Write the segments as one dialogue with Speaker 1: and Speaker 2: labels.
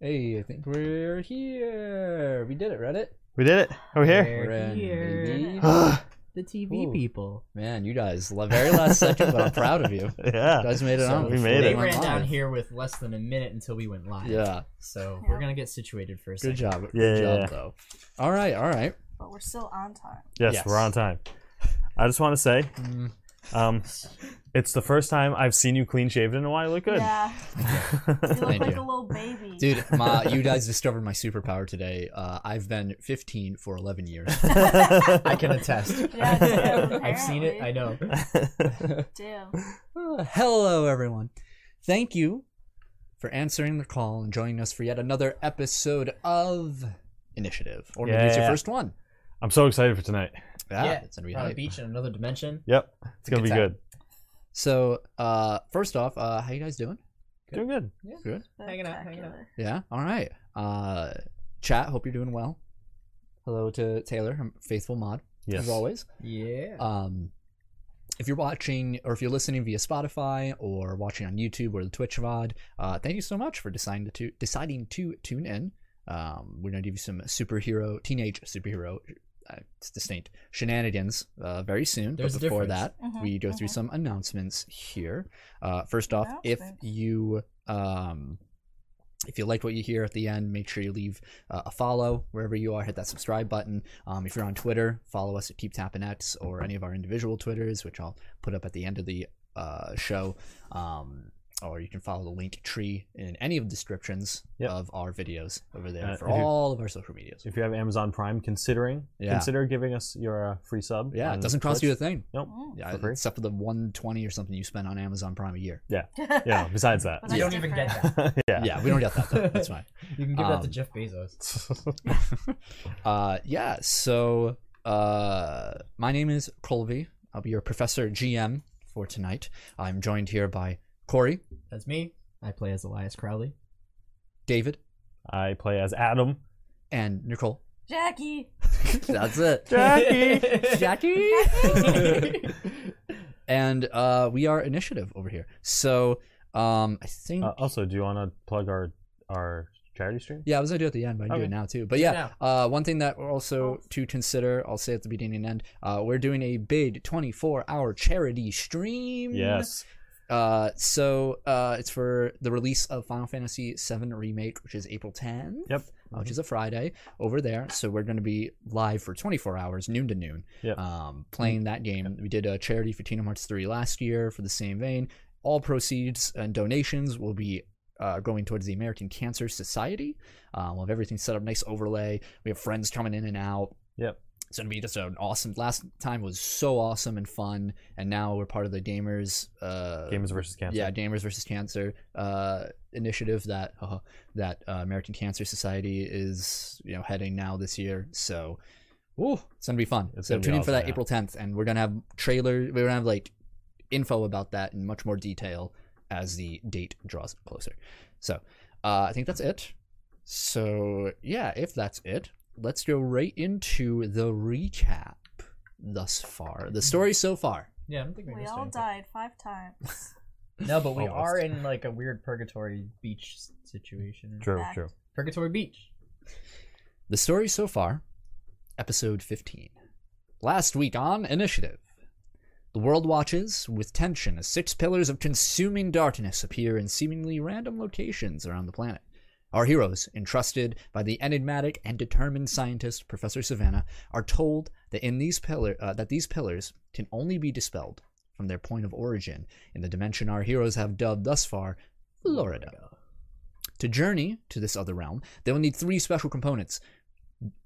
Speaker 1: Hey, I think we're here. We did it, Reddit.
Speaker 2: We did it. We're here.
Speaker 1: We're
Speaker 3: here.
Speaker 1: indeed.
Speaker 3: the TV
Speaker 1: Ooh.
Speaker 3: people.
Speaker 1: Man, you guys, la- very last second, but I'm proud of you. You
Speaker 2: yeah.
Speaker 1: guys made it
Speaker 2: So
Speaker 1: on.
Speaker 2: we
Speaker 1: before
Speaker 2: made
Speaker 1: we
Speaker 2: it.
Speaker 3: They
Speaker 1: went
Speaker 3: ran
Speaker 1: live.
Speaker 3: down here with less than a minute until we went live.
Speaker 1: Yeah,
Speaker 3: So
Speaker 4: Yeah.
Speaker 3: we're gonna get situated for a second.
Speaker 1: good job. Good
Speaker 2: Yeah,
Speaker 1: job,
Speaker 2: yeah.
Speaker 1: though. All right, all right.
Speaker 4: but we're still on time.
Speaker 2: Yes,
Speaker 1: Yes.
Speaker 2: we're on time. I just want to say,
Speaker 1: Mm,
Speaker 2: um, it's the first time I've seen you clean shaven in a while. You look good.
Speaker 4: Yeah, you look
Speaker 1: Thank
Speaker 4: like
Speaker 1: you.
Speaker 4: a little baby.
Speaker 1: Dude, my, you guys discovered my superpower today. Uh, I've been 15 for 11 years.
Speaker 3: I can attest.
Speaker 4: Yeah, dude,
Speaker 3: I've seen it. I know.
Speaker 4: Damn.
Speaker 1: Uh, Hello, everyone. Thank you for answering the call and joining us for yet another episode of Initiative. Or maybe it's your
Speaker 2: Yeah.
Speaker 1: first one.
Speaker 2: I'm so excited for tonight.
Speaker 1: Yeah,
Speaker 3: Yeah,
Speaker 1: it's gonna be
Speaker 3: On a
Speaker 1: hype.
Speaker 3: beach in another dimension.
Speaker 2: Yep. It's
Speaker 1: a
Speaker 2: gonna
Speaker 1: good
Speaker 2: be
Speaker 1: time.
Speaker 2: good.
Speaker 1: So, uh, first off, uh, how you guys doing?
Speaker 2: Doing good.
Speaker 1: Good.
Speaker 3: Hanging out, hanging out.
Speaker 4: Spectacular.
Speaker 1: Yeah. All right. Uh, chat. Hope you're doing well. Hello to Taylor, her faithful mod,
Speaker 2: Yes.
Speaker 1: as always.
Speaker 3: Yeah.
Speaker 1: Um, if you're watching or if you're listening via Spotify or watching on YouTube or the Twitch VOD, uh, thank you so much for deciding to tu- deciding to tune in. Um, we're gonna give you some superhero, teenage superhero, uh, it's distinct shenanigans uh, very soon.
Speaker 3: There's a
Speaker 1: but before
Speaker 3: difference.
Speaker 1: that, we go through
Speaker 4: mhm.
Speaker 1: some announcements here. Uh, first off, if
Speaker 4: Announcements.
Speaker 1: you um, if you liked what you hear at the end, make sure you leave uh, a follow wherever you are. Hit that subscribe button. Um, if you're on Twitter, follow us at Keep Tapping X or any of our individual Twitters, which I'll put up at the end of the uh, show. Um, or you can follow the link tree in any of the descriptions
Speaker 2: Yep.
Speaker 1: of our videos over there
Speaker 2: Uh,
Speaker 1: for
Speaker 2: if you-
Speaker 1: all of our social medias.
Speaker 2: If you have Amazon Prime, considering
Speaker 1: Yeah.
Speaker 2: consider giving us your uh, free sub.
Speaker 1: Yeah,
Speaker 2: on
Speaker 1: it doesn't cost you a
Speaker 2: Twitch.
Speaker 1: thing.
Speaker 4: Mm.
Speaker 1: Yeah,
Speaker 2: For free.
Speaker 1: except for the 120 or something you spent on Amazon Prime a year.
Speaker 2: yeah. Besides that.
Speaker 4: But
Speaker 3: you
Speaker 4: that's
Speaker 3: don't even get
Speaker 4: different.
Speaker 3: that.
Speaker 2: yeah.
Speaker 1: Yeah, we don't get that though. That's fine.
Speaker 3: You can give that to
Speaker 1: Um,
Speaker 3: Jeff Bezos.
Speaker 1: uh, yeah, so uh, my name is Colby. I'll be your professor GM for tonight. I'm joined here by Corey,
Speaker 3: That's me. I play as Elias Crowley.
Speaker 1: David,
Speaker 2: I play as Adam.
Speaker 1: and Nicole.
Speaker 4: Jackie.
Speaker 1: That's it.
Speaker 2: Jackie.
Speaker 1: Jackie! and uh, we are initiative over here. So um, I think.
Speaker 2: uh, also, do you want to plug our our charity stream?
Speaker 1: Yeah, I was gonna do it at the end, but I can do
Speaker 2: Okay.
Speaker 1: it now too. But yeah,
Speaker 3: Yeah.
Speaker 1: Uh, one thing that we're
Speaker 2: Oh.
Speaker 1: also to consider, I'll say at the beginning and end, uh, we're doing a big 24-hour charity stream.
Speaker 2: Yes.
Speaker 1: Uh, so uh, it's for the release of Final Fantasy VII Remake, which is April 10th,
Speaker 2: Yep. Mm-hmm.
Speaker 1: uh, which is a Friday over there. So we're going to be live for 24 hours, noon to noon,
Speaker 2: Yep.
Speaker 1: um, playing that game. We did a charity for Kingdom Hearts 3 last year for the same vein. All proceeds and donations will be uh, going towards the American Cancer Society. Um, we'll have everything set up, nice overlay. We have friends coming in and out.
Speaker 2: Yep.
Speaker 1: It's gonna be just an awesome. Last time was so awesome and fun, and now we're part of the gamers. Uh,
Speaker 2: Gamers versus cancer.
Speaker 1: yeah, Gamers versus Cancer uh, initiative that uh, that uh, American Cancer Society is you know heading now this year. So, ooh, it's gonna be fun.
Speaker 2: It's
Speaker 1: so
Speaker 2: gonna be
Speaker 1: tune in for
Speaker 2: awesome,
Speaker 1: that
Speaker 2: yeah.
Speaker 1: April tenth, and we're gonna have trailer. We're gonna have like info about that in much more detail as the date draws closer. So, uh, I think that's it. So yeah, if that's it, let's go right into the recap thus far. The story so far.
Speaker 3: yeah, I don't think we
Speaker 4: We all
Speaker 3: understand.
Speaker 4: died five times.
Speaker 3: No, but we
Speaker 2: Almost.
Speaker 3: are in like a weird purgatory beach s- situation.
Speaker 2: True.
Speaker 4: Fact.
Speaker 2: True.
Speaker 3: Purgatory Beach.
Speaker 1: The story so far, episode 15. Last week on Initiative, the world watches with tension as six pillars of consuming darkness appear in seemingly random locations around the planet. Our heroes, entrusted by the enigmatic and determined scientist Professor Savannah, are told that in these pillar uh, that these pillars can only be dispelled from their point of origin in the dimension our heroes have dubbed thus far Florida. To journey to this other realm, they will need three special components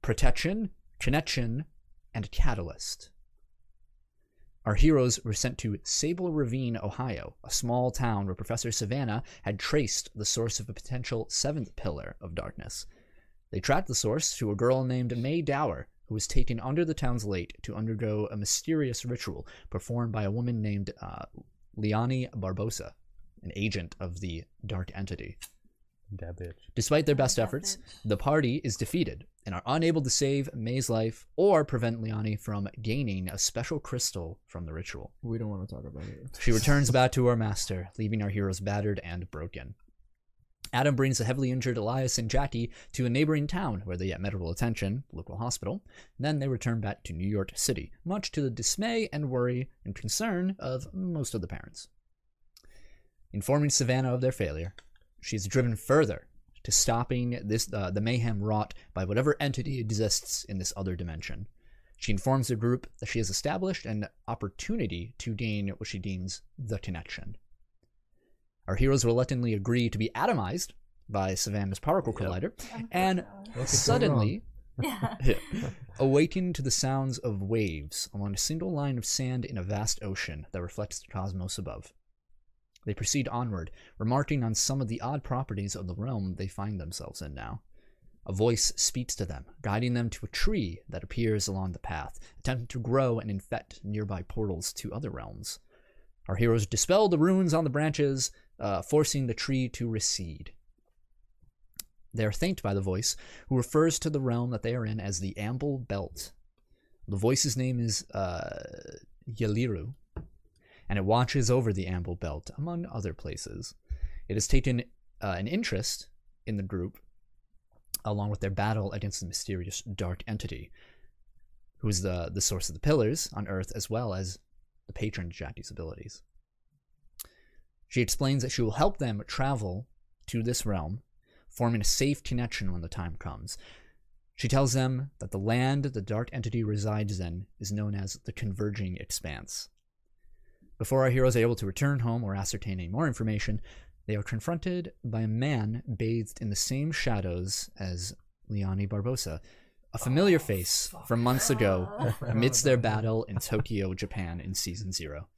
Speaker 1: protection, connection, and catalyst. Our heroes were sent to Sable Ravine, Ohio, a small town where Professor Savannah had traced the source of a potential seventh pillar of darkness. They tracked the source to a girl named May Dower, who was taken under the town's lake to undergo a mysterious ritual performed by a woman named uh, Liani Barbosa, an agent of the Dark Entity.
Speaker 2: Dab bitch.
Speaker 1: Despite their best
Speaker 4: That
Speaker 1: efforts,
Speaker 4: bitch.
Speaker 1: the party is defeated and are unable to save May's life or prevent Liani from gaining a special crystal from the ritual.
Speaker 3: We don't want to talk about it.
Speaker 1: She returns back to her master, leaving our heroes battered and broken. Adam brings the heavily injured Elias and Jackie to a neighboring town where they get medical attention, local hospital. Then they return back to New York City, much to the dismay and worry and concern of most of the parents. Informing Savannah of their failure, she is driven further to stopping this uh, the mayhem wrought by whatever entity exists in this other dimension. She informs the group that she has established an opportunity to gain what she deems the connection. Our heroes reluctantly agree to be atomized by Savannah's particle collider, and suddenly
Speaker 4: yeah.
Speaker 1: awaken to the sounds of waves along a single line of sand in a vast ocean that reflects the cosmos above. They proceed onward, remarking on some of the odd properties of the realm they find themselves in now. A voice speaks to them, guiding them to a tree that appears along the path, attempting to grow and infect nearby portals to other realms. Our heroes dispel the runes on the branches, uh, forcing the tree to recede. They are thanked by the voice, who refers to the realm that they are in as the Amble Belt. The voice's name is uh, Yaliru, and it watches over the Amble Belt, among other places. It has taken uh, an interest in the group, along with their battle against the mysterious dark entity, who is the, the source of the pillars on Earth, as well as the patron to Jackie's abilities. She explains that she will help them travel to this realm forming a safe connection when the time comes. She tells them that the land the dark entity resides in is known as the Converging Expanse. Before our heroes are able to return home or ascertain any more information, they are confronted by a man bathed in the same shadows as Liani Barbosa, a familiar face from months ago amidst their battle in Tokyo, Japan in season zero.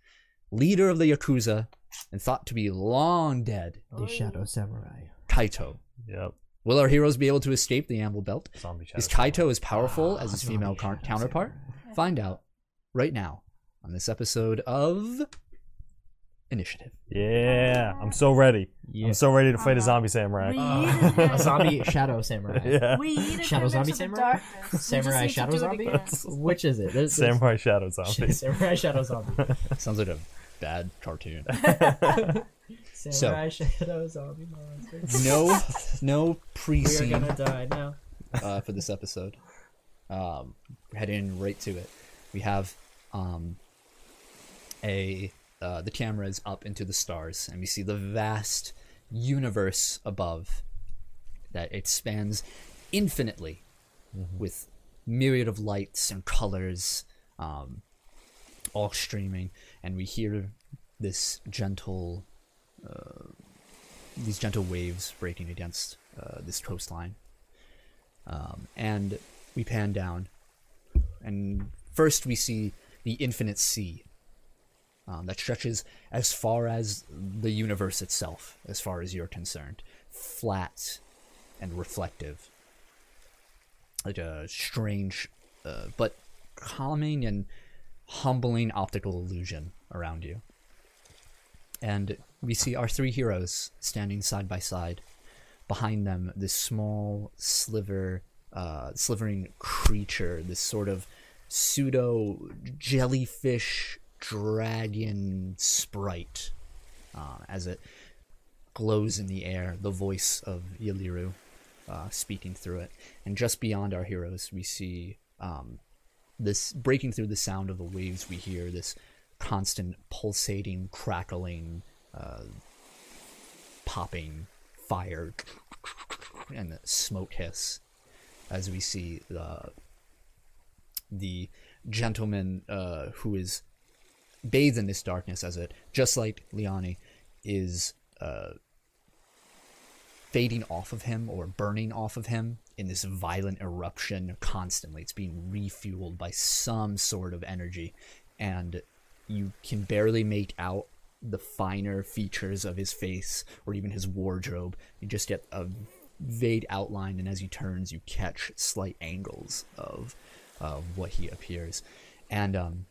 Speaker 1: Leader of the Yakuza and thought to be long dead,
Speaker 3: The Shadow Samurai.
Speaker 1: Kaito.
Speaker 2: Yep.
Speaker 1: Will our heroes be able to escape the Amble Belt?
Speaker 2: Zombie shadow.
Speaker 1: Is Kaito as powerful as his
Speaker 3: Zombie
Speaker 1: female car-
Speaker 3: shadows
Speaker 1: counterpart? Find out right now on this episode of Initiative.
Speaker 2: yeah. I'm so ready.
Speaker 3: Yeah.
Speaker 2: I'm so ready to fight a
Speaker 4: Uh-huh.
Speaker 2: zombie samurai.
Speaker 4: We
Speaker 3: a zombie Shadow Samurai.
Speaker 2: yeah.
Speaker 4: We need a
Speaker 3: Shadow zombie
Speaker 4: the
Speaker 3: samurai?
Speaker 4: darkness. We just
Speaker 3: Samurai
Speaker 4: need to
Speaker 3: shadow
Speaker 4: do it
Speaker 3: zombie?
Speaker 4: again.
Speaker 3: Which is it? There's, there's-
Speaker 2: Samurai shadow zombie.
Speaker 3: Samurai Shadow Zombie.
Speaker 1: Sounds like a bad cartoon.
Speaker 3: Samurai Shadow Zombie Monster.
Speaker 1: no, no
Speaker 3: We are
Speaker 1: pre-scene
Speaker 3: gonna die now.
Speaker 1: uh, for this episode. Um, we're heading right to it. We have um, a uh, the camera is up into the stars, and we see the vast universe above that expands infinitely with myriad of lights and colors, um, all streaming, and we hear this gentle. Uh, these gentle waves breaking against uh, this coastline and we pan down. And first, we see the infinite sea um, that stretches as far as the universe itself, as far as you're concerned, flat and reflective, like a strange uh, but calming and humbling optical illusion around you. And we see our three heroes standing side by side behind them this small sliver uh, slivering creature this sort of pseudo jellyfish dragon sprite uh, as it glows in the air the voice of yaliru uh, speaking through it and just beyond our heroes we see um, this breaking through the sound of the waves we hear this constant pulsating crackling uh, popping fire and the smoke hiss as we see the the gentleman uh, who is bathed in this darkness as it just like Liani is uh, fading off of him or burning off of him in this violent eruption constantly it's being refueled by some sort of energy and you can barely make out the finer features of his face or even his wardrobe. You just get a vague outline, and as he turns, you catch slight angles of uh, what he appears. And um,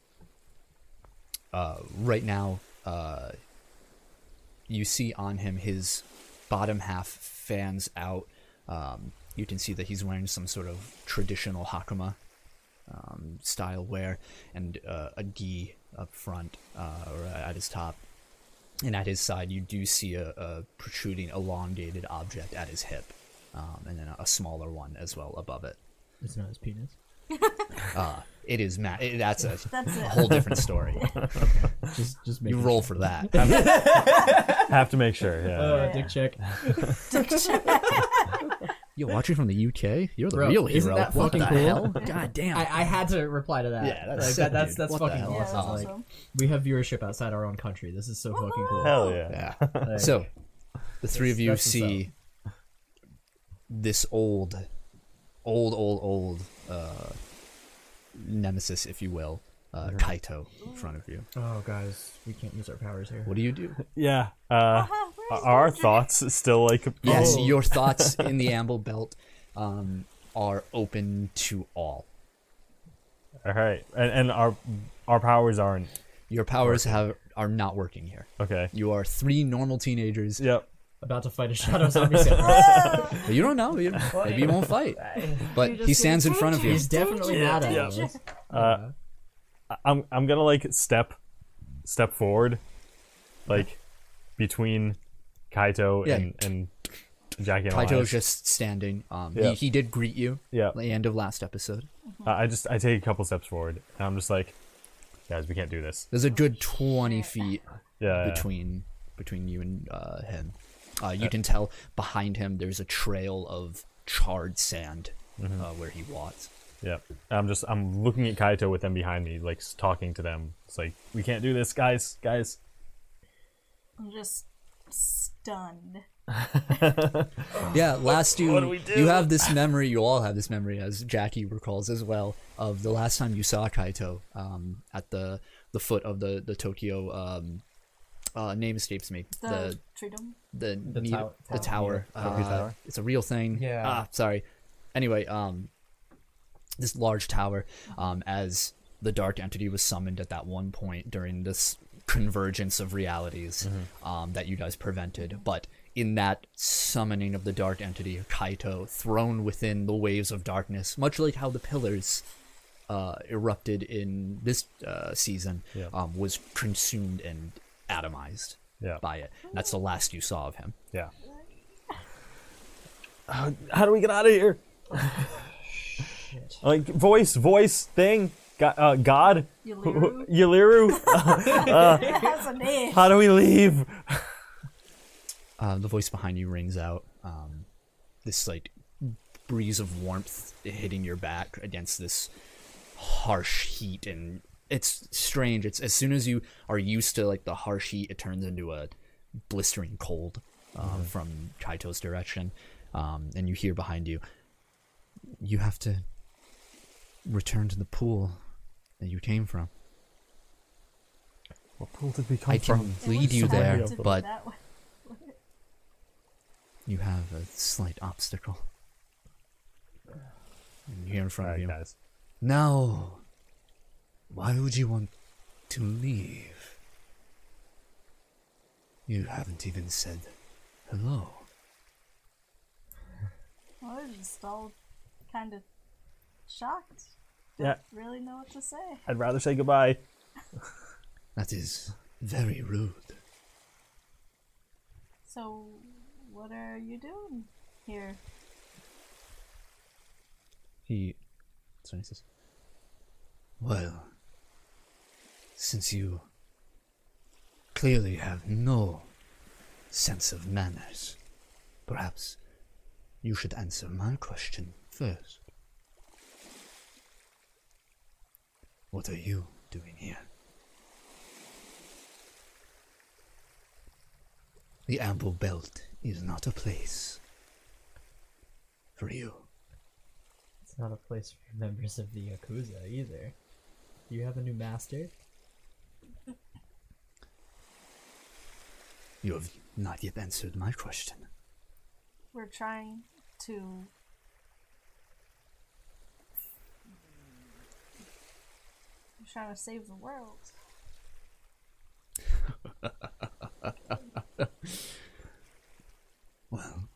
Speaker 1: uh, right now, uh, you see on him his bottom half fans out. Um, you can see that he's wearing some sort of traditional hakama um, style wear and uh, a gi up front uh, or at his top and at his side you do see a, a protruding elongated object at his hip um, and then a, a smaller one as well above it
Speaker 3: It's not his penis.
Speaker 1: uh, it is ma- it, that's a
Speaker 4: That's it.
Speaker 1: whole different story
Speaker 3: Just, just make
Speaker 1: you roll for that
Speaker 2: Have to make sure. Yeah.
Speaker 3: Uh,
Speaker 4: Yeah.
Speaker 3: dick check.
Speaker 1: you're watching from the uk you're the
Speaker 3: Bro,
Speaker 1: real hero
Speaker 3: isn't that
Speaker 1: what
Speaker 3: fucking
Speaker 1: the
Speaker 3: cool?
Speaker 1: hell god damn
Speaker 3: I, I had to reply to that.
Speaker 1: Yeah, that's
Speaker 3: like,
Speaker 1: sick,
Speaker 3: that, that's
Speaker 1: dude.
Speaker 3: that's
Speaker 1: What the
Speaker 3: fucking
Speaker 1: hell?
Speaker 4: yeah, that's
Speaker 3: awesome. like,
Speaker 4: awesome.
Speaker 3: we have viewership outside our own country. This is so fucking cool.
Speaker 2: Hell yeah.
Speaker 1: Yeah.
Speaker 3: Like,
Speaker 1: So, the three of
Speaker 3: That's-
Speaker 1: you
Speaker 3: that's what's
Speaker 1: see this old, old, old, old uh, nemesis, if you will, uh, Kaito, in front of you.
Speaker 3: oh guys, we can't use our powers here.
Speaker 1: What do you do?
Speaker 2: Yeah. Uh,
Speaker 4: Uh-huh,
Speaker 2: are
Speaker 4: where is
Speaker 2: our
Speaker 4: Roger?
Speaker 2: thoughts still like?
Speaker 1: Yes,
Speaker 3: Oh.
Speaker 1: your thoughts in the Amble Belt um, are open to all.
Speaker 2: All right. oh, And, and our our powers aren't
Speaker 1: Your powers have are not working here.
Speaker 2: okay.
Speaker 1: You are three normal teenagers.
Speaker 2: Yep.
Speaker 3: About to fight a shadow zombie samurai.
Speaker 4: Oh,
Speaker 1: But you don't know. You, maybe you won't fight. But
Speaker 4: You're
Speaker 1: he
Speaker 4: just
Speaker 1: stands in
Speaker 4: getting
Speaker 1: front of you.
Speaker 3: He's definitely
Speaker 4: Yeah,
Speaker 3: mad at
Speaker 4: yeah.
Speaker 3: us.
Speaker 2: Uh, I- I'm I'm gonna like step step forward, like between Kaito
Speaker 1: Yeah.
Speaker 2: and and Jackie and
Speaker 1: Kaito's
Speaker 2: Elias.
Speaker 1: just standing. Um,
Speaker 2: Yeah.
Speaker 1: he, he did greet you
Speaker 2: Yeah.
Speaker 1: at the end of last episode.
Speaker 2: I I just I take a couple steps forward and I'm just like, guys, we can't do this.
Speaker 1: There's a good 20 feet
Speaker 2: Yeah. yeah.
Speaker 1: between between you and uh, him. Uh, you can tell behind him there's a trail of charred sand
Speaker 2: Mm-hmm.
Speaker 1: uh, where he walked.
Speaker 2: Yeah. I'm just I'm looking at Kaito with them behind me, like s- talking to them. It's like we can't do this, guys, guys.
Speaker 4: I'm just stunned.
Speaker 1: Yeah, last you you have this memory. You all have this memory, as Jackie recalls as well, of the last time you saw Kaito um, at the the foot of the the Tokyo. Um, uh, name escapes me.
Speaker 4: The,
Speaker 1: The
Speaker 4: Treatum?
Speaker 1: the
Speaker 3: The
Speaker 1: ne-
Speaker 3: tow-
Speaker 1: the tower.
Speaker 3: tower.
Speaker 1: Uh, It's a real thing.
Speaker 3: Yeah.
Speaker 1: Ah, sorry. Anyway, um, this large tower, um, as the dark entity was summoned at that one point during this convergence of realities, um, that you guys prevented. But in that summoning of the dark entity, Kaito, thrown within the waves of darkness, much like how the pillars. Uh, erupted in this uh, season
Speaker 2: Yeah.
Speaker 1: um, was consumed and atomized
Speaker 2: Yeah.
Speaker 1: by it. And that's the last you saw of him.
Speaker 2: Yeah. how do we get out of here? Like voice, voice thing, God, uh, God,
Speaker 4: Yuliru?
Speaker 2: Yuliru,
Speaker 4: It has a name.
Speaker 2: how do we leave?
Speaker 1: Uh, the voice behind you rings out. Um, this like breeze of warmth hitting your back against this harsh heat, and it's strange. It's as soon as you are used to like the harsh heat, it turns into a blistering cold um, from Kaito's direction, um, and you hear behind you. You have to return to the pool that you came from.
Speaker 2: What pool did we come
Speaker 1: I can
Speaker 4: It
Speaker 1: lead
Speaker 4: was
Speaker 1: you there,
Speaker 4: sounded
Speaker 1: but
Speaker 4: that way.
Speaker 1: You have a slight obstacle. And here in front of
Speaker 2: Alright,
Speaker 1: you.
Speaker 2: guys.
Speaker 1: No! Why would you want to leave? You haven't even said hello.
Speaker 4: I was just all kind of shocked.
Speaker 2: Yeah,
Speaker 4: Really know what to say.
Speaker 2: I'd rather say goodbye.
Speaker 1: That is very rude.
Speaker 4: So, what are you doing here?
Speaker 1: He. Sorry, he says. Well, since you clearly have no sense of manners, perhaps you should answer my question first. What are you doing here? The Amber Belt is not a place for you.
Speaker 3: It's not a place for members of the Yakuza either. Do you have a new master?
Speaker 1: You have not yet answered my question.
Speaker 4: We're trying to. We're trying to save the world.
Speaker 1: Well,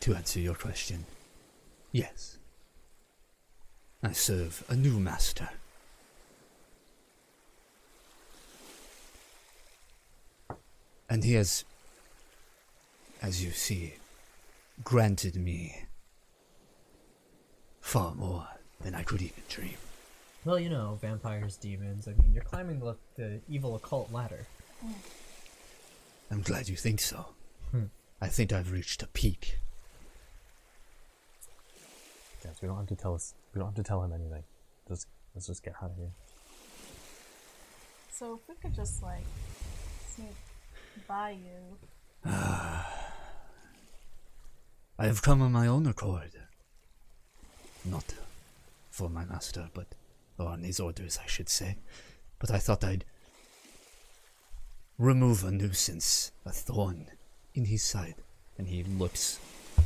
Speaker 1: to answer your question, yes. I serve a new master. And he has, as you see, granted me far more than I could even dream.
Speaker 5: Well, you know, vampires, demons. I mean, you're climbing the, the evil occult ladder.
Speaker 1: I'm glad you think so. I think I've reached a peak.
Speaker 2: Guys, we don't have to tell us. We don't have to tell him anything. Just let's just get out of here.
Speaker 4: So if we could just like sneak by you,
Speaker 1: I have come on my own accord. Not for my master, but or on his orders, I should say. But I thought I'd remove a nuisance, a thorn in his side.
Speaker 6: and he looks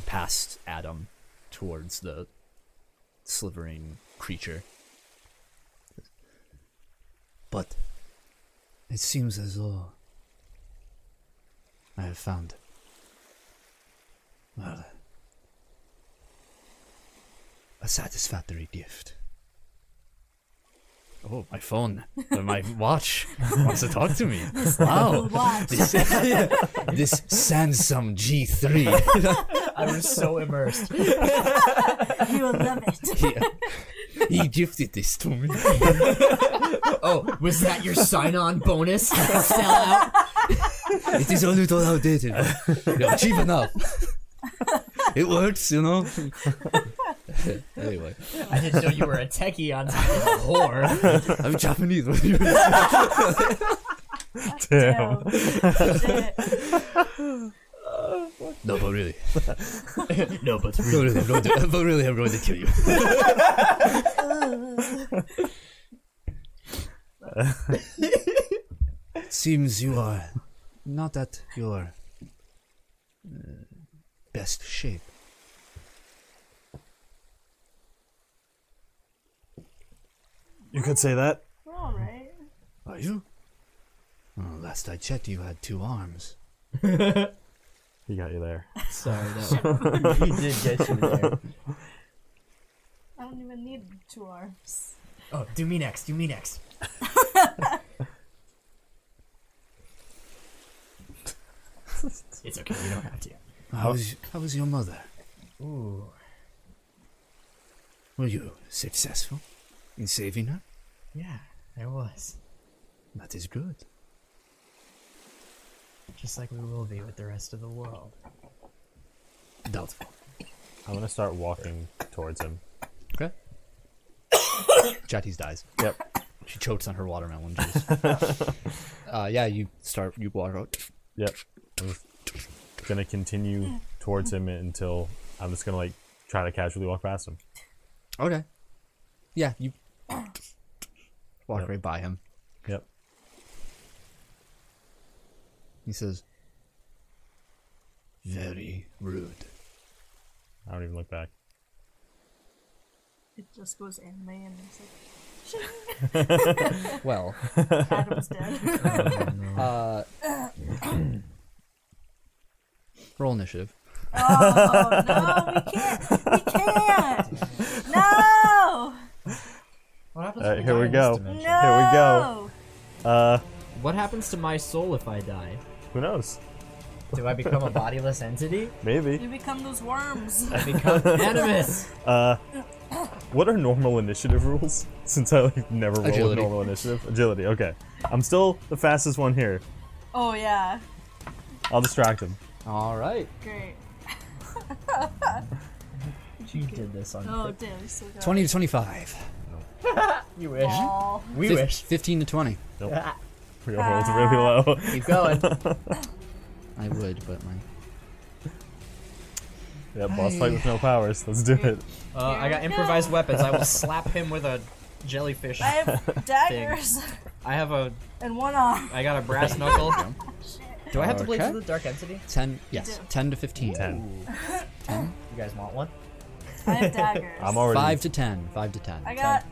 Speaker 6: past Adam towards the slivering creature.
Speaker 1: But it seems as though I have found well a satisfactory gift.
Speaker 6: Oh, my phone, or my watch wants to talk to me. Wow.
Speaker 4: watch.
Speaker 1: This, this Samsung G3.
Speaker 5: I was so immersed.
Speaker 4: you will love it.
Speaker 1: He gifted this to me.
Speaker 5: Oh, was that your sign-on bonus? Sellout.
Speaker 1: It is a little outdated, but you know, cheap enough. It works, you know. anyway,
Speaker 5: I didn't know you were a techie on top of a whore.
Speaker 1: I'm Japanese.
Speaker 4: Damn. Shit.
Speaker 1: no, but really,
Speaker 5: no, but
Speaker 1: but really, I'm going to, but really, I'm going to kill you. Seems you are not at your uh, best shape.
Speaker 2: You could say that.
Speaker 4: We're all right.
Speaker 1: Are you? Oh, last I checked, you had two arms.
Speaker 2: He got you there.
Speaker 5: sorry, no. he did get you there.
Speaker 4: I don't even need two arms.
Speaker 5: Oh, do me next. Do me next. it's okay. You don't have to.
Speaker 1: How was, how was your mother?
Speaker 5: Ooh.
Speaker 1: Were you successful in saving her?
Speaker 5: Yeah, I was.
Speaker 1: That is good.
Speaker 5: Just like we will be with the rest of the world.
Speaker 1: Doubtful.
Speaker 2: I'm gonna start walking towards him.
Speaker 6: Okay. Jatty's dies.
Speaker 2: Yep.
Speaker 6: She chokes on her watermelon juice. uh, yeah, you start, you walk out.
Speaker 2: Yep. I'm just gonna continue towards him until I'm just gonna like try to casually walk past him.
Speaker 6: Okay. Yeah, you walk right by him.
Speaker 2: Yep.
Speaker 6: He says,
Speaker 1: Very rude.
Speaker 2: I don't even look back.
Speaker 4: It just goes anime and it's
Speaker 6: Well,
Speaker 4: like Adam's dead.
Speaker 6: roll initiative.
Speaker 4: Oh no, we can't. We can't. No.
Speaker 5: What happens?
Speaker 2: Alright, here
Speaker 5: if I die
Speaker 2: we
Speaker 5: in
Speaker 2: go.
Speaker 5: This dimension?
Speaker 2: Here we go.
Speaker 4: No.
Speaker 2: Uh,
Speaker 5: What happens to my soul if I die?
Speaker 2: who knows?
Speaker 5: Do I become a bodiless entity?
Speaker 2: Maybe.
Speaker 4: You become those worms.
Speaker 5: I become animus.
Speaker 2: What are normal initiative rules? Since I like never roll with
Speaker 6: Agility.
Speaker 2: normal initiative. Agility. Okay. I'm still the fastest one here.
Speaker 4: Oh yeah.
Speaker 2: I'll distract him.
Speaker 6: All right.
Speaker 4: Great.
Speaker 5: You did this on.
Speaker 4: Oh damn. we still got
Speaker 6: 20 to 25.
Speaker 5: You wish.
Speaker 4: all.
Speaker 5: We
Speaker 6: Fif-
Speaker 5: wish.
Speaker 6: 15 to 20.
Speaker 2: We rolled really low.
Speaker 5: Keep going.
Speaker 6: I would, but my.
Speaker 2: Yeah, boss fight with no powers. Let's do it.
Speaker 5: Uh, I got
Speaker 4: Here we
Speaker 5: improvised weapons. I will slap him with a jellyfish.
Speaker 4: I have daggers
Speaker 5: I have a.
Speaker 4: and one arm.
Speaker 5: I got a brass knuckle. Do I have to play
Speaker 6: Okay.
Speaker 5: through the dark entity?
Speaker 6: 10, yes,
Speaker 4: do.
Speaker 6: 10 to 15.
Speaker 2: Ten.
Speaker 5: You guys want one?
Speaker 4: I have daggers.
Speaker 2: I'm already.
Speaker 6: 5 to 10. 5 to 10.
Speaker 4: I got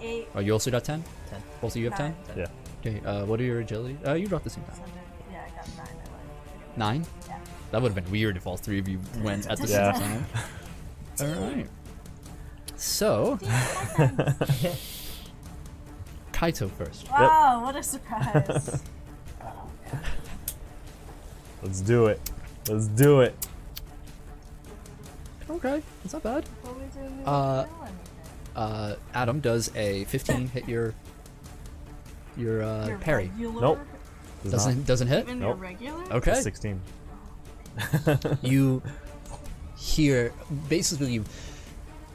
Speaker 4: eight.
Speaker 6: Oh, you also got 10?
Speaker 5: 10.
Speaker 6: Both of you have 10?
Speaker 4: Nine.
Speaker 2: Yeah.
Speaker 6: Okay, uh, what are your agility? Uh, you dropped the same time.
Speaker 4: Yeah, I got nine. I like.
Speaker 6: 9?
Speaker 4: Yeah.
Speaker 6: That would have been weird if all three of you went at the
Speaker 2: Yeah.
Speaker 6: same time. All right. So, Kaito first.
Speaker 4: Wow, what a surprise.
Speaker 2: Let's do it. Let's do it.
Speaker 1: Okay, that's not bad.
Speaker 4: What are we doing? We
Speaker 1: Uh,
Speaker 4: don't know anything.
Speaker 1: Uh, Adam does a 15 hit your your uh,
Speaker 4: Your
Speaker 1: parry.
Speaker 4: regular-
Speaker 2: Nope. Does not.
Speaker 1: Doesn't doesn't hit.
Speaker 4: Even
Speaker 2: Nope.
Speaker 4: your regular?
Speaker 1: Okay.
Speaker 2: Sixteen.
Speaker 1: you hear basically you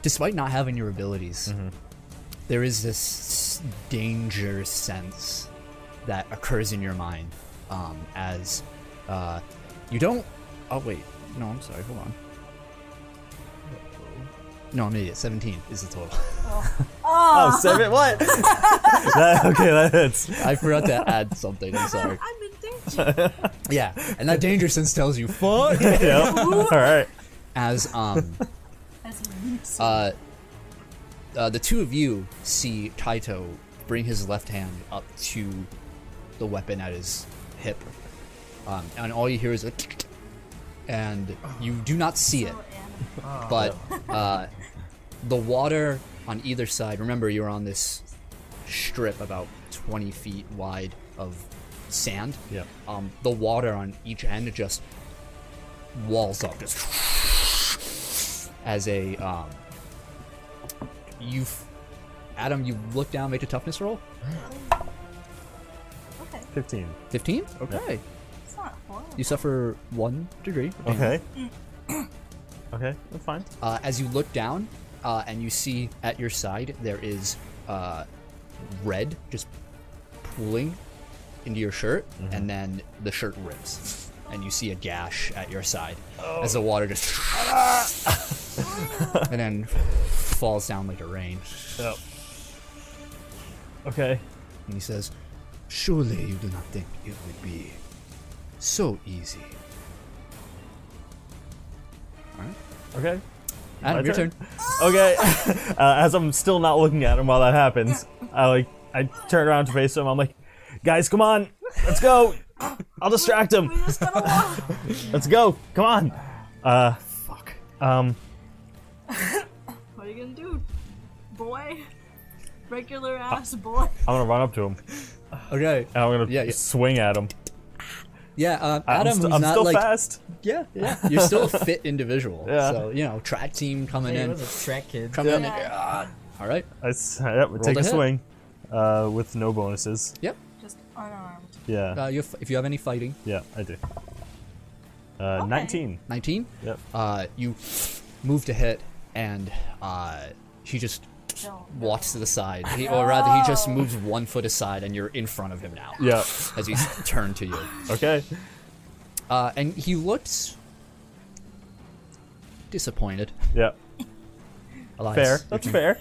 Speaker 1: despite not having your abilities there is this danger sense that occurs in your mind um, as uh, you don't oh wait no i'm sorry hold on no i'm an idiot 17 is the total
Speaker 2: Oh, seven. What? that, okay, that hits.
Speaker 1: i forgot to add something i'm sorry
Speaker 4: I've been thinking.
Speaker 1: yeah and that danger sense tells you fuck
Speaker 2: Yep. All right.
Speaker 1: as um
Speaker 4: As he leaps.
Speaker 1: uh, uh, the two of you see Taito bring his left hand up to the weapon at his hip, um, and all you hear is a and you do not see it,
Speaker 4: So animated.
Speaker 1: but uh, the water on either side. Remember, you're on this strip about 20 feet wide of sand.
Speaker 2: Yep.
Speaker 1: Um, the water on each end just walls up, just as a um, you, f- Adam. You look down, make a toughness roll.
Speaker 4: Okay,
Speaker 2: Fifteen.
Speaker 1: 15? Okay.
Speaker 4: it's not horrible.
Speaker 1: You suffer one degree. of damage.
Speaker 2: Okay. Okay, that's fine.
Speaker 1: Uh, as you look down uh, and you see at your side, there is uh, red just pooling into your shirt,
Speaker 2: Mm-hmm.
Speaker 1: and then the shirt rips. And you see a gash at your side
Speaker 2: Oh.
Speaker 1: as the water just. and then falls down like a rain.
Speaker 2: Yep. Okay.
Speaker 1: And he says, Surely you do not think it would be so easy.
Speaker 2: Okay.
Speaker 1: Adam,
Speaker 2: My
Speaker 1: your
Speaker 2: turn.
Speaker 1: turn.
Speaker 2: Okay. Uh, as I'm still not looking at him while that happens, I like I turn around to face him. I'm like, guys, come on, let's go. I'll distract him.
Speaker 4: We just gotta walk.
Speaker 2: Let's go. Come on. Uh,
Speaker 1: Fuck.
Speaker 2: um,
Speaker 4: what are you gonna do, boy? Regular ass boy.
Speaker 2: I'm gonna run up to him
Speaker 1: Okay.
Speaker 2: and I'm gonna
Speaker 1: Yeah, yeah.
Speaker 2: swing at him.
Speaker 1: Yeah, um,
Speaker 2: Uh, I'm
Speaker 1: Adam,
Speaker 2: st-
Speaker 1: who's
Speaker 2: I'm
Speaker 1: not
Speaker 2: still
Speaker 1: like
Speaker 2: fast.
Speaker 1: Yeah, yeah. You're still a fit individual.
Speaker 2: Yeah.
Speaker 1: So, you know, track team coming
Speaker 3: Hey, it
Speaker 1: in.
Speaker 3: was a track kid.
Speaker 1: Coming in.
Speaker 4: Yeah.
Speaker 1: Yeah. All right.
Speaker 2: I s- yep, take
Speaker 1: to
Speaker 2: a
Speaker 1: hit.
Speaker 2: swing, uh, with no bonuses.
Speaker 1: Yep.
Speaker 4: Just unarmed.
Speaker 2: Yeah,
Speaker 1: Uh, you have, if you have any fighting,
Speaker 2: yeah, I do. Uh,
Speaker 4: Okay.
Speaker 2: 19.
Speaker 1: 19,
Speaker 2: Yep.
Speaker 1: uh, you move to hit, and uh, he just
Speaker 4: Don't.
Speaker 1: walks to the side. He, or rather, he just moves one foot aside, and you're in front of him now.
Speaker 2: Yeah.
Speaker 1: As he's turned to you.
Speaker 2: Okay.
Speaker 1: Uh, and he looks disappointed.
Speaker 2: Yeah.
Speaker 1: Elias,
Speaker 2: Fair.
Speaker 1: your
Speaker 2: That's
Speaker 1: turn.
Speaker 2: fair.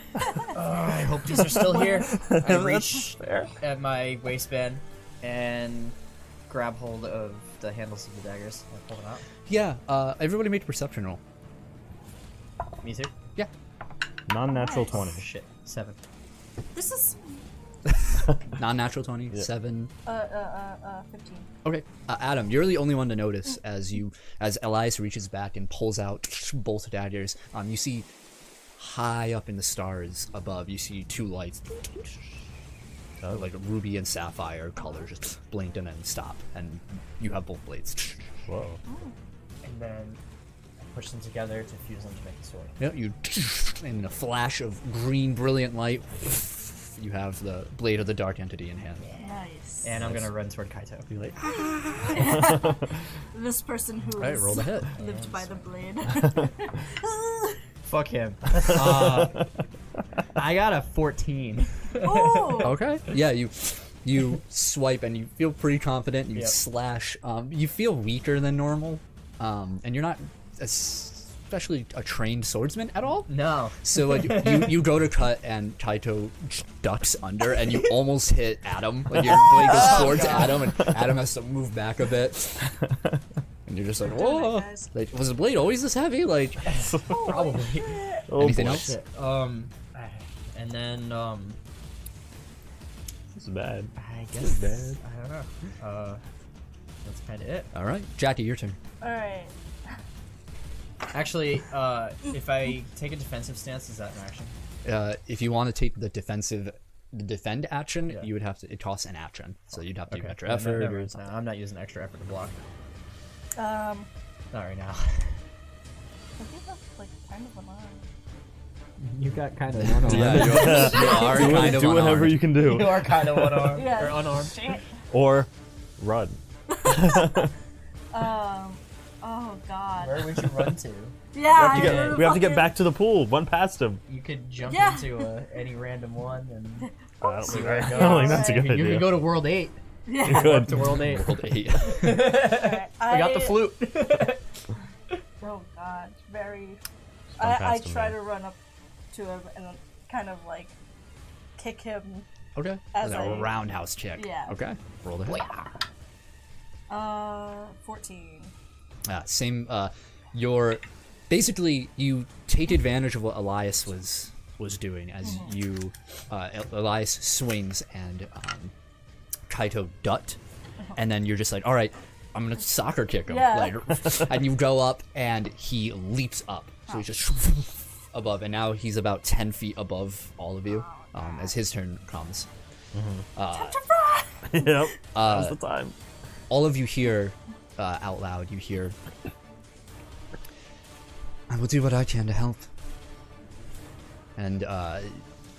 Speaker 3: I hope these are still here. I
Speaker 2: That's
Speaker 3: reach
Speaker 2: fair.
Speaker 3: at my waistband and grab hold of the handles of the daggers. I pull them out.
Speaker 1: Yeah. Uh, everybody make a perception roll.
Speaker 3: Me too. Oh,
Speaker 1: Yeah.
Speaker 2: Non-natural
Speaker 4: Nice.
Speaker 2: 20.
Speaker 3: Shit. Seven.
Speaker 4: This is
Speaker 1: Non natural 20,
Speaker 2: Yeah.
Speaker 1: 7.
Speaker 4: uh uh uh, uh fifteen.
Speaker 1: Okay, uh, Adam, you're the only one to notice as you as Elias reaches back and pulls out both daggers. Um, you see high up in the stars above, you see two lights, uh, like ruby and sapphire colors, just blinked and then stop, and you have both blades.
Speaker 2: Whoa.
Speaker 3: And then I push them together to fuse them to make a sword.
Speaker 1: Yeah, you and in a flash of green, brilliant light, you have the blade of the dark entity in hand.
Speaker 4: Nice.
Speaker 3: And I'm gonna run toward Kaito.
Speaker 1: You're like,
Speaker 4: this person who
Speaker 1: all right,
Speaker 4: is
Speaker 1: roll the hit.
Speaker 4: lived by the blade.
Speaker 3: Fuck him. Uh, I got a 14.
Speaker 4: oh.
Speaker 1: Okay. Yeah, you you swipe and you feel pretty confident. You
Speaker 3: Yep.
Speaker 1: slash. Um, you feel weaker than normal, um, and you're not especially a trained swordsman at all.
Speaker 3: No.
Speaker 1: So like you, you go to cut and Taito ducks under and you almost hit Adam. Like your blade goes towards Adam and Adam has to move back a bit. And you're just like,
Speaker 4: doing it,
Speaker 1: whoa!
Speaker 4: guys.
Speaker 1: Like, was the blade always this heavy? Like,
Speaker 3: Probably.
Speaker 2: Oh,
Speaker 1: anything
Speaker 2: boy.
Speaker 1: else?
Speaker 3: Um, and then, um,
Speaker 2: This is bad.
Speaker 3: I
Speaker 2: This
Speaker 3: guess,
Speaker 2: is
Speaker 3: I don't know. Uh, that's kind of it.
Speaker 1: All right, Jackie, your turn.
Speaker 4: All right.
Speaker 3: Actually, uh, if I take a defensive stance, is that an action?
Speaker 1: uh, if you want to take the defensive the defend action,
Speaker 3: Yeah.
Speaker 1: you would have to toss an action. So you'd have to do
Speaker 3: Okay.
Speaker 1: extra
Speaker 3: No, no,
Speaker 1: effort.
Speaker 3: never
Speaker 1: or
Speaker 3: mind. No, I'm not using extra effort to block.
Speaker 4: Um,
Speaker 3: Not right now.
Speaker 4: I think that's like kind of annoying.
Speaker 7: You got kind of one on
Speaker 1: Yeah, you are, you are
Speaker 2: Do,
Speaker 1: kind of
Speaker 2: do whatever
Speaker 1: unarmed.
Speaker 2: you can do,
Speaker 3: You are kind of one arm
Speaker 4: Yeah.
Speaker 3: or unarmed.
Speaker 4: Shit.
Speaker 2: or run.
Speaker 4: Um. Oh God.
Speaker 3: Where would you run to?
Speaker 4: Yeah.
Speaker 2: We,
Speaker 4: I
Speaker 2: get-
Speaker 4: would've
Speaker 2: we have to get
Speaker 4: fucking-
Speaker 2: back to the pool. One past him.
Speaker 3: You could jump
Speaker 4: Yeah.
Speaker 3: into uh, any random one and
Speaker 2: Uh, I don't think,
Speaker 3: where it
Speaker 2: I
Speaker 3: goes.
Speaker 2: don't think that's a
Speaker 4: You
Speaker 2: good
Speaker 3: you
Speaker 2: idea.
Speaker 3: could go to World Eight.
Speaker 4: Yeah.
Speaker 2: Good.
Speaker 3: To World Eight.
Speaker 1: World eight.
Speaker 4: Alright,
Speaker 3: I got the
Speaker 4: I-
Speaker 3: flute.
Speaker 4: Oh God, very.
Speaker 2: run
Speaker 4: I, I
Speaker 2: past him,
Speaker 4: try
Speaker 2: man.
Speaker 4: to run up to him and kind of like kick him.
Speaker 1: Okay.
Speaker 4: As
Speaker 1: Is that
Speaker 4: I-
Speaker 1: a roundhouse check.
Speaker 4: Yeah.
Speaker 1: Okay. Roll the hit.
Speaker 4: Uh, fourteen.
Speaker 1: Uh, same. Uh, your basically you take advantage of what Elias was was doing as you uh, El- Elias swings and um, Kaito dut, and then you're just like, all right, I'm gonna soccer kick him,
Speaker 4: Yeah.
Speaker 1: like, and you go up and he leaps up, so he's just above, and now he's about ten feet above all of you um, as his turn comes.
Speaker 2: yep. Now's the time.
Speaker 1: all of you hear uh, out loud. You hear,
Speaker 8: I will do what I can to help.
Speaker 1: and uh,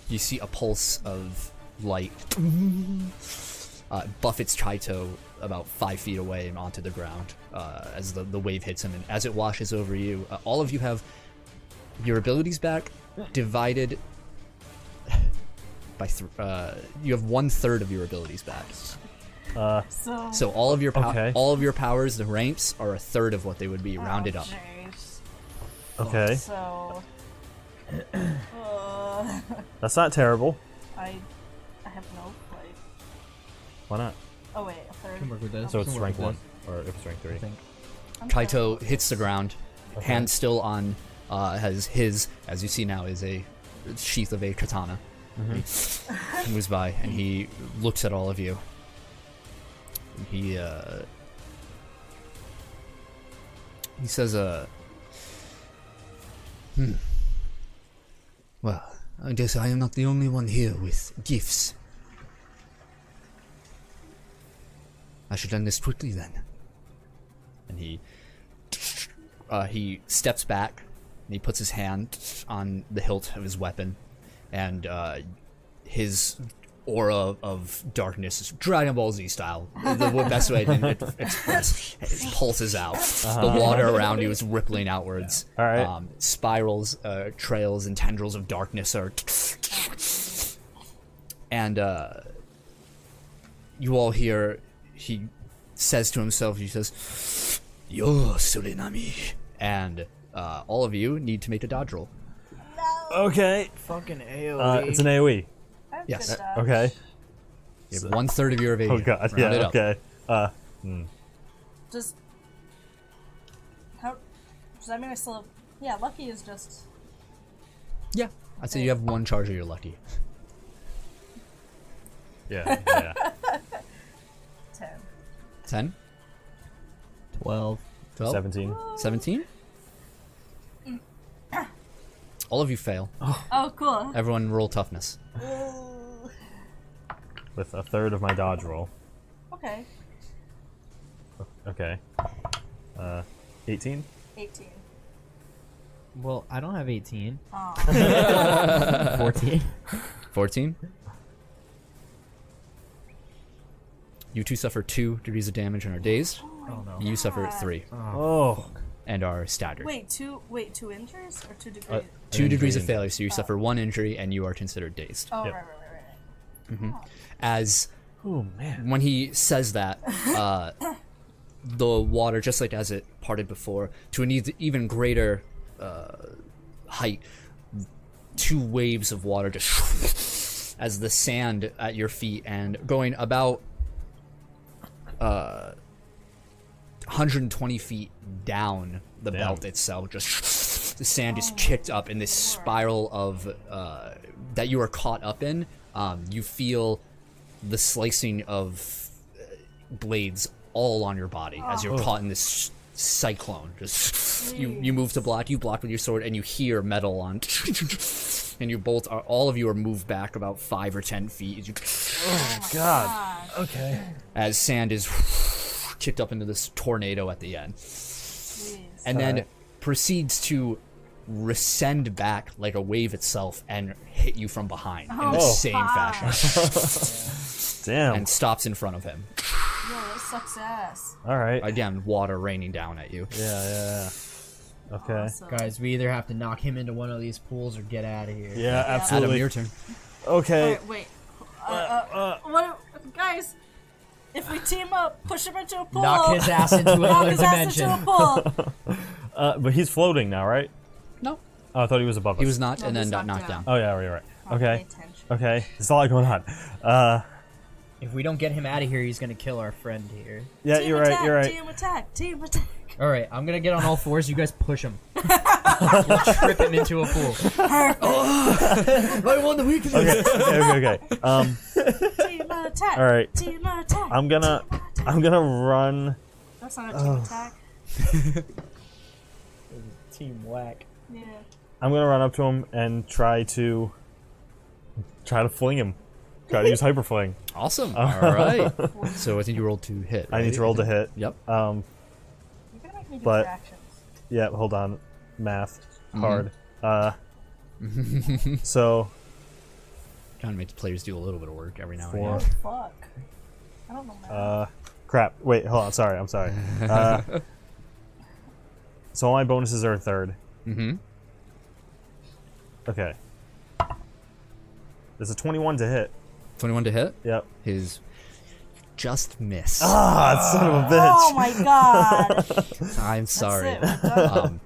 Speaker 1: you see a pulse of light uh, buffets Chaito about five feet away and onto the ground uh, as the, the wave hits him. And as it washes over you, uh, all of you have your abilities back, divided by th- uh, you have one third of your abilities back.
Speaker 4: So.
Speaker 1: So all of your pow-
Speaker 2: Okay.
Speaker 1: all of your powers, the ranks are a third of what they would be
Speaker 4: oh,
Speaker 1: rounded up.
Speaker 4: jeez.
Speaker 2: Okay.
Speaker 4: So. uh,
Speaker 2: That's not terrible.
Speaker 4: I. I have no like.
Speaker 2: Why not?
Speaker 4: Oh wait, a third.
Speaker 3: Can work with this.
Speaker 2: So it's
Speaker 3: Can work
Speaker 2: rank
Speaker 3: with
Speaker 2: one,
Speaker 3: this.
Speaker 2: or if it's rank three.
Speaker 3: I think.
Speaker 4: I'm sorry.
Speaker 1: Kaito hits the ground, hand still on, uh, has his, as you see now, is a sheath of a katana. He moves by and he looks at all of you. And He, uh, he says, uh, hmm.
Speaker 8: Well, I guess I am not the only one here with gifts. I should end this quickly then.
Speaker 1: and he, uh, he steps back and he puts his hand on the hilt of his weapon and, uh, his aura of darkness is Dragon Ball Z style. The best way I can express it pulses out. The water around you is rippling outwards.
Speaker 2: Uh-huh.
Speaker 1: Um,
Speaker 2: All right.
Speaker 1: spirals, uh, trails, and tendrils of darkness are. And uh, you all hear he says to himself, he says, Yo, Surinami. And uh, all of you need to make a dodge roll.
Speaker 2: Okay.
Speaker 3: Fucking AOE.
Speaker 2: Uh, it's an AoE.
Speaker 4: I have
Speaker 1: Yes.
Speaker 4: good dodge.
Speaker 2: Okay.
Speaker 1: You have one third of your evasion.
Speaker 2: Oh god.
Speaker 1: Round
Speaker 2: Yeah.
Speaker 1: it up.
Speaker 2: Okay. Uh,
Speaker 4: Just. How? Does that mean I still have? Yeah, lucky is just.
Speaker 1: Yeah. I'd say you have one charge of your lucky.
Speaker 2: yeah. Yeah.
Speaker 4: 10.
Speaker 1: 10?
Speaker 3: Twelve.
Speaker 1: 12?
Speaker 2: Seventeen.
Speaker 1: 17? All of you fail.
Speaker 4: Oh, cool.
Speaker 1: Everyone roll toughness.
Speaker 4: Ooh.
Speaker 2: With a third of my dodge roll.
Speaker 4: okay,
Speaker 2: Okay. Uh, eighteen.
Speaker 4: 18.
Speaker 3: Well, I don't have eighteen.
Speaker 4: Oh,
Speaker 7: 14.
Speaker 1: 14? You two suffer 2 degrees of damage and are dazed.
Speaker 3: Oh no.
Speaker 1: You suffer 3
Speaker 2: Oh.
Speaker 1: and are staggered.
Speaker 4: Wait, two. Wait, two injuries or two degrees?
Speaker 1: 2 degrees of
Speaker 2: injury.
Speaker 1: failure, so you suffer 1 injury and you are considered dazed.
Speaker 4: oh,
Speaker 2: yep.
Speaker 4: right, right, right, right, right.
Speaker 1: As
Speaker 2: Oh man.
Speaker 1: when he says that, uh, the water, just like as it parted before, to an e- even greater uh, height, two waves of water just as the sand at your feet and going about uh, 120 feet down the
Speaker 2: Damn.
Speaker 1: belt itself, just the sand is kicked up in this spiral of uh, that you are caught up in. Um, you feel the slicing of blades all on your body as
Speaker 4: Oh.
Speaker 1: you're caught in this cyclone. Just you, you move to block, you block with your sword, and you hear metal on, and you both are all of you are moved back about Oh five or ten feet as, you,
Speaker 2: God. Okay.
Speaker 1: as sand is kicked up into this tornado at the end,
Speaker 4: Jeez.
Speaker 1: and then
Speaker 2: Alright.
Speaker 1: proceeds to rescend back like a wave itself and hit you from behind in the
Speaker 4: Oh.
Speaker 1: same
Speaker 4: Fuck.
Speaker 1: fashion,
Speaker 2: Damn.
Speaker 1: and stops in front of him.
Speaker 4: Yo, that sucks ass.
Speaker 2: All right.
Speaker 1: Again, water raining down at you.
Speaker 2: yeah, yeah, yeah. Okay.
Speaker 4: Awesome.
Speaker 3: Guys, we either have to knock him into one of these pools or get out of here.
Speaker 2: Yeah,
Speaker 1: Adam,
Speaker 2: absolutely.
Speaker 1: your turn.
Speaker 2: Okay.
Speaker 4: Alright, wait. Uh, uh, what, guys, if we team up, push him into a pool.
Speaker 3: Knock his ass into
Speaker 4: Knock
Speaker 3: another
Speaker 4: his ass
Speaker 3: dimension.
Speaker 4: into a pool.
Speaker 2: Uh, but he's floating now, right?
Speaker 1: No,
Speaker 2: Oh, I thought he was above
Speaker 1: he
Speaker 2: us.
Speaker 1: was not,
Speaker 4: No,
Speaker 1: and
Speaker 4: he's
Speaker 1: then got
Speaker 4: knocked
Speaker 1: knocked down.
Speaker 4: down.
Speaker 2: Oh yeah, right, right. Okay.
Speaker 4: Pay attention.
Speaker 2: Okay. There's a lot going on. Uh,
Speaker 3: If we don't get him out of here, he's gonna kill our friend here.
Speaker 2: yeah,
Speaker 4: Team
Speaker 2: you're
Speaker 4: attack,
Speaker 2: right. You're right.
Speaker 4: Team attack. Team attack.
Speaker 3: All right, I'm gonna get on all fours. You guys push him. You'll trip him into a pool.
Speaker 1: I won the weekend.
Speaker 2: Okay. okay. Okay. okay. Um,
Speaker 4: Team attack.
Speaker 2: All right.
Speaker 4: Team attack.
Speaker 2: I'm gonna, I'm gonna run.
Speaker 4: That's not a team attack.
Speaker 3: Team whack.
Speaker 4: Yeah.
Speaker 2: I'm gonna run up to him and try to, try to fling him. Try to use hyper fling.
Speaker 1: Awesome. All right. So I think you rolled to hit.
Speaker 2: I need
Speaker 1: right?
Speaker 2: to roll to hit.
Speaker 1: Yep.
Speaker 2: Um,
Speaker 4: You gotta make me do
Speaker 2: But-
Speaker 4: your actions.
Speaker 2: yeah. Hold on. Math. Hard. Uh. so
Speaker 1: Trying to make the players do a little bit of work every now and
Speaker 2: four.
Speaker 1: then.
Speaker 4: Oh, fuck. I don't know. man.
Speaker 2: Uh, crap. Wait, hold on. Sorry, I'm sorry. Uh, so all my bonuses are a 3rd Mm-hmm. Okay. There's a 21 to hit.
Speaker 1: Twenty-one to hit.
Speaker 2: Yep.
Speaker 1: His just miss.
Speaker 2: Ah, son of a
Speaker 4: oh
Speaker 2: bitch.
Speaker 4: my god.
Speaker 1: I'm sorry.
Speaker 4: That's it. We're done.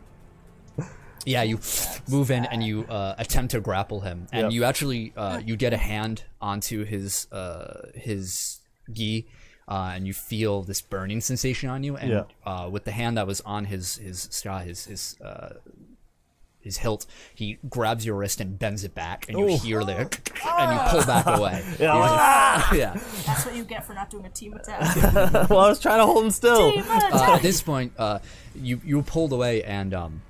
Speaker 1: Um, yeah, you move in and you uh, attempt to grapple him, and
Speaker 2: Yep.
Speaker 1: you actually uh, you get a hand onto his uh, his gi, uh, and you feel this burning sensation on you. And
Speaker 2: Yeah.
Speaker 1: uh, with the hand that was on his his ska, his his uh, his hilt, he grabs your wrist and bends it back, and you hear the and you pull back away.
Speaker 2: Oh. Ah. Yeah, I'm like,
Speaker 1: yeah.
Speaker 4: That's what you get for not doing a team attack.
Speaker 2: well, I was trying to hold him still.
Speaker 4: team attack.
Speaker 1: uh, at this point, uh, you you pulled away, and um,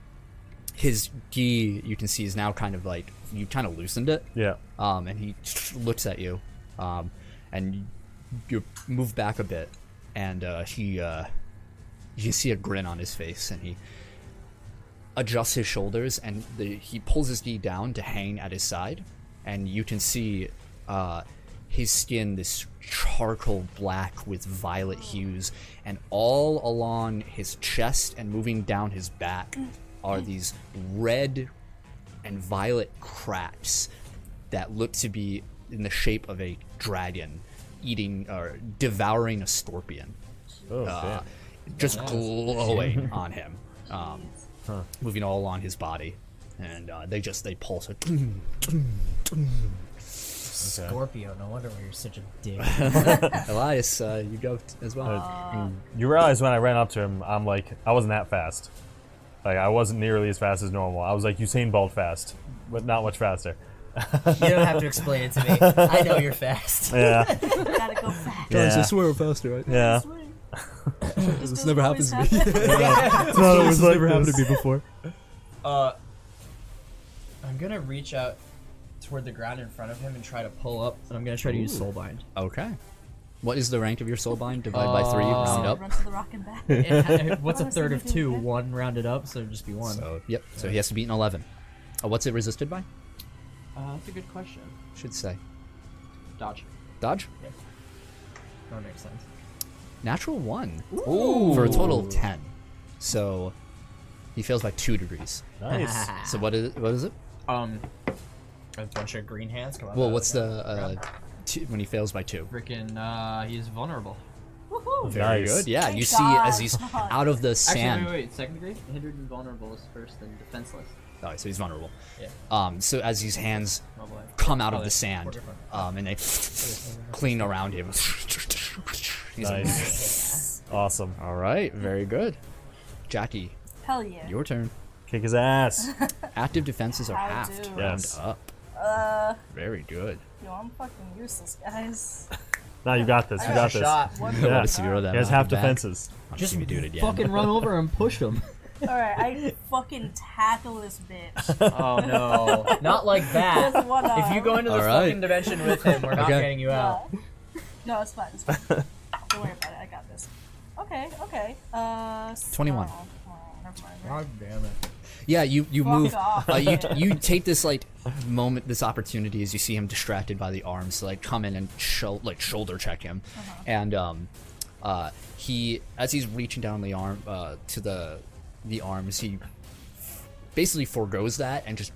Speaker 1: his gi you can see is now kind of like you kind of loosened it.
Speaker 2: Yeah.
Speaker 1: Um, and he looks at you, um, and you move back a bit, and uh, he uh, you see a grin on his face, and he adjusts his shoulders, and the, he pulls his gi down to hang at his side, and you can see uh, his skin this charcoal black with violet hues, and all along his chest and moving down his back are these red and violet cracks that look to be in the shape of a dragon eating or devouring a scorpion
Speaker 2: Oh,
Speaker 1: uh, just glowing on him um, moving all along his body and uh, they just they pulse it
Speaker 3: Scorpio. No wonder why you're such a dick.
Speaker 1: elias uh, you go t- as well
Speaker 3: Uh,
Speaker 2: damn. You realize when I ran up to him, I'm like, I wasn't that fast. Like, I wasn't nearly as fast as normal. I was like Usain Bolt fast, but not much faster.
Speaker 3: You don't have to explain it to me. I know you're fast.
Speaker 2: Yeah.
Speaker 4: gotta go fast.
Speaker 2: yeah.
Speaker 8: swear I'm faster, right?
Speaker 2: yeah.
Speaker 4: This
Speaker 8: never happens to me.
Speaker 2: It's not always
Speaker 8: This has
Speaker 2: like
Speaker 8: never happened
Speaker 2: this.
Speaker 8: to me before.
Speaker 3: Uh, I'm gonna reach out toward the ground in front of him and try to pull up, and I'm gonna try to use soul bind.
Speaker 1: okay what is the rank of your soul bind divide by three
Speaker 3: Uh,
Speaker 1: round up
Speaker 4: Run to the rock and back.
Speaker 3: what's a
Speaker 4: Honestly,
Speaker 3: third
Speaker 4: we
Speaker 3: of
Speaker 4: did
Speaker 3: two?
Speaker 4: that.
Speaker 3: One rounded up, so it'd just be one.
Speaker 1: so yep so he has to beat an 11 uh, what's it resisted by
Speaker 3: uh, that's a good question.
Speaker 1: should say
Speaker 3: Dodge.
Speaker 1: dodge
Speaker 3: That makes sense.
Speaker 1: Natural one. For a total of ten. So he fails by two degrees.
Speaker 2: Nice.
Speaker 3: Ah.
Speaker 1: So what is what is it?
Speaker 3: Um, a bunch of green hands come out.
Speaker 1: Well, what's the uh, two, when he fails by two?
Speaker 3: Freaking, uh, he is vulnerable.
Speaker 4: Woohoo!
Speaker 1: Very
Speaker 2: Nice.
Speaker 1: good. Yeah,
Speaker 4: Thank
Speaker 1: you see as
Speaker 4: God.
Speaker 1: he's out of the sand.
Speaker 5: Actually, wait, wait, wait. Second degree? Hindered and vulnerable is first, then defenseless.
Speaker 1: Oh, so he's vulnerable.
Speaker 3: Yeah.
Speaker 1: Um, so as his hands
Speaker 5: Oh boy.
Speaker 1: come out
Speaker 3: Oh,
Speaker 1: of the
Speaker 3: that's
Speaker 1: sand,
Speaker 3: different.
Speaker 1: um, and they clean around him. He's like,
Speaker 2: Nice. awesome.
Speaker 1: All right, very good. Jackie,
Speaker 4: Hell yeah.
Speaker 1: your turn.
Speaker 2: Kick his ass.
Speaker 1: Active defenses are
Speaker 4: How
Speaker 1: halved.
Speaker 4: do.
Speaker 1: Round
Speaker 2: Yes.
Speaker 1: up.
Speaker 4: Uh,
Speaker 1: Very good.
Speaker 4: yo, I'm fucking useless, guys.
Speaker 2: No, you got this. You got this.
Speaker 3: Shot.
Speaker 4: What?
Speaker 2: Yeah.
Speaker 1: Notice if you roll that
Speaker 2: He has
Speaker 1: mountain
Speaker 2: half
Speaker 1: back.
Speaker 2: defenses.
Speaker 1: I'm just gonna do it again.
Speaker 5: Fucking run over and push him.
Speaker 4: All right, I fucking tackle this bitch.
Speaker 3: Oh no! Not like that.
Speaker 4: With one
Speaker 3: If you
Speaker 4: arm.
Speaker 3: go into this
Speaker 1: All right.
Speaker 3: fucking dimension with him, we're not
Speaker 1: Okay.
Speaker 5: uh,
Speaker 3: getting you out.
Speaker 4: No, it's fine. It's fine. Don't worry about it. I got this. Okay. Okay, okay. Uh,
Speaker 1: 21.
Speaker 4: so- oh, never mind.
Speaker 3: God damn it.
Speaker 1: Yeah, you you
Speaker 4: Fuck
Speaker 1: move.
Speaker 4: off.
Speaker 1: Uh, you you take this like moment, this opportunity as you see him distracted by the arms, to, like come in and shou- like shoulder check him,
Speaker 4: Uh-huh.
Speaker 1: and um, uh, he as he's reaching down the arm uh, to the the arms, he basically foregoes that and just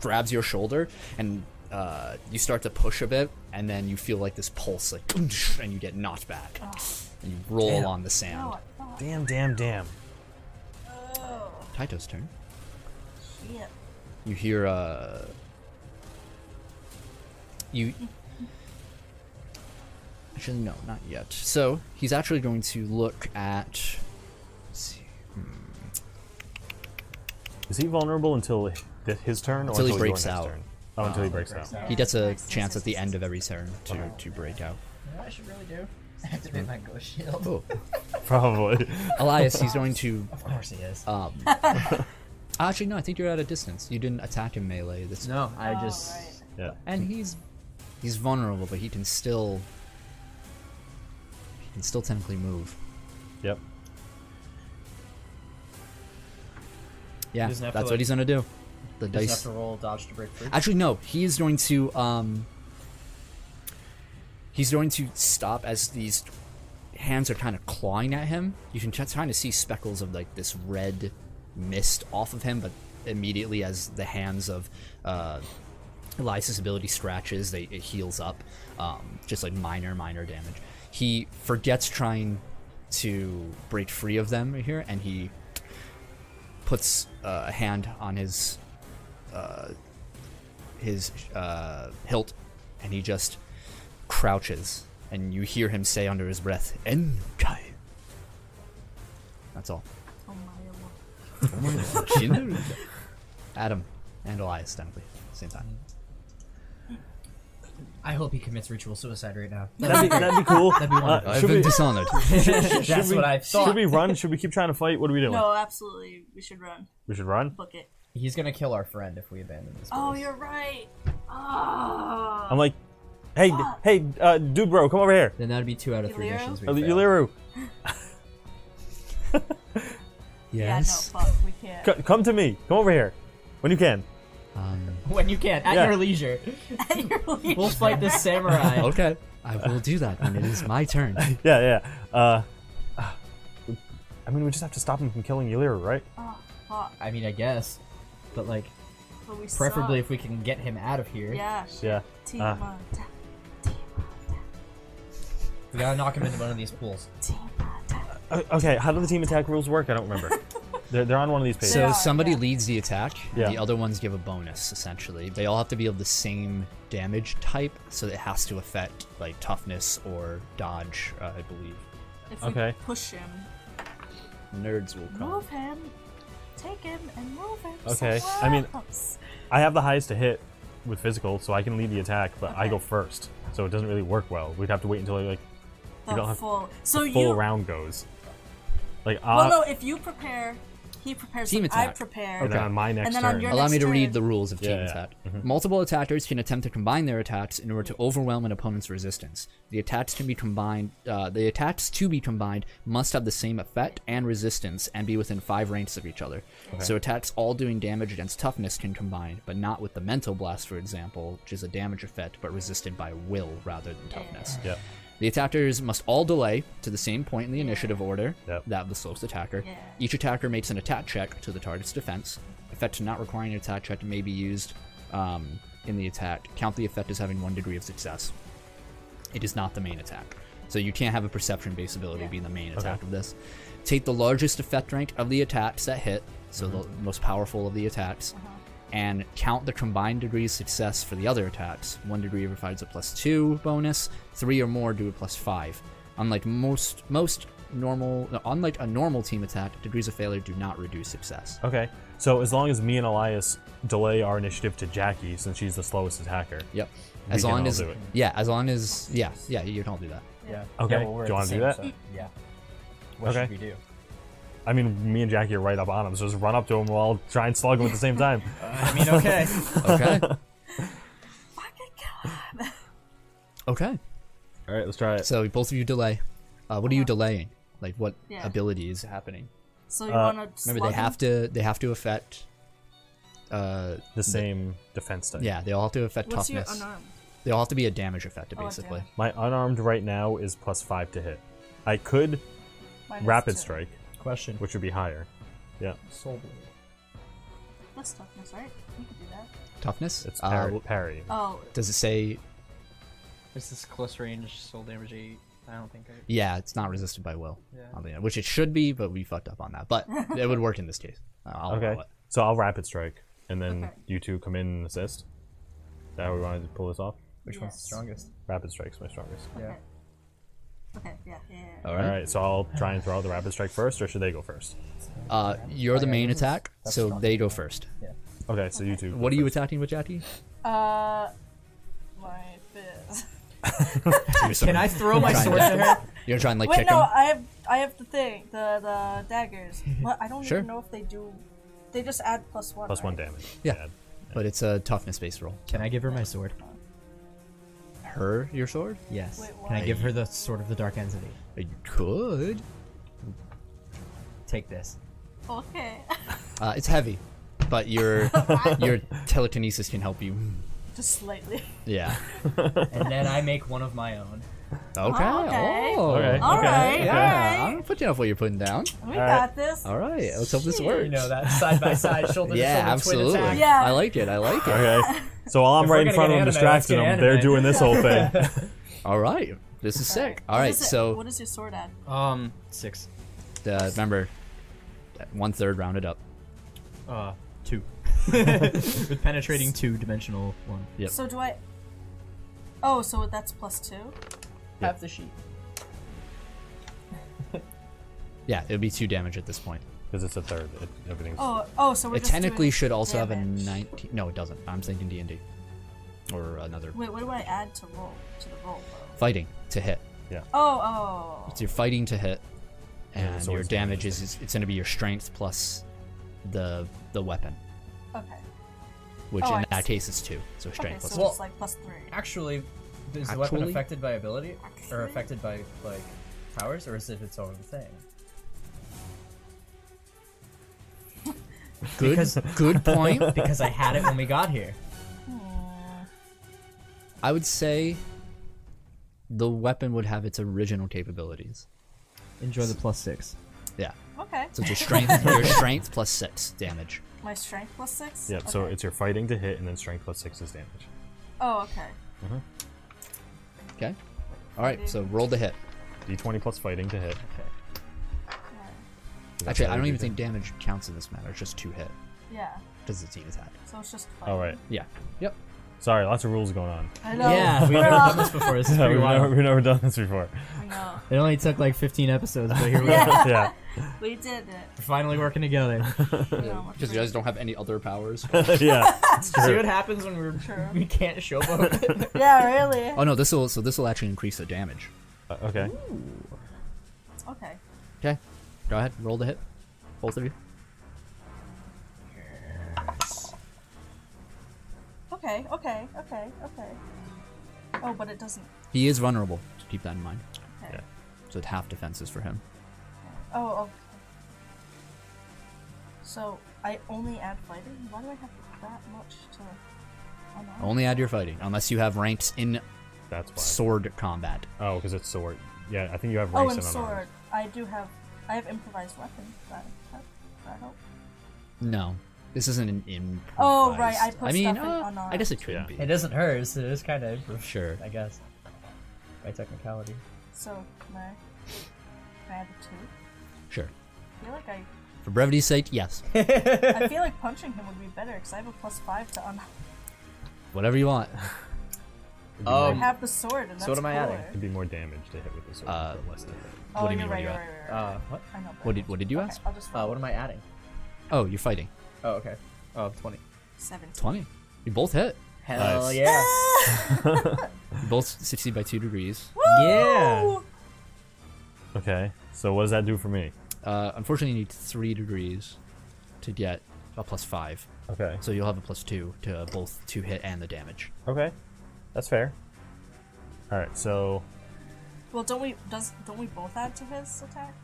Speaker 1: grabs your shoulder and. Uh, you start to push a bit, and then you feel like this pulse, like, and you get knocked back, and you roll
Speaker 2: Damn.
Speaker 1: on the sand.
Speaker 4: Oh, fuck.
Speaker 2: Damn, damn, damn.
Speaker 4: Oh,
Speaker 1: Taito's turn.
Speaker 4: shit.
Speaker 1: You hear uh you Actually no, not yet. So he's actually going to look at let's see,
Speaker 2: Is he vulnerable until that his turn, or
Speaker 1: Until he
Speaker 2: your
Speaker 1: breaks
Speaker 2: next
Speaker 1: out.
Speaker 2: Turn? Oh, until he breaks out.
Speaker 1: he gets a chance at the end of every turn to, to break out.
Speaker 3: You know what I should really do? Activate my ghost shield.
Speaker 1: Oh.
Speaker 2: Probably.
Speaker 1: Elias, he's going to
Speaker 3: Of course he is.
Speaker 1: um Actually no, I think you're at a distance. You didn't attack him melee this
Speaker 5: No, I
Speaker 4: Oh,
Speaker 5: just.
Speaker 4: right.
Speaker 2: Yeah.
Speaker 1: and he's he's vulnerable, but he can still he can still technically move.
Speaker 2: Yep.
Speaker 1: Yeah,
Speaker 3: doesn't have
Speaker 1: that's
Speaker 3: to,
Speaker 1: what
Speaker 3: like-
Speaker 1: he's gonna do. The
Speaker 3: Does he
Speaker 1: dice.
Speaker 3: have to roll dodge to break free?
Speaker 1: Actually, no. He is going to um. He's going to stop as these hands are kind of clawing at him. You can kind of see speckles of like this red mist off of him, but immediately as the hands of uh, Elias's ability scratches, they it heals up, um, just like minor minor damage. He forgets trying to break free of them here, and he puts uh, a hand on his his uh, hilt and he just crouches and you hear him say under his breath enkai that's all
Speaker 4: Oh, my lord.
Speaker 1: adam and elias technically at the same time
Speaker 3: I hope he commits ritual suicide right now.
Speaker 2: That'd be, that'd be cool. Uh,
Speaker 3: That'd be wonderful.
Speaker 2: should, we,
Speaker 1: dishonored
Speaker 3: That's
Speaker 2: we-
Speaker 3: what I
Speaker 2: should
Speaker 3: thought.
Speaker 2: we run? Should we keep trying to fight? What are we doing?
Speaker 4: No, absolutely. We should run.
Speaker 2: We should run.
Speaker 4: Book it.
Speaker 3: He's gonna kill our friend if we abandon this.
Speaker 4: Oh,
Speaker 3: place.
Speaker 4: you're right. Ah.
Speaker 2: I'm like, hey, d- hey, uh, dude, bro, come over here.
Speaker 5: Then that'd be two out of three
Speaker 4: Illyrio?
Speaker 5: missions. we
Speaker 2: Uh,
Speaker 5: failed.
Speaker 2: Yuliru,
Speaker 4: yeah,
Speaker 1: yes
Speaker 4: no, fuck. We can't.
Speaker 2: c- come to me. Come over here, when you can.
Speaker 1: um,
Speaker 3: when you can, at
Speaker 2: Yeah.
Speaker 3: your leisure.
Speaker 5: We'll fight this samurai.
Speaker 1: okay i will do that when it is my turn
Speaker 2: Yeah, yeah. Uh, I mean, we just have to stop him from killing Yuliru, right?
Speaker 4: Oh, fuck.
Speaker 3: I mean, I guess, but like,
Speaker 4: But we
Speaker 3: preferably
Speaker 4: Suck.
Speaker 3: if we can get him out of here.
Speaker 4: Yeah. shit.
Speaker 2: Yeah.
Speaker 4: Team
Speaker 2: Ah.
Speaker 4: on deck. Team on deck.
Speaker 3: We gotta knock him into one of these pools.
Speaker 4: Team on deck.
Speaker 2: O- Okay. How do the team attack rules work? I don't remember. they're, they're on one of these pages.
Speaker 1: so
Speaker 4: are,
Speaker 1: somebody
Speaker 4: yeah.
Speaker 1: leads the attack and
Speaker 2: Yeah.
Speaker 1: the other ones give a bonus essentially they all have to be of the same damage type so it has to affect like toughness or dodge uh, i believe
Speaker 4: If
Speaker 2: Okay.
Speaker 4: we push him,
Speaker 1: nerds will come
Speaker 4: move him, take him, and move him.
Speaker 2: Okay,
Speaker 4: somewhere
Speaker 2: I mean-
Speaker 4: else.
Speaker 2: I have the highest to hit with physical, so I can lead the attack, but I go first, so it doesn't really work well. We'd have to wait until like
Speaker 4: the
Speaker 2: don't have
Speaker 4: full. so
Speaker 2: full
Speaker 4: you.
Speaker 2: round goes. Like
Speaker 4: Well,
Speaker 2: uh,
Speaker 4: no. If you prepare, he prepares.
Speaker 1: Team
Speaker 4: like, I
Speaker 1: attack.
Speaker 4: prepare.
Speaker 2: and then on my next
Speaker 4: then on
Speaker 2: turn.
Speaker 4: your-
Speaker 1: Allow
Speaker 4: next
Speaker 1: me to
Speaker 4: turn.
Speaker 1: read the rules of
Speaker 2: Yeah,
Speaker 1: team
Speaker 2: yeah. Mm-hmm.
Speaker 1: attack. Multiple attackers can attempt to combine their attacks in order to overwhelm an opponent's resistance. The attacks can be combined. Uh, the attacks to be combined must have the same effect and resistance and be within five ranks of each other. So attacks all doing damage against toughness can combine, but not with the mental blast, for example, which is a damage effect but resisted by will rather than toughness.
Speaker 2: Yeah.
Speaker 1: The attackers must all delay to the same point in the initiative order,
Speaker 2: Yep.
Speaker 1: that of the slowest attacker.
Speaker 4: Yeah.
Speaker 1: Each attacker makes an attack check to the target's defense. Effects not requiring an attack check may be used um, in the attack. Count the effect as having one degree of success. It is not the main attack. So you can't have a perception based ability be the main attack of this. Take the largest effect rank of the attacks that hit, so
Speaker 2: Mm-hmm.
Speaker 1: the most powerful of the attacks,
Speaker 2: Uh-huh.
Speaker 1: and count the combined degrees success for the other attacks. One degree provides a plus two bonus, three or more do a plus five. Unlike most most normal no, unlike a normal team attack, degrees of failure do not reduce success.
Speaker 2: Okay. So as long as me and Elias delay our initiative to Jackie, since she's the slowest attacker.
Speaker 1: Yep.
Speaker 2: We
Speaker 1: As
Speaker 2: can
Speaker 1: long
Speaker 2: all
Speaker 1: as
Speaker 2: do it.
Speaker 1: yeah, as long as yeah, yeah, you can all do that.
Speaker 3: Yeah.
Speaker 2: Okay,
Speaker 3: Yeah, well, we're
Speaker 2: do you
Speaker 3: at
Speaker 2: wanna
Speaker 3: the same,
Speaker 2: do that?
Speaker 3: so, yeah. What
Speaker 2: Okay.
Speaker 3: should we do?
Speaker 2: I mean, me and Jackie are right up on him, so just run up to him while I'll try and slug him at the same time.
Speaker 3: I mean, okay.
Speaker 1: Okay. okay.
Speaker 2: All right, let's try it.
Speaker 1: So both of you delay. Uh, what are you delaying? like what
Speaker 4: Yeah.
Speaker 1: ability is happening.
Speaker 4: So you
Speaker 2: Uh,
Speaker 4: want to
Speaker 1: Remember, they have to they have to affect. Uh,
Speaker 2: The same defense type.
Speaker 1: yeah, they all have to affect
Speaker 4: What's your
Speaker 1: toughness.
Speaker 4: unarmed?
Speaker 1: They all have to be a damage effective,
Speaker 4: Oh, a
Speaker 1: basically.
Speaker 4: damage.
Speaker 2: My unarmed right now is plus five to hit. I could
Speaker 4: Mine is
Speaker 2: rapid
Speaker 4: two.
Speaker 2: strike,
Speaker 3: Question.
Speaker 2: which would be higher. Yeah,
Speaker 3: Soul blade.
Speaker 4: That's toughness, right? You could do that.
Speaker 1: toughness.
Speaker 2: it's
Speaker 1: Uh,
Speaker 2: parry.
Speaker 1: w-
Speaker 2: parry.
Speaker 4: Oh,
Speaker 1: does it say?
Speaker 5: This is close range soul damage eight. I don't think I.
Speaker 1: Yeah, it's not resisted by will.
Speaker 5: Yeah.
Speaker 1: oddly enough, which it should be, but we fucked up on that. But it would work in this case. Uh, I'll allow
Speaker 2: Okay,
Speaker 1: it.
Speaker 2: so I'll rapid strike, and then
Speaker 4: Okay.
Speaker 2: you two come in and assist. Is that how we wanted to pull this off?
Speaker 3: Which one's the
Speaker 4: Yes.
Speaker 3: strongest?
Speaker 2: Rapid strike's my strongest.
Speaker 4: okay. Okay, yeah, yeah, yeah.
Speaker 1: All
Speaker 2: All
Speaker 1: right.
Speaker 2: right, so I'll try and throw out the rapid strike first, or should they go first?
Speaker 1: Uh, you're the main attack, so they go first.
Speaker 2: Okay, so you two. go
Speaker 1: What are you
Speaker 2: first.
Speaker 1: attacking with, Jackie?
Speaker 4: Uh, my fist.
Speaker 5: Can I throw my
Speaker 1: Trying
Speaker 5: sword
Speaker 1: to-
Speaker 5: at her?
Speaker 1: You're trying to like
Speaker 4: Wait,
Speaker 1: kick
Speaker 4: no,
Speaker 1: him.
Speaker 4: I have I have the thing, the the daggers. What I don't
Speaker 1: Sure.
Speaker 4: even know if they do. They just add plus one.
Speaker 2: Plus one
Speaker 4: right?
Speaker 2: damage.
Speaker 1: Yeah. But it's a toughness based roll.
Speaker 7: Can I give her my sword?
Speaker 1: Her your sword? Uh,
Speaker 7: Yes.
Speaker 4: Wait,
Speaker 7: Can I
Speaker 4: why?
Speaker 7: give her the sword of the dark entity?
Speaker 1: You could.
Speaker 7: Take this.
Speaker 4: Okay.
Speaker 1: Uh, it's heavy, but your your telekinesis can help you.
Speaker 4: just slightly.
Speaker 1: Yeah.
Speaker 5: And then I make one of my own.
Speaker 1: Okay.
Speaker 4: okay.
Speaker 1: Oh.
Speaker 2: Okay.
Speaker 4: All right.
Speaker 2: okay.
Speaker 1: Yeah.
Speaker 4: All
Speaker 1: I'm putting off what you're putting down.
Speaker 4: right. We
Speaker 2: All right.
Speaker 4: got this.
Speaker 1: All right. Let's hope this
Speaker 4: Shit.
Speaker 1: works.
Speaker 5: You know that side by side, shoulder
Speaker 1: Yeah,
Speaker 5: to shoulder, twin
Speaker 1: absolutely.
Speaker 5: attack.
Speaker 4: Yeah.
Speaker 1: I like it. I like it.
Speaker 2: Okay, so while I'm
Speaker 5: If we're
Speaker 2: right in
Speaker 5: gonna
Speaker 2: front
Speaker 5: get
Speaker 2: of them,
Speaker 5: anime, let's
Speaker 2: distracting
Speaker 5: get
Speaker 2: them, they're
Speaker 5: anime.
Speaker 2: doing this whole thing.
Speaker 1: All right. This is sick. All
Speaker 4: What
Speaker 1: right.
Speaker 4: is it-
Speaker 1: So
Speaker 4: What is your sword at?
Speaker 5: Um, six.
Speaker 1: uh, remember, one third rounded up.
Speaker 5: Uh, two. With penetrating two dimensional one.
Speaker 1: Yep.
Speaker 4: So do I? Oh, so that's plus two.
Speaker 5: Half the sheet.
Speaker 1: Yeah, it would be two damage at this point.
Speaker 2: Because it's a third. It, everything's.
Speaker 4: Oh, oh, so we're
Speaker 1: It
Speaker 4: just doing
Speaker 1: technically should also have a
Speaker 4: damage.
Speaker 1: 19. No, it doesn't. I'm thinking D and D, or another
Speaker 4: Wait, what do I add to roll to the roll? though?
Speaker 1: fighting to hit.
Speaker 4: Oh, oh.
Speaker 1: So you're fighting to hit,
Speaker 2: Yeah,
Speaker 1: and
Speaker 2: so
Speaker 1: your
Speaker 2: it's
Speaker 1: damage is is- it's going to be your strength plus the the weapon,
Speaker 4: Okay.
Speaker 1: which
Speaker 4: Oh, I
Speaker 1: in that
Speaker 4: see.
Speaker 1: case is two. So
Speaker 4: Okay,
Speaker 1: strength plus
Speaker 4: so
Speaker 1: two.
Speaker 3: Well-
Speaker 4: it's like plus three.
Speaker 3: Actually, is the weapon
Speaker 1: Actually?
Speaker 3: affected by ability or
Speaker 4: Actually?
Speaker 3: affected by like powers, or is it its own thing?
Speaker 1: good.
Speaker 5: because-
Speaker 1: good point.
Speaker 5: Because I had it when we got here.
Speaker 1: I would say the weapon would have its original capabilities.
Speaker 7: Enjoy the plus six.
Speaker 1: Yeah.
Speaker 4: Okay.
Speaker 1: So it's your strength, your strength plus six damage.
Speaker 4: My strength plus six.
Speaker 2: Yep. So
Speaker 4: Okay.
Speaker 2: it's your fighting to hit, and then strength plus six is damage.
Speaker 4: Oh, okay.
Speaker 1: Okay. All right. So roll the hit.
Speaker 2: D20 plus fighting to hit.
Speaker 4: Alright.
Speaker 1: Actually, I don't even think damage counts in this matter. It's just two hit
Speaker 4: Yeah.
Speaker 1: because it's an attack.
Speaker 4: So it's just.
Speaker 2: All right.
Speaker 1: Yeah. Yep.
Speaker 2: Sorry, lots of rules going on.
Speaker 4: I know.
Speaker 5: Yeah, we've never done this before. This is
Speaker 2: Yeah,
Speaker 5: pretty
Speaker 2: we've, never,
Speaker 5: wild.
Speaker 2: we've never done this before.
Speaker 4: I know.
Speaker 5: It only took like 15 episodes, but here we are.
Speaker 4: Yeah.
Speaker 2: yeah.
Speaker 4: We did it.
Speaker 5: We're finally working together.
Speaker 4: You know,
Speaker 1: Because you guys don't have any other powers.
Speaker 2: yeah.
Speaker 5: See what happens when we're
Speaker 4: True.
Speaker 5: we can't showboat.
Speaker 4: yeah, really.
Speaker 1: oh no, this will so this will actually increase the damage.
Speaker 2: Uh, okay.
Speaker 4: Okay.
Speaker 1: Okay. Go ahead. Roll the hit. Both of you.
Speaker 4: Okay. Okay. Okay. Okay. Oh, but it doesn't.
Speaker 1: He is vulnerable. So keep that in mind.
Speaker 4: Okay.
Speaker 2: Yeah.
Speaker 1: So it's half defenses for him.
Speaker 4: Oh. Okay. So I only add fighting. Why do I have that much to? Oh, no.
Speaker 1: Only add your fighting, unless you have ranks in
Speaker 2: That's why.
Speaker 1: sword combat.
Speaker 2: oh, because it's sword. Yeah, I think you have
Speaker 4: Oh,
Speaker 2: ranks
Speaker 4: and
Speaker 2: in
Speaker 4: sword.
Speaker 2: unarmed.
Speaker 4: I do have. I have improvised weapon. That, that, that help.
Speaker 1: No, this isn't an in.
Speaker 4: Oh, right, I put
Speaker 1: I mean,
Speaker 4: stuff in
Speaker 1: uh,
Speaker 4: unarmed.
Speaker 1: I guess it could
Speaker 2: Yeah.
Speaker 1: be.
Speaker 3: It isn't hers. It is kind of
Speaker 1: Sure.
Speaker 3: I guess by technicality.
Speaker 4: So can I? Can I add the two?
Speaker 1: Sure.
Speaker 4: I feel like I.
Speaker 1: For brevity's sake, yes.
Speaker 4: I feel like punching him would be better because I have a plus five to un-
Speaker 1: Whatever you want.
Speaker 4: I
Speaker 5: Um,
Speaker 4: have the sword and that's
Speaker 5: so what am I adding?
Speaker 4: cooler.
Speaker 2: It'd be more damage to hit with the sword.
Speaker 1: Uh,
Speaker 2: but less to hit.
Speaker 4: Oh,
Speaker 1: What do you mean,
Speaker 4: you're
Speaker 1: what do
Speaker 4: right,
Speaker 1: you
Speaker 4: right,
Speaker 1: add?
Speaker 4: right, right, right.
Speaker 5: uh, what?
Speaker 4: I know.
Speaker 1: What did What did you
Speaker 4: okay,
Speaker 1: ask?
Speaker 4: I'll just
Speaker 5: Uh, what am I adding?
Speaker 1: Oh, you're fighting.
Speaker 5: Oh, okay. Oh, 20.
Speaker 4: Seven.
Speaker 1: Twenty. You both hit.
Speaker 5: Hell
Speaker 2: Nice.
Speaker 5: yeah.
Speaker 1: You both succeed by two degrees.
Speaker 5: Yeah.
Speaker 2: Okay. So what does that do for me?
Speaker 1: Uh, unfortunately, you need three degrees to get a plus five.
Speaker 2: Okay.
Speaker 1: So you'll have a plus two to both to hit and the damage.
Speaker 2: Okay. That's fair. All right. So
Speaker 4: Well, don't we does don't we both add to his attack?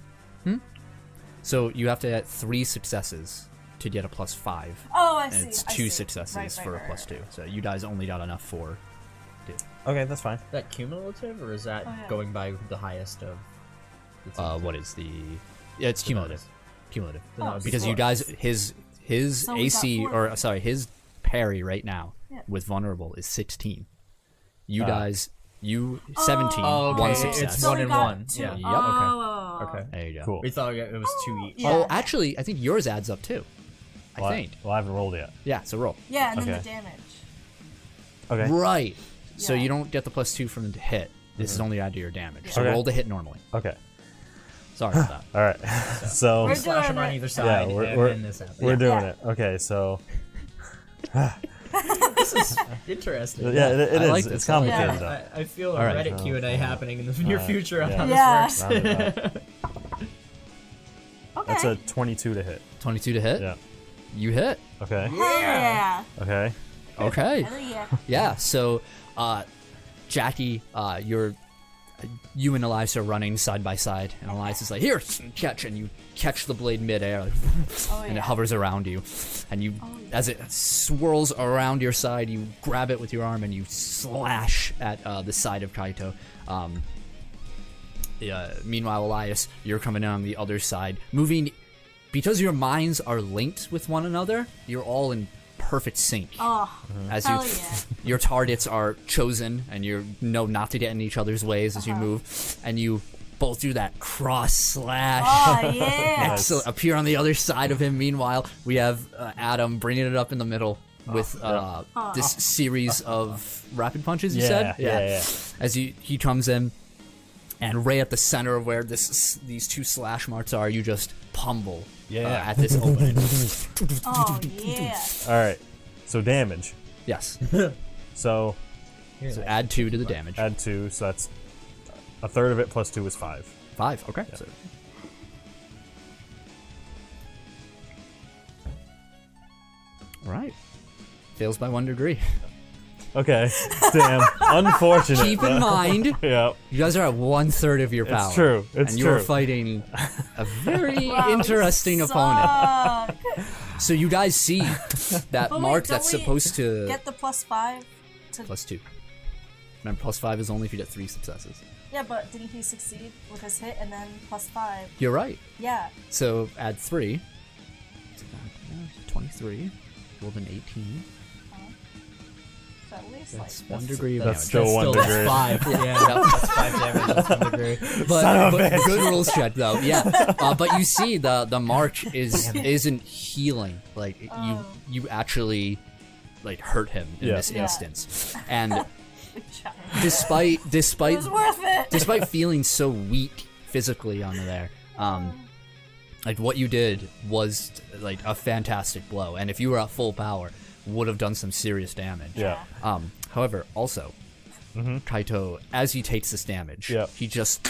Speaker 1: So you have to get three successes to get a plus five.
Speaker 4: Oh, I
Speaker 1: and
Speaker 4: see.
Speaker 1: it's
Speaker 4: I
Speaker 1: two
Speaker 4: see.
Speaker 1: successes
Speaker 4: Right, right,
Speaker 1: for
Speaker 4: right,
Speaker 1: a plus
Speaker 4: right.
Speaker 1: two. So you guys only got enough for
Speaker 2: Okay, that's fine.
Speaker 3: that cumulative, or is that
Speaker 4: Oh, yeah.
Speaker 3: going by the highest of? the
Speaker 1: uh,
Speaker 3: teams?
Speaker 1: what is the? Yeah, it's cumulative, cumulative.
Speaker 3: Then that
Speaker 4: Oh,
Speaker 3: would be
Speaker 1: Because you
Speaker 3: four.
Speaker 1: guys, his his
Speaker 4: So we got
Speaker 1: AC
Speaker 4: four.
Speaker 1: or uh, sorry, his parry right now
Speaker 4: Yeah.
Speaker 1: with vulnerable is sixteen. You
Speaker 2: Uh,
Speaker 1: guys, you seventeen,
Speaker 4: Oh,
Speaker 1: one
Speaker 4: okay,
Speaker 3: it's
Speaker 1: success.
Speaker 4: So
Speaker 3: One
Speaker 4: we
Speaker 3: and
Speaker 4: got
Speaker 3: one,
Speaker 4: Two.
Speaker 3: yeah. Yep.
Speaker 4: Oh,
Speaker 3: Okay.
Speaker 1: There you go.
Speaker 2: Cool.
Speaker 3: We thought it was two each.
Speaker 4: Yeah.
Speaker 1: Oh, actually, I think yours adds up too. I
Speaker 2: Well,
Speaker 1: think.
Speaker 2: Well, I haven't rolled yet.
Speaker 1: Yeah. So roll.
Speaker 4: Yeah, and then
Speaker 2: Okay.
Speaker 4: the damage.
Speaker 2: Okay.
Speaker 1: Right. So
Speaker 4: Yeah.
Speaker 1: you don't get the plus two from the hit. This is only added to your damage. So
Speaker 2: Mm-hmm. Okay.
Speaker 1: roll the hit normally.
Speaker 2: Okay.
Speaker 1: Sorry about that.
Speaker 2: All right. so
Speaker 4: We're
Speaker 3: Slash
Speaker 4: doing
Speaker 3: them on
Speaker 4: it.
Speaker 3: either side,
Speaker 2: we're-
Speaker 3: and
Speaker 2: we're-
Speaker 3: then this happens.
Speaker 2: we're doing
Speaker 4: Yeah.
Speaker 2: it. Okay. So
Speaker 3: Interesting.
Speaker 2: yeah, it, it
Speaker 1: I
Speaker 2: is.
Speaker 1: like this.
Speaker 2: it's
Speaker 1: I like
Speaker 2: complicated
Speaker 4: this.
Speaker 2: though.
Speaker 3: I, I feel a
Speaker 1: All right.
Speaker 3: Reddit Q and A happening in the near future on how
Speaker 4: Yeah.
Speaker 3: this works.
Speaker 2: Round it up.
Speaker 4: Okay.
Speaker 2: That's a 22 to hit.
Speaker 1: 22 to hit.
Speaker 2: Yeah.
Speaker 1: You hit.
Speaker 2: Okay.
Speaker 4: Hell yeah.
Speaker 2: Okay.
Speaker 1: Okay.
Speaker 4: Hell yeah.
Speaker 1: yeah. So, uh, Jackie, uh, you're you and Elias are running side by side, and Elias is like, "Here, catch!" And you catch the blade midair, like,
Speaker 4: Oh,
Speaker 1: and it
Speaker 4: yeah. Oh,
Speaker 1: hovers around you. And you, as it swirls around your side, you grab it with your arm and you slash at uh, the side of Kaito. Um, uh, meanwhile, Elias, you're coming in on the other side, moving because your minds are linked with one another. You're all in perfect sync
Speaker 4: Oh,
Speaker 1: as
Speaker 4: hell
Speaker 1: you
Speaker 4: yeah.
Speaker 1: your targets are chosen and you know not to get in each other's ways as you
Speaker 4: Uh-huh.
Speaker 1: move and you both do that cross slash
Speaker 4: Oh, yeah.
Speaker 1: excellent appear on the other side of him meanwhile we have uh, adam bringing it up in the middle
Speaker 2: Oh,
Speaker 1: with uh, this series of rapid punches you
Speaker 2: Yeah,
Speaker 1: said
Speaker 2: yeah, yeah.
Speaker 1: as you he comes in and right at the center of where this these two slash marks are you just pummel
Speaker 2: Yeah.
Speaker 1: uh, at this opening
Speaker 4: Oh, yeah.
Speaker 2: All right. So damage.
Speaker 1: yes
Speaker 2: So
Speaker 1: so add two to the damage
Speaker 2: add two. So that's a third of it plus two is five.
Speaker 1: five okay so Right. Fails by one degree.
Speaker 2: Okay. Damn. Unfortunate.
Speaker 1: Keep in
Speaker 2: but-
Speaker 1: mind,
Speaker 2: Yeah.
Speaker 1: you guys are at one third of your power.
Speaker 2: true, it's
Speaker 1: and you are
Speaker 2: true.
Speaker 1: fighting a very
Speaker 4: Wow, we
Speaker 1: interesting
Speaker 4: suck.
Speaker 1: opponent. So you guys see that
Speaker 4: But Oh wait,
Speaker 1: mark
Speaker 4: don't
Speaker 1: that's
Speaker 4: we
Speaker 1: supposed to
Speaker 4: Get the plus five. To...
Speaker 1: plus two. Remember, plus five is only if you get three successes.
Speaker 4: Yeah, but didn't he succeed with his hit and then plus five?
Speaker 1: You're right.
Speaker 4: Yeah.
Speaker 1: So add three. Twenty-three. Rolled an eighteen.
Speaker 4: So at least like.
Speaker 1: That's one degree of
Speaker 2: That's
Speaker 1: damage.
Speaker 2: still one degree.
Speaker 3: Five. Yeah,
Speaker 1: Yep.
Speaker 3: that's five damage. That's one degree.
Speaker 1: but, but good rules check though. Yeah, uh, but you see the the march is isn't healing. Like
Speaker 4: Oh.
Speaker 1: you you actually like hurt him in
Speaker 2: Yeah.
Speaker 1: this
Speaker 4: Yeah.
Speaker 1: instance, and
Speaker 4: Good job.
Speaker 1: despite
Speaker 4: It
Speaker 1: despite
Speaker 4: was worth it.
Speaker 1: despite feeling so weak physically on there, um, like what you did was like a fantastic blow, and if you were at full power, would have done some serious damage.
Speaker 2: Yeah.
Speaker 1: Um, however, also, Kaito, as he takes this damage,
Speaker 2: Yep.
Speaker 1: he just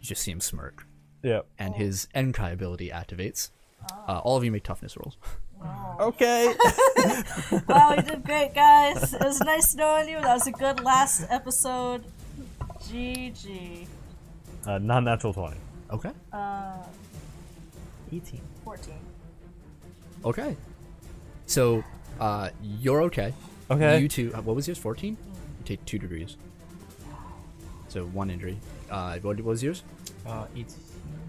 Speaker 1: you just see him smirk,
Speaker 2: Yeah.
Speaker 1: and his Enkai ability activates. Uh, all of you make toughness rolls.
Speaker 2: Okay.
Speaker 4: Wow, you did great, guys. It was nice knowing you. That was a good last episode. GG.
Speaker 2: uh, non-natural twenty.
Speaker 1: Okay.
Speaker 3: E
Speaker 7: 18.
Speaker 4: 14.
Speaker 1: Okay. So, uh, you're okay.
Speaker 2: Okay.
Speaker 1: You two. Uh, what was yours? Fourteen. You take two degrees. So one injury. Uh, what, what was yours?
Speaker 5: Uh, it's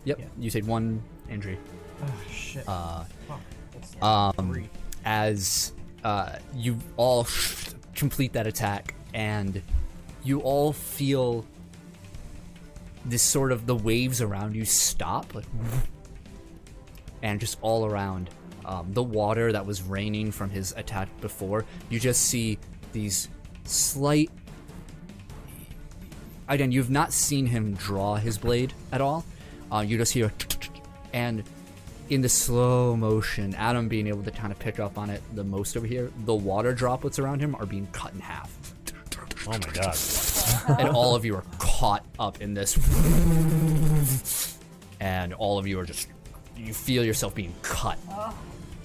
Speaker 1: Yep.
Speaker 5: Yeah.
Speaker 1: You take one injury.
Speaker 5: oh, shit.
Speaker 1: Uh,
Speaker 5: Fuck. That's
Speaker 1: um,
Speaker 5: three.
Speaker 1: as uh, you all complete that attack and you all feel this sort of the waves around you stop like, and just all around um, the water that was raining from his attack before you just see these slight again you've not seen him draw his blade at all uh, you just hear and in the slow motion adam being able to kind of pick up on it the most over here the water droplets around him are being cut in half
Speaker 2: Oh my god.
Speaker 1: and
Speaker 2: Uh-huh.
Speaker 1: all of you are caught up in this and all of you are just you feel yourself being cut
Speaker 2: Oh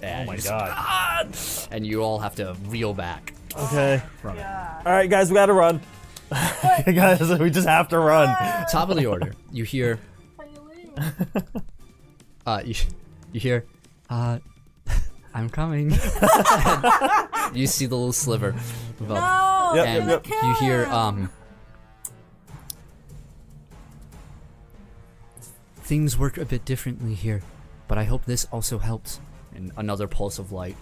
Speaker 1: and,
Speaker 2: my
Speaker 1: you just-
Speaker 2: god.
Speaker 1: and you all have to reel back
Speaker 2: Okay.
Speaker 1: from
Speaker 4: Yeah.
Speaker 2: All right, guys, we gotta run. guys, we just have to run.
Speaker 1: it top of the order you hear
Speaker 4: Finally.
Speaker 1: Uh, you, you hear, uh, I'm coming. you see the little sliver. of a-
Speaker 4: No,
Speaker 2: Yep,
Speaker 4: I'm
Speaker 1: and
Speaker 4: gonna
Speaker 2: yep,
Speaker 4: kill
Speaker 1: you hear
Speaker 4: him.
Speaker 1: um things work a bit differently here but i hope this also helps and another pulse of light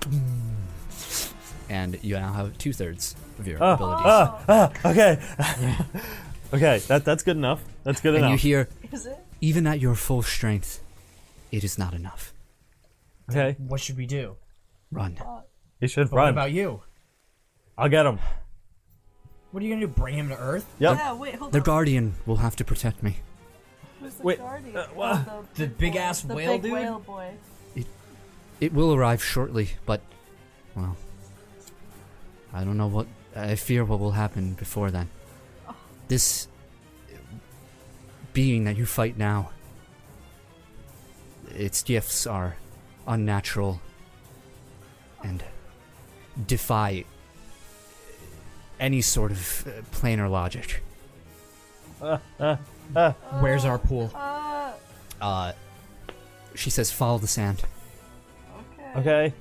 Speaker 1: and you now have two-thirds of your
Speaker 2: Ah,
Speaker 1: abilities
Speaker 2: ah, ah, okay. okay, that, that's good enough. That's good
Speaker 1: and you
Speaker 2: enough.
Speaker 1: hear
Speaker 4: Is it?
Speaker 1: even at your full strength it is not enough
Speaker 2: okay,
Speaker 3: What should we do?
Speaker 1: run
Speaker 2: he should
Speaker 3: But What
Speaker 2: run.
Speaker 3: about you?
Speaker 2: I'll get him.
Speaker 3: What are you gonna do? Bring him to Earth?
Speaker 2: Yep.
Speaker 4: Yeah, wait, hold
Speaker 1: their
Speaker 4: on.
Speaker 1: guardian will have to protect me
Speaker 4: Who's the
Speaker 2: wait,
Speaker 4: guardian?
Speaker 2: uh, what?
Speaker 4: Oh,
Speaker 3: The big
Speaker 4: boy.
Speaker 3: ass
Speaker 4: The
Speaker 3: whale
Speaker 4: big
Speaker 3: dude?
Speaker 4: whale boy.
Speaker 1: it will arrive shortly but well i don't know what i fear what will happen before then this being that you fight now its gifts are unnatural and defy any sort of uh, planar logic
Speaker 5: Where's our pool?
Speaker 4: Uh,
Speaker 1: uh, she says follow the sand
Speaker 4: okay.
Speaker 2: Okay.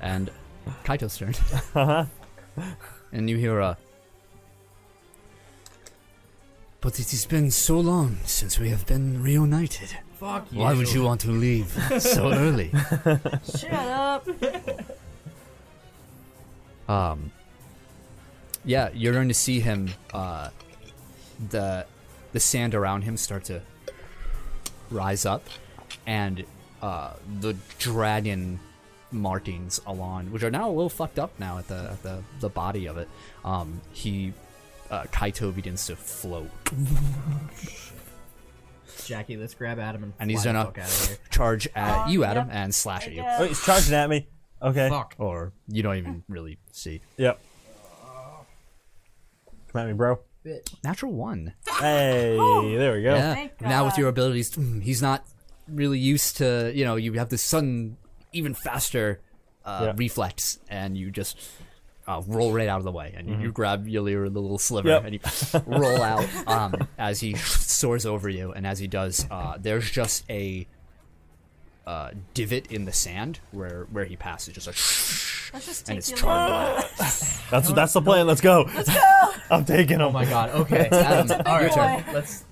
Speaker 1: and Kaito's turn. and you hear a. But it has been so long since we have been reunited.
Speaker 3: Fuck you.
Speaker 1: Why would you want to leave so early?
Speaker 4: Shut up.
Speaker 1: Um. Yeah, you're going to see him. Uh, the the sand around him start to rise up, and uh, the dragon markings along, which are now a little fucked up now at the at the, the body of it. Um, he uh, Kaito begins to float,
Speaker 5: Jackie, let's grab Adam and,
Speaker 1: and he's
Speaker 5: fly the
Speaker 1: gonna
Speaker 5: fuck out of here.
Speaker 1: charge at
Speaker 4: Uh,
Speaker 1: you, Adam,
Speaker 4: yep.
Speaker 1: and slash
Speaker 4: I
Speaker 1: at you.
Speaker 4: guess.
Speaker 2: Oh, he's charging at me. Okay.
Speaker 5: Fuck.
Speaker 1: Or you don't even really see.
Speaker 2: Yep. Come at me, bro.
Speaker 1: Natural one.
Speaker 2: Hey, there we go.
Speaker 1: Yeah.
Speaker 4: Thank
Speaker 1: Now with
Speaker 4: God.
Speaker 1: your abilities, mm, he's not really used to. You know, you have this sudden, even faster uh,
Speaker 2: Yeah.
Speaker 1: reflex, and you just uh, roll right out of the way, and you you grab Yalir, the little sliver,
Speaker 2: Mm-hmm. Yep.
Speaker 1: and you roll out um, as he soars over you. And as he does, uh, there's just a uh, divot in the sand where where he passes, just a
Speaker 4: Let's just
Speaker 1: and
Speaker 4: take
Speaker 1: it's
Speaker 4: you
Speaker 1: charred
Speaker 4: along.
Speaker 1: black.
Speaker 2: That's that's the plan. Let's go. I'm taking him.
Speaker 5: Oh my god. Okay.
Speaker 1: Adam,
Speaker 5: All
Speaker 1: your
Speaker 5: right.
Speaker 1: turn.
Speaker 4: boy.
Speaker 5: Let's.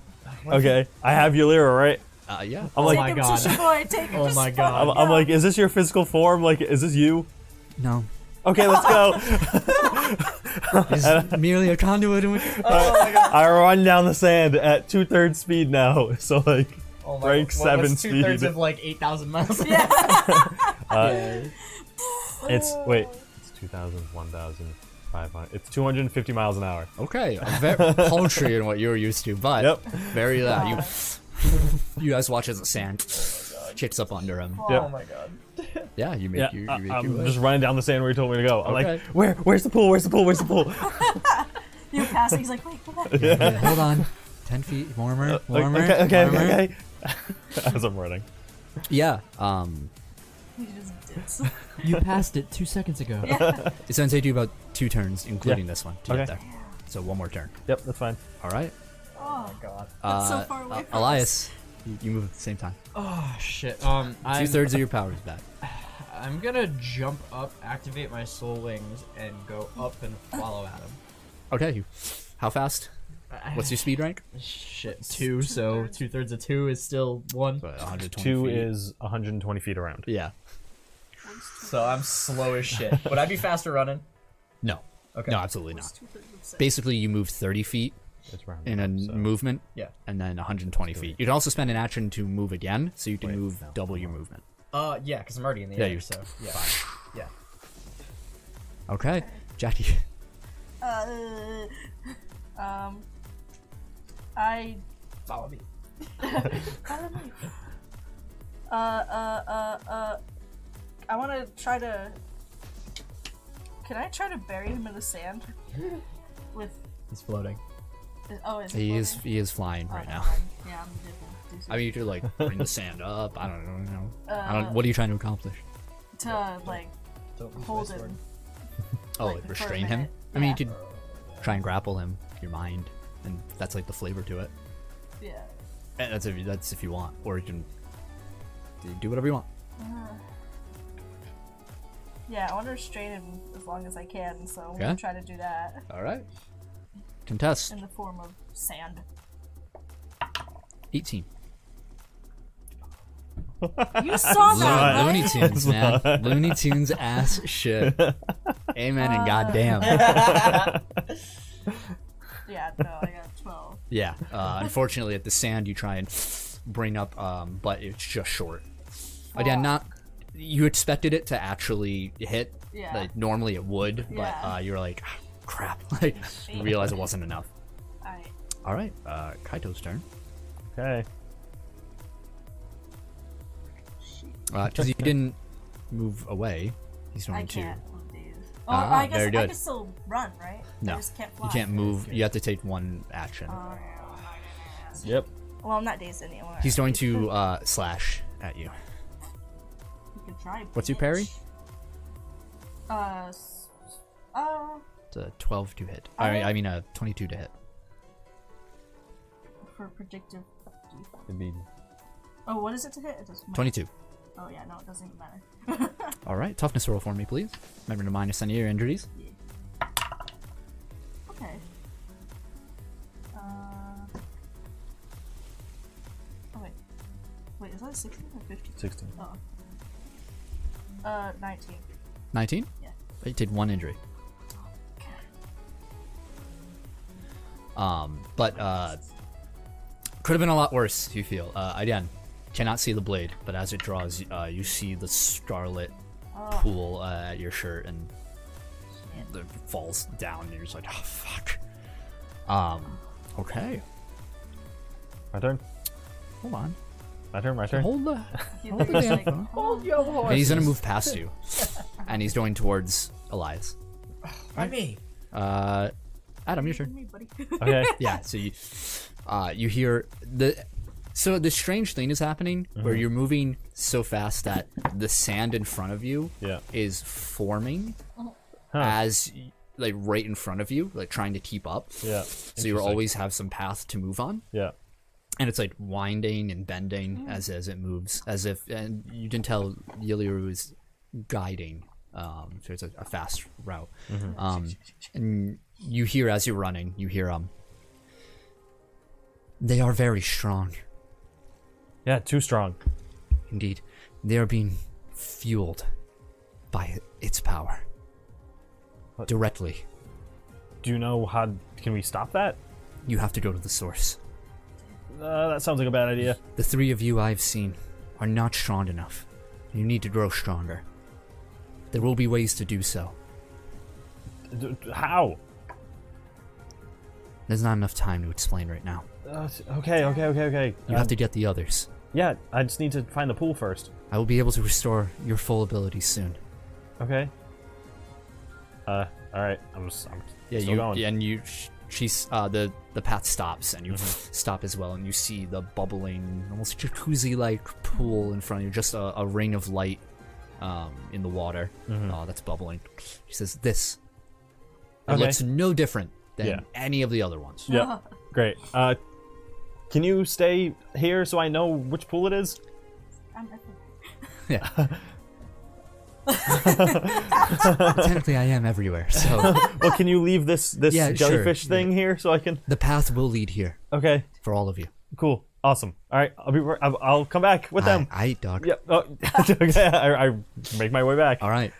Speaker 2: Okay, I have Ulira, right?
Speaker 1: Uh, yeah.
Speaker 2: I'm
Speaker 4: Take
Speaker 2: like,
Speaker 5: Oh my
Speaker 4: him
Speaker 5: God.
Speaker 4: to Shibori. Take him
Speaker 5: Oh
Speaker 4: to
Speaker 5: my
Speaker 4: Shibori.
Speaker 5: God.
Speaker 2: I'm, I'm like, is this your physical form? Like, is this you?
Speaker 1: No,
Speaker 2: Okay, let's go.
Speaker 1: he's merely a conduit in which
Speaker 2: I run down the sand at two thirds speed now. So like,
Speaker 3: Oh my-
Speaker 2: Break
Speaker 3: what- what's
Speaker 2: seven
Speaker 3: two-thirds
Speaker 2: speed.
Speaker 3: of like 8,000 miles.
Speaker 4: Yeah.
Speaker 2: it's wait, it's 2,000, 1,500. It's 250 miles an hour.
Speaker 1: Okay, a very paltry in what you're used to, but
Speaker 2: Yep.
Speaker 1: very loud. You, you guys watch as the sand kicks up under him.
Speaker 2: Yep.
Speaker 3: Oh my god.
Speaker 1: Yeah, you make
Speaker 2: Yeah,
Speaker 1: you, you
Speaker 2: I,
Speaker 1: make you
Speaker 2: am
Speaker 1: way.
Speaker 2: just running down the sand where he told me to go. I'm like,
Speaker 1: Okay.
Speaker 2: where? Where's the pool? Where's the pool? Where's the pool?
Speaker 4: You pass. He's like, wait, go back.
Speaker 1: Yeah, hold on. Ten feet warmer,
Speaker 2: Like,
Speaker 1: warmer,
Speaker 2: Uh, okay, okay,
Speaker 1: warmer.
Speaker 2: okay, okay. As I'm running.
Speaker 1: Yeah. Um,
Speaker 4: He just dips.
Speaker 7: You passed it two seconds ago.
Speaker 1: it's gonna take you about two turns, including this one, to get
Speaker 2: Okay.
Speaker 1: there. So one more turn.
Speaker 2: Yep, that's fine.
Speaker 1: All right.
Speaker 4: Oh,
Speaker 3: God.
Speaker 4: That's so
Speaker 1: Uh,
Speaker 4: far away
Speaker 1: uh,
Speaker 4: from
Speaker 1: Elias, you, you move at the same time.
Speaker 5: Oh shit. Um.
Speaker 1: Two
Speaker 5: I'm,
Speaker 1: thirds of your power is back.
Speaker 5: I'm gonna jump up, activate my soul wings, and go up and follow Adam.
Speaker 1: Okay. You, how fast? What's your speed rank?
Speaker 5: Shit. Two. So two thirds of two is still one.
Speaker 1: About 120
Speaker 2: Two
Speaker 1: feet.
Speaker 2: is 120 feet around.
Speaker 1: Yeah.
Speaker 3: So I'm slow as shit. Would I be faster running?
Speaker 1: No.
Speaker 3: Okay.
Speaker 1: No, absolutely not.
Speaker 4: two-thirds of six.
Speaker 1: Basically, you move 30 feet
Speaker 2: It's round.
Speaker 1: in a
Speaker 2: so-
Speaker 1: movement.
Speaker 3: Yeah.
Speaker 1: and then 120 feet. You can also spend an action to move again, so you can move double your movement.
Speaker 3: Uh, yeah, because I'm already in the
Speaker 1: Yeah,
Speaker 3: air,
Speaker 1: you're-
Speaker 3: so yeah. Yeah.
Speaker 1: Okay, Jackie.
Speaker 4: Uh, um, I
Speaker 3: Follow me.
Speaker 4: uh uh uh uh. I want to try to. Can I try to bury him in the sand? With
Speaker 5: He's floating.
Speaker 4: oh, is
Speaker 1: He
Speaker 4: floating?
Speaker 1: is he is flying right
Speaker 4: Oh,
Speaker 1: now.
Speaker 4: fine. Yeah, I'm dipping.
Speaker 1: I mean, you could like bring the sand up. I don't, know. I don't. What are you trying to accomplish?
Speaker 4: to like
Speaker 3: Don't lose
Speaker 4: hold
Speaker 3: my sword.
Speaker 4: him.
Speaker 1: Oh,
Speaker 4: like,
Speaker 1: like
Speaker 4: for a
Speaker 1: restrain him.
Speaker 4: minute.
Speaker 1: I mean,
Speaker 4: Yeah.
Speaker 1: you could try and grapple him with your mind, and that's like the flavor to it.
Speaker 4: Yeah.
Speaker 1: And that's if you, that's if you want, or you can do whatever you want.
Speaker 4: Yeah, I want to restrain him as long as I can, so I'm
Speaker 1: Yeah.
Speaker 4: gonna try to do that
Speaker 1: All right. Contest
Speaker 4: in the form of sand.
Speaker 1: 18.
Speaker 4: You saw that,
Speaker 1: Looney,
Speaker 4: right?
Speaker 1: Looney Tunes, man. Looney Tunes ass shit. Amen and goddamn.
Speaker 4: Yeah, no, I got 12.
Speaker 1: Yeah. Uh, unfortunately, at the sand, you try and bring up, um, but it's just short. Again, not. You expected it to actually hit.
Speaker 4: Yeah.
Speaker 1: Like normally it would, but
Speaker 4: Yeah.
Speaker 1: uh, you're like, "Ah, crap. Like, you realize it wasn't enough.
Speaker 4: I
Speaker 1: All right. Uh, Kaito's turn.
Speaker 2: Okay.
Speaker 1: Uh, Because you didn't move away. He's
Speaker 4: I
Speaker 1: going to.
Speaker 4: can't with these. Oh,
Speaker 1: Ah,
Speaker 4: I guess
Speaker 1: very
Speaker 4: I
Speaker 1: good.
Speaker 4: can still run, right?
Speaker 1: No.
Speaker 4: I just can't fly. Oh,
Speaker 1: You can't move. You have to take one action.
Speaker 2: Yep.
Speaker 4: Well, I'm not dazed anymore.
Speaker 1: He's going to uh, slash at you.
Speaker 4: You can try,
Speaker 1: What's your parry?
Speaker 4: bitch. Uh, s- uh,
Speaker 1: It's a 12 to hit. I, I mean, a 22 to hit.
Speaker 4: for predictive. defense.
Speaker 2: It'd be
Speaker 4: Oh, what is it to hit? It doesn't matter.
Speaker 1: 22.
Speaker 4: Oh, yeah, no, it doesn't even matter.
Speaker 1: All right, toughness roll for me, please. Remember to minus any of your injuries.
Speaker 4: Okay. Uh. Oh, wait. Wait, is that a 16 or 15?
Speaker 2: 16.
Speaker 4: Oh. Uh, 19.
Speaker 1: 19?
Speaker 4: Yeah.
Speaker 1: But Oh, you did one injury. Um, but uh, could have been a lot worse. You feel uh, again, cannot see the blade, but as it draws, uh, you see the scarlet pool uh, at your shirt, and it falls down. And you're just like, oh fuck. Um, okay,
Speaker 2: my turn.
Speaker 1: hold on,
Speaker 2: My turn. My turn.
Speaker 1: hold the.
Speaker 4: You think it's like,
Speaker 1: And he's gonna move past you, and he's going towards Elias.
Speaker 5: I mean,
Speaker 1: Uh, Adam, your turn.
Speaker 4: me, buddy.
Speaker 2: Okay.
Speaker 1: Yeah. So you, uh, you hear the. So the strange thing is happening
Speaker 2: Mm-hmm.
Speaker 1: where you're moving so fast that the sand in front of you
Speaker 2: Yeah.
Speaker 1: is forming as y- like right in front of you, like trying to keep up.
Speaker 2: Yeah.
Speaker 1: So you
Speaker 2: Interesting.
Speaker 1: always have some path to move on,
Speaker 2: Yeah.
Speaker 1: and it's like winding and bending as as it moves, as if and you can tell Yiliru is guiding. Um, so it's a, a fast route. Um, and you hear as you're running, you hear um. They are very strong,
Speaker 2: Yeah. Too strong.
Speaker 1: indeed. They are being fueled by its power directly.
Speaker 2: Do you know how? Can we stop that?
Speaker 1: You have to go to the source.
Speaker 2: Uh, that sounds like a bad idea.
Speaker 1: The three of you I've seen are not strong enough. You need to grow stronger. There will be ways to do so.
Speaker 2: D- d- How?
Speaker 1: There's not enough time to explain right now.
Speaker 2: Uh, okay. Okay. Okay. Okay. Um,
Speaker 1: You have to get the others.
Speaker 2: Yeah. I just need to find the pool first.
Speaker 1: I will be able to restore your full abilities soon.
Speaker 2: Okay. Uh. All right. I'm. Just, I'm still going.
Speaker 1: and you, sh- she's uh, the the path stops, and you
Speaker 2: Mm-hmm.
Speaker 1: stop as well, and you see the bubbling, almost jacuzzi-like pool in front of you, just a, a ring of light um, in the water.
Speaker 2: Mm-hmm.
Speaker 1: Oh, that's bubbling. She says, "This it
Speaker 2: Okay.
Speaker 1: looks no different than
Speaker 2: Yeah.
Speaker 1: any of the other ones."
Speaker 2: Yeah. Great. Uh, can you stay here so I know which pool it is?
Speaker 4: I'm epic.
Speaker 1: Technically, I am everywhere, so
Speaker 2: Well, can you leave this this
Speaker 1: Yeah, sure.
Speaker 2: jellyfish thing here so I can?
Speaker 1: the path will lead here
Speaker 2: Okay.
Speaker 1: for all of you.
Speaker 2: Cool. Awesome. All right. I'll be. ri- I'll, I'll come back with them.
Speaker 1: I, I eat dog.
Speaker 2: Yep. Oh, okay. I, I make my way back.
Speaker 1: All right.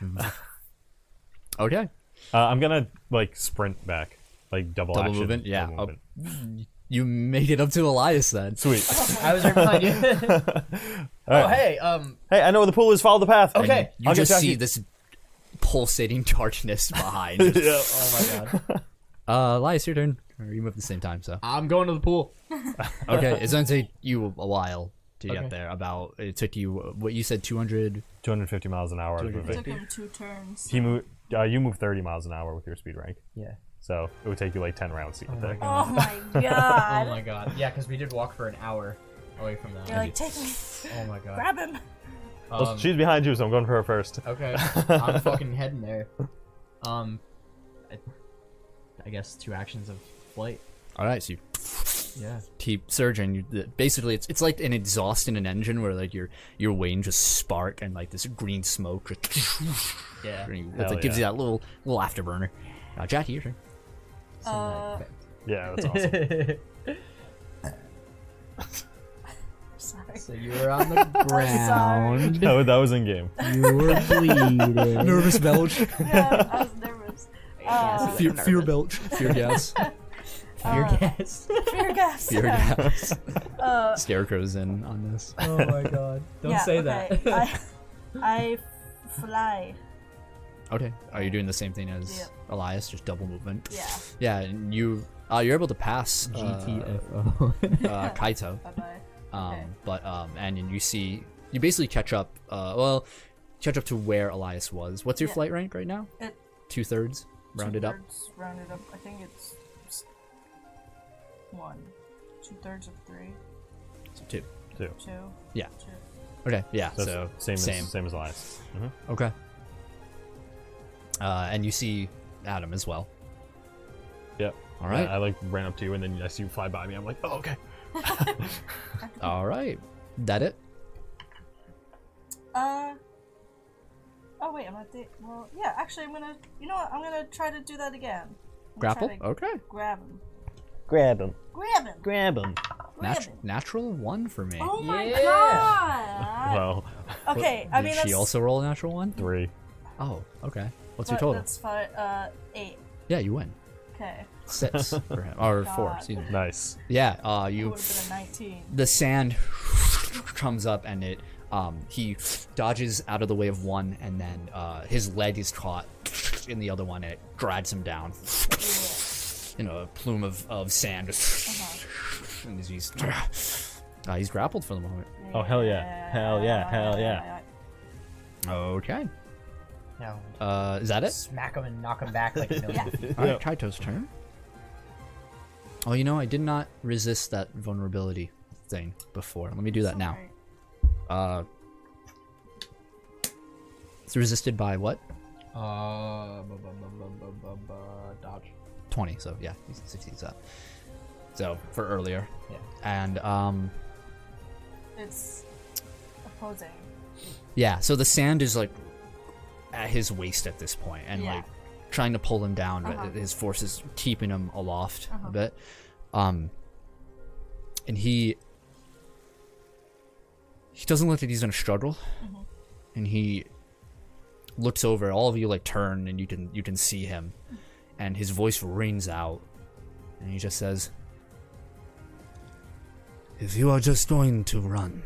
Speaker 1: okay.
Speaker 2: Uh, I'm gonna like sprint back, like double,
Speaker 1: Double
Speaker 2: action,
Speaker 1: movement. Yeah. oh.
Speaker 2: double
Speaker 1: Up-
Speaker 2: movement.
Speaker 1: You make it up to Elias then.
Speaker 2: Sweet.
Speaker 5: I was right behind you. oh, hey, um,
Speaker 2: hey, I know where the pool is. Follow the path.
Speaker 5: Okay.
Speaker 1: And You
Speaker 2: I'll get
Speaker 1: just
Speaker 2: back
Speaker 1: see
Speaker 2: to-
Speaker 1: this pulsating darkness behind.
Speaker 2: Yeah.
Speaker 5: oh my god.
Speaker 1: uh, Elias, your turn. Or you move at the same time, so.
Speaker 5: I'm going to the pool.
Speaker 1: Okay, it's gonna take you a while to
Speaker 5: Okay.
Speaker 1: get there. About it took you uh, what you said, two hundred.
Speaker 2: 250 miles an hour. I was
Speaker 4: It
Speaker 2: moving.
Speaker 4: took him two turns.
Speaker 2: He moved. Uh, you move 30 miles an hour with your speed rank,
Speaker 5: Yeah.
Speaker 2: so it would take you like 10 rounds to get there.
Speaker 4: Oh my
Speaker 5: Oh
Speaker 4: god.
Speaker 5: my god. Yeah, because we did walk for an hour away from that.
Speaker 4: You're like, take me,
Speaker 5: oh my god.
Speaker 4: grab him.
Speaker 2: Well,
Speaker 5: Um,
Speaker 2: she's behind you, so I'm going for her first.
Speaker 5: Okay, I'm fucking heading there. Um, I, I guess two actions of flight.
Speaker 1: All right, so you
Speaker 5: Yeah.
Speaker 1: keep surging. You, the- basically, it's it's like an exhaust in an engine where like your your wing just spark and like this green smoke. just
Speaker 5: Yeah.
Speaker 1: and you-
Speaker 2: Hell
Speaker 1: That's like gives you
Speaker 2: yeah.
Speaker 1: that little little afterburner. Now, Jack, you're here.
Speaker 4: Uh,
Speaker 2: Yeah, that's awesome.
Speaker 4: sorry.
Speaker 5: So you were on the ground.
Speaker 2: that, was, that was in game.
Speaker 5: you were bleeding.
Speaker 1: Nervous belch,
Speaker 4: Yeah, I was nervous. Uh,
Speaker 1: fear, fear belch, fear gas,
Speaker 5: Your guess.
Speaker 4: fear gas.
Speaker 1: fear gas.
Speaker 4: Uh,
Speaker 1: Scarecrow's in on this.
Speaker 5: Oh my god. Don't
Speaker 4: yeah,
Speaker 5: say
Speaker 4: okay.
Speaker 5: that.
Speaker 4: I, I fly.
Speaker 1: Okay, are you doing the same thing as
Speaker 4: Yeah.
Speaker 1: Elias? Just double movement.
Speaker 4: Yeah.
Speaker 1: Yeah, and you uh, you're able to pass uh,
Speaker 5: GTFO.
Speaker 1: uh, Kaito.
Speaker 4: Bye bye.
Speaker 1: Um,
Speaker 4: Okay.
Speaker 1: But um, and you see, you basically catch up. Uh, well, catch up to where Elias was. What's your
Speaker 4: Yeah.
Speaker 1: flight rank right now?
Speaker 4: It-
Speaker 1: Two thirds, rounded up.
Speaker 4: Two-thirds Rounded up. I think it's s- one, two thirds of three,
Speaker 1: So two.
Speaker 2: Too.
Speaker 4: two.
Speaker 1: Yeah.
Speaker 4: Two.
Speaker 1: Okay. Yeah.
Speaker 2: So,
Speaker 1: So,
Speaker 2: same,
Speaker 1: same.
Speaker 2: As, same as Elias.
Speaker 1: Okay. Uh, and you see Adam as well.
Speaker 2: Yep.
Speaker 1: All right.
Speaker 2: I, I like ran up to you and then I see you fly by me. I'm like, oh okay.
Speaker 4: Hmm.
Speaker 1: All right. That it.
Speaker 4: Uh. Oh wait, I'm at the. Well, yeah. Actually, I'm gonna. You know what? I'm gonna try to do that again. I'm gonna try
Speaker 1: Grapple.
Speaker 4: to
Speaker 1: Okay.
Speaker 4: Grab him.
Speaker 2: Grab him.
Speaker 4: Grab him.
Speaker 2: Grab him.
Speaker 4: Grab
Speaker 1: Nat-
Speaker 4: him.
Speaker 1: natural one for me.
Speaker 4: Oh my
Speaker 5: Yeah.
Speaker 4: god!
Speaker 2: Well,
Speaker 4: Okay, I
Speaker 1: Did
Speaker 4: mean
Speaker 1: she
Speaker 4: that's
Speaker 1: also roll a natural one?
Speaker 2: three.
Speaker 1: Oh. Okay. What's
Speaker 4: what,
Speaker 1: your total?
Speaker 4: that's five, uh, eight.
Speaker 1: Yeah, you win.
Speaker 4: Okay,
Speaker 1: Six for him, or four.
Speaker 4: God.
Speaker 1: Excuse me.
Speaker 2: Nice.
Speaker 1: Yeah. Uh,
Speaker 4: it
Speaker 1: you.
Speaker 4: would have been a nineteen.
Speaker 1: the sand comes up and it um, he dodges out of the way of one and then uh, his leg is caught in the other one and it drags him down in a plume of, of sand
Speaker 4: Oh
Speaker 1: and he's- he's, uh, he's grappled for the moment
Speaker 2: Oh, hell yeah. Hell yeah, hell yeah.
Speaker 1: okay
Speaker 5: Now
Speaker 1: uh, is that it
Speaker 5: smack him and knock him back like a million.
Speaker 1: all right kaito's turn oh you know i did not resist that vulnerability thing before let me do that now
Speaker 4: Alright.
Speaker 1: uh, it's resisted by what
Speaker 5: Uh, bu- bu- bu- bu- bu- bu- bu- dodge.
Speaker 1: 20 so yeah he's 60s up so for earlier
Speaker 5: Yeah.
Speaker 1: and um
Speaker 4: It's opposing.
Speaker 1: yeah so the sand is like at his waist at this point and
Speaker 4: Yeah.
Speaker 1: like trying to pull him down but his force is keeping him aloft a bit um and he he doesn't look like he's gonna struggle and he looks over all of you like turn and you can you can see him and his voice rings out
Speaker 8: And he just says, If you are just going to run,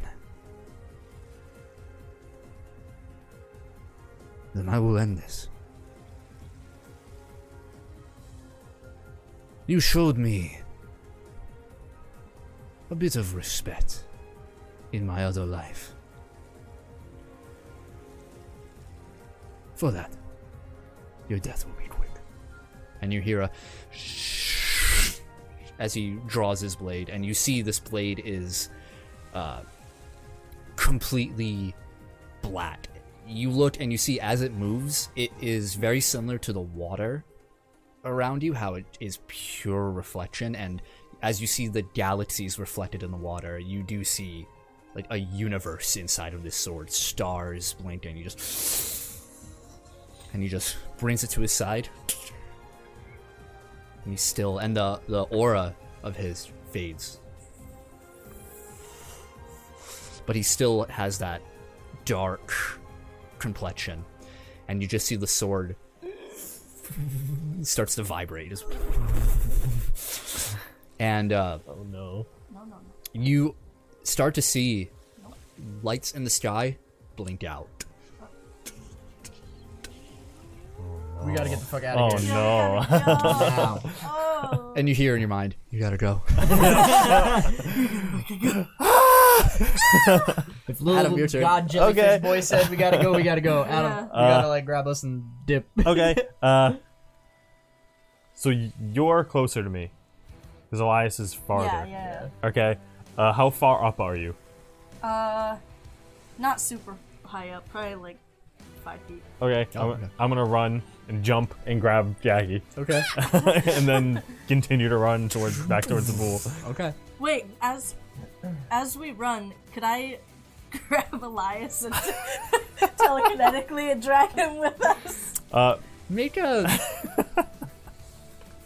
Speaker 8: then I will end this. You showed me a bit of respect in my other life. For that, your death will be quick.
Speaker 1: and you hear a as he draws his blade and you see this blade is uh, completely black you look and you see as it moves it is very similar to the water around you how it is pure reflection and as you see the galaxies reflected in the water you do see like a universe inside of this sword stars blinking you just and he just brings it to his side and he's still, and the the aura of his fades, but he still has that dark complexion, and you just see the sword starts to vibrate, just- and uh,
Speaker 2: Oh no.
Speaker 4: No, no, no.
Speaker 1: you start to see lights in the sky blink out.
Speaker 5: We gotta get the fuck out of
Speaker 2: Oh
Speaker 5: here.
Speaker 2: no.
Speaker 4: Yeah, yeah, yeah.
Speaker 5: Now.
Speaker 4: oh,
Speaker 1: And you hear in your mind,
Speaker 8: You gotta go.
Speaker 5: If little
Speaker 1: Adam, your turn.
Speaker 5: God jellyfish
Speaker 2: Okay.
Speaker 5: boy said we gotta go, we gotta go. Adam,
Speaker 4: Yeah.
Speaker 5: you gotta like grab us and dip.
Speaker 2: okay. Uh, so y- you're closer to me, because Elias is farther.
Speaker 4: yeah, yeah.
Speaker 2: Okay. Uh, how far up are you?
Speaker 4: Uh, not super high up. Probably like five feet.
Speaker 2: Okay,
Speaker 1: Oh,
Speaker 2: I'm, I'm gonna run and jump and grab Jackie,
Speaker 1: Okay.
Speaker 2: and then continue to run towards back towards the pool.
Speaker 1: Okay.
Speaker 4: Wait, as as we run, could I grab Elias and telekinetically and drag him with us?
Speaker 2: Uh,
Speaker 1: Make a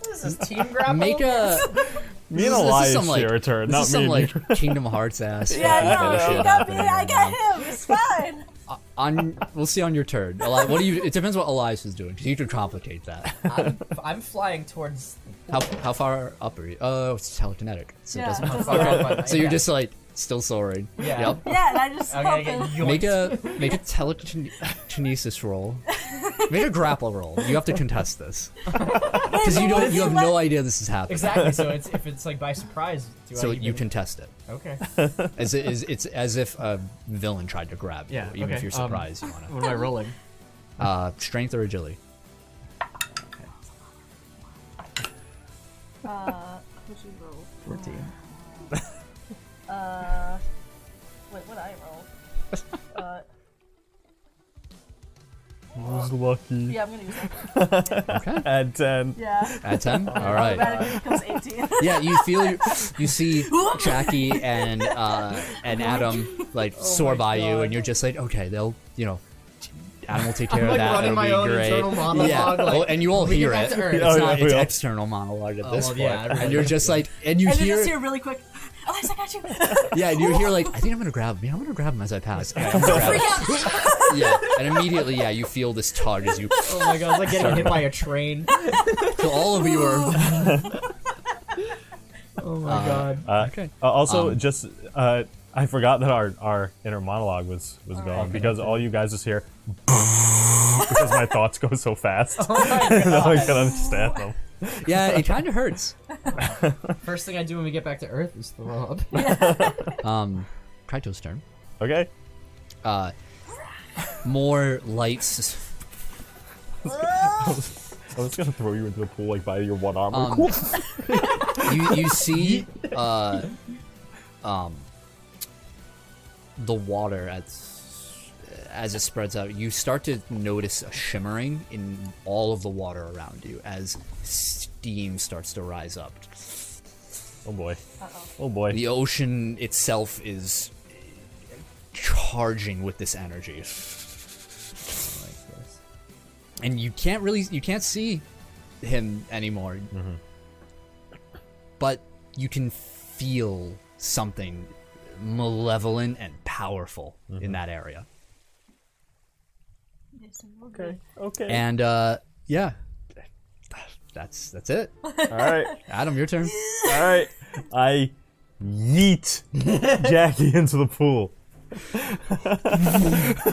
Speaker 5: This is team grapple.
Speaker 1: make a
Speaker 2: me
Speaker 1: is-
Speaker 2: and
Speaker 1: this is
Speaker 2: Elias
Speaker 1: some, like-
Speaker 2: share a turn,
Speaker 1: this
Speaker 2: not
Speaker 1: is
Speaker 2: me.
Speaker 1: some
Speaker 2: and
Speaker 1: like
Speaker 2: you.
Speaker 1: Kingdom Hearts ass.
Speaker 4: Yeah,
Speaker 1: fucking
Speaker 4: no,
Speaker 1: bullshit
Speaker 4: he got me.
Speaker 1: happening
Speaker 4: I
Speaker 1: right
Speaker 4: got
Speaker 1: now.
Speaker 4: him. It's fine.
Speaker 1: On we'll see on your turn. Eli- what do you? It depends what Elias is doing. 'cause You could complicate that.
Speaker 5: I'm, I'm flying towards.
Speaker 1: How how far up are you? Oh, it's telekinetic, so it
Speaker 4: Yeah,
Speaker 1: doesn't.
Speaker 4: it doesn't
Speaker 1: Okay. So you're
Speaker 5: Yeah.
Speaker 1: just like still soaring.
Speaker 5: Yeah.
Speaker 1: Yep.
Speaker 4: Yeah, and I just
Speaker 5: I'm
Speaker 4: help
Speaker 5: gonna get yoinked.
Speaker 4: him.
Speaker 1: Make a make a telekinesis roll. Make a grapple roll. You have to contest this because you don't. You have no idea this is happening.
Speaker 5: exactly. So it's if it's like by surprise. Do
Speaker 1: So
Speaker 5: I
Speaker 1: you
Speaker 5: even-
Speaker 1: contest it.
Speaker 5: Okay.
Speaker 1: As it is, it's as if a villain tried to grab you,
Speaker 5: Yeah,
Speaker 1: even if
Speaker 5: okay,
Speaker 1: you're
Speaker 5: um,
Speaker 1: surprised. you wanna
Speaker 5: What am I rolling?
Speaker 1: uh, strength or agility.
Speaker 4: Uh, what'd you roll?
Speaker 5: Fourteen.
Speaker 4: Uh, wait, what I roll? Uh,
Speaker 2: was lucky.
Speaker 4: yeah, I'm gonna use that.
Speaker 2: At ten,
Speaker 4: Yeah,
Speaker 1: At ten. All right.
Speaker 4: automatically becomes 18.
Speaker 1: Yeah, you feel your- you see Jackie and uh, and Adam like
Speaker 5: Oh
Speaker 1: soar by you, and you're just like, okay, they'll you know, Adam will take care of
Speaker 5: like,
Speaker 1: that.
Speaker 5: running
Speaker 1: It'll
Speaker 5: my
Speaker 1: be
Speaker 5: own
Speaker 1: great.
Speaker 5: internal monologue,
Speaker 1: yeah,
Speaker 5: like,
Speaker 1: oh, and you all
Speaker 5: we get
Speaker 1: hear
Speaker 5: back
Speaker 1: it.
Speaker 5: to Earth.
Speaker 1: It's
Speaker 2: Oh,
Speaker 1: not
Speaker 2: yeah,
Speaker 1: it's
Speaker 2: yeah.
Speaker 1: external monologue at
Speaker 5: Oh,
Speaker 1: this
Speaker 5: well,
Speaker 1: point,
Speaker 5: yeah, everybody-
Speaker 1: and you're just like, and you
Speaker 4: And you
Speaker 1: hear.
Speaker 4: just hear really quick, Elias, I got you.
Speaker 1: yeah, and you hear like I think I'm gonna grab him. Yeah, I'm gonna grab him as I pass. Yeah, I'm gonna grab him. yeah, and immediately, yeah, you feel this tug as you
Speaker 5: Oh my god! It's like getting hit by a train.
Speaker 1: So all of you are.
Speaker 5: Oh my god.
Speaker 2: Uh,
Speaker 1: Okay. Um,
Speaker 2: uh, also, just uh, I forgot that our, our inner monologue was was gone because all you guys just hear because my thoughts go so fast.
Speaker 1: Oh
Speaker 2: no one can understand them.
Speaker 1: Yeah, it kind of hurts.
Speaker 5: First thing I do when we get back to Earth is throw up.
Speaker 1: Um, Kratos' turn.
Speaker 2: Okay.
Speaker 1: Uh, more lights.
Speaker 2: I was gonna throw you into the pool like by your one arm.
Speaker 1: Um, you you see uh, um, the water as as it spreads out. You start to notice a shimmering in all of the water around you as steam starts to rise up.
Speaker 2: oh boy. Oh boy.
Speaker 1: The ocean itself is charging with this energy. and you can't really you can't see him anymore but you can feel something malevolent and powerful in that area
Speaker 4: okay.
Speaker 2: Okay.
Speaker 1: and uh yeah that's that's it
Speaker 2: all right.
Speaker 1: adam your turn
Speaker 2: All right. I yeet Jackie into the pool.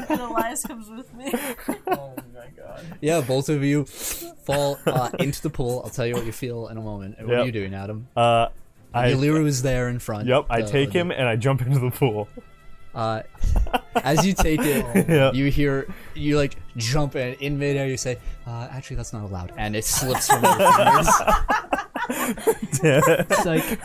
Speaker 4: And Elias comes with me.
Speaker 5: oh my god.
Speaker 1: yeah both of you fall uh, into the pool i'll tell you what you feel in a moment and what
Speaker 2: Yep.
Speaker 1: are you doing adam
Speaker 2: Uh, I
Speaker 1: Yaliru is there in front
Speaker 2: yep. I
Speaker 1: Uh,
Speaker 2: take him and I jump into the pool.
Speaker 1: Uh, as you take it,
Speaker 2: Yeah.
Speaker 1: you hear you like jump in in midair. You say, uh, "Actually, that's not allowed," and it slips from your fingers.
Speaker 7: It's like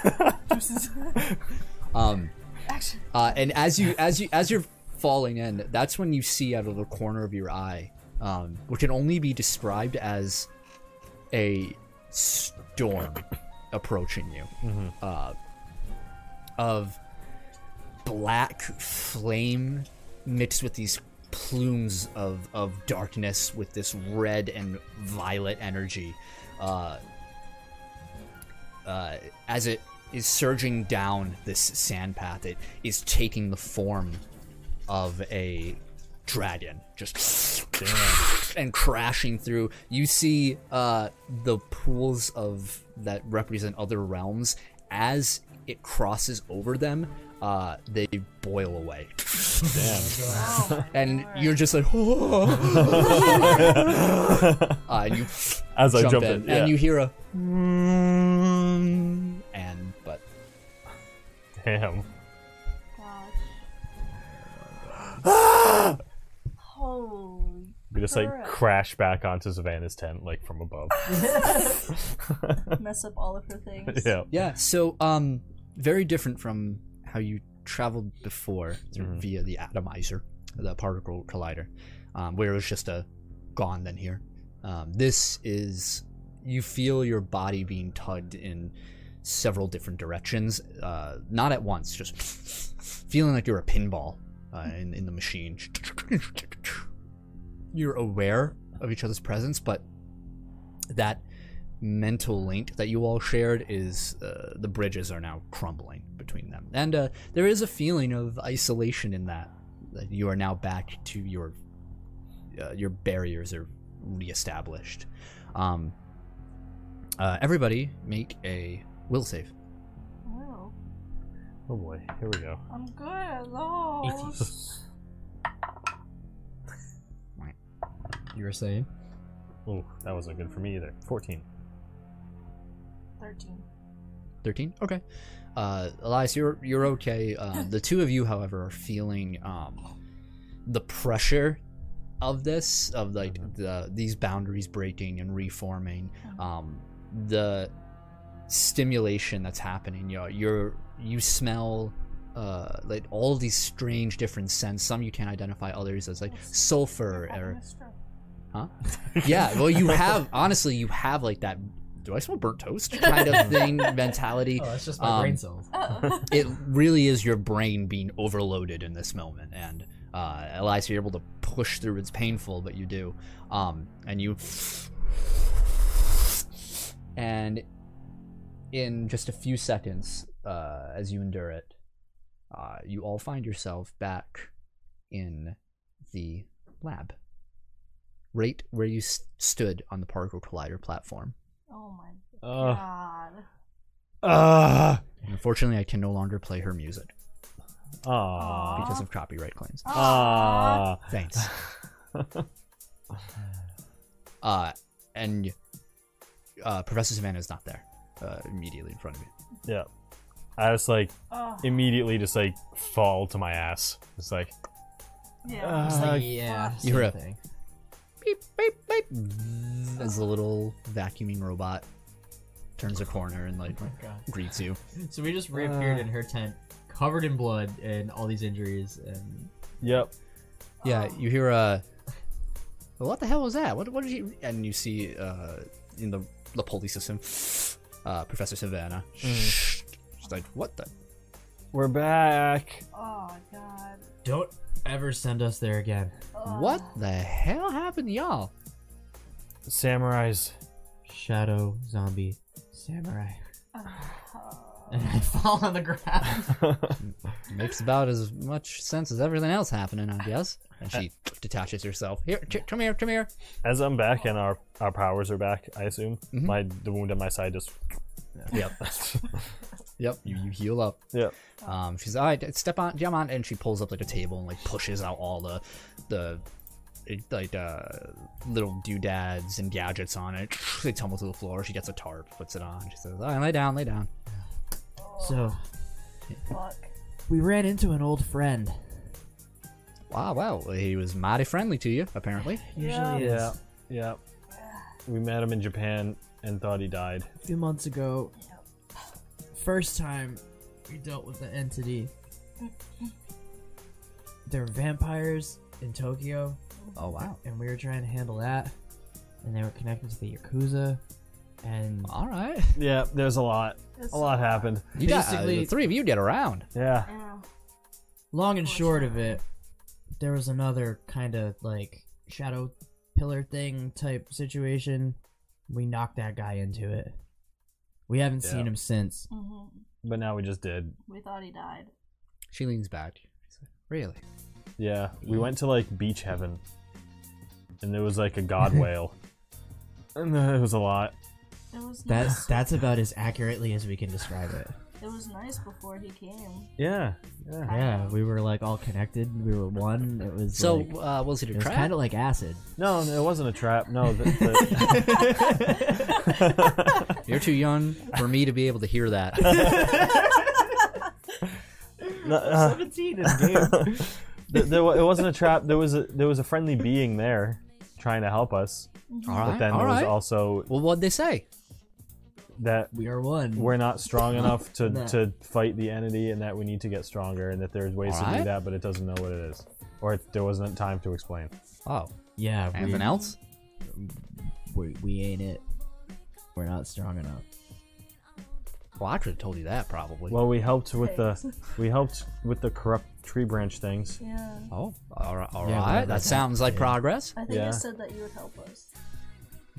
Speaker 1: Um,
Speaker 4: Actually,
Speaker 1: uh, and as you as you as you're falling in, that's when you see out of the corner of your eye, um, what can only be described as a storm approaching you, uh, of black flame mixed with these plumes of of darkness with this red and violet energy. Uh, uh, as it is surging down this sand path, it is taking the form of a dragon, just and crashing through. You see uh, the pools of that represent other realms as it crosses over them. Uh, they boil away,
Speaker 4: oh
Speaker 1: and you're just like, uh, and you
Speaker 2: As I
Speaker 1: jump,
Speaker 2: jump
Speaker 1: in,
Speaker 2: in, yeah.
Speaker 1: and you hear a and but
Speaker 2: Damn.
Speaker 4: gosh. Holy.
Speaker 2: We just like
Speaker 4: Correct.
Speaker 2: crash back onto Savannah's tent, like from above.
Speaker 4: Mess up all of her things.
Speaker 2: yeah.
Speaker 1: yeah so um very different from how you traveled before through via the atomizer the particle collider, um, where it was just a gone then here. Um, this is you feel your body being tugged in several different directions, uh, not at once, just feeling like you're a pinball uh, in, in the machine. You're aware of each other's presence, but that mental link that you all shared is uh, the bridges are now crumbling between them. And uh, there is a feeling of isolation in that, that you are now back to your uh, your barriers are reestablished. Um, uh, everybody make a will save.
Speaker 4: Oh,
Speaker 2: Oh boy, here we go.
Speaker 4: I'm good Oh. at those.
Speaker 5: You were saying?
Speaker 2: Oh, that wasn't good for me either. 14.
Speaker 4: 13.
Speaker 1: 13 okay uh elias you're you're okay um, the two of you however are feeling um the pressure of this of like the these boundaries breaking and reforming um the stimulation that's happening you know, you're you smell uh like all these strange different scents some you can't identify others as like sulfur
Speaker 4: I'm
Speaker 1: or
Speaker 4: a stroke.
Speaker 1: yeah, well, you have honestly, you have like that. Do I smell burnt toast? Kind of thing mentality.
Speaker 5: Oh, that's just my brain
Speaker 1: Um,
Speaker 5: cells.
Speaker 1: It really is your brain being overloaded in this moment, and uh, Elias, you're able to push through. It's painful, but you do, um, and you, and in just a few seconds, uh, as you endure it, uh, you all find yourself back in the lab right where you s- stood on the particle collider platform.
Speaker 4: Oh my
Speaker 2: Uh,
Speaker 4: god.
Speaker 2: uh,
Speaker 1: Unfortunately, I can no longer play her music
Speaker 2: aw.
Speaker 1: because of copyright claims.
Speaker 4: Aw.
Speaker 2: Aw.
Speaker 1: Thanks. uh, and uh, Professor Savannah is not there uh, immediately in front of you.
Speaker 2: Yeah. I was like,
Speaker 4: Oh,
Speaker 2: immediately just like fall to my ass. It's like,
Speaker 4: yeah.
Speaker 5: It's like,
Speaker 2: uh,
Speaker 5: yeah,
Speaker 1: You're
Speaker 5: same
Speaker 1: up.
Speaker 5: thing.
Speaker 1: Beep, beep, beep. As the little vacuuming robot turns a corner and like
Speaker 5: Oh my God.
Speaker 1: greets you.
Speaker 5: So we just
Speaker 7: Uh.
Speaker 5: reappeared in her tent, covered in blood and all these injuries, and
Speaker 2: yep.
Speaker 1: Yeah, you hear a. Well, what the hell was that? What? What did you? And you see uh, in the the police system, uh, Professor Savannah. She's like, what the?
Speaker 2: We're back.
Speaker 4: Oh god. Oh,
Speaker 5: don't ever send us there again.
Speaker 1: What the hell happened to y'all?
Speaker 2: Samurais.
Speaker 5: Shadow zombie samurai.
Speaker 4: oh,
Speaker 5: and I fall on the ground.
Speaker 1: Makes about as much sense as everything else happening, I guess. And she detaches herself. Here, t- come here, come here.
Speaker 2: As I'm back and our, our powers are back, I assume, my the wound on my side just.
Speaker 1: Yep, yep. You, you heal up.
Speaker 2: Yep.
Speaker 1: Um, she's all right. Step on, jump on, and she pulls up like a table and like pushes out all the, the, it- like uh, little doodads and gadgets on it. They tumble to the floor. She gets a tarp, puts it on. She says, "All right, lay down, lay down."
Speaker 7: So,
Speaker 4: Fuck.
Speaker 7: we ran into an old friend.
Speaker 1: Wow, wow. He was mighty friendly to you, apparently.
Speaker 7: Usually
Speaker 2: Yeah.
Speaker 7: is.
Speaker 2: Yeah. We met him in Japan and thought he died.
Speaker 7: A few months ago, first time we dealt with the entity. There were vampires in Tokyo,
Speaker 1: Oh wow.
Speaker 7: and we were trying to handle that. And they were connected to the Yakuza. And
Speaker 1: All right.
Speaker 2: Yeah, there's a lot.
Speaker 4: It's-
Speaker 2: A lot happened.
Speaker 1: You got, uh,
Speaker 7: Basically-
Speaker 1: the three of you get around.
Speaker 2: Yeah.
Speaker 4: Yeah.
Speaker 7: long and short of it, there was another kind of like shadow pillar thing type situation. We knocked that guy into it. We haven't seen
Speaker 2: Yeah.
Speaker 7: him since.
Speaker 4: hmm
Speaker 2: But now we just did.
Speaker 4: We thought he died.
Speaker 1: She leans back. She's like, Really?
Speaker 2: Yeah, we went to like beach heaven, and there was like a god whale, and uh, it was a lot.
Speaker 4: It was nice.
Speaker 7: That's that's about as accurately as we can describe it.
Speaker 4: It was nice before he came.
Speaker 2: Yeah, yeah.
Speaker 7: Yeah, we were like all connected. We were one. It was
Speaker 1: So,
Speaker 7: like-
Speaker 1: uh, was it a
Speaker 7: it was
Speaker 1: trap?
Speaker 7: kind of like acid.
Speaker 2: No, no, it wasn't a trap. No, the, the,
Speaker 1: You're too young for me to be able to hear that.
Speaker 2: no, uh,
Speaker 7: Seventeen in game.
Speaker 2: th- there, wa- it wasn't a trap. There was a there was a friendly being there, trying to help us.
Speaker 1: All right.
Speaker 2: But then
Speaker 1: all
Speaker 2: there was
Speaker 1: right.
Speaker 2: also
Speaker 1: well, what'd they say?
Speaker 2: that
Speaker 7: we are one.
Speaker 2: we're not strong enough to,
Speaker 7: No.
Speaker 2: to fight the entity, and that we need to get stronger, and that there's ways to do
Speaker 1: Alright.
Speaker 2: that, but it doesn't know what it is. or it, there wasn't time to explain.
Speaker 1: Oh,
Speaker 5: Yeah.
Speaker 1: anything else?
Speaker 5: We, we ain't it. We're not strong enough.
Speaker 1: Well, I could have told you that probably.
Speaker 2: Well, we helped with the we helped with the corrupt tree branch things.
Speaker 4: Yeah.
Speaker 1: oh, all right. All
Speaker 5: Yeah,
Speaker 1: right.
Speaker 5: whatever
Speaker 1: That
Speaker 5: that
Speaker 1: sounds like
Speaker 5: is.
Speaker 1: progress.
Speaker 4: I think
Speaker 2: Yeah.
Speaker 4: you said that you would help us.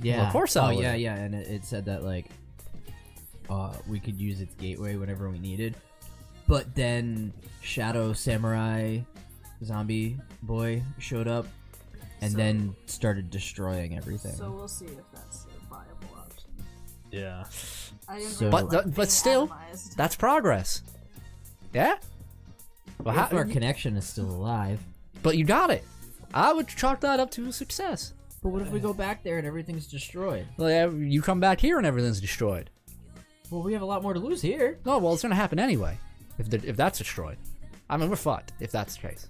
Speaker 5: Yeah.
Speaker 1: Well, of course I
Speaker 5: Oh
Speaker 1: would.
Speaker 5: yeah, yeah, and it, it said that like, uh, we could use its gateway whenever we needed, but then Shadow Samurai, Zombie Boy showed up, and
Speaker 4: So-
Speaker 5: then started destroying everything.
Speaker 4: So we'll see if that's a viable option.
Speaker 2: Yeah.
Speaker 4: I didn't
Speaker 5: So-
Speaker 4: really
Speaker 1: But
Speaker 4: like
Speaker 1: th- but
Speaker 4: being
Speaker 1: still-
Speaker 4: atomized.
Speaker 1: That's progress. Yeah. Well,
Speaker 5: if our
Speaker 1: how,
Speaker 5: connection is still alive.
Speaker 1: but you got it. I would chalk that up to a success.
Speaker 5: But what if we go back there and everything's destroyed?
Speaker 1: Well, yeah, you come back here and everything's destroyed.
Speaker 5: Well, we have a lot more to lose here.
Speaker 1: No, well, it's gonna happen anyway. If the, if that's destroyed, I mean, we're fucked if that's the case,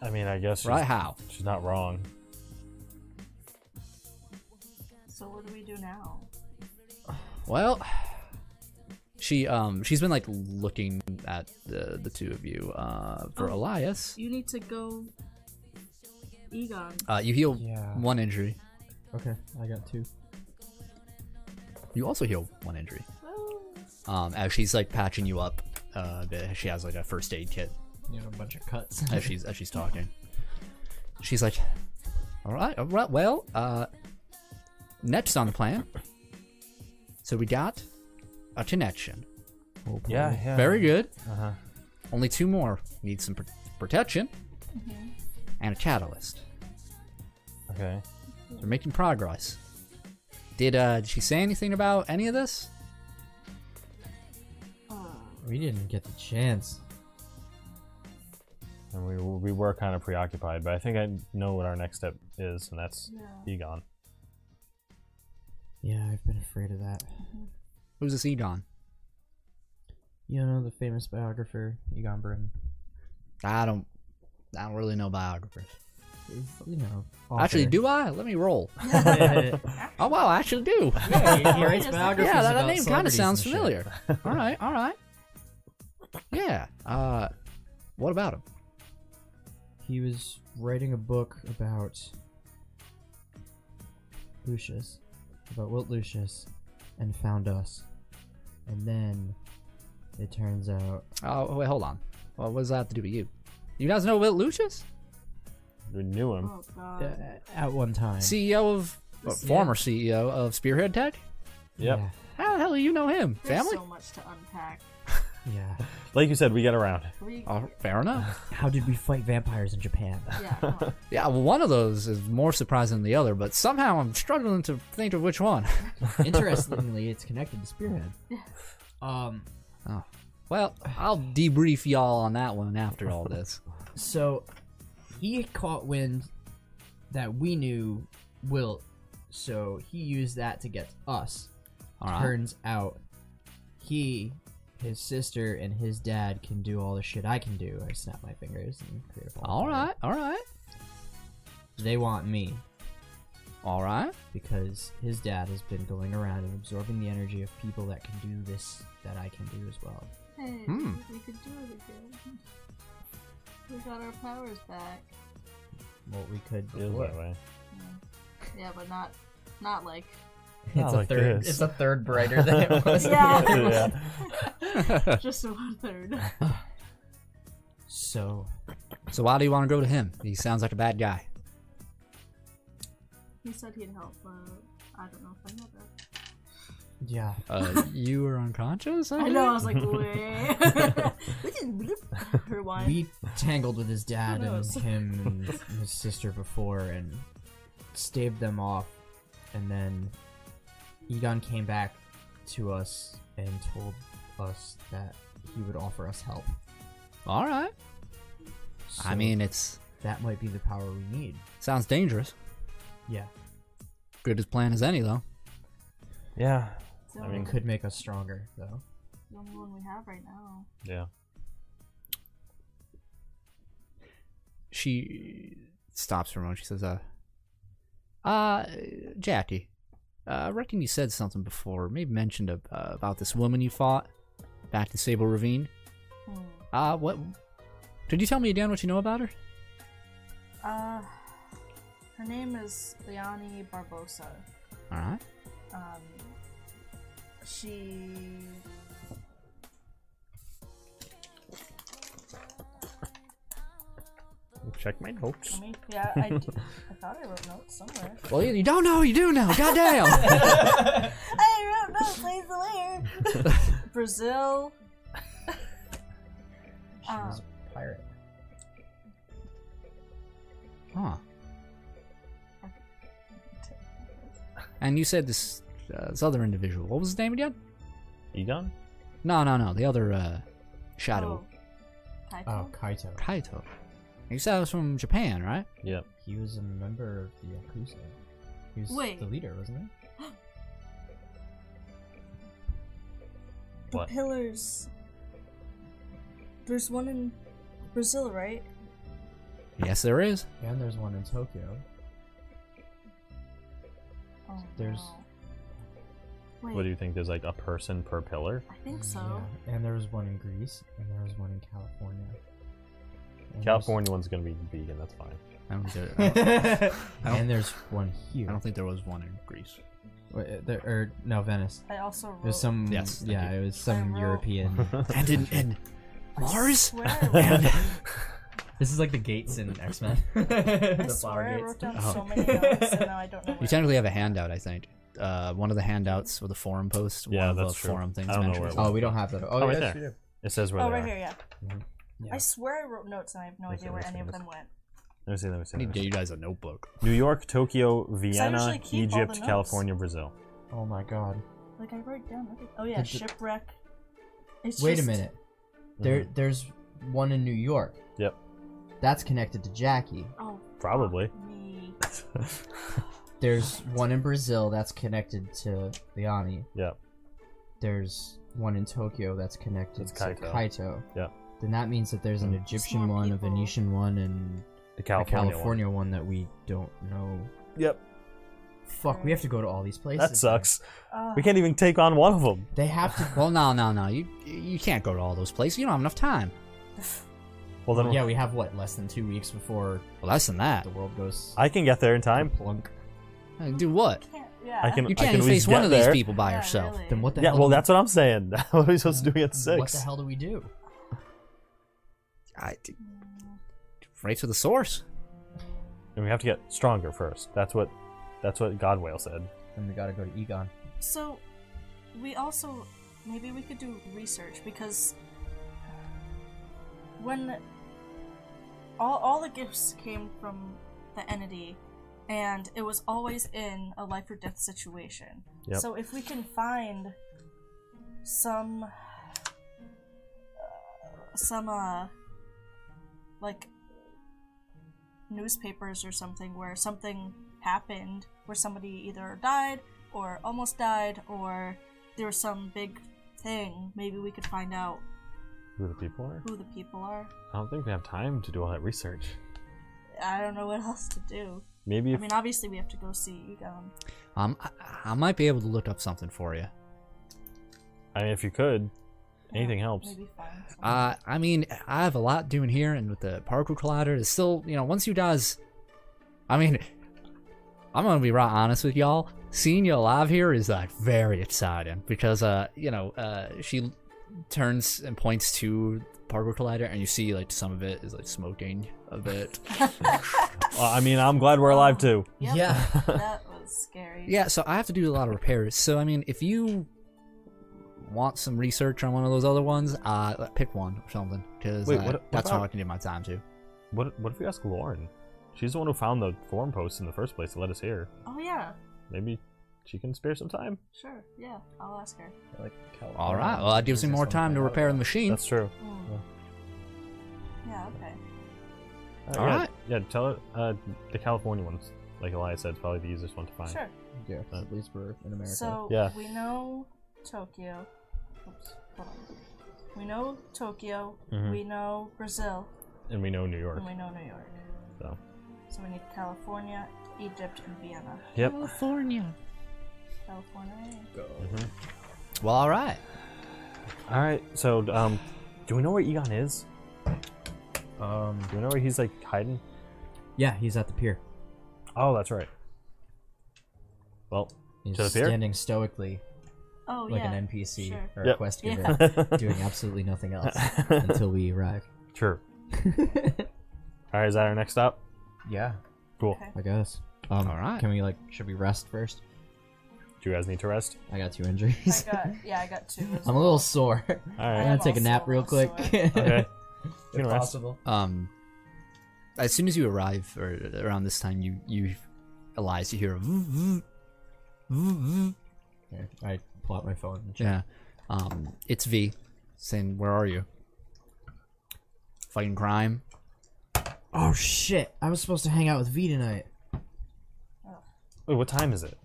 Speaker 2: I mean, I guess she's,
Speaker 1: right? How?
Speaker 2: she's not wrong.
Speaker 4: So what do we do now?
Speaker 1: Well, she um she's been like looking at the the two of you uh for Elias.
Speaker 4: You need to go. Egon.
Speaker 1: Uh, you heal
Speaker 5: Yeah.
Speaker 1: one injury.
Speaker 5: Okay, I got two.
Speaker 1: You also heal one injury.
Speaker 4: Well,
Speaker 1: Um, as she's like patching you up, uh, the- she has like a first aid kit
Speaker 5: You have a bunch of cuts.
Speaker 1: as she's as she's talking. She's like, "All right, all right. Well, uh, next on the plan. So we got a connection.
Speaker 5: Oh,
Speaker 2: Yeah, yeah.
Speaker 1: Very good.
Speaker 2: Uh-huh.
Speaker 1: Um, Only two more need some pr- protection and a catalyst.
Speaker 2: Okay.
Speaker 1: They're making progress. Did uh, did she say anything about any of this?
Speaker 5: We didn't get the chance.
Speaker 2: And we we were kind of preoccupied, but I think I know what our next step is, and that's Egon.
Speaker 5: Yeah, I've been afraid of that.
Speaker 1: Who's this Egon?
Speaker 5: You know the famous biographer Egon Brim.
Speaker 1: I don't. I don't really know biographers.
Speaker 5: is, you know.
Speaker 1: Actually, do I? Let me roll.
Speaker 5: yeah,
Speaker 1: Oh wow, I actually do.
Speaker 5: he writes biographies
Speaker 1: yeah, that, that
Speaker 5: about
Speaker 1: name kind of
Speaker 5: celebrities
Speaker 1: sounds
Speaker 5: and shit.
Speaker 1: familiar. all right, all right. Yeah. Uh, what about him?
Speaker 5: He was writing a book about Lucius, about Wilt Lucius, and found us. And then it turns out,
Speaker 1: Oh wait, hold on. What does that have to do with you? You guys know Will Lucius,
Speaker 2: We knew him.
Speaker 4: oh god.
Speaker 5: uh, at one time,
Speaker 1: CEO of uh, former CEO of Spearhead Tech.
Speaker 2: Yep.
Speaker 5: yeah,
Speaker 1: How the hell do you know him?
Speaker 4: There's
Speaker 1: Family?
Speaker 4: so much to unpack.
Speaker 5: yeah.
Speaker 2: Like you said, we get around.
Speaker 4: We,
Speaker 1: Oh, fair enough.
Speaker 5: How did we fight vampires in Japan?
Speaker 4: yeah. no.
Speaker 1: Yeah, well, one of those is more surprising than the other, but somehow I'm struggling to think of which one.
Speaker 5: Interestingly, it's connected to Spearhead. Um,
Speaker 1: Well, I'll debrief y'all on that one after all this.
Speaker 5: So he caught wind that we knew Wilt, so he used that to get us.
Speaker 1: All right.
Speaker 5: Turns out he, his sister, and his dad can do all the shit I can do. I snap my fingers and create a
Speaker 1: All
Speaker 5: bonfire.
Speaker 1: right. All right.
Speaker 5: They want me
Speaker 1: All right.
Speaker 5: because his dad has been going around and absorbing the energy of people that can do this that I can do as well.
Speaker 4: Hey,
Speaker 1: Hmm.
Speaker 4: we could do it again. We got our powers back.
Speaker 5: What we could
Speaker 2: Feels
Speaker 5: before.
Speaker 2: that way.
Speaker 4: Yeah, but not, not like.
Speaker 2: Not
Speaker 5: It's a
Speaker 2: like this.
Speaker 5: third. It's
Speaker 9: It's a third brighter than it was.
Speaker 4: Yeah.
Speaker 2: yeah.
Speaker 4: Just one third.
Speaker 5: So
Speaker 1: So why do you want to go to him? He sounds like a bad guy.
Speaker 4: He said he'd help, but I don't know if I know that.
Speaker 5: yeah,
Speaker 1: Uh, you were unconscious.
Speaker 4: I know. I was like, wait. Rewind.
Speaker 5: we tangled with his dad
Speaker 4: Who
Speaker 5: and
Speaker 4: knows?
Speaker 5: him and his sister before and staved them off and then egon came back to us and told us that he would offer us help
Speaker 1: All right. I
Speaker 5: So
Speaker 1: mean, it's
Speaker 5: that might be the power we need
Speaker 1: sounds dangerous.
Speaker 5: yeah
Speaker 1: Good as plan as any, though.
Speaker 2: Yeah.
Speaker 4: It's the
Speaker 2: I
Speaker 4: only
Speaker 1: Mm.
Speaker 2: mean-
Speaker 5: it could make us stronger though
Speaker 4: the only one we have right now.
Speaker 2: Yeah.
Speaker 1: She stops for a moment. She says, "Uh, uh, Jackie, uh, I reckon you said something before. Maybe mentioned ab- uh, about this woman you fought back in Sable Ravine.
Speaker 4: Hmm.
Speaker 1: Uh, what? Could you tell me again what you know about her?
Speaker 4: Uh, her name is Liani Barbosa.
Speaker 1: All right.
Speaker 4: Um, she.
Speaker 2: Check my notes.
Speaker 4: let me- Yeah, I, d- I thought I wrote notes somewhere.
Speaker 1: Well, you, you don't know. You do know. Goddamn.
Speaker 4: I wrote notes. I swear. Brazil. Um,
Speaker 3: Pirate.
Speaker 1: huh. And you said this uh, this other individual. What was his name again?
Speaker 2: Egon?
Speaker 1: No, no, no. The other uh, shadow,
Speaker 4: Oh. Taito?
Speaker 5: Oh, Kaito.
Speaker 1: Kaito. You said it was from Japan, right?
Speaker 2: Yep.
Speaker 5: He was a member of the Yakuza. He was
Speaker 4: Wait.
Speaker 5: the leader, wasn't he?
Speaker 4: The
Speaker 2: What?
Speaker 4: pillars. There's one in Brazil, right?
Speaker 1: Yes, there is.
Speaker 5: And there's one in Tokyo.
Speaker 4: Oh,
Speaker 5: There's-
Speaker 4: no. Wait,
Speaker 2: What do you think? There's like a person per pillar?
Speaker 4: I think so.
Speaker 5: Yeah. And there was one in Greece, and there was one in California. And
Speaker 2: California one's gonna be vegan, that's fine.
Speaker 1: I don't, think there, I, don't,
Speaker 5: There's...
Speaker 1: I don't-
Speaker 5: and there's one here.
Speaker 1: I don't think there was one in Greece.
Speaker 5: Wait, uh, there, or no, Venice.
Speaker 4: I also wrote.
Speaker 5: It was some.
Speaker 1: Yes, thank
Speaker 5: yeah,
Speaker 1: you.
Speaker 5: it was some
Speaker 4: wrote-
Speaker 5: European.
Speaker 1: And in, in Mars?
Speaker 4: Swear I wrote-
Speaker 5: this is like the gates in X Men.
Speaker 4: I
Speaker 5: the
Speaker 4: swear
Speaker 5: flower
Speaker 4: I
Speaker 5: gates.
Speaker 4: wrote down
Speaker 1: Oh.
Speaker 4: so many notes, and now I don't know.
Speaker 1: You
Speaker 4: where-
Speaker 1: technically have a handout, I think. Uh, one of the handouts or the forum post.
Speaker 2: Yeah,
Speaker 1: one of
Speaker 2: that's
Speaker 1: the
Speaker 2: true.
Speaker 1: forum things
Speaker 2: I don't know
Speaker 1: mentions.
Speaker 2: where it was.
Speaker 5: Oh, we don't have that. Oh,
Speaker 2: Oh,
Speaker 5: yeah,
Speaker 2: right there.
Speaker 5: yes, we do.
Speaker 2: It says where
Speaker 4: Oh,
Speaker 2: they
Speaker 4: right
Speaker 2: are.
Speaker 4: here, yeah.
Speaker 5: Yeah.
Speaker 4: I swear I wrote notes, and I have no
Speaker 2: Let's
Speaker 4: idea
Speaker 2: see,
Speaker 4: where
Speaker 2: let's
Speaker 4: any
Speaker 2: see,
Speaker 4: of
Speaker 2: let's-
Speaker 4: them went.
Speaker 2: Let me see, let me see.
Speaker 1: I
Speaker 2: Let
Speaker 1: need
Speaker 2: me
Speaker 1: to
Speaker 2: see.
Speaker 1: get you guys a notebook.
Speaker 2: New York, Tokyo,
Speaker 4: usually
Speaker 2: Vienna,
Speaker 4: keep all the
Speaker 2: Egypt,
Speaker 4: notes.
Speaker 2: California, Brazil.
Speaker 5: Oh my God.
Speaker 4: Like I wrote down. Everything. Oh yeah,
Speaker 5: Did you-
Speaker 4: shipwreck. It's
Speaker 5: Wait a
Speaker 4: just-
Speaker 5: minute. There, there's one in New York.
Speaker 2: Mm-hmm. Yep.
Speaker 5: That's connected to Jackie.
Speaker 4: Oh,
Speaker 2: Mm-hmm. Probably.
Speaker 4: me.
Speaker 5: There's one in Brazil that's connected to Liani.
Speaker 2: Yep.
Speaker 5: There's one in Tokyo that's connected
Speaker 2: It's
Speaker 5: to
Speaker 2: Kaito.
Speaker 5: Kaito.
Speaker 2: Yep.
Speaker 5: Then that means that there's an
Speaker 2: Mm.
Speaker 5: Egyptian
Speaker 4: Smart
Speaker 5: one,
Speaker 4: people.
Speaker 5: a Venetian one, and
Speaker 2: The
Speaker 5: a
Speaker 2: California,
Speaker 5: California one. that we don't know.
Speaker 2: Yep.
Speaker 5: Fuck, we have to go to all these places.
Speaker 2: That sucks.
Speaker 4: Uh,
Speaker 2: We can't even take on one of them.
Speaker 5: They have to.
Speaker 1: Well, no, no, no. You you can't go to all those places. You don't have enough time.
Speaker 2: Well, then
Speaker 5: yeah, we have what less than two weeks before
Speaker 1: Well, less than that.
Speaker 5: the world goes
Speaker 2: I can get there in time.
Speaker 5: plunk.
Speaker 1: Uh, Do what?
Speaker 4: can't, yeah.
Speaker 2: I can.
Speaker 1: You
Speaker 2: I can
Speaker 1: can't
Speaker 2: at
Speaker 1: even
Speaker 2: least
Speaker 1: face one
Speaker 2: get
Speaker 1: of
Speaker 2: there.
Speaker 1: these people by
Speaker 4: Yeah,
Speaker 1: yourself.
Speaker 4: really.
Speaker 5: Then what the
Speaker 2: Yeah,
Speaker 5: hell?
Speaker 2: well,
Speaker 5: do-
Speaker 2: that's what I'm saying. what are we supposed to do at six?
Speaker 5: What the hell do we do?
Speaker 1: I, d- right to the source.
Speaker 2: And we have to get stronger first. That's what. That's what God Whale said.
Speaker 5: Then we gotta go to Egon.
Speaker 4: So, we also maybe we could do research because when all all the gifts came from the entity, and it was always in a life or death situation.
Speaker 2: Yep.
Speaker 4: So if we can find some uh, some uh like newspapers or something where something happened where somebody either died or almost died or there was some big thing maybe we could find out
Speaker 2: Who the people are?
Speaker 4: who the people are
Speaker 2: I don't think we have time to do all that research.
Speaker 4: i don't know what else to do
Speaker 2: Maybe
Speaker 4: i
Speaker 2: if
Speaker 4: mean obviously we have to go see egon
Speaker 1: Um, I, I might be able to look up something for you.
Speaker 2: I mean, if you could, anything
Speaker 4: Yeah,
Speaker 2: helps.
Speaker 4: maybe find some-
Speaker 1: Uh, I mean, I have a lot doing here, and with the parkour collider, it's still, you know, once you guys, I mean, I'm gonna be right honest with y'all. Seeing you alive here is like very exciting because, uh, you know, uh, she turns and points to the parkour collider, and you see like some of it is like smoking a bit.
Speaker 2: Uh, I mean, I'm glad we're alive too.
Speaker 4: Yep,
Speaker 5: Yeah.
Speaker 4: that was scary
Speaker 1: yeah, so I have to do a lot of repairs. So I mean, if you want some research on one of those other ones, uh, pick one or something because
Speaker 2: Wait, what- what
Speaker 1: that's how
Speaker 2: about-
Speaker 1: I can do my time too.
Speaker 2: What What if we ask Lauren? She's the one who found the forum post in the first place to let us here.
Speaker 4: oh yeah
Speaker 2: Maybe she can spare some time.
Speaker 4: sure yeah i'll ask her
Speaker 5: Like California.
Speaker 1: All right. Well, that gives me more time to repair the machine.
Speaker 2: That's true.
Speaker 4: Mm. yeah okay
Speaker 1: All
Speaker 2: Uh, yeah,
Speaker 1: right.
Speaker 2: Yeah, tell her uh, the California ones. Like Elias said, it's probably the easiest one to find.
Speaker 4: sure
Speaker 5: Yeah, at least we're in America.
Speaker 4: So
Speaker 2: Yeah.
Speaker 4: we know Tokyo. Oops, hold on. We know Tokyo.
Speaker 2: Mhm.
Speaker 4: We know Brazil,
Speaker 2: And we know New York.
Speaker 4: and we know New York.
Speaker 2: So.
Speaker 4: So we need California, Egypt, and Vienna.
Speaker 2: Yep.
Speaker 4: California. eh?
Speaker 1: Well, all right.
Speaker 2: All right. So, um, do we know where Egon is?
Speaker 5: um,
Speaker 2: Do we know where he's like hiding?
Speaker 7: Yeah, he's at the pier.
Speaker 2: Oh, that's right. Well,
Speaker 5: He's
Speaker 2: To the pier?
Speaker 5: standing stoically
Speaker 4: Oh
Speaker 5: like
Speaker 4: yeah.
Speaker 5: an NPC
Speaker 4: Sure.
Speaker 5: or a
Speaker 2: Yep.
Speaker 5: quest
Speaker 4: Yeah.
Speaker 5: giver, doing absolutely nothing else until we arrive.
Speaker 2: sure. All right, is that our next stop?
Speaker 5: Yeah,
Speaker 2: Cool.
Speaker 4: Okay.
Speaker 5: I guess. Um,
Speaker 1: All right.
Speaker 5: Can we like? Should we rest first?
Speaker 2: Do you guys need to rest?
Speaker 5: I got two
Speaker 4: I
Speaker 5: injuries.
Speaker 4: got yeah, I got two. as
Speaker 5: I'm a
Speaker 4: well.
Speaker 5: little sore. I'm
Speaker 2: All right.
Speaker 4: am
Speaker 5: gonna take a
Speaker 4: also
Speaker 5: nap real
Speaker 4: little
Speaker 5: quick.
Speaker 2: Okay. You
Speaker 3: If
Speaker 2: can rest.
Speaker 3: possible.
Speaker 1: Um, as soon as you arrive, or around this time, you you, Elias, you hear a vroom, vroom, vroom, vroom.
Speaker 5: Okay, I pull out my phone. And check.
Speaker 1: yeah. Um, it's V, saying, "Where are you? Fighting crime?
Speaker 7: Oh shit! I was supposed to hang out with V tonight.
Speaker 2: Wait, what time is it?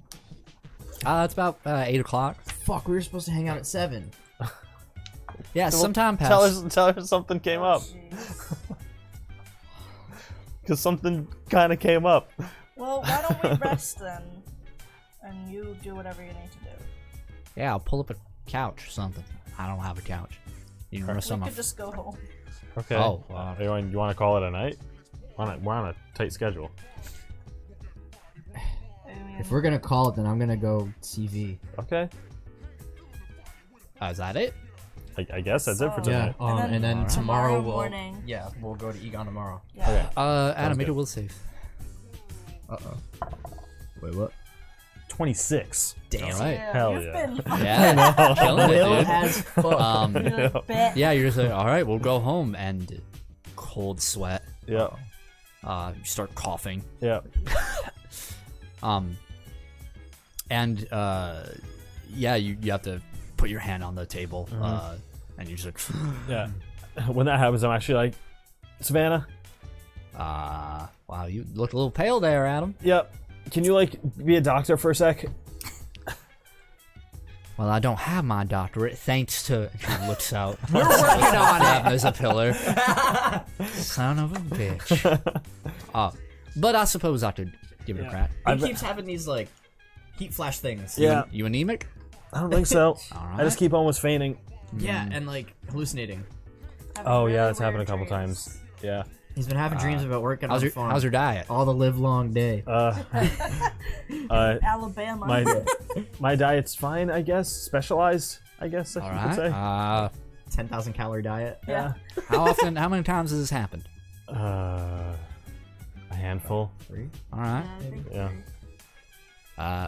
Speaker 1: Uh, it's about uh, eight o'clock.
Speaker 7: Fuck, we were supposed to hang out at seven.
Speaker 1: Yeah, sometime past.
Speaker 2: Tell her, tell her something came up. Because something kind of came up.
Speaker 4: Well, why don't we rest then, and you do whatever you need to do.
Speaker 1: Yeah, I'll pull up a couch or something. I don't have a couch. You can rest on
Speaker 4: we
Speaker 1: my.
Speaker 4: could just go home.
Speaker 2: Okay. Uh,
Speaker 1: Oh, wow.
Speaker 2: You want, you want to call it a night? We're on a, we're on a tight schedule.
Speaker 4: I mean,
Speaker 5: If we're gonna call it, then I'm gonna go CV.
Speaker 2: Okay.
Speaker 1: Uh, is that it?
Speaker 2: I, I guess that's it for
Speaker 4: So- Yeah.
Speaker 2: tonight.
Speaker 5: Um, and then tomorrow, we'll.
Speaker 4: morning.
Speaker 5: Yeah, we'll go to Egon tomorrow.
Speaker 4: Yeah.
Speaker 2: Okay.
Speaker 1: Uh, Adam, make
Speaker 2: good.
Speaker 1: a will save.
Speaker 5: Uh oh. Wait, what?
Speaker 2: 26.
Speaker 1: Damn. All right.
Speaker 4: Yeah,
Speaker 2: Hell
Speaker 4: you've
Speaker 2: yeah.
Speaker 4: been
Speaker 1: Yeah. Killing it, dude.
Speaker 5: As fuck.
Speaker 1: Um,
Speaker 4: fucking bad.
Speaker 1: yeah, you're just like, all right, we'll go home. And cold sweat.
Speaker 2: Yeah.
Speaker 1: Uh, you start coughing.
Speaker 2: Yeah.
Speaker 1: Um, and uh, yeah, you, you have to put your hand on the table, uh, and you just like,
Speaker 2: Yeah. When that happens, I'm actually like, Savannah,
Speaker 1: uh, wow, you look a little pale there, Adam.
Speaker 2: yep. Can you, like, be a doctor for a sec?
Speaker 1: Well, I don't have my doctorate, thanks to. and She looks out. We're working on it. There's a pillar. Son of a bitch. Uh, but I suppose I could give it a crack.
Speaker 5: He keeps having these like heat flash things.
Speaker 2: Yeah.
Speaker 1: You anemic?
Speaker 2: I don't think so.
Speaker 1: All
Speaker 2: I
Speaker 1: right.
Speaker 2: just keep almost fainting.
Speaker 5: Yeah, Mm-hmm. and like hallucinating.
Speaker 4: Have
Speaker 2: Oh,
Speaker 4: really
Speaker 2: yeah, that's happened a
Speaker 4: weird
Speaker 2: couple
Speaker 4: dreams.
Speaker 2: times. Yeah.
Speaker 5: He's been having dreams about working
Speaker 1: How's
Speaker 5: on
Speaker 1: your
Speaker 5: a farm
Speaker 1: How's your diet?
Speaker 5: all the live long day.
Speaker 2: Uh, uh,
Speaker 4: Alabama.
Speaker 2: my my diet's fine, I guess. Specialized, I guess I
Speaker 1: All
Speaker 2: could
Speaker 1: right.
Speaker 2: say.
Speaker 1: Uh,
Speaker 5: Ten thousand calorie diet.
Speaker 4: yeah.
Speaker 1: how often? How many times has this happened?
Speaker 2: Uh, a handful.
Speaker 5: Three.
Speaker 1: All right.
Speaker 4: I think
Speaker 2: Yeah.
Speaker 1: Uh,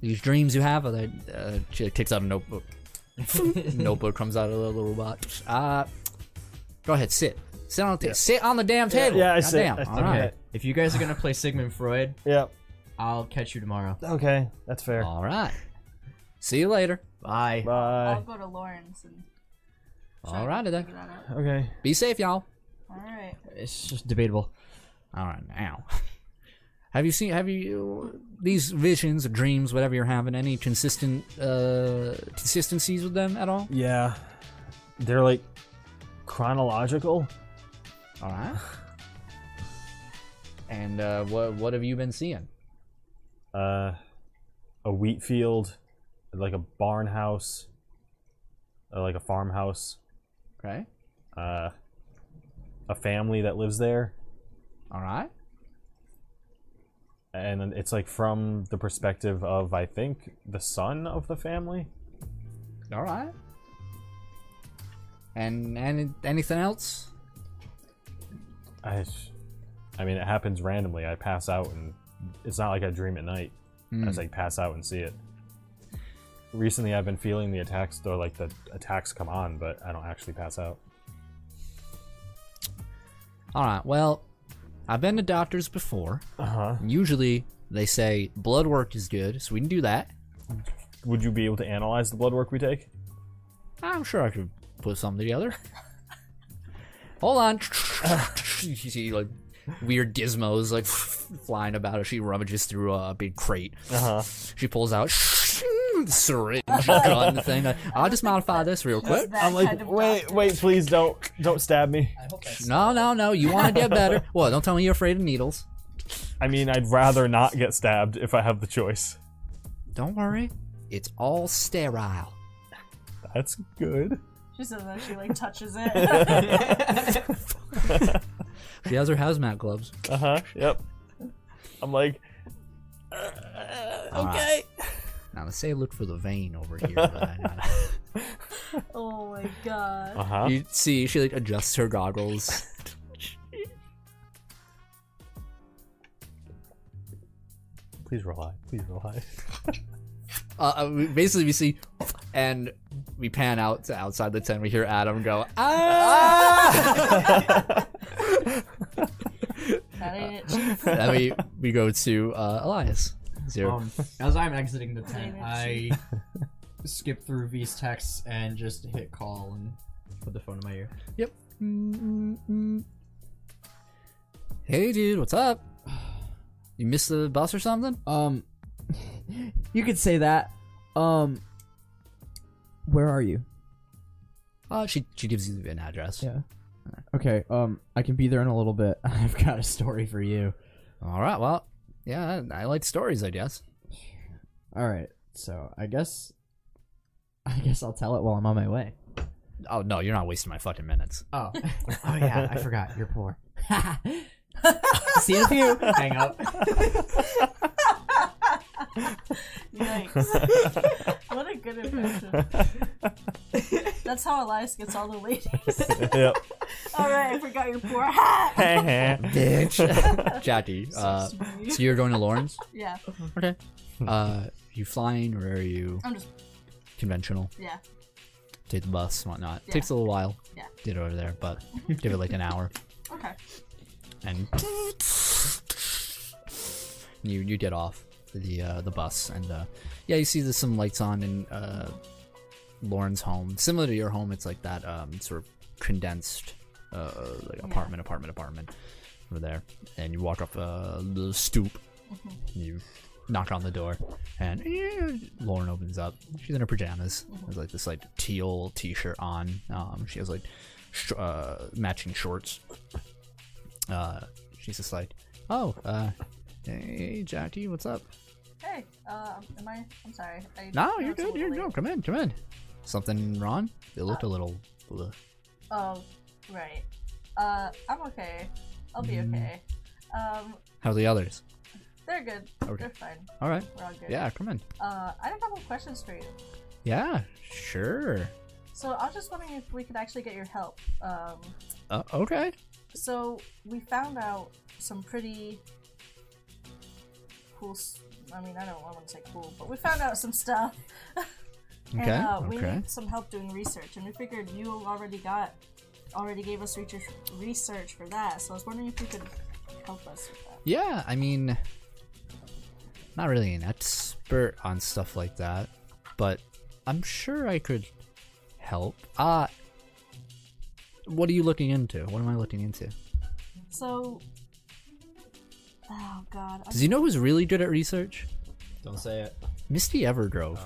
Speaker 1: these dreams you have, are they, uh, she takes out a notebook.
Speaker 2: Hmm.
Speaker 1: notebook comes out of the little box. Uh, go ahead, sit. Sit on the ta- sit on the damn table.
Speaker 2: yeah, I sit.
Speaker 1: Goddamn.
Speaker 2: I
Speaker 1: All
Speaker 2: sit.
Speaker 1: right.
Speaker 5: Okay. If you guys are gonna play Sigmund Freud,
Speaker 2: Yep.
Speaker 5: I'll catch you tomorrow.
Speaker 2: Okay, that's fair.
Speaker 1: All right. See you later.
Speaker 5: Bye.
Speaker 4: I'll
Speaker 2: Bye.
Speaker 4: go to Lawrence and. try
Speaker 1: All
Speaker 4: to
Speaker 1: right, then.
Speaker 4: figure that out.
Speaker 2: Okay.
Speaker 1: Be safe, y'all.
Speaker 4: All right.
Speaker 5: It's just debatable.
Speaker 1: All right, now. Have you seen? Have you these visions, dreams, whatever you're having? Any consistent uh consistencies with them at all?
Speaker 2: Yeah, they're like chronological.
Speaker 1: All right. And uh, what what have you been seeing?
Speaker 2: Uh, a wheat field, like a barn house, uh, like a farmhouse.
Speaker 1: Okay.
Speaker 2: Uh, a family that lives there,
Speaker 1: All right.
Speaker 2: and then it's like from the perspective of I think the son of the family.
Speaker 1: All right. And any, anything else?
Speaker 2: I, s- I mean, it happens randomly. I pass out, and it's not like I dream at night. I just like pass out and see it. Recently, I've been feeling the attacks, though, like the attacks come on, but I don't actually pass out.
Speaker 1: All right. Well, I've been to doctors before.
Speaker 2: Uh huh.
Speaker 1: Usually they say blood work is good, so we can do that.
Speaker 2: Would you be able to analyze the blood work we take?
Speaker 1: I'm sure I could put something together. Hold on. you see like weird gizmos like flying about as she rummages through a big crate.
Speaker 2: Uh huh.
Speaker 1: She pulls out syringe gun thing. Like, I'll just modify this real quick.
Speaker 4: That
Speaker 2: I'm
Speaker 4: kind
Speaker 2: like,
Speaker 4: of
Speaker 2: wait,
Speaker 4: doctor.
Speaker 2: wait, please don't, don't stab me.
Speaker 3: I hope that's
Speaker 1: No, no, no. You want to get better. Well, don't tell me you're afraid of needles.
Speaker 2: I mean, I'd rather not get stabbed if I have the choice.
Speaker 1: Don't worry. It's all sterile.
Speaker 2: That's good.
Speaker 4: She says that she like touches it.
Speaker 1: She has her hazmat gloves.
Speaker 2: Uh huh. Yep. I'm like,
Speaker 1: Okay. Now let's say look for the vein over here. but I don't-
Speaker 4: Oh my god.
Speaker 2: uh huh.
Speaker 1: You see, she like adjusts her goggles.
Speaker 2: Please roll high. Please roll high.
Speaker 1: Uh, uh, we- basically, we see, and we pan out to outside the tent. We hear Adam go, "Ah!"
Speaker 4: That ain't it. chief.
Speaker 1: and we we go to uh, Elias. Zero.
Speaker 5: Um, as I'm exiting the tent, I skip through V's texts and just hit call and put the phone in my ear.
Speaker 1: Yep. Mm-mm-mm. Hey, dude, what's up? You missed the bus or something?
Speaker 7: Um, you could say that. Um, where are you?
Speaker 1: Uh, she she gives you an address.
Speaker 7: Yeah. Okay. Um, I can be there in a little bit. I've got a story for you.
Speaker 1: All right. Well, yeah, I like stories, I guess.
Speaker 7: All right. So I guess, I guess I'll tell it while I'm on my way.
Speaker 1: Oh no, you're not wasting my fucking minutes.
Speaker 5: Oh, oh yeah, I forgot. You're poor.
Speaker 7: See you in a few.
Speaker 5: Hang up.
Speaker 4: Yikes. what a good impression. That's how Elias gets all the ladies.
Speaker 2: yep.
Speaker 4: Alright, I forgot your poor hat.
Speaker 1: Bitch. Jackie, uh, so
Speaker 4: Smooth.
Speaker 1: you're going to Lawrence?
Speaker 4: yeah.
Speaker 1: Okay. Uh, you flying or are you
Speaker 4: I'm just
Speaker 1: conventional?
Speaker 4: yeah.
Speaker 1: Take the bus and whatnot.
Speaker 4: Yeah.
Speaker 1: Takes a little while.
Speaker 4: Yeah.
Speaker 1: Get over there, but give it like an hour
Speaker 4: Okay.
Speaker 1: and you you get off the uh, the bus and uh, yeah, you see there's some lights on in uh, Lauren's home. Similar to your home, it's like that um, sort of condensed uh, like apartment, apartment, apartment over there. And you walk up uh, the stoop. You knock on the door, and Lauren opens up. She's in her pajamas. There's like this like teal t-shirt on. Um, she has like sh- uh, matching shorts uh, she's just like, "Oh, uh, hey, Jackie, what's up?"
Speaker 4: Hey, uh, am I? I'm sorry. I
Speaker 1: No, you're
Speaker 4: it's a
Speaker 1: good.
Speaker 4: little
Speaker 1: You're
Speaker 4: late.
Speaker 1: good. Come in, come in. Something wrong? It looked a little. bleh.
Speaker 4: Oh, right. Uh, I'm okay. I'll be
Speaker 1: Mm-hmm.
Speaker 4: okay. Um,
Speaker 1: How are the others?
Speaker 4: they're good.
Speaker 1: Okay.
Speaker 4: They're fine.
Speaker 1: All right.
Speaker 4: We're all good.
Speaker 1: Yeah, come in.
Speaker 4: Uh, I have a couple questions for you.
Speaker 1: Yeah, sure.
Speaker 4: So I was just wondering if we could actually get your help. Um,
Speaker 1: Uh, okay.
Speaker 4: so we found out some pretty cool. s- I mean, I don't want to say cool, but we found out some stuff.
Speaker 1: Okay.
Speaker 4: And, uh, we
Speaker 1: okay.
Speaker 4: need some help doing research, and we figured you already got, already gave us research research for that. So I was wondering if you could help us with that.
Speaker 1: Yeah, I mean, not really an expert on stuff like that, but I'm sure I could help. Uh, what are you looking into? What am I looking into?
Speaker 4: So, oh god,
Speaker 1: Does you know who's really good at research?
Speaker 5: Don't say it.
Speaker 1: Misty Evergrove.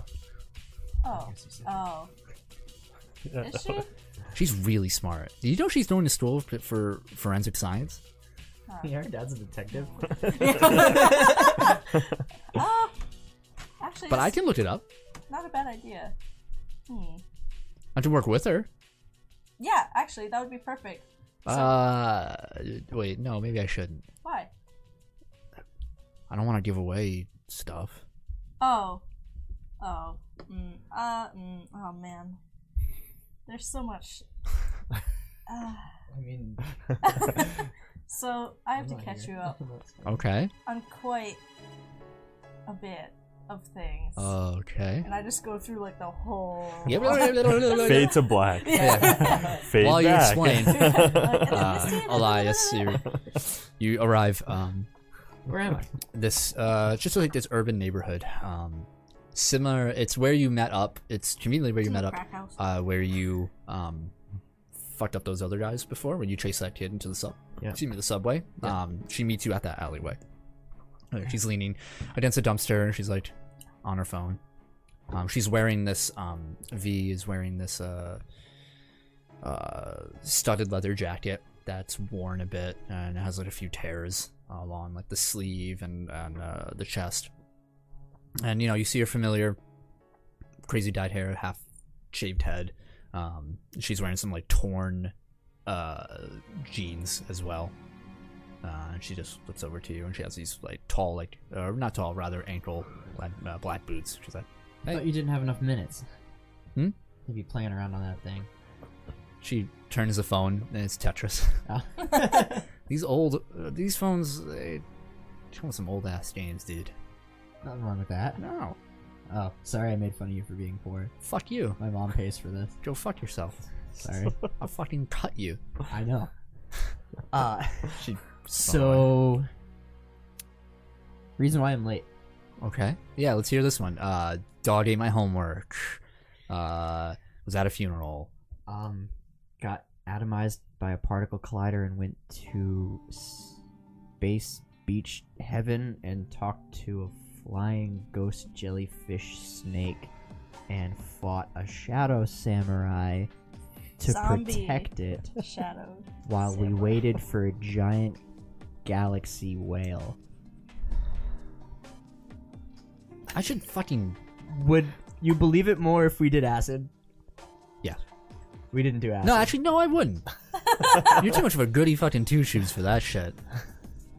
Speaker 4: oh, oh, is she?
Speaker 1: She's really smart. Do you know she's going to school for- for forensic science?
Speaker 5: Your dad's a detective.
Speaker 4: Oh, actually,
Speaker 1: But I
Speaker 4: that's
Speaker 1: can look it up.
Speaker 4: not a bad idea. Hmm.
Speaker 1: I can work with her.
Speaker 4: Yeah, actually, that would be perfect.
Speaker 1: Uh, wait, no, maybe I shouldn't.
Speaker 4: Why?
Speaker 1: I don't want to give away stuff.
Speaker 4: Oh, oh, mm, uh, mm, oh man, there's so much.
Speaker 5: I mean,
Speaker 4: So I have to catch you up.
Speaker 7: Oh.
Speaker 1: Okay.
Speaker 4: on quite a bit of things.
Speaker 1: Uh. Okay.
Speaker 4: and I just go through like the whole.
Speaker 1: Yep.
Speaker 2: Fade to black. Fade
Speaker 1: While you
Speaker 2: back.
Speaker 1: explain,
Speaker 4: Like, and then this
Speaker 1: uh,
Speaker 4: day-
Speaker 1: Elias, you, you arrive um,
Speaker 5: where am I?
Speaker 1: this uh just like this urban neighborhood um similar it's where you met up it's conveniently where you
Speaker 4: in
Speaker 1: met
Speaker 4: the
Speaker 1: up
Speaker 4: crack house.
Speaker 1: uh where you um fucked up those other guys before when you chased that kid into the sub
Speaker 5: Yeah.
Speaker 1: excuse me the subway um she meets you at that alleyway Uh, she's leaning against a dumpster and she's like on her phone um she's wearing this um v is wearing this uh uh studded leather jacket that's worn a bit and it has like a few tears along like the sleeve and and uh, the chest. And you know you see her familiar, crazy dyed hair, half shaved head. Um, she's wearing some like torn uh, jeans as well, Uh, and she just looks over to you, and she has these like tall, like uh, not tall, rather ankle black, uh, black boots. She's like,
Speaker 5: I thought you didn't have enough minutes.
Speaker 1: Hmm?
Speaker 5: You'd be playing around on that thing.
Speaker 1: she turns the phone, and it's Tetris.
Speaker 5: Oh.
Speaker 1: these old, uh, these phones, they come with some old ass games, dude.
Speaker 5: Nothing wrong with that.
Speaker 1: No,
Speaker 5: Oh, sorry I made fun of you for being poor.
Speaker 1: fuck you.
Speaker 5: My mom pays for this.
Speaker 1: Go fuck yourself.
Speaker 5: Sorry.
Speaker 1: I'll fucking cut you.
Speaker 5: I know. Uh,
Speaker 1: She-
Speaker 5: so reason why I'm late.
Speaker 1: Okay. Yeah, let's hear this one. Uh, dog ate my homework. Uh, was at a funeral.
Speaker 5: Um, got atomized by a particle collider and went to space beach heaven and talked to a flying ghost jellyfish snake and fought a shadow samurai to
Speaker 4: Zombie.
Speaker 5: protect it.
Speaker 4: Shadow.
Speaker 5: while we waited for a giant galaxy whale.
Speaker 1: I should fucking
Speaker 5: Would you believe it more if we did acid?
Speaker 1: Yeah.
Speaker 5: We didn't do acid.
Speaker 1: No, actually, no, I wouldn't. You're too much of a goody fucking two shoes for that shit.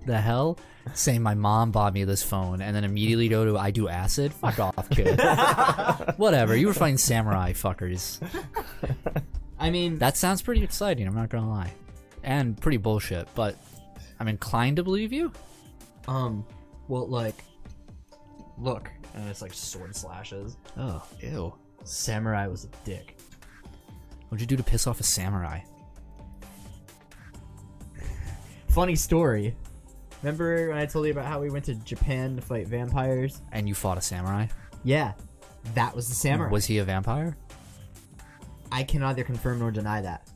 Speaker 1: The hell? Saying my mom bought me this phone and then immediately go to I do acid? Fuck off, kid. Whatever. You were fighting samurai fuckers.
Speaker 5: I mean,
Speaker 1: That sounds pretty exciting, I'm not gonna lie. And pretty bullshit, but I'm inclined to believe you.
Speaker 10: Um, well, like, look, and it's like sword slashes.
Speaker 1: Oh, ew.
Speaker 10: Samurai was a dick.
Speaker 1: What'd you do to piss off a samurai?
Speaker 5: funny story. Remember when I told you about how we went to Japan to fight vampires?
Speaker 1: And you fought a samurai?
Speaker 5: Yeah, that was the samurai.
Speaker 1: Was he a vampire?
Speaker 5: I can neither confirm nor deny that.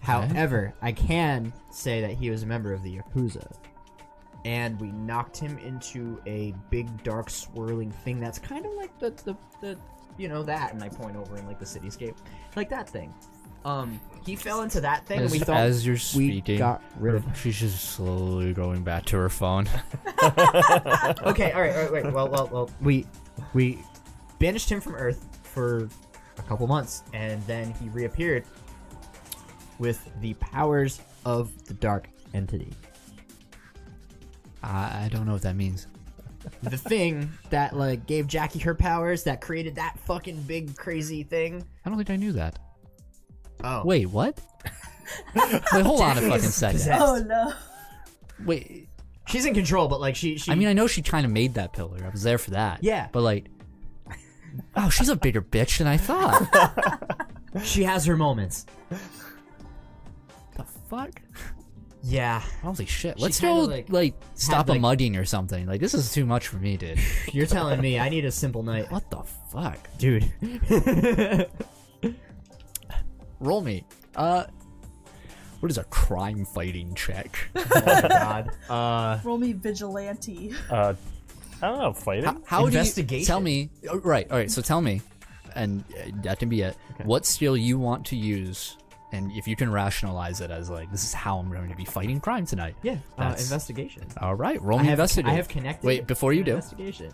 Speaker 5: However, I can say that he was a member of the Yakuza. And we knocked him into a big, dark, swirling thing that's kind of like the, the, the, you know, that. And I point over in like the cityscape. Like that thing. Um, he fell into that thing and we
Speaker 1: As-
Speaker 5: thought
Speaker 1: as you're
Speaker 5: we
Speaker 1: speaking,
Speaker 5: got rid of
Speaker 1: her- she's just slowly going back to her phone.
Speaker 5: okay, all right, all right, wait. Well, well, well. We we banished him from Earth for a couple months, and then he reappeared with the powers of the dark entity,
Speaker 1: I, I don't know what that means.
Speaker 5: the thing that like gave Jackie her powers, that created that fucking big crazy thing.
Speaker 1: I don't think I knew that.
Speaker 5: Oh,
Speaker 1: Wait, what? Wait, hold on a fucking second.
Speaker 5: possessed.
Speaker 4: Oh no.
Speaker 1: Wait,
Speaker 5: she's in control, but like she, she.
Speaker 1: I mean, I know she kind of made that pillar. I was there for that.
Speaker 5: Yeah.
Speaker 1: But like, oh, she's a bigger bitch than I thought.
Speaker 5: she has her moments.
Speaker 1: the fuck?
Speaker 5: Yeah,
Speaker 1: Holy shit! Let's
Speaker 5: kinda,
Speaker 1: go
Speaker 5: like,
Speaker 1: like, stop
Speaker 5: like-
Speaker 1: a mugging or something. Like this is too much for me, dude.
Speaker 5: you're telling me I need a simple night,
Speaker 1: what the fuck?
Speaker 5: dude.
Speaker 1: Roll me. Uh, what is a crime fighting check?
Speaker 5: God, uh,
Speaker 4: Roll me vigilante.
Speaker 2: Uh, I don't know, fighting?
Speaker 1: How, how do you
Speaker 5: Investigation.
Speaker 1: tell me? oh, Right. All right. So tell me, and uh, that can be it. What skill you want to use, and if you can rationalize it as like, this is how I'm going to be fighting crime tonight.
Speaker 5: yeah, uh,
Speaker 1: That's-
Speaker 5: investigation.
Speaker 1: All right. Roll me
Speaker 5: I have,
Speaker 1: investigate.
Speaker 5: I have connected.
Speaker 1: Wait, before
Speaker 5: to
Speaker 1: you
Speaker 5: an
Speaker 1: do.
Speaker 5: Investigation.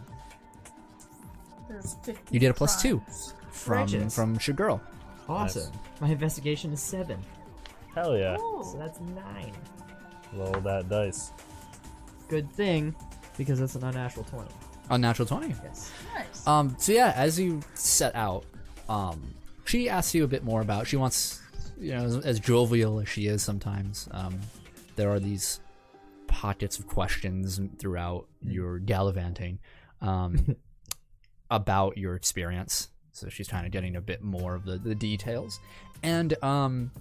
Speaker 4: There's 50
Speaker 1: You did a plus two.
Speaker 4: crimes.
Speaker 1: from
Speaker 5: Righteous.
Speaker 1: from Shagirl.
Speaker 5: Awesome. My investigation is seven,
Speaker 2: Hell yeah.
Speaker 5: so
Speaker 4: Ooh.
Speaker 5: that's nine.
Speaker 2: Roll that dice.
Speaker 5: Good thing, because that's an unnatural twenty.
Speaker 1: Unnatural twenty.
Speaker 5: Yes.
Speaker 4: Nice.
Speaker 1: Um. So yeah, as you set out, um, she asks you a bit more about. She wants, you know, as, as jovial as she is sometimes. Um, there are these pockets of questions througout your gallivanting, um, about your experience. So she's kind of getting a bit more of the the details, and um,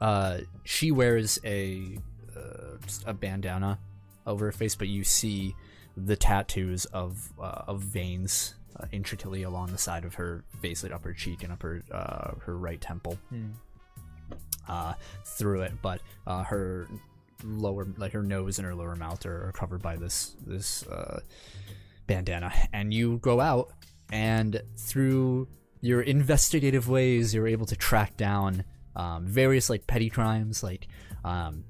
Speaker 1: uh, she wears a uh, just a bandana over her face, but you see the tattoos of uh, of veins uh, intricately along the side of her face, like up her cheek and up her uh, her right temple, uh, through it. But uh, her lower, like her nose and her lower mouth, are, are covered by this this uh, bandana. And you go out, and through your investigative ways, you're able to track down um, various like petty crimes, like um,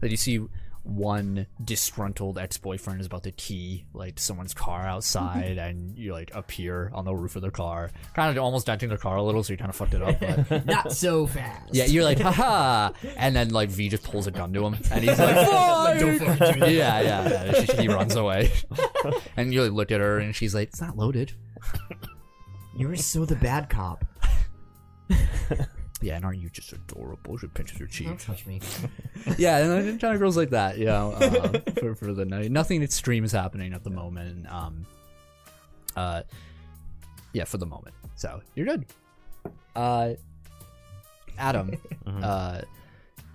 Speaker 1: that you see one disgruntled ex-boyfriend is about to key like someone's car outside and you like appear on the roof of their car kind of almost denting their car a little so you kind of fucked it up but
Speaker 7: Not so fast.
Speaker 1: yeah you're like haha and then like v just pulls a gun to him and he's like "Fuck!" yeah yeah, yeah. She, he runs away and you like look at her and she's like it's not loaded
Speaker 7: You're so the bad cop.
Speaker 1: yeah and aren't you just adorable she pinches her cheek
Speaker 7: Don't touch me.
Speaker 1: yeah, and I'm trying to girls like that, you know, uh, for, for the night. Nothing extreme is happening at the moment. Um, uh, yeah, for the moment. So you're good. Uh, Adam, uh,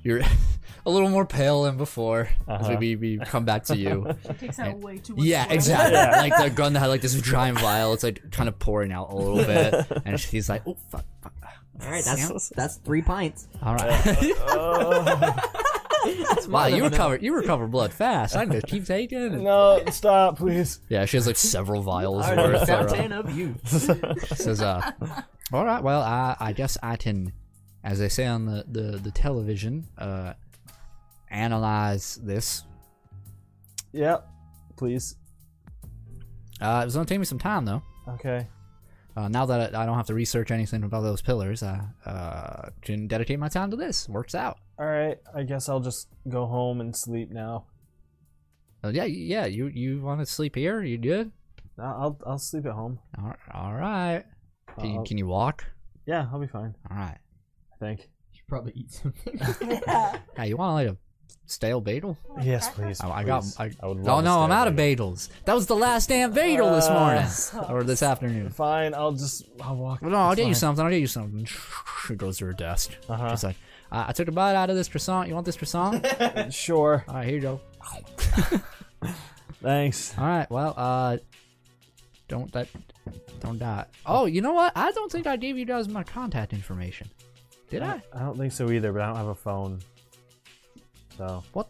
Speaker 1: you're a little more pale than before as
Speaker 2: Uh-huh.
Speaker 1: we, we come back to you.
Speaker 4: Takes out way too much.
Speaker 1: yeah,
Speaker 4: blood.
Speaker 1: exactly. Like the gun that had like this giant vial, it's like kind of pouring out a little bit, and she's like, "Oh fuck, fuck.
Speaker 7: All right, that's that's three pints.
Speaker 1: all right."
Speaker 2: Oh,
Speaker 1: wow, you recover you recover blood fast. I'm gonna keep taking it.
Speaker 2: No, stop, please.
Speaker 1: Yeah, she has like several vials
Speaker 7: All right,
Speaker 1: worth. or, uh,
Speaker 7: fountain of youth.
Speaker 1: she says, uh, "All right, well, I, I guess I can, as they say on the the, the television, uh, analyze this.
Speaker 2: Yeah, please.
Speaker 1: Uh, it's gonna take me some time though.
Speaker 2: Okay.
Speaker 1: Uh, now that I, I don't have to research anything about those pillars, I uh, can dedicate my time to this. Works out.
Speaker 2: All right. I guess I'll just go home and sleep now.
Speaker 1: Uh, yeah, yeah. You you want to sleep here? You good?
Speaker 2: No, I'll I'll sleep at home.
Speaker 1: All right. All right. Can, you,
Speaker 2: I'll-
Speaker 1: can you walk?
Speaker 2: yeah, I'll be fine.
Speaker 1: All right.
Speaker 2: I think.
Speaker 5: should probably eat something.
Speaker 4: Yeah.
Speaker 1: Hey, you want like a stale bagel?
Speaker 2: Yes, please.
Speaker 1: Oh, I got.
Speaker 2: please.
Speaker 1: I,
Speaker 2: I would love
Speaker 1: oh
Speaker 2: to
Speaker 1: no, I'm
Speaker 2: stay
Speaker 1: out of
Speaker 2: with
Speaker 1: bagels. That was the last damn bagel this
Speaker 2: Uh,
Speaker 1: morning or this afternoon.
Speaker 2: Fine. I'll just I'll walk.
Speaker 1: No, I'll get you something. I'll get you something. She goes to her desk.
Speaker 2: Uh-huh.
Speaker 1: She's like, I-, I took a bite out of this croissant. You want this croissant? All
Speaker 2: Sure.
Speaker 1: right, here you go.
Speaker 2: Thanks.
Speaker 1: All right, well, uh, don't that, don't die. Oh, you know what? I don't think I gave you guys my contact information. Did I?
Speaker 2: I don't think so either, but I don't have a phone. So
Speaker 1: What?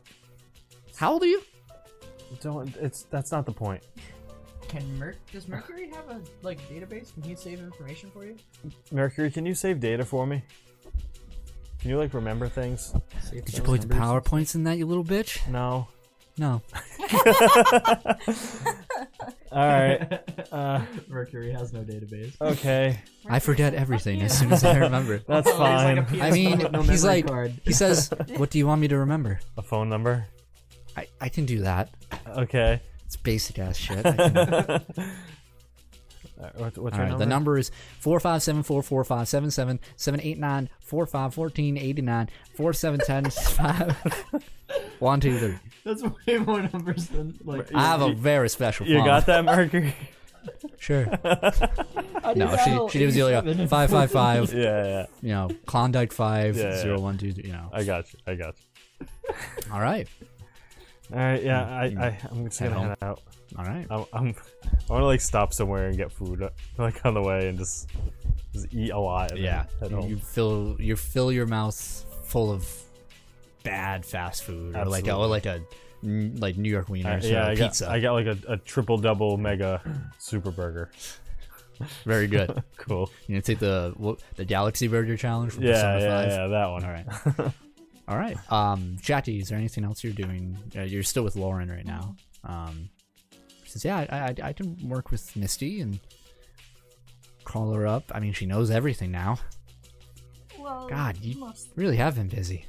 Speaker 1: How old are you?
Speaker 2: don't. It's that's not the point.
Speaker 5: Can Merc does Mercury have a like database? Can he save information for you?
Speaker 2: Mercury, can you save data for me? Can you like remember things?
Speaker 1: Did you play the powerpoints in that, you little bitch?
Speaker 2: No.
Speaker 1: No.
Speaker 2: All right. Uh,
Speaker 5: Mercury has no database.
Speaker 2: okay.
Speaker 1: I forget everything as soon as I remember.
Speaker 2: That's fine.
Speaker 5: Oh, Like a
Speaker 1: I mean,
Speaker 5: no
Speaker 1: he's
Speaker 5: memory
Speaker 1: like,
Speaker 5: card.
Speaker 1: he says, "What do you want me to remember?"
Speaker 2: a phone number.
Speaker 1: I, I can do that.
Speaker 2: Okay.
Speaker 1: It's basic ass shit. I can-
Speaker 2: Uh, what- what's
Speaker 1: All
Speaker 2: your
Speaker 1: right,
Speaker 2: number?
Speaker 1: the number is four five seven four four five seven seven seven eight nine four five fourteen eighty nine four seven ten five one two three.
Speaker 5: That's way more numbers than like.
Speaker 1: I have a very special.
Speaker 2: You
Speaker 1: phone.
Speaker 2: got that, Mercury?
Speaker 1: Sure. no, she she gives you like a five five five.
Speaker 2: yeah, yeah.
Speaker 1: You know, Klondike five
Speaker 2: Yeah, yeah.
Speaker 1: zero one two. You know.
Speaker 2: I got you. I got you.
Speaker 1: All right.
Speaker 2: All right. Yeah. I, I I'm just gonna
Speaker 1: Mm, home.
Speaker 2: head out.
Speaker 1: All right.
Speaker 2: I'm, I'm I want to like stop somewhere and get food uh, like on the way and just just eat a lot. And then
Speaker 1: Yeah.
Speaker 2: Head
Speaker 1: You, you
Speaker 2: home.
Speaker 1: fill you fill your mouth full of bad fast food or like a, or
Speaker 2: Absolutely.
Speaker 1: like a n- like New York
Speaker 2: Uh,
Speaker 1: wieners
Speaker 2: yeah.
Speaker 1: or
Speaker 2: I
Speaker 1: a
Speaker 2: got
Speaker 1: pizza.
Speaker 2: I got like a, a triple double mega super burger.
Speaker 1: Very good.
Speaker 2: Cool.
Speaker 1: You gonna take the what, the Galaxy Burger challenge from
Speaker 2: Yeah.
Speaker 1: Persona
Speaker 2: Yeah.
Speaker 1: Five?
Speaker 2: Yeah. That one.
Speaker 1: All right. All right. Um, Jackie, is there anything else you're doing? Uh, you're still with Lauren right now. Um, she says, "Yeah, I, I, I can work with Misty and call her up. I mean, she knows everything now.
Speaker 4: Well,
Speaker 1: God, you-
Speaker 4: most-
Speaker 1: Really have been busy.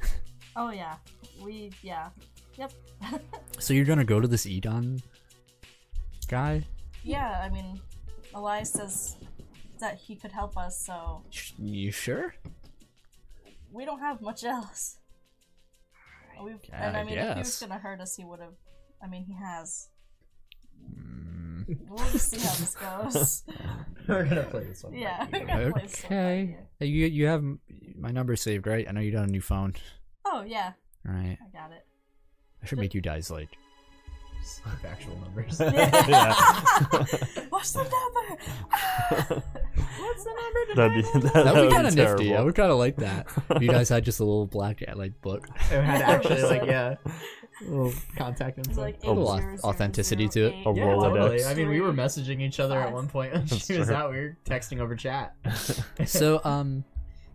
Speaker 4: Oh yeah. We yeah. Yep.
Speaker 1: So you're gonna go to this Edon guy?
Speaker 4: Yeah. I mean, Elias says that he could help us, so
Speaker 1: Sh- You sure?
Speaker 4: we don't have much else. We've, and
Speaker 1: I
Speaker 4: I mean, if he was
Speaker 1: guess.
Speaker 4: gonna hurt us, he would have. I mean, he has.
Speaker 1: Mm.
Speaker 4: We'll just see how this goes.
Speaker 5: We're gonna play this one.
Speaker 4: yeah. we're gonna play this one by
Speaker 1: Okay.
Speaker 4: ear.
Speaker 1: Hey, You you have m- my number saved, right? I know you got a new phone.
Speaker 4: Oh yeah,
Speaker 1: All right.
Speaker 4: I got it.
Speaker 1: I should make you guys like
Speaker 5: Just like Actual numbers.
Speaker 4: What's the number? What's the number? to
Speaker 2: That'd be
Speaker 4: dial?
Speaker 2: that,
Speaker 1: that would be kind of
Speaker 2: terrible.
Speaker 1: nifty. I would kind of like that. If you guys had just a little black uh, like book.
Speaker 5: it had actually like yeah, little contact info.
Speaker 4: It's like
Speaker 1: A little
Speaker 4: 800008.
Speaker 1: authenticity to it.
Speaker 2: A
Speaker 4: Yeah,
Speaker 2: Rolodex.
Speaker 5: totally.
Speaker 4: totally.
Speaker 5: I mean, we were messaging each other at
Speaker 4: Five.
Speaker 5: one point. when she was
Speaker 2: true.
Speaker 5: out. We were texting over chat.
Speaker 1: so um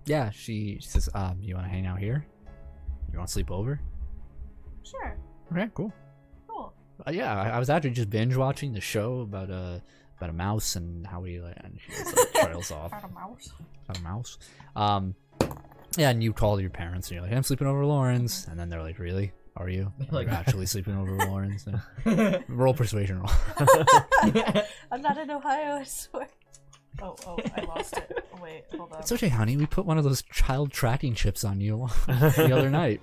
Speaker 1: yeah she says um you want to hang out here you want to sleep over
Speaker 4: Sure.
Speaker 1: Okay, cool.
Speaker 4: Cool.
Speaker 1: Uh, yeah, I, I was actually just binge watching the show about a about a mouse and how he like, and he just, like, trails off
Speaker 4: Found a mouse.
Speaker 1: about a mouse. Um, yeah, and you call your parents and you're like, I'm sleeping over Lauren's, and then they're like, Really? Are you? Are
Speaker 11: Like-
Speaker 1: you actually sleeping over Lauren's? Yeah. Roll persuasion roll.
Speaker 4: I'm not in Ohio, I swear. Oh, oh, I lost it. Wait, hold on.
Speaker 1: It's okay, honey. We put one of those child tracking chips on you the other night.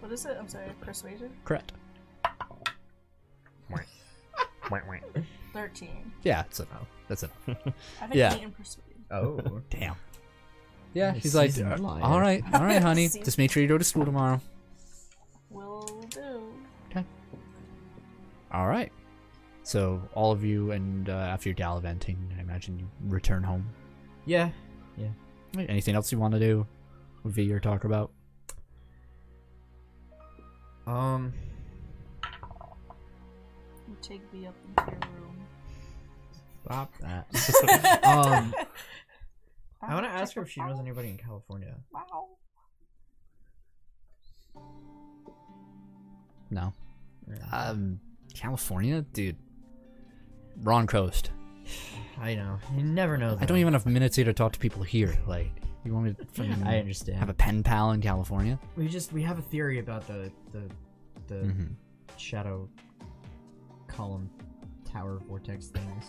Speaker 4: What is it? I'm sorry, persuasion?
Speaker 1: Correct.
Speaker 4: 13.
Speaker 1: Yeah, that's enough. That's enough.
Speaker 4: I haven't
Speaker 1: Yeah.
Speaker 4: eaten persuasion.
Speaker 11: Oh.
Speaker 1: Damn. Yeah,
Speaker 5: You're a
Speaker 1: she's like,
Speaker 5: seasoned liar.
Speaker 1: all right, all right, honey.
Speaker 4: Seasoned-
Speaker 1: Just make sure you go to school tomorrow.
Speaker 4: Will do.
Speaker 1: All right. So all of you, and uh, after your gallivanting, I imagine you return home.
Speaker 5: Yeah.
Speaker 1: Right, Anything else you want to do? Would be your talk about.
Speaker 5: Um.
Speaker 4: You take me up into your room.
Speaker 5: Stop that. um. I want to ask her if she knows anybody in California.
Speaker 4: Wow.
Speaker 1: No. Um, California, dude. Wrong coast.
Speaker 5: I know. You never know.
Speaker 1: I don't
Speaker 5: though.
Speaker 1: even have minutes here to talk to people here. Like, you want me to fucking
Speaker 5: I understand.
Speaker 1: have a pen pal in California?
Speaker 5: we just we have a theory about the the the
Speaker 1: Mm-hmm.
Speaker 5: shadow column tower vortex things.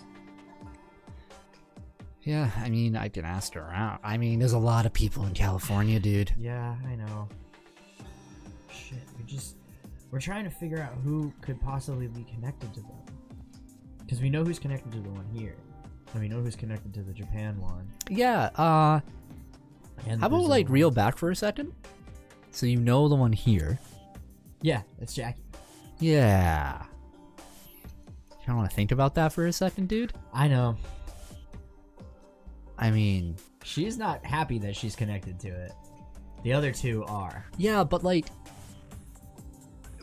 Speaker 1: Yeah, I mean, I can ask her around. I mean, there's a lot of people in California, dude.
Speaker 5: Yeah, I know. Shit, we just we're trying to figure out who could possibly be connected to them. Because we know who's connected to the one here, and we know who's connected to the Japan one.
Speaker 1: Yeah, uh,
Speaker 5: And
Speaker 1: how about,
Speaker 5: the Brazil
Speaker 1: like,
Speaker 5: one.
Speaker 1: reel back for a second? So you know the one here.
Speaker 5: Yeah, it's Jackie.
Speaker 1: Yeah. You don't want to think about that for a second, dude?
Speaker 5: I know.
Speaker 1: I mean,
Speaker 5: She's not happy that she's connected to it. The other two are.
Speaker 1: Yeah, but like,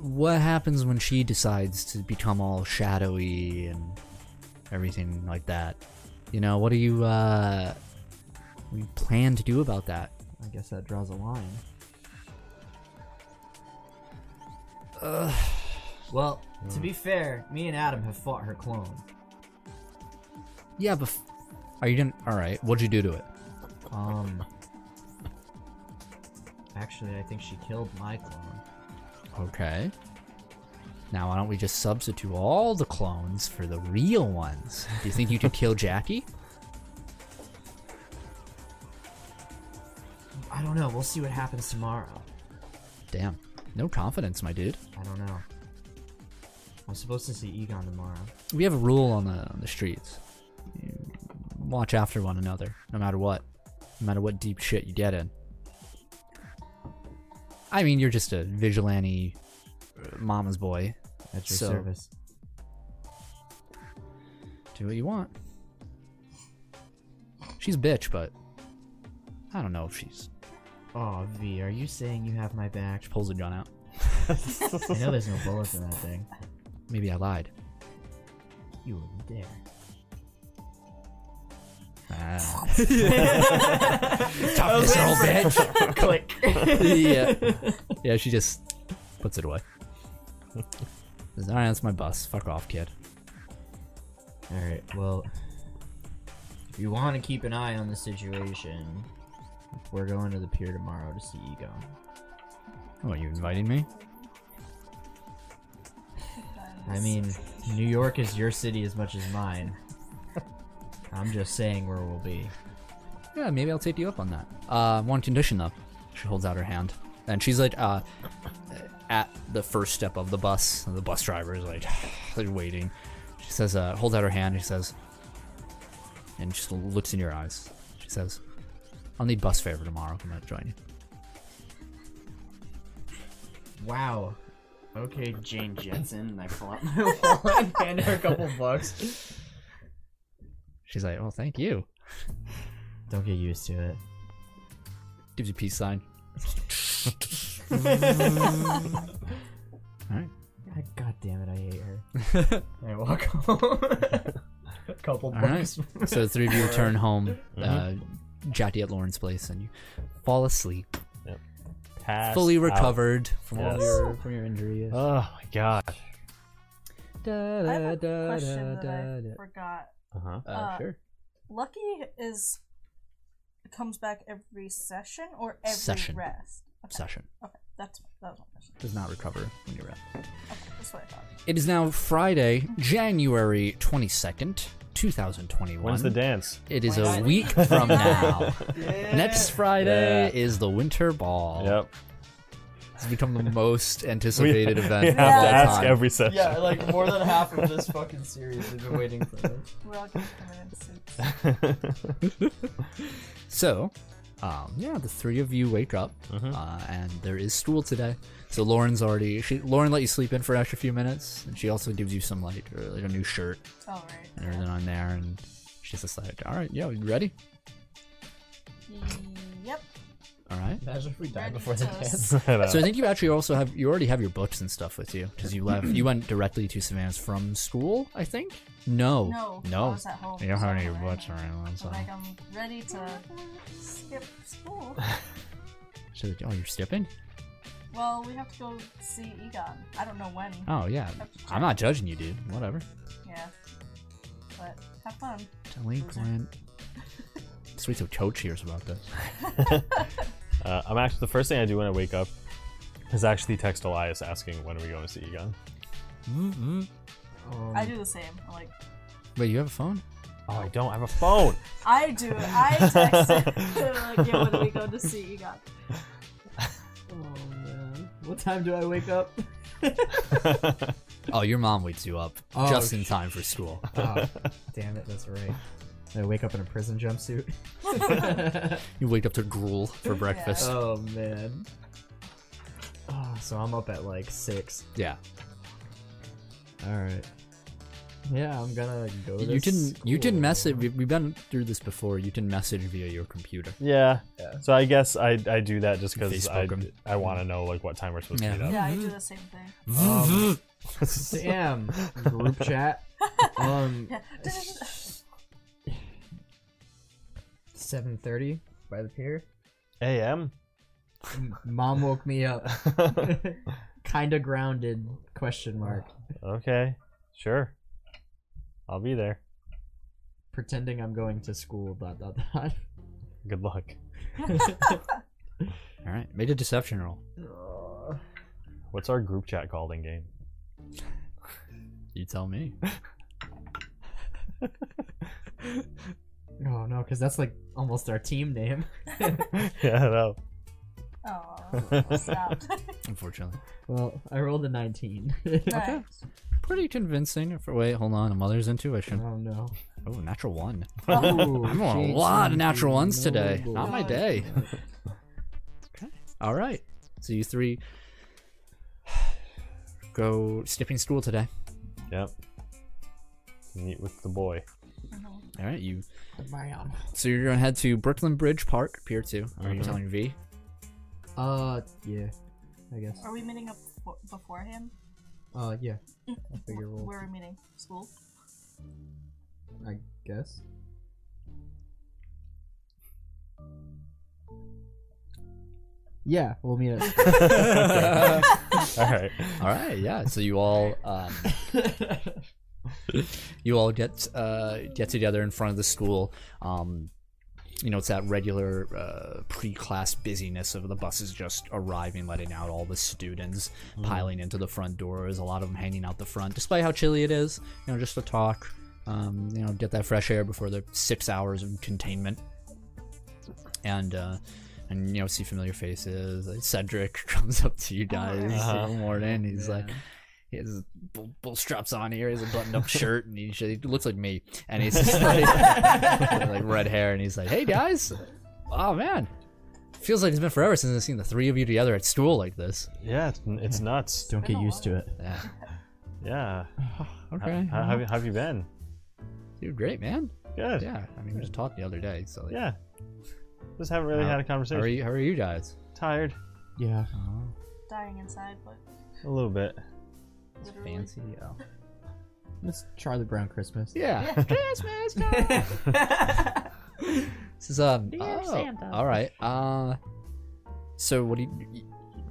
Speaker 1: what happens when she decides to become all shadowy and everything like that? You know, what do you uh, we plan to do about that?
Speaker 5: I guess that draws a line. Well, to be fair, me and Adam have fought her clone.
Speaker 1: Yeah, but f- are you gonna? All right, what'd you do to it?
Speaker 5: Um. Actually, I think she killed my clone.
Speaker 1: Okay. Now, why don't we just substitute all the clones for the real ones? Do you think you could kill Jackie?
Speaker 5: I don't know. We'll see what happens tomorrow.
Speaker 1: Damn, no confidence, my dude.
Speaker 5: I don't know. I'm supposed to see Egon tomorrow.
Speaker 1: We have a rule on the on the streets. You watch after one another, no matter what, no matter what deep shit you get in. I mean, you're just a vigilante, uh, mama's boy.
Speaker 5: At your
Speaker 1: So-
Speaker 5: service.
Speaker 1: Do what you want. She's a bitch, but I don't know if she's.
Speaker 5: Oh, V, are you saying you have my back?
Speaker 1: She pulls a gun out.
Speaker 5: I know there's no bullets in that thing.
Speaker 1: Maybe I lied.
Speaker 5: You wouldn't dare.
Speaker 1: Ah. Toughness, old bitch.
Speaker 5: Click.
Speaker 1: yeah, yeah. She just puts it away. Says, All right, that's my bus. Fuck off, kid.
Speaker 5: All right. Well, if you want to keep an eye on the situation, we're going to the pier tomorrow to see Egon.
Speaker 1: Oh, are you inviting me?
Speaker 5: I mean, New York is your city as much as mine. I'm just saying where we'll be.
Speaker 1: Yeah, maybe I'll take you up on that. Uh, one condition though. She holds out her hand, and she's like, uh, at the first step of the bus. And the bus driver is like, like waiting. She says, uh, holds out her hand. And she says, and just looks in your eyes. She says, "I'll need bus fare for tomorrow. Come out, join you."
Speaker 5: Wow.
Speaker 12: Okay, Jane Jensen, and I pull out my
Speaker 11: Hand her a couple bucks.
Speaker 1: She's like, "Oh, thank you."
Speaker 5: Don't get used to it.
Speaker 1: Gives you peace sign. All right.
Speaker 5: God, God damn it, I hate her.
Speaker 11: I walk home. couple
Speaker 1: All right.
Speaker 11: bucks.
Speaker 1: So the three of you
Speaker 2: Mm-hmm.
Speaker 1: return home, uh, Jackie at Lauren's place, and you fall asleep.
Speaker 2: Yep. passed
Speaker 1: fully
Speaker 2: out.
Speaker 1: recovered from all
Speaker 2: Yes.
Speaker 1: your.
Speaker 7: from your injury.
Speaker 2: Oh my gosh.
Speaker 1: Da,
Speaker 4: I have a
Speaker 1: da,
Speaker 4: question
Speaker 1: da,
Speaker 4: that
Speaker 1: da,
Speaker 4: I forgot.
Speaker 2: Uh huh.
Speaker 1: da. Uh,
Speaker 4: Uh,
Speaker 1: sure.
Speaker 4: Lucky is comes back every session or every
Speaker 1: Session.
Speaker 4: rest. Okay.
Speaker 1: Session
Speaker 4: Okay, that's that was my question.
Speaker 1: does not recover when you're up.
Speaker 4: Okay, that's what I thought.
Speaker 1: It is now Friday, January twenty second, two thousand twenty one.
Speaker 2: When's the dance?
Speaker 1: It is a week from now. Next Friday
Speaker 2: Yeah.
Speaker 1: is the Winter Ball.
Speaker 2: Yep.
Speaker 1: It's become the most
Speaker 2: We,
Speaker 1: anticipated event.
Speaker 2: we
Speaker 1: of
Speaker 2: have
Speaker 1: all
Speaker 2: to ask
Speaker 1: time.
Speaker 2: every session.
Speaker 3: Yeah, like more than half of this fucking series we've been waiting for. This.
Speaker 4: We're all gonna come in in suits.
Speaker 1: So, um, yeah, the three of you wake up, uh, and there is school today. So Lauren's already she Lauren let you sleep in for an extra few minutes, and she also gives you some like, uh, like a new shirt
Speaker 4: All
Speaker 1: and
Speaker 4: right.
Speaker 1: everything on there, and she's just like, "All right, yo, you ready?
Speaker 4: Yep.
Speaker 1: All right."
Speaker 3: Imagine if we died
Speaker 4: Ready
Speaker 3: before the
Speaker 4: toast.
Speaker 3: dance.
Speaker 2: uh,
Speaker 1: So I think you actually also have you already have your books and stuff with you because you left you went directly to Savannah's from school. I think. No.
Speaker 4: No. I
Speaker 1: No.
Speaker 4: was at home.
Speaker 1: You don't
Speaker 4: so
Speaker 1: have
Speaker 4: I
Speaker 1: any
Speaker 4: don't
Speaker 1: books or
Speaker 4: know.
Speaker 1: anything. So.
Speaker 4: I'm like I'm ready to skip school.
Speaker 1: She's like, oh, you're skipping?
Speaker 4: well, we have to go see Egon. I don't know when.
Speaker 1: Oh yeah. I'm not judging you, dude. Whatever.
Speaker 4: Yeah. But have fun.
Speaker 1: Delinquent. Sweet so Coach hears about this.
Speaker 2: Uh, I'm actually the first thing I do when I wake up is actually text Elias asking when are we going to see Egon.
Speaker 5: Mm-hmm.
Speaker 1: Um,
Speaker 4: I do the same. I'm like,
Speaker 1: Wait, you have a phone?
Speaker 2: Oh, I don't have a phone.
Speaker 4: I do it. I text it. like, yeah, when we go to see Egon.
Speaker 5: Oh man. What time do I wake up?
Speaker 1: Oh, your mom wakes you up
Speaker 5: Oh,
Speaker 1: just in time for school.
Speaker 5: Oh, damn it, that's right. I wake up in a prison jumpsuit.
Speaker 1: You wake up to gruel for breakfast. Yeah.
Speaker 5: Oh man. Oh, so I'm up at like six. All right. Yeah, I'm gonna go. To
Speaker 1: You didn't. You didn't
Speaker 5: school.
Speaker 1: message. we- We've been through this before. You didn't message via your computer.
Speaker 2: yeah.
Speaker 5: Yeah.
Speaker 2: So I guess I, I do that just because I,
Speaker 1: Facebook 'em.
Speaker 2: I want to know like what time we're supposed
Speaker 1: Oh, Yeah.
Speaker 2: to meet up.
Speaker 4: Yeah, I do the same thing.
Speaker 5: Um, damn group chat. Um, seven thirty by the pier.
Speaker 2: A.M.
Speaker 5: M- Mom woke me up. Kinda grounded? Question mark.
Speaker 2: Okay. Sure. I'll be there.
Speaker 5: Pretending I'm going to school. Dot dot dot.
Speaker 2: Good luck.
Speaker 1: All right, made a deception roll.
Speaker 2: What's our group chat called in game?
Speaker 1: You tell me.
Speaker 5: Oh no, because that's like almost our team name.
Speaker 2: yeah, I know.
Speaker 4: Oh, stop.
Speaker 1: Unfortunately,
Speaker 5: Well, I rolled a 19.
Speaker 4: Nice.
Speaker 1: pretty convincing. For wait, hold on. A mother's intuition.
Speaker 5: oh no.
Speaker 1: Oh, natural one.
Speaker 5: Ooh,
Speaker 1: I'm on a
Speaker 5: shit,
Speaker 1: lot of
Speaker 5: son,
Speaker 1: natural
Speaker 5: dude.
Speaker 1: ones
Speaker 5: No
Speaker 1: today.
Speaker 5: way.
Speaker 1: Not my
Speaker 4: God.
Speaker 1: day. okay. All right. So you three go skipping school today.
Speaker 2: Yep. Meet with the boy.
Speaker 4: Oh.
Speaker 1: All right. You.
Speaker 5: Bam.
Speaker 1: So you're gonna head to Brooklyn Bridge Park, Pier Two. Are you telling V?
Speaker 5: Uh, yeah. I guess.
Speaker 4: Are we meeting up befo- beforehand?
Speaker 5: Uh, yeah. I figure we'll.
Speaker 4: Where are we meeting? School?
Speaker 5: I guess. Yeah, we'll meet at.
Speaker 2: All right.
Speaker 1: All right. Yeah. So you all. Um, you all get uh, get together in front of the school. Um, you know, it's that regular uh, pre-class busyness of the buses just arriving, letting out all the students, piling into the front doors. A lot of them hanging out the front, despite how chilly it is. You know, just to talk. Um, you know, get that fresh air before the six hours of containment. And uh, and you know, see familiar faces. Like Cedric comes up to you guys
Speaker 2: Uh-huh.
Speaker 1: in the morning. He's like, he has his bull, bull straps on here. He has a buttoned up shirt, and he, he looks like me. And he's just like, like red hair, and he's like, "Hey guys, oh man, feels like it's been forever since I've seen the three of you together at school like this."
Speaker 2: Yeah, it's, it's nuts.
Speaker 5: Don't get used to it.
Speaker 1: Yeah,
Speaker 2: Yeah.
Speaker 1: okay,
Speaker 2: How, how, have you- how have you been?
Speaker 1: you're great, man.
Speaker 2: Good. Yeah.
Speaker 1: Yeah, I mean, we just talked the other day, so like,
Speaker 2: Just haven't really
Speaker 1: Uh,
Speaker 2: had a
Speaker 1: how
Speaker 2: conversation.
Speaker 1: are you? How are you guys?
Speaker 2: Tired.
Speaker 5: Yeah.
Speaker 2: Uh-huh.
Speaker 4: Dying inside, but
Speaker 2: A little bit.
Speaker 4: literally.
Speaker 1: Fancy, yeah.
Speaker 5: It's Charlie Brown Christmas.
Speaker 1: Yeah. Christmas time. this is um. oh, all right. Uh, So what do you,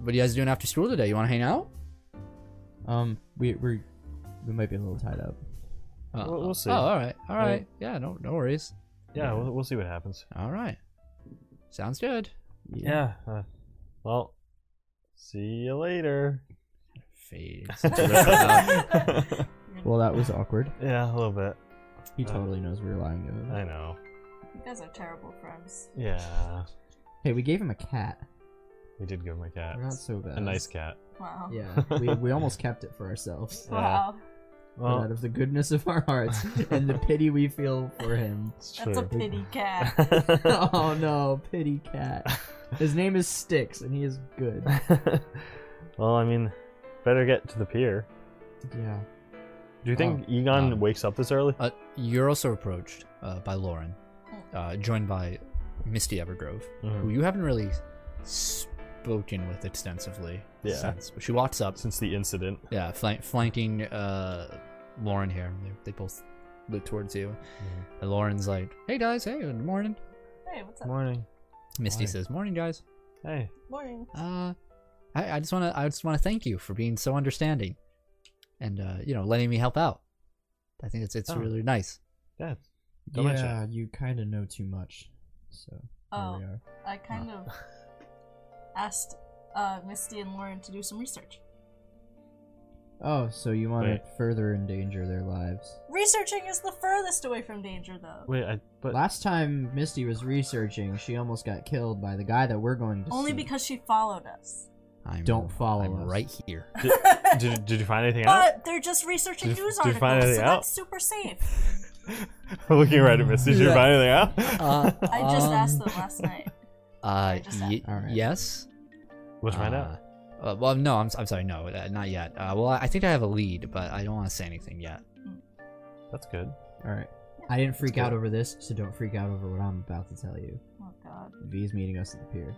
Speaker 1: what are you guys doing after school today? You want to hang out?
Speaker 5: Um, we we we might be a little tied up.
Speaker 1: Uh,
Speaker 2: We'll- we'll see.
Speaker 1: Oh, all right, all
Speaker 2: We'll-
Speaker 1: right. Yeah, no, no worries.
Speaker 2: Yeah, We'll, we'll see what happens.
Speaker 1: All right, sounds good.
Speaker 2: Yeah. uh, well, see you later.
Speaker 1: Fades.
Speaker 2: yeah,
Speaker 5: Well, that was awkward.
Speaker 2: a little bit.
Speaker 5: He
Speaker 2: Uh,
Speaker 5: totally knows we were lying to him.
Speaker 2: I know.
Speaker 4: You guys are terrible friends.
Speaker 2: Yeah,
Speaker 5: hey, we gave him a cat.
Speaker 2: we did give him a cat.
Speaker 5: We're not so bad.
Speaker 2: A nice cat.
Speaker 4: Wow.
Speaker 5: Yeah, we, we almost kept it for ourselves.
Speaker 2: Yeah.
Speaker 4: Wow.
Speaker 2: Well,
Speaker 5: out of the goodness of our hearts and the pity we feel for him.
Speaker 2: it's
Speaker 4: That's a
Speaker 2: true.
Speaker 4: pity cat.
Speaker 5: oh no, pity cat. His name is Sticks, and he is good.
Speaker 2: well, I mean, better get to the pier.
Speaker 5: Yeah.
Speaker 2: Do you think Egon
Speaker 1: um,
Speaker 2: wakes up this early?
Speaker 1: Uh, you're also approached uh, by Lauren,
Speaker 2: Hmm.
Speaker 1: uh, joined by Misty Evergrove,
Speaker 2: Mm-hmm.
Speaker 1: who you haven't really spoken with extensively
Speaker 2: Yeah.
Speaker 1: since. But she walks up.
Speaker 2: Since the incident.
Speaker 1: Yeah, flank, flanking uh, Lauren here. They, they both look towards you.
Speaker 2: Mm-hmm.
Speaker 1: And Lauren's like, "Hey guys, hey, good morning."
Speaker 4: Hey, what's up?
Speaker 2: Morning.
Speaker 1: Misty
Speaker 2: Hi.
Speaker 1: says, "Morning, guys.
Speaker 2: Hey.
Speaker 4: Morning.
Speaker 1: Uh, I, I just want to, I just want to thank you for being so understanding, and uh, you know, letting me help out. I think it's it's
Speaker 2: Oh.
Speaker 1: really nice.
Speaker 2: Yeah. Don't mention
Speaker 5: Yeah, you kind of know too much. So
Speaker 4: Oh,
Speaker 5: here we are.
Speaker 4: I kind of asked uh, Misty and Lauren to do some research.
Speaker 5: Oh, so you want to
Speaker 2: Wait.
Speaker 5: further endanger their lives?
Speaker 4: Researching is the furthest away from danger, though.
Speaker 2: Wait, I, but
Speaker 5: Last time Misty was researching, she almost got killed by the guy that we're going to
Speaker 4: Only
Speaker 5: see.
Speaker 4: because she followed us.
Speaker 1: I'm,
Speaker 5: Don't follow
Speaker 1: I'm
Speaker 5: us.
Speaker 1: right here.
Speaker 2: did, did you find anything out?
Speaker 4: But they're just researching
Speaker 2: Did you-
Speaker 4: news
Speaker 2: did you
Speaker 4: articles,
Speaker 2: find
Speaker 4: so
Speaker 2: anything out?
Speaker 4: that's super safe.
Speaker 2: Looking right at Misty, did you
Speaker 1: Yeah.
Speaker 2: find anything out?
Speaker 1: Uh,
Speaker 4: I just asked
Speaker 1: um,
Speaker 4: them last night.
Speaker 1: Uh,
Speaker 4: I just asked.
Speaker 1: ye-
Speaker 5: All right.
Speaker 1: yes.
Speaker 2: What'd you find out?
Speaker 1: Uh, uh, well, no, I'm, I'm sorry, no, uh, not yet. Uh, well, I I think I have a lead, but I don't want to say anything yet.
Speaker 2: That's good.
Speaker 5: All right. I didn't freak
Speaker 2: That's
Speaker 5: out
Speaker 2: cool.
Speaker 5: over this, so don't freak out over what I'm about to tell you.
Speaker 4: Oh god.
Speaker 5: V's meeting us at the pier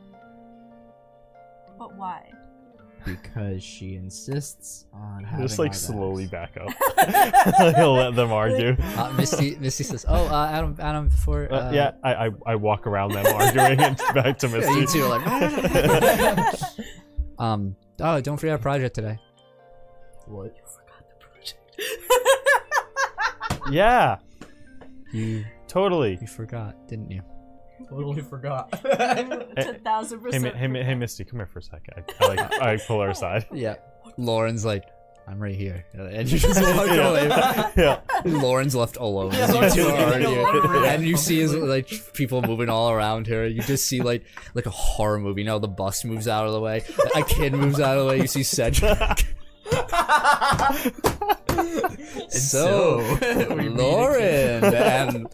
Speaker 4: But why?
Speaker 5: because she insists on having.
Speaker 2: Just
Speaker 5: our
Speaker 2: like
Speaker 5: backs.
Speaker 2: slowly back up. I'll let them argue.
Speaker 1: Uh, Misty, Misty says, "Oh, uh, Adam, Adam, before."
Speaker 2: Uh,
Speaker 1: Uh,
Speaker 2: yeah, I, I I walk around them arguing and back to
Speaker 1: yeah,
Speaker 2: Misty.
Speaker 1: you two are like, uh, um, oh, don't forget our project today.
Speaker 5: What?
Speaker 2: yeah,
Speaker 1: You,
Speaker 2: totally.
Speaker 1: you forgot, didn't you?
Speaker 5: Totally forgot.
Speaker 4: Ten thousand
Speaker 2: Hey, Mi-
Speaker 4: percent.
Speaker 2: hey, Mi- hey, Misty, come here for a second. I, I like I pull her aside.
Speaker 1: Yeah. Lauren's like, I'm right here, and you just walk away.
Speaker 2: yeah. yeah.
Speaker 1: Lauren's left alone.
Speaker 5: Yeah,
Speaker 1: you
Speaker 5: Lauren's
Speaker 1: two are
Speaker 5: just
Speaker 1: already
Speaker 5: sitting
Speaker 1: here.
Speaker 5: alone.
Speaker 1: and you see his, like people moving all around her. You just see like like a horror movie. Now the bus moves out of the way, a kid moves out of the way. You see Cedric. so, Lauren and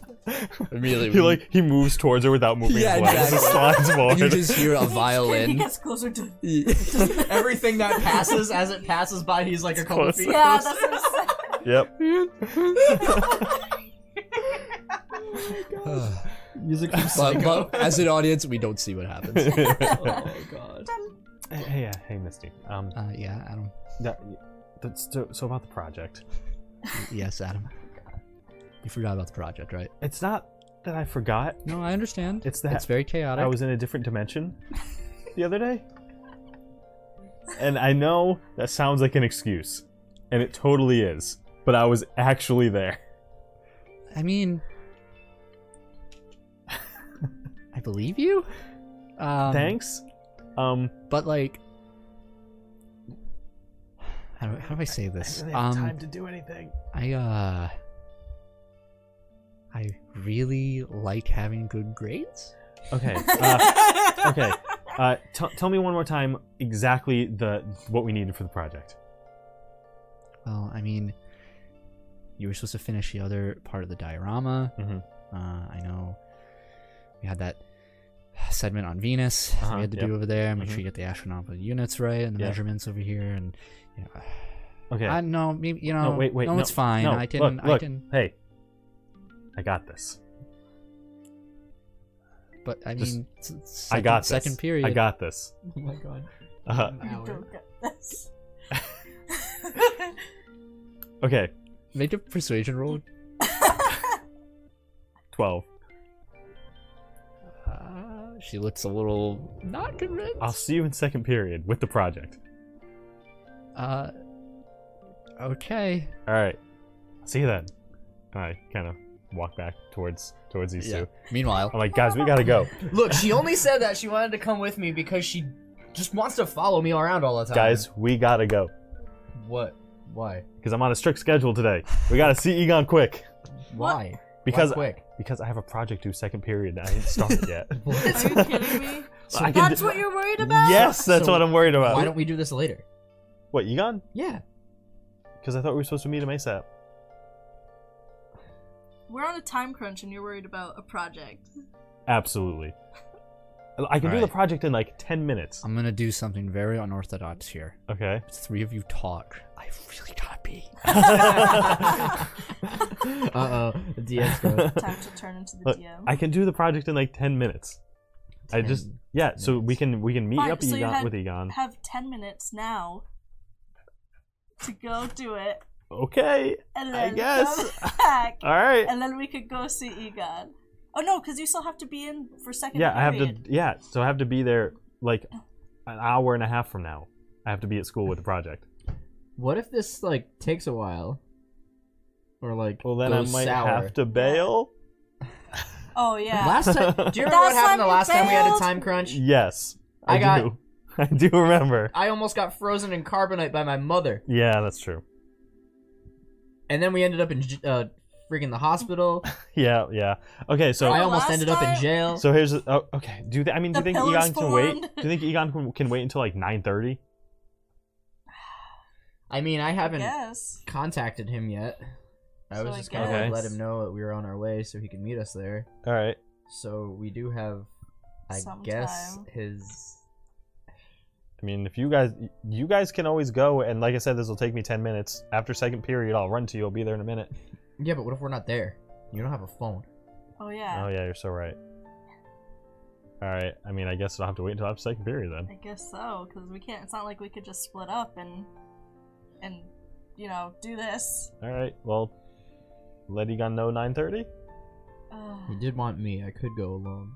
Speaker 1: immediately
Speaker 2: He like he moves towards her without moving.
Speaker 1: Yeah,
Speaker 2: his legs. He
Speaker 1: exactly.
Speaker 2: slides forward.
Speaker 1: you just hear a
Speaker 4: He
Speaker 1: violin.
Speaker 4: gets closer to.
Speaker 5: Everything that passes, as it passes by, he's like a couple
Speaker 2: close.
Speaker 5: feet.
Speaker 4: Yeah,
Speaker 5: close.
Speaker 4: that's what I said.
Speaker 2: Yep.
Speaker 5: Music from
Speaker 1: But,
Speaker 5: Psycho.
Speaker 1: but as an audience, we don't see what happens.
Speaker 5: oh god.
Speaker 2: Hey, hey, uh, hey, Misty. Um,
Speaker 1: Uh, yeah, Adam.
Speaker 2: that, that's so, so about the project.
Speaker 1: Yes, Adam. You forgot about the project, right?
Speaker 2: It's not that I forgot.
Speaker 1: No, I understand.
Speaker 2: It's that
Speaker 1: it's very chaotic.
Speaker 2: I was in a different dimension the other day. And I know that sounds like an excuse, and it totally is, but I was actually there.
Speaker 1: I mean, I believe you. Um,
Speaker 2: Thanks. Um,
Speaker 1: But like, how do, how do I say this? um,
Speaker 2: to do anything.
Speaker 1: I uh, I really like having good grades.
Speaker 2: Okay. uh, okay. Uh, t- tell me one more time exactly the what we needed for the project.
Speaker 1: Well, I mean, you were supposed to finish the other part of the diorama.
Speaker 2: Mhm.
Speaker 1: Uh, I know we had that segment on Venus that
Speaker 2: Uh-huh,
Speaker 1: we had to
Speaker 2: yep.
Speaker 1: do over there. Make
Speaker 2: Mhm.
Speaker 1: sure you get the astronomical units right and the
Speaker 2: Yeah.
Speaker 1: measurements over here. And you know,
Speaker 2: Okay.
Speaker 1: I no, maybe you know,
Speaker 2: no, wait, wait.
Speaker 1: no, it's fine.
Speaker 2: no,
Speaker 1: I can,
Speaker 2: look,
Speaker 1: I
Speaker 2: look,
Speaker 1: can.
Speaker 2: Hey, I got this.
Speaker 1: But I
Speaker 2: Just-
Speaker 1: mean, s- second,
Speaker 2: I got this.
Speaker 1: second period.
Speaker 2: I got this.
Speaker 5: Oh my god.
Speaker 2: Uh,
Speaker 4: You
Speaker 5: Hour.
Speaker 4: don't get this.
Speaker 2: okay,
Speaker 1: Make a persuasion roll.
Speaker 2: twelve. Mm-hmm.
Speaker 1: Uh, She looks a little not convinced.
Speaker 2: I'll see you in second period with the project.
Speaker 1: Uh, okay.
Speaker 2: All right. See you then. And I kind of walk back towards towards these two. I'm
Speaker 1: Meanwhile,
Speaker 2: like, guys, we gotta go.
Speaker 3: Look, she only said that she wanted to come with me because she just wants to follow me around all the time.
Speaker 2: guys, we gotta go.
Speaker 3: what? Why?
Speaker 2: Because I'm on a strict schedule today. We gotta see Egon quick.
Speaker 3: Why?
Speaker 2: Because
Speaker 3: Why quick.
Speaker 2: because I have a project due second period that I didn't start yet.
Speaker 4: Are you kidding me?
Speaker 2: I can
Speaker 4: That's
Speaker 2: do-
Speaker 4: what you're worried about?
Speaker 2: Yes, that's
Speaker 7: So
Speaker 2: what I'm worried about.
Speaker 7: Why don't we do this later?
Speaker 2: What Egon?
Speaker 7: Yeah.
Speaker 2: Because I thought we were supposed to meet him ASAP.
Speaker 4: We're on a time crunch and you're worried about a project.
Speaker 2: Absolutely. Um, I can do the
Speaker 1: Right.
Speaker 2: project in like ten minutes.
Speaker 1: I'm gonna do something very unorthodox here.
Speaker 2: Okay.
Speaker 1: The three of you talk. I really gotta be.
Speaker 7: Uh oh. The DM's going.
Speaker 4: Time to turn into the
Speaker 2: Look,
Speaker 4: DM.
Speaker 2: I can do the project in like ten minutes. I just yeah. So we can we can meet
Speaker 4: Fine,
Speaker 2: up
Speaker 4: so you
Speaker 2: Egon,
Speaker 4: had-
Speaker 2: with Egon.
Speaker 4: have 10 minutes now to go do it.
Speaker 2: okay.
Speaker 4: And
Speaker 2: I
Speaker 4: then
Speaker 2: guess.
Speaker 4: come back.
Speaker 2: All right.
Speaker 4: And then we could go see Egon. Oh no, because you still have to be in for second
Speaker 2: Yeah, I have to.
Speaker 4: period. Oh.
Speaker 2: Yeah, so I have to be there like an hour and a half from now. I have to be at school with the project.
Speaker 5: What if this like takes a while? Or like
Speaker 2: Well, then
Speaker 5: goes
Speaker 2: I might
Speaker 5: sour?
Speaker 2: have to bail.
Speaker 4: Oh yeah.
Speaker 5: Last time, do you remember what
Speaker 4: Last time
Speaker 5: happened the
Speaker 4: we
Speaker 5: last time we had a
Speaker 4: failed.
Speaker 5: time crunch?
Speaker 2: Yes, I,
Speaker 5: I got-
Speaker 2: do. I do remember.
Speaker 5: I almost got frozen in carbonite by my mother,
Speaker 2: Yeah, that's true.
Speaker 5: and then we ended up in j- uh, freaking the hospital.
Speaker 2: Yeah, yeah. Okay, so
Speaker 5: I almost
Speaker 4: last
Speaker 5: ended up in
Speaker 4: time-
Speaker 5: jail.
Speaker 2: so here's oh, okay. Do you thi- I mean do you
Speaker 4: The
Speaker 2: think
Speaker 4: pillars
Speaker 2: Egon can wait?
Speaker 4: formed.
Speaker 2: Do you think Egon can, can wait until like nine thirty?
Speaker 5: I mean, I haven't
Speaker 4: Yes.
Speaker 5: contacted him yet. I
Speaker 4: So
Speaker 5: was
Speaker 4: I
Speaker 5: just gonna
Speaker 2: guess-
Speaker 5: like, let him know that we were on our way so he could meet us there.
Speaker 2: All right.
Speaker 5: So we do have, I guess,
Speaker 4: Sometime.
Speaker 5: his.
Speaker 2: I mean, if you guys you guys can always go, and like I said, this will take me ten minutes. After second period, I'll run to you. I'll be there in a minute.
Speaker 5: Yeah, but what if we're not there? You don't have a phone.
Speaker 4: Oh yeah.
Speaker 2: Oh yeah, you're so right. All right. I mean, I guess I'll have to wait until after second period then.
Speaker 4: I guess so, because we can't. It's not like we could just split up and and you know do this.
Speaker 2: All right. Well, let Egon know 9:30.
Speaker 4: Uh,
Speaker 5: He did want me. I could go alone.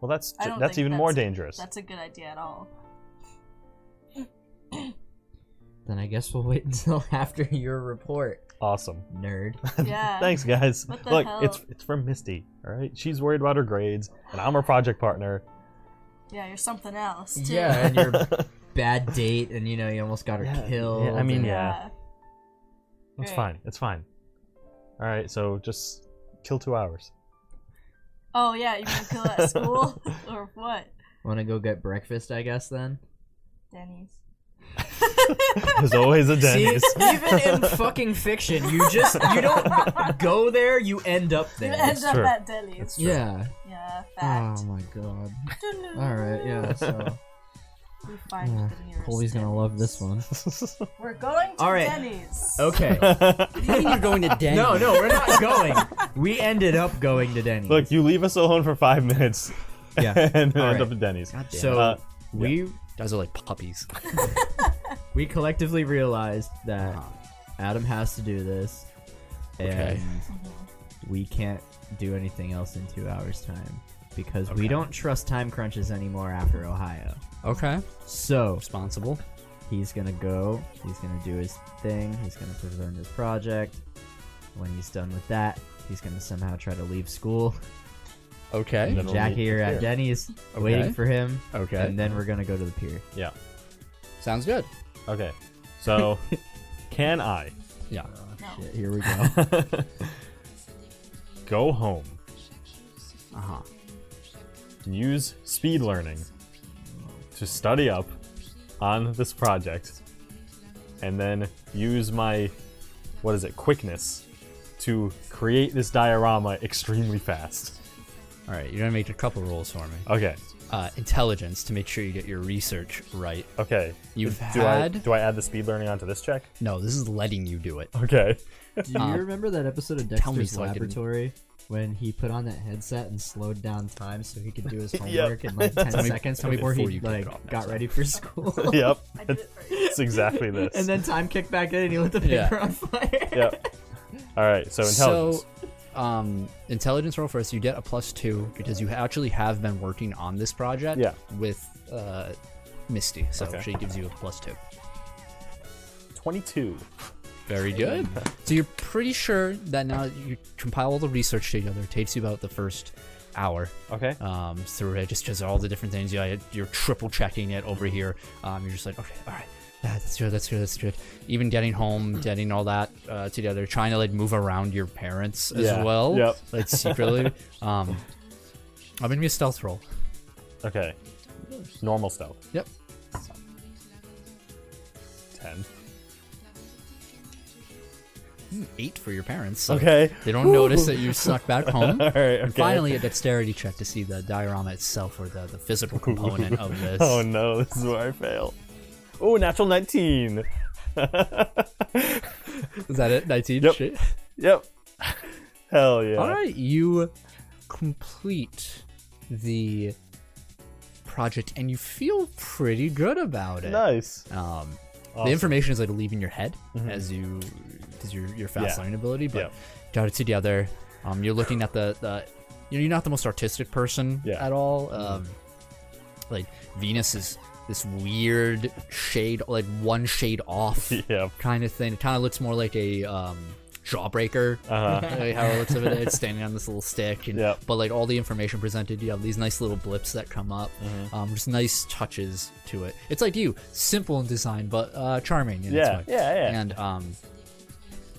Speaker 2: Well, that's
Speaker 4: I don't
Speaker 2: that's
Speaker 4: think
Speaker 2: even more
Speaker 4: that's-
Speaker 2: dangerous.
Speaker 4: that's a good idea at all.
Speaker 5: Then I guess we'll wait until after your report,
Speaker 2: Awesome.
Speaker 5: nerd.
Speaker 4: Yeah.
Speaker 2: Thanks, guys.
Speaker 4: What the
Speaker 2: Look,
Speaker 4: hell?
Speaker 2: it's it's from Misty. All right. She's worried about her grades, and I'm her project partner.
Speaker 4: Yeah, you're something else too.
Speaker 5: Yeah, and your bad date, and you know you almost got her
Speaker 2: Yeah,
Speaker 5: killed.
Speaker 2: yeah, I mean,
Speaker 5: and-
Speaker 2: Yeah. It's
Speaker 4: Great.
Speaker 2: fine. It's fine. All right. So just kill two hours.
Speaker 4: Oh yeah, you gonna kill at school or what,
Speaker 5: wanna go get breakfast? I guess then.
Speaker 4: Denny's?
Speaker 2: There's always a Denny's.
Speaker 5: Even in fucking fiction, you just you don't go there, you end up
Speaker 4: You
Speaker 5: there.
Speaker 4: end up
Speaker 2: true.
Speaker 4: at Denny's.
Speaker 5: yeah.
Speaker 4: Yeah,
Speaker 5: Oh
Speaker 4: fact.
Speaker 5: my god. Um, All right. Yeah. So
Speaker 4: We find
Speaker 5: Yeah,
Speaker 4: the nearest
Speaker 5: Colby's gonna
Speaker 4: Denny's.
Speaker 5: love this one.
Speaker 4: We're going to
Speaker 5: All right.
Speaker 4: Denny's.
Speaker 5: Okay.
Speaker 1: You're going to Denny's.
Speaker 5: No, no, we're not going. We ended up going to Denny's.
Speaker 2: Look, you leave us alone for five minutes,
Speaker 5: Yeah.
Speaker 2: and then
Speaker 5: All
Speaker 2: end
Speaker 5: right.
Speaker 2: up at Denny's.
Speaker 1: God damn.
Speaker 5: so
Speaker 2: Uh,
Speaker 5: we
Speaker 1: guys are like puppies.
Speaker 5: we collectively realized that
Speaker 1: Uh-huh.
Speaker 5: Adam has to do this, and
Speaker 1: Okay.
Speaker 5: we can't do anything else in two hours' time because we don't trust time crunches anymore after Ohio.
Speaker 1: Okay.
Speaker 5: So
Speaker 1: Responsible.
Speaker 5: he's gonna go. He's gonna do his thing. He's gonna present his project. When he's done with that, he's gonna somehow try to leave school.
Speaker 1: Okay.
Speaker 2: Then we'll
Speaker 5: Jack
Speaker 2: meet
Speaker 5: here
Speaker 2: here.
Speaker 5: at Denny's,
Speaker 1: Okay.
Speaker 5: waiting for him,
Speaker 1: Okay.
Speaker 5: and then we're gonna go to the pier.
Speaker 2: Yeah.
Speaker 1: Sounds good.
Speaker 2: Okay. So, can I?
Speaker 1: Yeah.
Speaker 5: Shit, here we go.
Speaker 2: go home,
Speaker 1: Uh huh.
Speaker 2: use speed learning to study up on this project, and then use my, what is it, quickness to create this diorama extremely fast.
Speaker 1: All right. You're gonna make a couple rolls for me.
Speaker 2: Okay,
Speaker 1: Uh, intelligence to make sure you get your research right.
Speaker 2: okay.
Speaker 1: You've
Speaker 2: do I
Speaker 1: had.
Speaker 2: do I add the speed learning onto this check?
Speaker 1: No, this is letting you do it.
Speaker 2: Okay.
Speaker 5: Do you remember that episode of
Speaker 1: Uh, tell me
Speaker 5: Dexter's
Speaker 1: so I can-
Speaker 5: Laboratory when he put on that headset and slowed down time so he could do his homework in like
Speaker 2: Tell
Speaker 5: ten
Speaker 1: me-
Speaker 5: seconds
Speaker 1: tell me
Speaker 5: before
Speaker 1: before
Speaker 5: he
Speaker 1: you kick it off
Speaker 5: like
Speaker 1: next
Speaker 5: got
Speaker 1: time.
Speaker 5: ready for school?
Speaker 2: yep.
Speaker 4: I did it first.
Speaker 2: It's exactly this.
Speaker 5: and then time kicked back in and he lit the paper
Speaker 1: Yeah.
Speaker 5: on fire.
Speaker 2: yep. All right. So intelligence.
Speaker 1: So, um, intelligence roll first. You get a plus two because you actually have been working on this project
Speaker 2: Yeah.
Speaker 1: with uh, Misty, so
Speaker 2: Okay.
Speaker 1: she gives you a plus two.
Speaker 2: 22.
Speaker 1: Very good. So you're pretty sure that now that you compile all the research together. It takes you about the first hour
Speaker 2: Okay.
Speaker 1: um, through it, just because all the different things. Yeah, you're triple checking it over here. Um, you're just like, okay, all right, yeah, that's good, that's good, that's good. Even getting home, getting all that uh, together, trying to like move around your parents as
Speaker 2: Yeah,
Speaker 1: well,
Speaker 2: yep.
Speaker 1: like secretly. um, I'm gonna be a stealth roll.
Speaker 2: okay. Normal stealth.
Speaker 1: Yep.
Speaker 2: 10.
Speaker 1: Eight for your parents. so
Speaker 2: Okay.
Speaker 1: They don't notice that you snuck back home.
Speaker 2: All right.
Speaker 1: And
Speaker 2: Okay.
Speaker 1: finally, a dexterity check to see the diorama itself or the, the physical component of this.
Speaker 2: Oh no, this is where I fail. Oh, natural 19.
Speaker 1: Is that it? 19?
Speaker 2: Yep.
Speaker 1: Shit.
Speaker 2: Yep. Hell yeah.
Speaker 1: All right, you complete the project and you feel pretty good about it.
Speaker 2: Nice.
Speaker 1: Um,
Speaker 2: Awesome. Mm-hmm.
Speaker 1: The information is like leaving your head as you, because your your fast
Speaker 2: Yeah.
Speaker 1: learning ability, but
Speaker 2: Yep.
Speaker 1: got it together. Um, you're looking at the the, you know, you're not the most artistic person
Speaker 2: Yeah. Mm-hmm.
Speaker 1: at all. Um, like Venus is this weird shade, like one shade off
Speaker 2: Yeah.
Speaker 1: kind of thing. It kind of looks more like a um, jawbreaker.
Speaker 2: Uh-huh.
Speaker 1: like how it looks over there, it's standing on this little stick, and
Speaker 2: Yep.
Speaker 1: but like all the information presented, you have these nice little blips that come up,
Speaker 2: Mm-hmm.
Speaker 1: um, just nice touches to it. It's like you, simple in design, but uh, charming. In
Speaker 2: Yeah,
Speaker 1: its way.
Speaker 2: yeah, yeah.
Speaker 1: And um,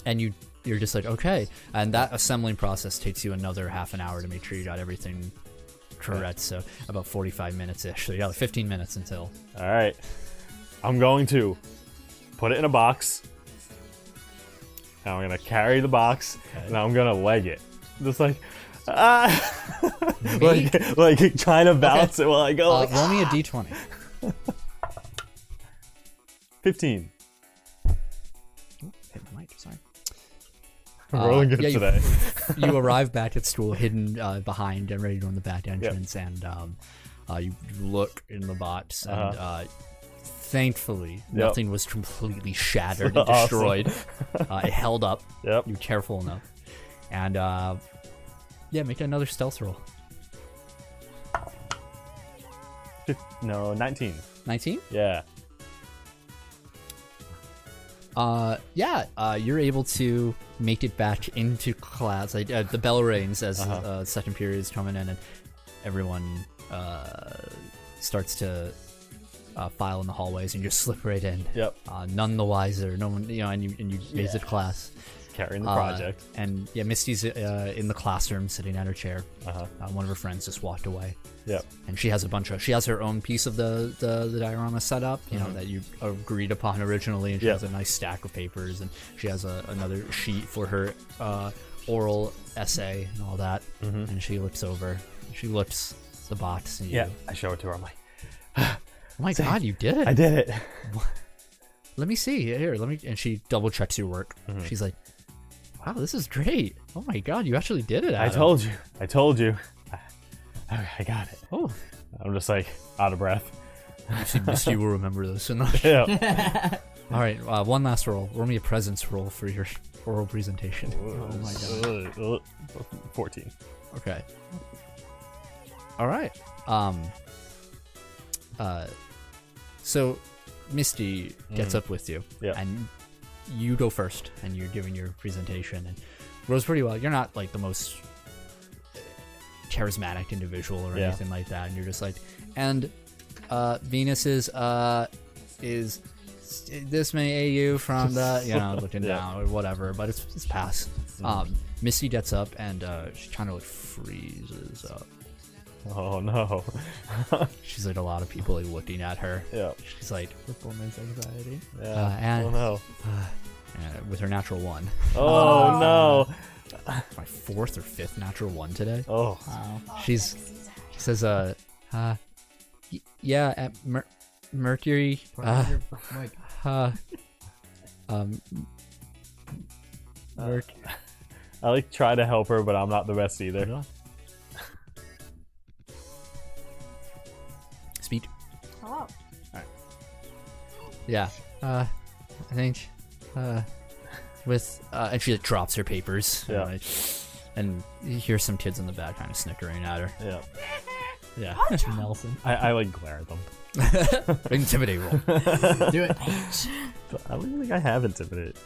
Speaker 1: and you you're just like okay, and that assembling process takes you another half an hour to make sure you got everything correct. So about forty five minutes ish. So you got like fifteen minutes until
Speaker 2: All right. I'm going to put it in a box. And I'm gonna carry the box, and I'm gonna leg it. Just like, ah, like, like trying to balance it while I go.
Speaker 1: uh,
Speaker 2: like, ah!
Speaker 1: roll me a d twenty.
Speaker 2: 15.
Speaker 1: Hit my mic. Sorry.
Speaker 2: I'm
Speaker 1: Uh,
Speaker 2: rolling good
Speaker 1: yeah, you-
Speaker 2: today.
Speaker 1: you arrive back at school, hidden uh, behind and ready to go in the back entrance, and um, uh, you you look in the box, and
Speaker 2: Uh-huh.
Speaker 1: uh thankfully nothing was completely shattered and
Speaker 2: Awesome.
Speaker 1: destroyed. uh, it held up.
Speaker 2: Yep.
Speaker 1: You were careful enough, and uh, yeah, make another stealth roll.
Speaker 2: Fif- no, 19.
Speaker 1: Nineteen.
Speaker 2: Yeah.
Speaker 1: Uh, yeah, uh, you're able to make it back into class. Like, uh, the bell rings as
Speaker 2: Uh-huh.
Speaker 1: uh second period is coming in, and everyone uh, starts to uh, file in the hallways, and you just slip right in.
Speaker 2: Yep.
Speaker 1: Uh, none the wiser. No one, you know, and you and you make it to class.
Speaker 2: Carrying the
Speaker 1: Uh,
Speaker 2: project.
Speaker 1: and yeah, Misty's uh, in the classroom, sitting at her chair.
Speaker 2: Uh-huh.
Speaker 1: Uh, one of her friends just walked away
Speaker 2: Yep.
Speaker 1: and she has a bunch of she has her own piece of the the, the diorama set up you know that you agreed upon originally and she
Speaker 2: Mm-hmm.
Speaker 1: has a
Speaker 2: Yeah.
Speaker 1: nice stack of papers and she has a, another sheet for her uh, oral essay and all that and she looks over she looks the box and you,
Speaker 2: Mm-hmm. Yeah. I show it to her. I'm like,
Speaker 1: oh my god you did it
Speaker 2: I did it.
Speaker 1: let me see here let me and she double checks your work
Speaker 2: Mm-hmm.
Speaker 1: she's like wow this is great oh my god you actually did it
Speaker 2: I
Speaker 1: Adam."
Speaker 2: told you. I told you. I, I got it.
Speaker 1: oh
Speaker 2: I'm just like out of breath.
Speaker 1: she missed you will remember this and
Speaker 2: Yeah.
Speaker 1: all right uh, one last roll roll me a presence roll for your oral presentation oh my god
Speaker 2: 14.
Speaker 1: Okay. All right. Um. Uh. So, Misty gets up with you,
Speaker 2: Mm-hmm. Yeah.
Speaker 1: and you go first, and you're giving your presentation, and it goes pretty well. You're not like the most charismatic individual or
Speaker 2: Yeah.
Speaker 1: anything like that, and you're just like, and uh, Venus is uh is this many AU from the you know looking
Speaker 2: Yeah.
Speaker 1: down or whatever, but it's it's past.
Speaker 2: Mm.
Speaker 1: Um, Misty gets up and uh, she kind of like freezes up.
Speaker 2: Oh no.
Speaker 1: She's like a lot of people like looking at her.
Speaker 2: Yeah.
Speaker 1: She's like
Speaker 5: Performance anxiety.
Speaker 2: Yeah.
Speaker 1: Uh, and-
Speaker 2: oh no.
Speaker 1: uh, with her natural one,
Speaker 2: Oh no.
Speaker 1: my fourth or fifth natural one today.
Speaker 2: Oh.
Speaker 1: She's she says uh uh y- yeah at Mer- Mercury uh,
Speaker 5: oh
Speaker 7: Mike,
Speaker 1: uh um Merc-
Speaker 2: I like try to help her, but I'm not the best either.
Speaker 1: speed
Speaker 4: Hello.
Speaker 1: Yeah. Uh, I think, uh, with uh, and she like, drops her papers.
Speaker 2: Yeah.
Speaker 1: And, like, And you hear some kids in the back kind of snickering at her.
Speaker 2: Yeah.
Speaker 1: Yeah. Nelson.
Speaker 2: I, I like glare at them.
Speaker 1: Intimidate roll.
Speaker 7: Do it.
Speaker 2: But I don't think I have intimidate.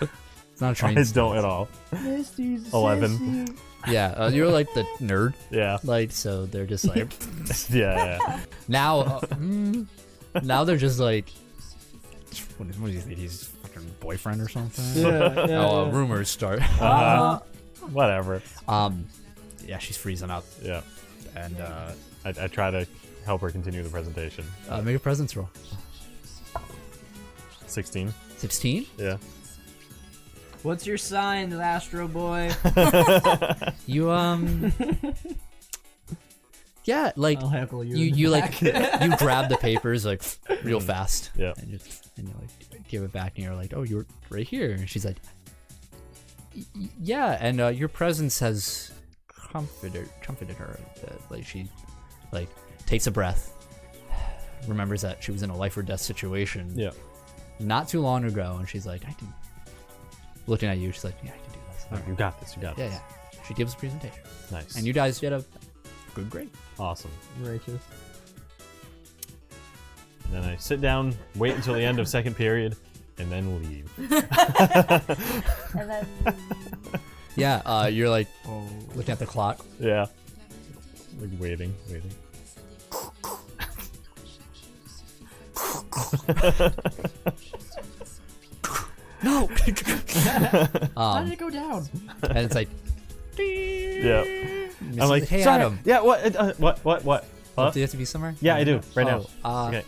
Speaker 1: It's not a
Speaker 2: I
Speaker 1: train.
Speaker 2: don't at all. Eleven.
Speaker 1: Yeah, uh, you're like the nerd.
Speaker 2: Yeah.
Speaker 1: Like, so they're just like,
Speaker 2: Yeah. yeah.
Speaker 1: now, uh, mm, now they're just like, what, is- what do you think? He's fucking boyfriend or something?
Speaker 7: Yeah,
Speaker 1: oh, uh, rumors start.
Speaker 2: Whatever.
Speaker 1: Um, yeah, she's freezing up.
Speaker 2: Yeah.
Speaker 1: And uh,
Speaker 2: I, I try to help her continue the presentation.
Speaker 1: uh, make a presence roll.
Speaker 2: 16.
Speaker 1: 16?
Speaker 2: Yeah.
Speaker 7: What's your sign, Astro Boy?
Speaker 1: You, um. yeah, like,
Speaker 7: I'll heckle you.
Speaker 1: you, you like, you grab the papers, like, real fast.
Speaker 2: Yeah.
Speaker 1: And, just, and you, like, give it back, and you're like, oh, you're right here. And she's like, "Y- y- yeah, and uh, your presence has comforted, comforted her a bit. Like, she, like, takes a breath, remembers that she was in a life or death situation.
Speaker 2: Yeah.
Speaker 1: not too long ago, and she's like, I can. Looking at you, she's like, Yeah, I can do this. All
Speaker 2: Oh,
Speaker 1: right.
Speaker 2: you got this. You got
Speaker 1: Yeah,
Speaker 2: this.
Speaker 1: yeah. She gives a presentation,
Speaker 2: Nice.
Speaker 1: and you guys get a good grade.
Speaker 2: awesome.
Speaker 7: Righteous.
Speaker 2: And then I sit down, wait until the end of second period, and then leave.
Speaker 4: And then
Speaker 1: Yeah, uh, you're like looking at the clock.
Speaker 2: Yeah. Like waiting, waiting.
Speaker 1: No,
Speaker 7: How
Speaker 1: um,
Speaker 7: did it go down?
Speaker 1: and it's like,
Speaker 2: Yeah.
Speaker 1: Mrs.
Speaker 2: I'm like,
Speaker 1: hey
Speaker 2: "Sorry,
Speaker 1: Adam,
Speaker 2: Yeah. What? Uh, what? What? What? Huh?
Speaker 1: do you have to be somewhere?
Speaker 2: Yeah, I do. Right
Speaker 1: Oh,
Speaker 2: now.
Speaker 1: uh,
Speaker 2: okay.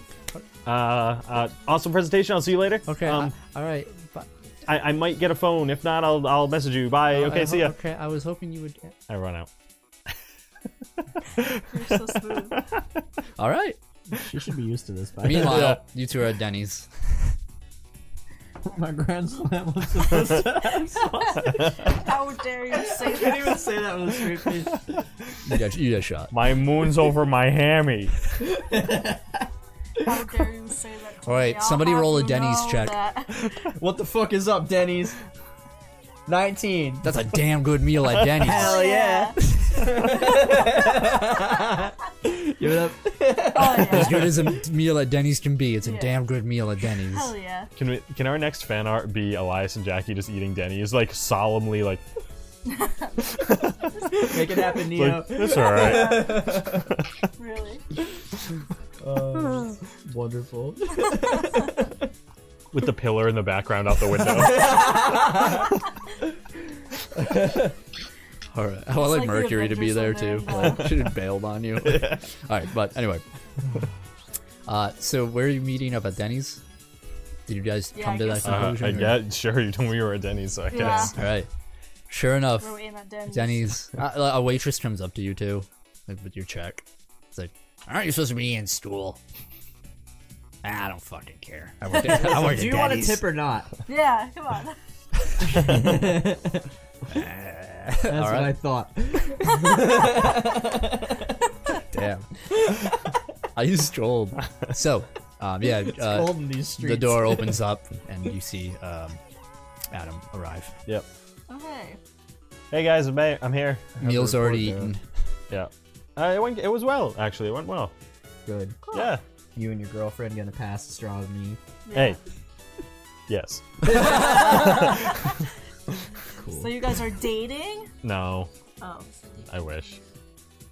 Speaker 2: Uh, uh, awesome presentation. I'll see you later.
Speaker 1: Okay,
Speaker 2: Um,
Speaker 1: I- all right. But,
Speaker 2: I, I might get a phone. If not, I'll I'll message you. Bye. Oh, uh, okay.
Speaker 1: I
Speaker 2: see
Speaker 1: ho-
Speaker 2: ya.
Speaker 1: Okay, I was hoping you would. Get...
Speaker 2: I run out.
Speaker 4: you're so smooth.
Speaker 1: All right.
Speaker 7: She should be used to this by
Speaker 1: Meanwhile, you two are at Denny's.
Speaker 7: My grandson was supposed
Speaker 4: How dare you say
Speaker 7: to
Speaker 4: that?
Speaker 7: even say that with a straight face.
Speaker 1: You got, you got shot.
Speaker 2: My moon's over my hammy.
Speaker 4: How dare you say that? to
Speaker 1: All right,
Speaker 4: me? I'll
Speaker 1: somebody
Speaker 4: have
Speaker 1: roll a
Speaker 4: you
Speaker 1: Denny's
Speaker 4: know
Speaker 1: check.
Speaker 4: that.
Speaker 7: What the fuck is up, Denny's? 19.
Speaker 1: That's a damn good meal at Denny's.
Speaker 7: Hell yeah. Give it up.
Speaker 4: Oh
Speaker 1: as
Speaker 4: yeah.
Speaker 1: good as a meal at Denny's can be, it's a
Speaker 4: Yeah.
Speaker 1: damn good meal at Denny's.
Speaker 4: Hell yeah.
Speaker 2: Can we? Can our next fan art be Elias and Jackie just eating Denny's like solemnly like?
Speaker 7: Make it happen, Neo.
Speaker 2: like it's all right.
Speaker 4: Really.
Speaker 7: Wonderful.
Speaker 2: With the pillar in the background out the window.
Speaker 1: All right. I wanted
Speaker 4: like the
Speaker 1: Mercury to be there
Speaker 4: Avengers
Speaker 1: too.
Speaker 4: on there,
Speaker 1: Should have bailed on you. All right, but anyway. Uh, so where are you meeting up at Denny's? Did you guys
Speaker 4: Yeah,
Speaker 1: come
Speaker 4: I
Speaker 1: to that
Speaker 4: guess so.
Speaker 2: Uh,
Speaker 1: conclusion?
Speaker 2: I
Speaker 1: or-
Speaker 2: get sure you told me you were at Denny's, so I guess.
Speaker 1: All right. Sure enough,
Speaker 4: We're waiting on Denny's.
Speaker 1: Denny's. Uh, a waitress comes up to you too, like with your check. It's like, aren't you supposed to be in school? "Ah, I don't fucking care. I work at, I work
Speaker 7: Do
Speaker 1: at
Speaker 7: you want a
Speaker 1: Denny's.
Speaker 7: tip or not?
Speaker 4: Yeah, come on.
Speaker 1: All
Speaker 7: That's what I
Speaker 1: right.
Speaker 7: thought.
Speaker 1: Damn. I you strolled. So, um, yeah. uh,
Speaker 7: Holding these streets.
Speaker 1: The door opens up, and you see um, Adam arrive.
Speaker 2: Yep.
Speaker 4: Okay.
Speaker 2: Hey guys, I'm, ba- I'm here.
Speaker 1: Meal's
Speaker 5: report
Speaker 1: already
Speaker 5: there.
Speaker 1: eaten.
Speaker 2: Yeah. Uh, it went. It was well, actually. It went well.
Speaker 5: Good.
Speaker 4: Oh,
Speaker 2: Yeah.
Speaker 5: You and your girlfriend gonna pass the straw to me.
Speaker 2: Hey. Yes.
Speaker 4: So you guys are dating?
Speaker 2: No.
Speaker 5: Uh,
Speaker 4: Oh.
Speaker 2: I wish.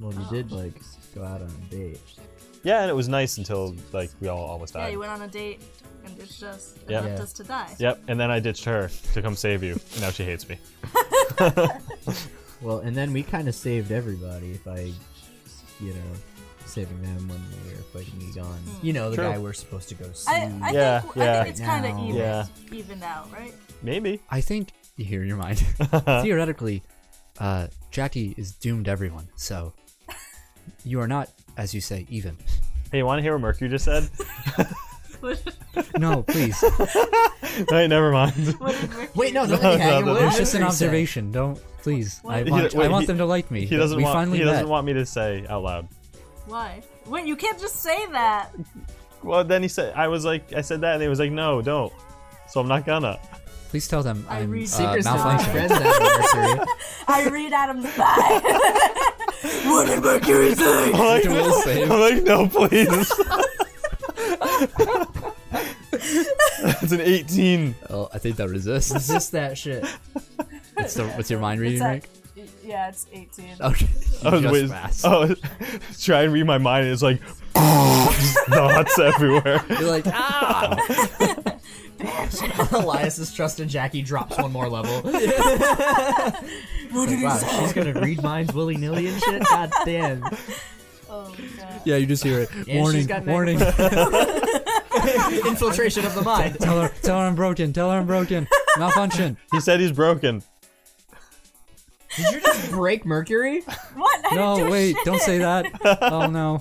Speaker 5: Well, you did like go out on a date.
Speaker 2: Yeah, and it was nice until like we all almost
Speaker 4: Yeah,
Speaker 2: died.
Speaker 4: you went on a date and ditched us and
Speaker 2: Yep.
Speaker 4: left
Speaker 5: Yeah.
Speaker 4: us to die.
Speaker 2: yep. And then I ditched her to come save you. and now she hates me.
Speaker 5: Well, and then we kind of saved everybody by, you know, saving them when they were fighting Egon. You know, the
Speaker 2: True.
Speaker 5: guy we're supposed to go see.
Speaker 4: I, I,
Speaker 2: Yeah,
Speaker 4: think, I
Speaker 2: yeah.
Speaker 4: think it's kind of
Speaker 5: Now.
Speaker 4: even,
Speaker 2: Yeah.
Speaker 4: even now, right?
Speaker 2: Maybe.
Speaker 1: I think you hear in your mind. Theoretically, uh, Jackie is doomed everyone, so you are not, as you say, even.
Speaker 2: Hey, you want to hear what Mercury just said?
Speaker 1: No, please.
Speaker 2: hey, never mind.
Speaker 4: What did Rick
Speaker 7: Wait, no, don't let me hang.
Speaker 2: no,
Speaker 7: What
Speaker 2: no.
Speaker 1: It's
Speaker 7: did
Speaker 1: just
Speaker 7: Mercury
Speaker 1: an
Speaker 7: say?
Speaker 1: observation. Don't, please. I
Speaker 4: He-
Speaker 1: want, I
Speaker 2: wait,
Speaker 1: want
Speaker 2: he-
Speaker 1: them to like me.
Speaker 2: He doesn't
Speaker 1: we
Speaker 2: want.
Speaker 1: finally
Speaker 2: he doesn't
Speaker 1: met.
Speaker 2: want me to say out loud.
Speaker 4: Why? Wait, you can't just say that.
Speaker 2: Well, then he said. I was like, I said that, and he was like, no, don't. So I'm not gonna.
Speaker 1: Please tell them
Speaker 4: I
Speaker 1: I'm uh,
Speaker 4: read secrets now.
Speaker 1: malfunctioning.
Speaker 7: Friends anniversary.
Speaker 4: I read Adam's mind. what did Mercury say?
Speaker 2: like,
Speaker 1: It will save.
Speaker 2: I'm like, no, please. That's an 18.
Speaker 1: Oh, I think that resists.
Speaker 7: Resist that shit.
Speaker 1: What's, the, what's your mind reading,
Speaker 4: It's
Speaker 1: Rick?
Speaker 4: a- yeah, it's 18.
Speaker 1: Okay.
Speaker 2: I was
Speaker 1: Just
Speaker 2: waiting.
Speaker 1: fast.
Speaker 2: Oh, try and read my mind. It's like just knots everywhere.
Speaker 1: You're like, ah!
Speaker 7: Elias's trust in Jackie drops one more level.
Speaker 5: Wow, she's gonna read minds willy nilly and shit. God damn.
Speaker 4: Oh, God.
Speaker 1: Yeah, you just hear it.
Speaker 7: she's
Speaker 1: warning,
Speaker 7: got
Speaker 1: warning.
Speaker 7: Infiltration of the mind.
Speaker 1: tell her, tell her I'm broken. Tell her I'm broken. Malfunction.
Speaker 2: He said he's broken.
Speaker 7: Did you just break Mercury?
Speaker 4: What? I didn't
Speaker 1: No,
Speaker 4: do
Speaker 1: wait,
Speaker 4: shit.
Speaker 1: don't say that. Oh no,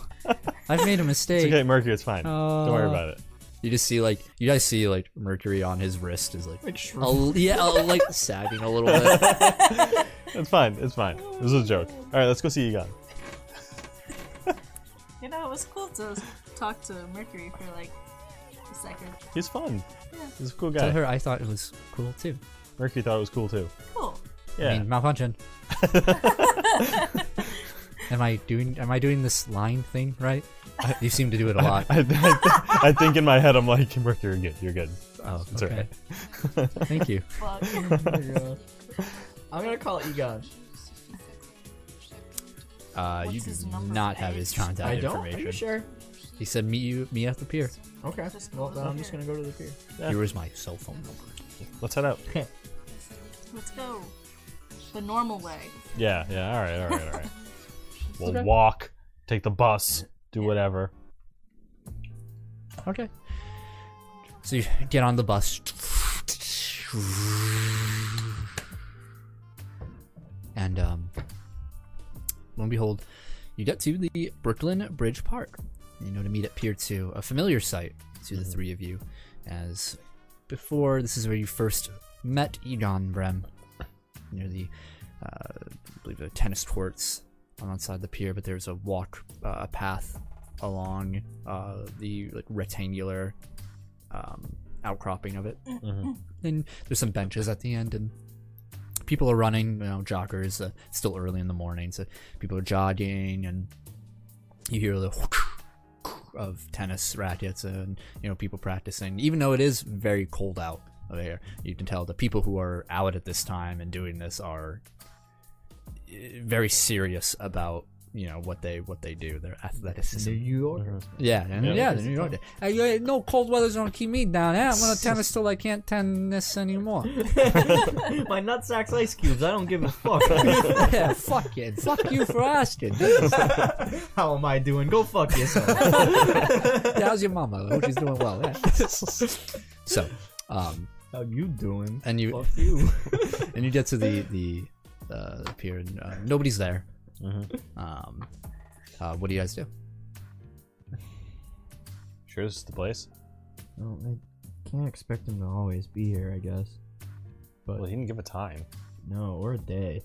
Speaker 1: I've made a
Speaker 2: It's
Speaker 1: mistake.
Speaker 2: okay, Mercury. It's fine. Don't worry
Speaker 1: Uh,
Speaker 2: about it.
Speaker 1: You just see like you guys see like Mercury on his wrist is like,
Speaker 7: Like,
Speaker 1: a, yeah, a, like sagging a little bit.
Speaker 2: It's fine. It's fine. This is a joke. All right, let's go see Egon.
Speaker 4: You know, it was cool to talk to Mercury for like a second.
Speaker 2: He's fun. He's a cool
Speaker 1: Tell
Speaker 2: guy.
Speaker 1: her I thought it was cool too.
Speaker 2: Mercury thought it was cool too.
Speaker 4: Cool.
Speaker 2: Yeah.
Speaker 1: I mean, malfunction. am I doing? Am I doing this line thing right? You seem to do it a lot.
Speaker 2: I, I- I think in my head, I'm like, Mercury, you're good. You're good.
Speaker 1: Oh,
Speaker 2: It's
Speaker 1: okay.
Speaker 2: alright.
Speaker 1: Thank you.
Speaker 4: Fuck.
Speaker 7: I'm gonna call Egon.
Speaker 1: Uh, you
Speaker 4: What's
Speaker 1: do
Speaker 4: his number?
Speaker 1: not have his contact
Speaker 7: I don't. Are
Speaker 1: information.
Speaker 7: you sure?
Speaker 1: He said, "Meet you, me at the pier."
Speaker 7: Okay.
Speaker 4: Just go
Speaker 7: Well,
Speaker 4: to
Speaker 7: then
Speaker 4: the
Speaker 7: I'm just
Speaker 4: pier.
Speaker 7: gonna go to the pier.
Speaker 2: Yeah.
Speaker 1: Here is my cell phone number.
Speaker 2: Let's head out.
Speaker 4: Let's go. The normal way.
Speaker 2: Yeah, yeah. All right, all right, all right. We'll walk, take the bus, do whatever.
Speaker 1: Okay. So you get on the bus. And um lo and behold, you get to the Brooklyn Bridge Park. You know to meet at Pier 2, a familiar sight to the three of you as before this is where you first met Egon Brem near the uh, I believe the tennis courts on one side of the pier, but there's a walk, uh, a path along uh, the like rectangular um, outcropping of it. And there's some benches at the end, and people are running. You know, joggers. Uh, it's still early in the morning, so people are jogging, and you hear the of tennis rackets and you know people practicing. Even though it is very cold out there, you can tell the people who are out at this time and doing this are eh, very serious about you know what they what they do. Their athleticism.
Speaker 7: York.
Speaker 1: Yeah, and yeah,
Speaker 2: Yeah.
Speaker 1: the New York. Hey, uh, no cold weather's gonna keep me down. Yeah, I'm gonna tennis till I can't tennis anymore.
Speaker 7: My nutsacks ice cubes. I don't give a fuck.
Speaker 1: yeah, fuck it. Fuck you for asking. Jesus.
Speaker 7: How am I doing? Go fuck yourself.
Speaker 1: Yeah, how's your mama? I hope she's doing well. Yeah. So, um,
Speaker 7: How you doing?
Speaker 1: and you
Speaker 7: Fuck you.
Speaker 1: and you get to the the uh, pier, and uh, nobody's there. Um, uh, what do you guys do?
Speaker 2: Sure, this is the place.
Speaker 7: Well, I can't expect him to always be here. I guess.
Speaker 2: Well, he didn't give a time.
Speaker 7: No, or a day.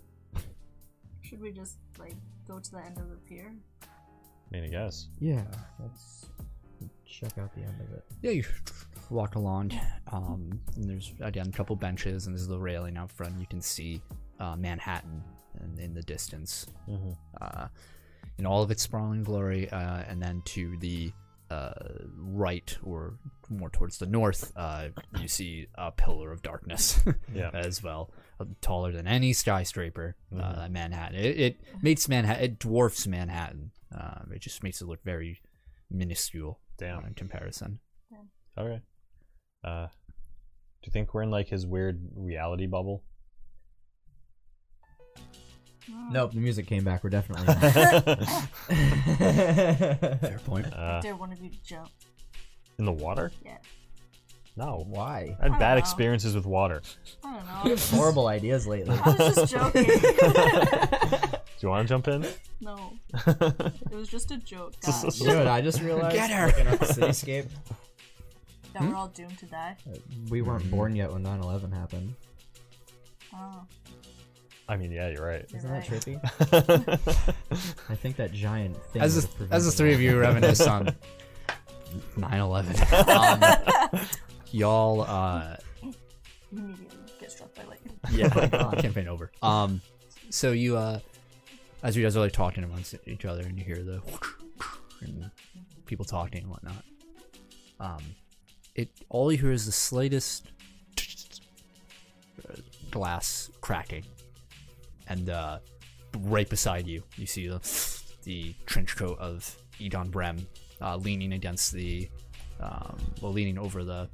Speaker 4: Should we just like go to the end of the pier?
Speaker 2: I mean, I guess.
Speaker 7: Yeah. Let's check out the end of it.
Speaker 1: Yeah, you walk along. Um, and there's again a couple benches, and there's the railing out front. You can see uh, Manhattan in, in the distance, uh, in all of its sprawling glory. Uh, and then to the uh, right, or more towards the north, uh, you see a pillar of darkness
Speaker 2: Yeah.
Speaker 1: as well, uh, taller than any skyscraper. Uh, Manhattan. It, it makes Manhattan. It dwarfs Manhattan. Um, it just makes it look very minuscule uh,
Speaker 2: Damn.
Speaker 1: in comparison.
Speaker 2: Okay. Uh, do you think we're in like his weird reality bubble?
Speaker 7: Nope. The music came back. We're definitely.
Speaker 1: Fair point.
Speaker 2: Uh,
Speaker 4: Dare one of you to jump?
Speaker 2: in the water?
Speaker 4: Yeah.
Speaker 2: No.
Speaker 7: Why?
Speaker 2: I had bad
Speaker 4: know.
Speaker 2: experiences with water.
Speaker 4: I don't know.
Speaker 7: Horrible ideas lately.
Speaker 4: I was just joking.
Speaker 2: Do you want to jump in?
Speaker 4: no. It was just a joke, guys.
Speaker 7: You know what I just realized?
Speaker 1: Get her.
Speaker 7: Looking at the cityscape.
Speaker 4: That we're all doomed to die.
Speaker 7: We weren't born yet when 9/11 happened.
Speaker 4: Oh,
Speaker 2: I mean, yeah, you're right. Oh,
Speaker 4: you're
Speaker 7: Isn't that
Speaker 4: right.
Speaker 7: trippy? I think that giant thing.
Speaker 1: as
Speaker 7: would
Speaker 1: the,
Speaker 7: have prevented
Speaker 1: as the three of you reminisce on 9-11 um, y'all uh,
Speaker 4: Immediately.
Speaker 1: Yeah, campaign over. Um, so you, uh, as you guys are like talking amongst each other, and you hear the and people talking and whatnot. Um, it all you hear is the slightest glass cracking, and uh, right beside you, you see the the trench coat of Edon Brem uh, leaning against the, um, well, leaning over the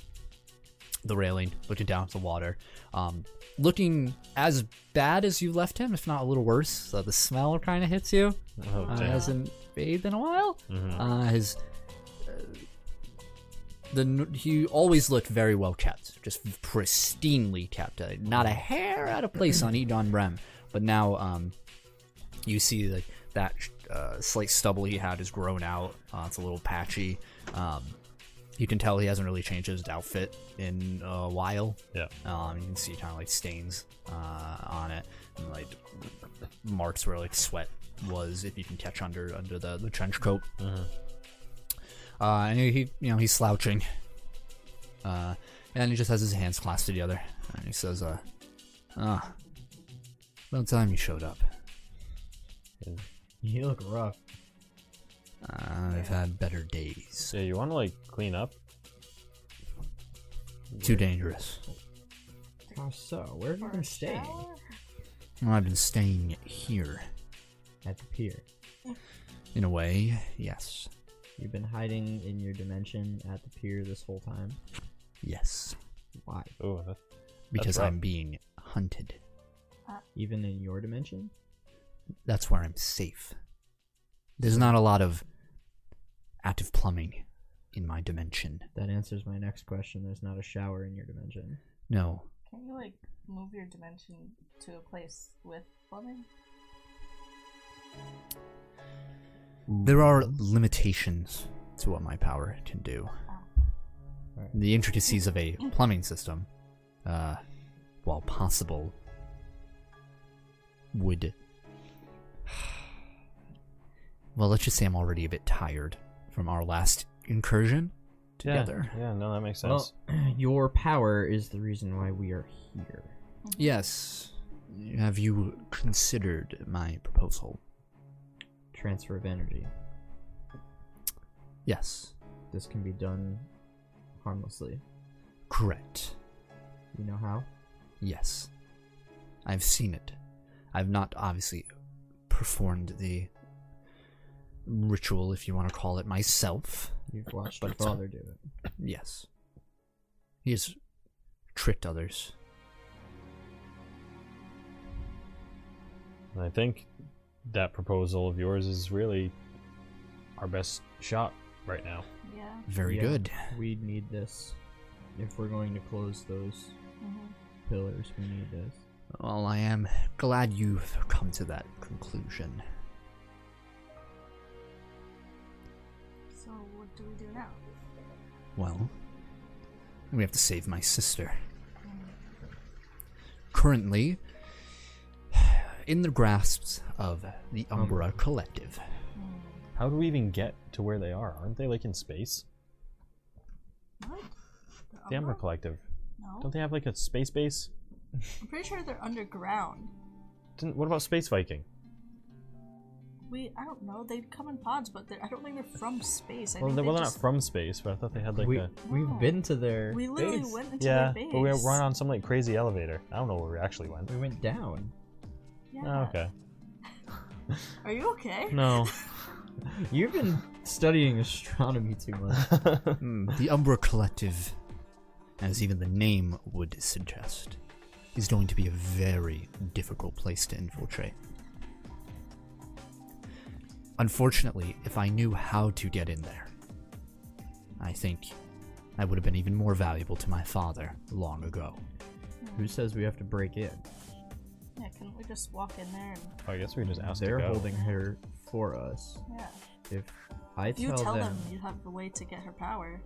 Speaker 1: the railing, looking down at the water, um, looking as bad as you left him, if not a little worse. So the smell kind of hits you.
Speaker 2: Oh,
Speaker 1: Uh,
Speaker 2: damn. Mm-hmm.
Speaker 1: hasn't bathed in a while. Uh, his uh, the n- he always looked very well kept, just pristinely kept. Uh, not a hair out of place on Edon Brem. But now um, you see like that uh, slight stubble he had is grown out. Uh, it's a little patchy. Um, you can tell he hasn't really changed his outfit in a while.
Speaker 2: Yeah.
Speaker 1: Um, you can see kind of like stains uh, on it, and like marks where like sweat was, if you can catch under under the, the trench coat.
Speaker 2: Mm-hmm.
Speaker 1: Uh, and he, he- you know, he's slouching, uh, and he just has his hands clasped together, and he says, "Uh, ah, about time you showed up.
Speaker 7: You look rough.
Speaker 1: Uh, I've had better days.
Speaker 2: Yeah, you want to like clean up?
Speaker 1: Too dangerous.
Speaker 7: How so? Where have you been staying?
Speaker 1: Well, I've been staying here,
Speaker 7: At the pier.
Speaker 1: in a way. Yes,
Speaker 5: You've been hiding in your dimension at the pier this whole time.
Speaker 1: yes,
Speaker 5: Why?
Speaker 2: Oh, that's
Speaker 1: because
Speaker 2: rough.
Speaker 1: I'm being hunted.
Speaker 5: Even in your dimension?
Speaker 1: That's where I'm safe. There's not a lot of active plumbing in my dimension.
Speaker 5: That answers my next question. There's not a shower in your dimension.
Speaker 1: No,
Speaker 4: Can you like move your dimension to a place with plumbing?
Speaker 1: There are limitations to what my power can do. The intricacies of a plumbing system, uh, while possible, would. Well, let's just say I'm already a bit tired from our last incursion together.
Speaker 2: Yeah, yeah, no, that makes sense.
Speaker 5: Well, your power is the reason why we are here.
Speaker 1: Yes. Have you considered my proposal?
Speaker 5: Transfer of energy.
Speaker 1: Yes.
Speaker 5: This can be done harmlessly.
Speaker 1: Correct.
Speaker 5: You know how?
Speaker 1: Yes. I've seen it. I've not obviously performed the ritual, if you want to call it, myself.
Speaker 5: You've watched
Speaker 1: But
Speaker 5: your
Speaker 1: it's-
Speaker 5: father do it.
Speaker 1: Yes. He has tricked others.
Speaker 2: And I think that proposal of yours is really our best shot right now.
Speaker 4: Yeah.
Speaker 1: Very
Speaker 5: Yeah,
Speaker 1: good.
Speaker 5: We need this. If we're going to close those
Speaker 4: mm-hmm.
Speaker 5: pillars, we need this.
Speaker 1: Well, I am glad you've come to that conclusion.
Speaker 4: So what do we do now?
Speaker 1: Well, we have to save my sister. Currently, in the grasps of the Umbra Collective.
Speaker 2: How do we even get to where they are? Aren't they like in space?
Speaker 4: What?
Speaker 2: The Amber Collective.
Speaker 4: No.
Speaker 2: Don't they have like a space base?
Speaker 4: I'm pretty sure they're underground.
Speaker 2: Didn't, what about Space Viking?
Speaker 4: We I don't know. They come in pods, but they're, I don't think they're from space. I
Speaker 2: well,
Speaker 4: think
Speaker 2: they're,
Speaker 4: they
Speaker 2: well, they're
Speaker 4: just,
Speaker 2: not from space, but I thought they had like
Speaker 5: we,
Speaker 2: a.
Speaker 4: No.
Speaker 5: We've been to their.
Speaker 4: We literally
Speaker 5: base.
Speaker 4: went into
Speaker 2: Yeah,
Speaker 4: their base.
Speaker 2: but we run on some like crazy elevator. I don't know where we actually went.
Speaker 5: We went down.
Speaker 4: Yeah.
Speaker 2: Oh, okay.
Speaker 4: Are you okay?
Speaker 2: No.
Speaker 5: You've been studying astronomy too much.
Speaker 1: The Umbra Collective, as even the name would suggest, is going to be a very difficult place to infiltrate. Unfortunately, if I knew how to get in there, I think I would have been even more valuable to my father long ago.
Speaker 5: Who says we have to break in?
Speaker 4: Yeah. Couldn't we just walk in there and
Speaker 2: Oh, I guess we just asked
Speaker 5: They're
Speaker 2: to go.
Speaker 5: holding her for us.
Speaker 4: yeah?
Speaker 5: If I
Speaker 4: If you
Speaker 5: tell,
Speaker 4: tell
Speaker 5: them,
Speaker 4: them you have the way to get her power.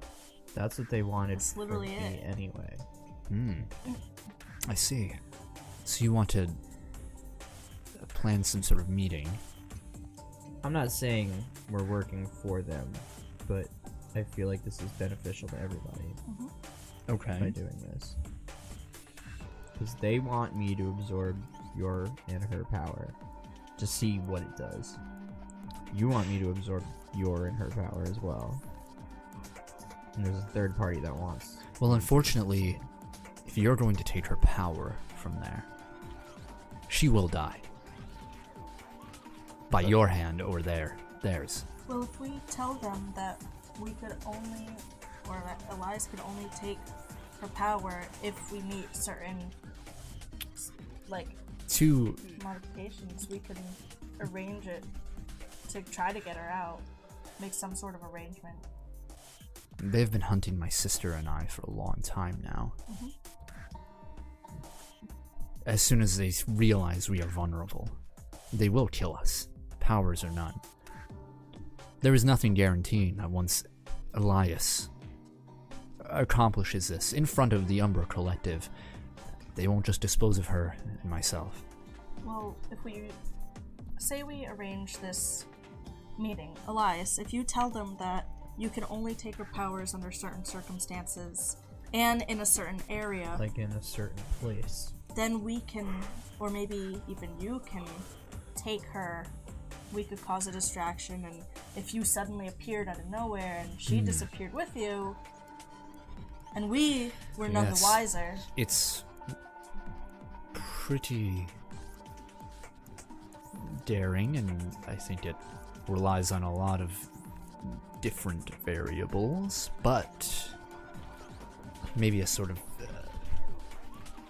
Speaker 5: that's what they wanted
Speaker 4: That's
Speaker 5: from
Speaker 4: literally
Speaker 5: me
Speaker 4: it.
Speaker 5: anyway.
Speaker 1: Hmm. I see. So you want to plan some sort of meeting?
Speaker 5: I'm not saying we're working for them, but I feel like this is beneficial to everybody
Speaker 1: Okay.
Speaker 5: by doing this. because they want me to absorb your and her power to see what it does. You want me to absorb your and her power as well. And there's a third party that wants.
Speaker 1: Well, unfortunately, if you're going to take her power from there, she will die. By your hand or their theirs.
Speaker 4: Well, if we tell them that we could only, or that Elias could only take her power if we meet certain, like,
Speaker 1: To
Speaker 4: modifications, we can arrange it to try to get her out. Make some sort of arrangement.
Speaker 1: they've been hunting my sister and I for a long time now. As soon as they realize we are vulnerable, they will kill us. Powers or none. There is nothing guaranteeing that once Elias accomplishes this in front of the Umbra Collective, they won't just dispose of her and myself.
Speaker 4: Well, if we say we arrange this meeting, Elias, if you tell them that you can only take her powers under certain circumstances and in a certain area,
Speaker 7: like in a certain place.
Speaker 4: then we can, or maybe even you can, take her. We could cause a distraction, and if you suddenly appeared out of nowhere and she disappeared with you, and we were none
Speaker 1: Yes.
Speaker 4: the wiser,
Speaker 1: It's pretty daring, and I think it relies on a lot of different variables, but maybe a sort of uh,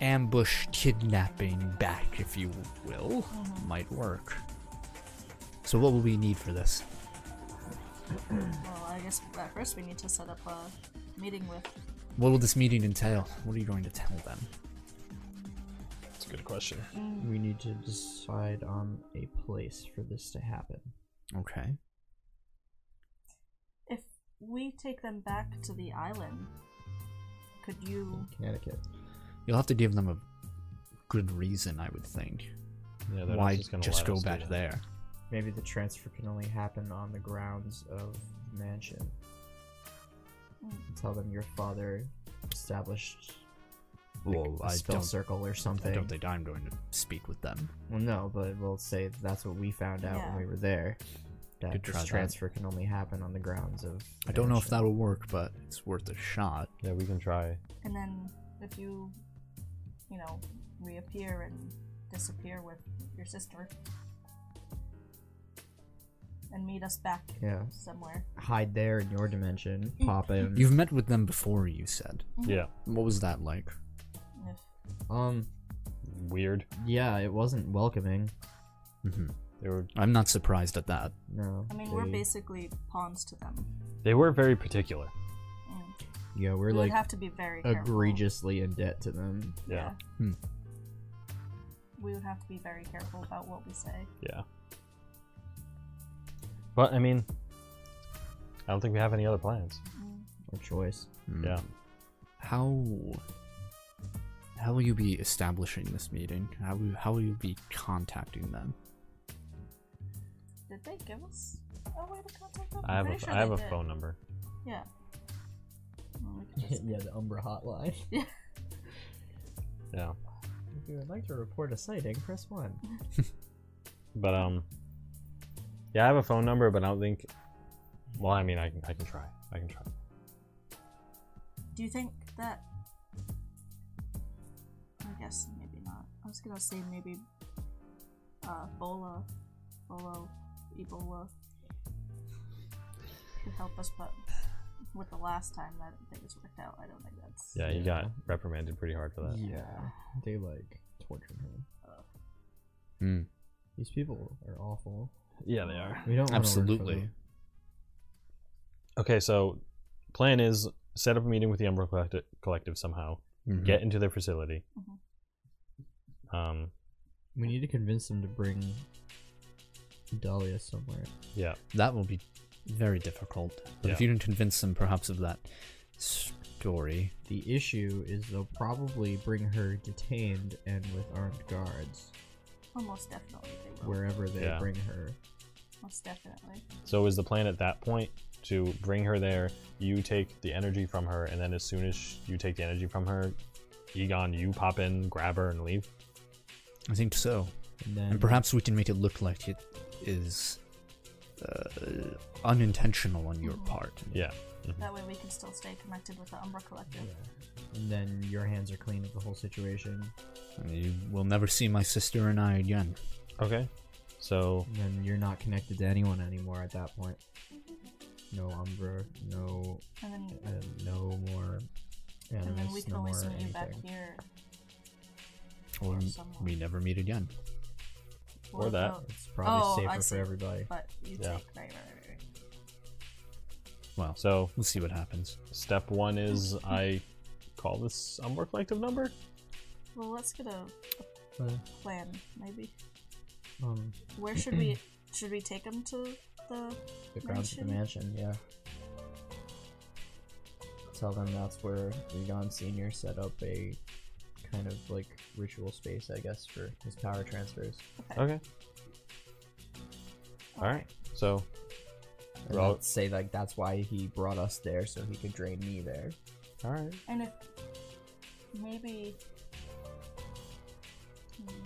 Speaker 1: ambush kidnapping back, if you will, might work. So, what will we need for this?
Speaker 4: well, I guess at first we need to set up a meeting with
Speaker 1: What will this meeting entail? What are you going to tell them?
Speaker 13: That's a good question.
Speaker 5: We need to decide on a place for this to happen.
Speaker 1: Okay.
Speaker 4: If we take them back to the island, could you?
Speaker 5: Connecticut.
Speaker 1: You'll have to give them a good reason, I would think.
Speaker 2: Yeah, they're not
Speaker 1: why
Speaker 2: gonna
Speaker 1: just
Speaker 2: let
Speaker 1: go
Speaker 2: us do
Speaker 1: back
Speaker 2: that.
Speaker 1: there?
Speaker 5: Maybe the transfer can only happen on the grounds of the mansion. Tell them your father established like,
Speaker 1: Well,
Speaker 5: a
Speaker 1: I
Speaker 5: spell
Speaker 1: don't-
Speaker 5: circle or
Speaker 1: I
Speaker 5: something.
Speaker 1: don't think I'm going to speak with them.
Speaker 5: Well, no, but we'll say that's what we found out
Speaker 4: Yeah.
Speaker 5: when we were there. That
Speaker 1: Could try
Speaker 5: this
Speaker 1: that.
Speaker 5: transfer can only happen on the grounds of.
Speaker 1: I don't know if
Speaker 5: mansion.
Speaker 1: that'll work, but it's worth a shot.
Speaker 2: Yeah, we can try.
Speaker 4: And then if you, you know, reappear and disappear with your sister, and meet us back
Speaker 5: Yeah.
Speaker 4: somewhere.
Speaker 5: Hide there in your dimension. Pop in.
Speaker 1: You've met with them before, you said.
Speaker 4: Mm-hmm.
Speaker 2: Yeah,
Speaker 1: What was that like?
Speaker 4: If
Speaker 5: Um.
Speaker 2: weird.
Speaker 5: Yeah, it wasn't welcoming.
Speaker 1: hmm
Speaker 2: They were
Speaker 1: I'm not surprised at that.
Speaker 5: No.
Speaker 4: I mean, we're
Speaker 5: they-
Speaker 4: basically pawns to them.
Speaker 2: they were very particular.
Speaker 4: Mm.
Speaker 5: Yeah, we're
Speaker 4: We would
Speaker 5: like
Speaker 4: have to be very careful.
Speaker 5: egregiously in debt to them.
Speaker 2: Yeah,
Speaker 1: Hmm.
Speaker 4: We would have to be very careful about what we say.
Speaker 2: yeah. But I mean, I don't think we have any other plans.
Speaker 5: Or choice.
Speaker 1: Mm.
Speaker 2: Yeah.
Speaker 1: How how will you be establishing this meeting? How will, how will you be contacting them?
Speaker 4: Did they give us a way to contact them?
Speaker 2: I have
Speaker 4: I'm
Speaker 2: a,
Speaker 4: pretty
Speaker 2: I
Speaker 4: sure
Speaker 2: have
Speaker 4: they
Speaker 2: a
Speaker 4: did.
Speaker 2: phone number.
Speaker 4: Yeah. Well, we could just-
Speaker 5: the Umbra hotline.
Speaker 2: Yeah.
Speaker 5: If you would like to report a sighting, press one.
Speaker 2: But um, yeah, I have a phone number, but I don't think. Well, I mean, I can I can try. I can try.
Speaker 4: Do you think that? I guess maybe not. I was gonna say maybe. Uh, Bola, Bolo, Ebola could help us, but with the last time that thing was worked out, I don't think that's.
Speaker 2: Yeah, you got reprimanded pretty hard for that.
Speaker 5: Yeah, they like tortured him.
Speaker 1: Hmm.
Speaker 5: These people are awful.
Speaker 2: Yeah, they are.
Speaker 5: We don't wanna work for
Speaker 1: Absolutely.
Speaker 5: them.
Speaker 2: Okay, so plan is set up a meeting with the Umbra Collecti- Collective somehow.
Speaker 1: Mhm.
Speaker 2: Get into their facility. Um,
Speaker 5: We need to convince them to bring Dahlia somewhere.
Speaker 2: yeah,
Speaker 1: That will be very difficult. But if
Speaker 2: Yeah.
Speaker 1: you can convince them, perhaps of that story,
Speaker 5: The issue is they'll probably bring her detained and with armed guards
Speaker 4: Almost definitely they will.
Speaker 5: wherever they
Speaker 2: Yeah.
Speaker 5: bring her.
Speaker 4: Most definitely.
Speaker 2: So is the plan at that point to bring her there? You take the energy from her, and then as soon as sh- you take the energy from her, Egon, you pop in, grab her, and leave?
Speaker 1: I think so.
Speaker 7: And then
Speaker 1: And perhaps we can make it look like it is uh, unintentional on your part.
Speaker 2: Yeah.
Speaker 4: That way we can still stay connected with the Umbra Collective.
Speaker 7: and then your hands are clean of the whole situation.
Speaker 1: And You will never see my sister and I again.
Speaker 2: Okay. So
Speaker 7: And then you're not connected to anyone anymore at that point. No Umbra, no,
Speaker 4: And then,
Speaker 7: uh, no more
Speaker 4: and then we
Speaker 7: Animus,
Speaker 4: can
Speaker 7: no more
Speaker 4: always meet you back
Speaker 7: anything.
Speaker 4: here.
Speaker 1: Or
Speaker 4: Someone.
Speaker 1: we never meet again.
Speaker 2: Or that.
Speaker 4: vote.
Speaker 7: It's probably
Speaker 4: Oh, I
Speaker 7: safer
Speaker 4: see.
Speaker 7: for everybody.
Speaker 4: But you
Speaker 2: Yeah.
Speaker 4: take. Right, right, right, right.
Speaker 1: Well,
Speaker 2: so
Speaker 1: we'll see what happens.
Speaker 2: step one is I call this Umbra Collective number?
Speaker 4: Well, let's get a
Speaker 7: Uh,
Speaker 4: plan, maybe.
Speaker 7: um,
Speaker 4: Where should we should we take them to the
Speaker 7: the grounds of the mansion, yeah. Tell them that's where Regan Senior set up a kind of like ritual space, I guess, for his power transfers.
Speaker 2: Okay. Alright. So
Speaker 5: And
Speaker 2: Well-
Speaker 5: let's say like that's why he brought us there so he could drain me there.
Speaker 2: alright.
Speaker 4: And if maybe Hmm.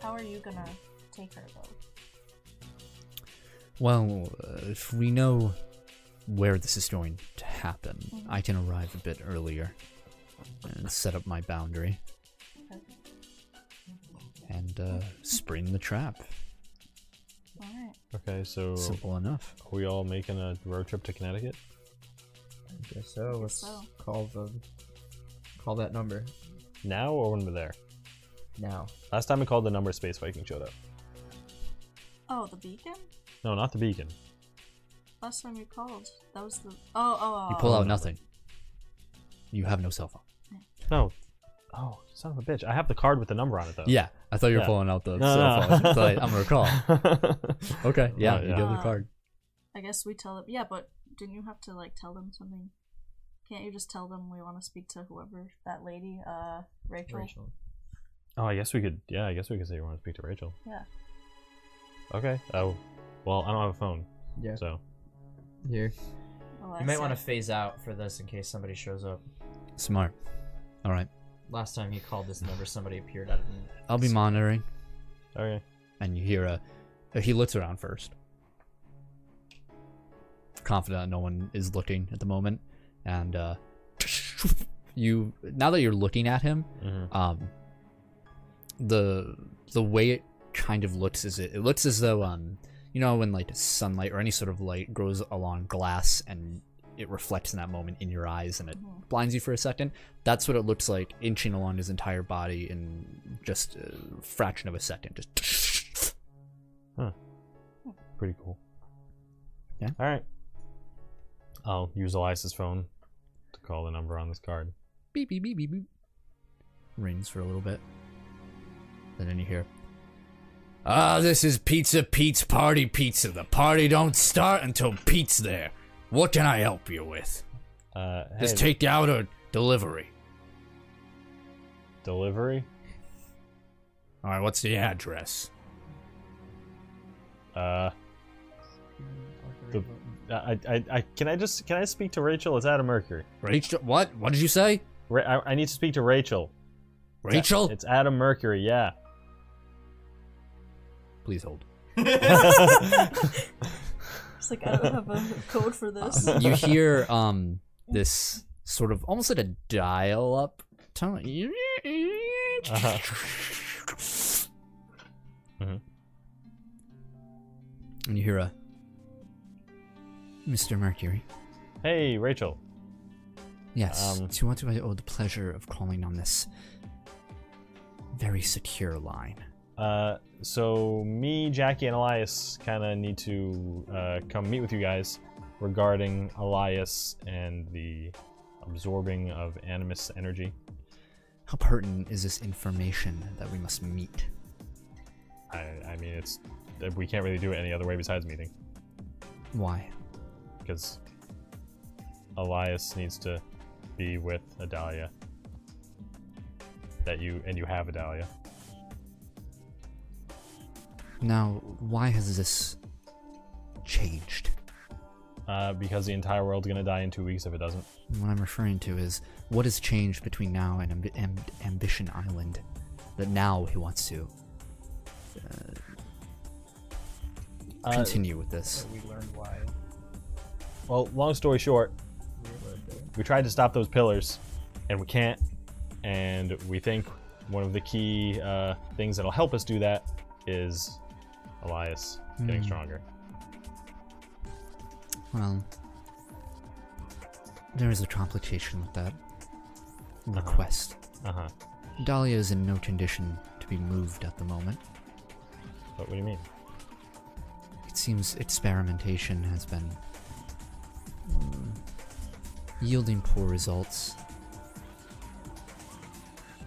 Speaker 4: how are you gonna take her though?
Speaker 1: Well, uh, if we know where this is going to happen, I can arrive a bit earlier and set up my boundary and uh, spring the trap.
Speaker 4: All right.
Speaker 2: Okay, so are
Speaker 1: Simple enough.
Speaker 2: we all making a road trip to Connecticut?
Speaker 5: I guess so. Let's
Speaker 4: so.
Speaker 5: call the call that number
Speaker 2: Now or when we're there?
Speaker 5: now.
Speaker 2: Last time we called the number Space Viking showed up.
Speaker 4: Oh, the beacon.
Speaker 2: No, not the beacon.
Speaker 4: Last time you called, that was the. Oh, oh, oh.
Speaker 1: You pull out nothing. You have no cell phone.
Speaker 2: No. Oh, son of a bitch. I have the card with the number on it though.
Speaker 1: Yeah, I thought you were
Speaker 2: Yeah.
Speaker 1: pulling out the
Speaker 2: No,
Speaker 1: cell
Speaker 2: no.
Speaker 1: phone. It's like, I'm gonna call. Okay, yeah,
Speaker 2: Oh,
Speaker 1: you
Speaker 2: yeah.
Speaker 1: give the
Speaker 4: Uh,
Speaker 1: card.
Speaker 4: I guess we tell them. Yeah, but didn't you have to like tell them something? Can't you just tell them we want to speak to whoever that lady, uh, Rachel?
Speaker 5: Rachel.
Speaker 2: oh, I guess we could. Yeah, I guess we could say we want to speak to Rachel.
Speaker 4: Yeah.
Speaker 2: Okay. Oh, well, I don't have a phone,
Speaker 5: Yeah.
Speaker 2: so
Speaker 5: Here.
Speaker 4: Well, Oh, I
Speaker 7: You might
Speaker 4: said-
Speaker 7: want to phase out for this in case somebody shows up.
Speaker 1: Smart. All right,
Speaker 7: Last time he called this number, somebody appeared out of
Speaker 1: I'll be monitoring.
Speaker 2: okay.
Speaker 1: And you hear a. uh, He looks around first. Confident no one is looking at the moment, and uh, you now that you're looking at him,
Speaker 2: Mhm.
Speaker 1: um, the the way it kind of looks is it, it looks as though um you know when like sunlight or any sort of light goes along glass and it reflects in that moment in your eyes and it
Speaker 4: Mm-hmm.
Speaker 1: blinds you for a second that's what it looks like inching along his entire body in just a fraction of a second just
Speaker 2: Pretty cool.
Speaker 1: Yeah.
Speaker 2: All right. I'll use Elias's phone to call the number on this card.
Speaker 1: beep beep beep beep beep rings for a little bit and then you hear
Speaker 8: Ah, this is Pizza Pete's Party Pizza. The party don't start until Pete's there. What can I help you with?
Speaker 2: Uh, hey,
Speaker 8: Just take out or delivery.
Speaker 2: delivery.
Speaker 8: All right, what's the address?
Speaker 2: Uh, the, I, I, I, can I just can I speak to Rachel? It's Adam Mercury.
Speaker 8: Rachel, what? What did you say?
Speaker 2: Ra- I, I need to speak to Rachel.
Speaker 1: Oh.
Speaker 8: Rachel?
Speaker 2: It's Adam Mercury. Yeah.
Speaker 1: please hold
Speaker 4: It's like I don't have a code for this.
Speaker 1: you hear um this sort of almost like a dial up tone.
Speaker 2: Uh-huh. Mm-hmm.
Speaker 1: And you hear a Mr. Mercury.
Speaker 2: Hey, Rachel.
Speaker 1: Yes.
Speaker 2: Um,
Speaker 1: to what do I owe the pleasure of calling on this very secure line?
Speaker 2: Uh, so me, Jackie, and Elias kind of need to uh, come meet with you guys regarding Elias and the absorbing of animus energy.
Speaker 1: How pertinent is this information that we must meet?
Speaker 2: I, I mean, it's we can't really do it any other way besides meeting
Speaker 1: Why?
Speaker 2: because Elias needs to be with Adalia. That you and you have Adalia.
Speaker 1: Now, why has this changed?
Speaker 2: uh, because the entire world's gonna die in two weeks if it doesn't.
Speaker 1: What I'm referring to is what has changed between now and Ambi- Am- Ambition Island that now he wants to
Speaker 2: Uh,
Speaker 1: continue with this.
Speaker 3: We learned why.
Speaker 2: Well, long story short, we tried to stop those pillars, and we can't. And we think one of the key uh, things that'll help us do that is Elias getting stronger.
Speaker 1: Well, there is a complication with that request.
Speaker 2: Uh huh.
Speaker 1: Dahlia is in no condition to be moved at the moment.
Speaker 2: But what do you mean?
Speaker 1: It seems experimentation has been mm, yielding poor results.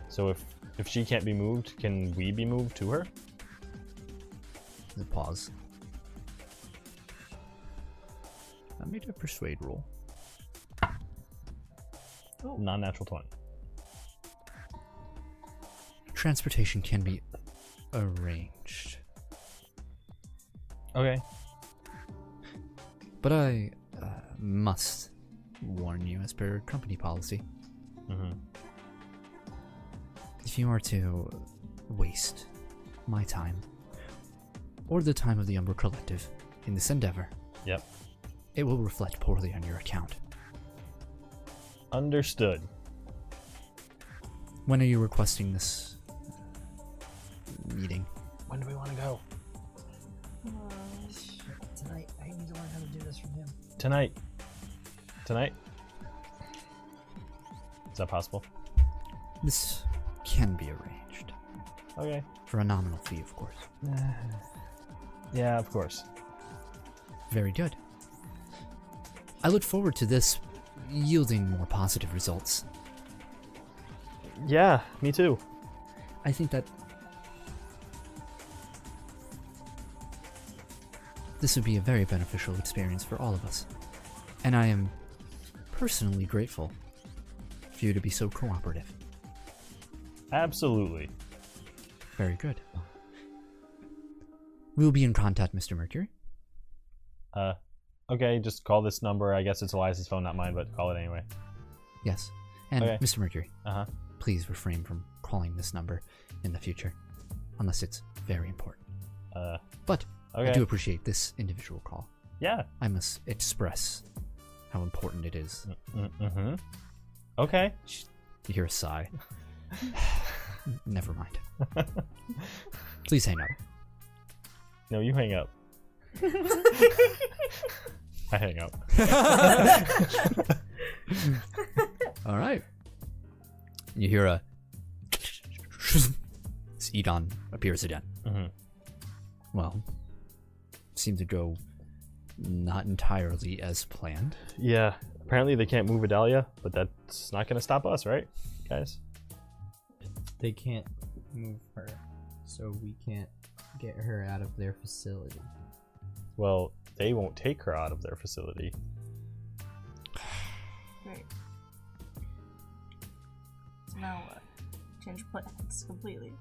Speaker 2: So if if she can't be moved, can we be moved to her?
Speaker 1: The pause. I made a persuade roll.
Speaker 2: Oh. Non-natural twenty.
Speaker 1: Transportation can be arranged.
Speaker 2: Okay.
Speaker 1: But I uh, must warn you, as per company policy,
Speaker 2: Mhm.
Speaker 1: if you are to waste my time or the time of the Umbra Collective in this endeavor,
Speaker 2: Yep.
Speaker 1: it will reflect poorly on your account.
Speaker 2: Understood.
Speaker 1: When are you requesting this uh, meeting?
Speaker 13: When do we want to go?
Speaker 3: Tonight, I need to learn how to do this from him.
Speaker 2: Tonight. Tonight. Is that possible?
Speaker 1: This can be arranged
Speaker 2: Okay.
Speaker 1: for a nominal fee, of course.
Speaker 2: Yeah, of course.
Speaker 1: Very good. I look forward to this yielding more positive results.
Speaker 2: Yeah, me too.
Speaker 1: I think that this would be a very beneficial experience for all of us. And I am personally grateful for you to be so cooperative.
Speaker 2: Absolutely.
Speaker 1: Very good. We'll be in contact, Mr. Mercury.
Speaker 2: Uh, okay, just call this number. I guess it's Elias's phone, not mine, but call it anyway.
Speaker 1: Yes. And
Speaker 2: Okay.
Speaker 1: Mr. Mercury,
Speaker 2: Uh huh.
Speaker 1: please refrain from calling this number in the future, unless it's very important.
Speaker 2: Uh,
Speaker 1: But I
Speaker 2: Okay.
Speaker 1: do appreciate this individual call.
Speaker 2: yeah.
Speaker 1: I must express how important it is.
Speaker 2: Mm hmm. Okay.
Speaker 1: You hear a sigh. Never mind. Please hang up.
Speaker 2: No, you hang up. I hang up.
Speaker 1: All right. You hear a. As Edon appears again.
Speaker 2: Mhm.
Speaker 1: Well, seemed to go not entirely as planned.
Speaker 2: Yeah. Apparently they can't move Adalia, but that's not gonna stop us, right, guys?
Speaker 7: They can't move her, so we can't get her out of their facility.
Speaker 2: Well, they won't take her out of their facility.
Speaker 4: Great. So now what? Change plans completely.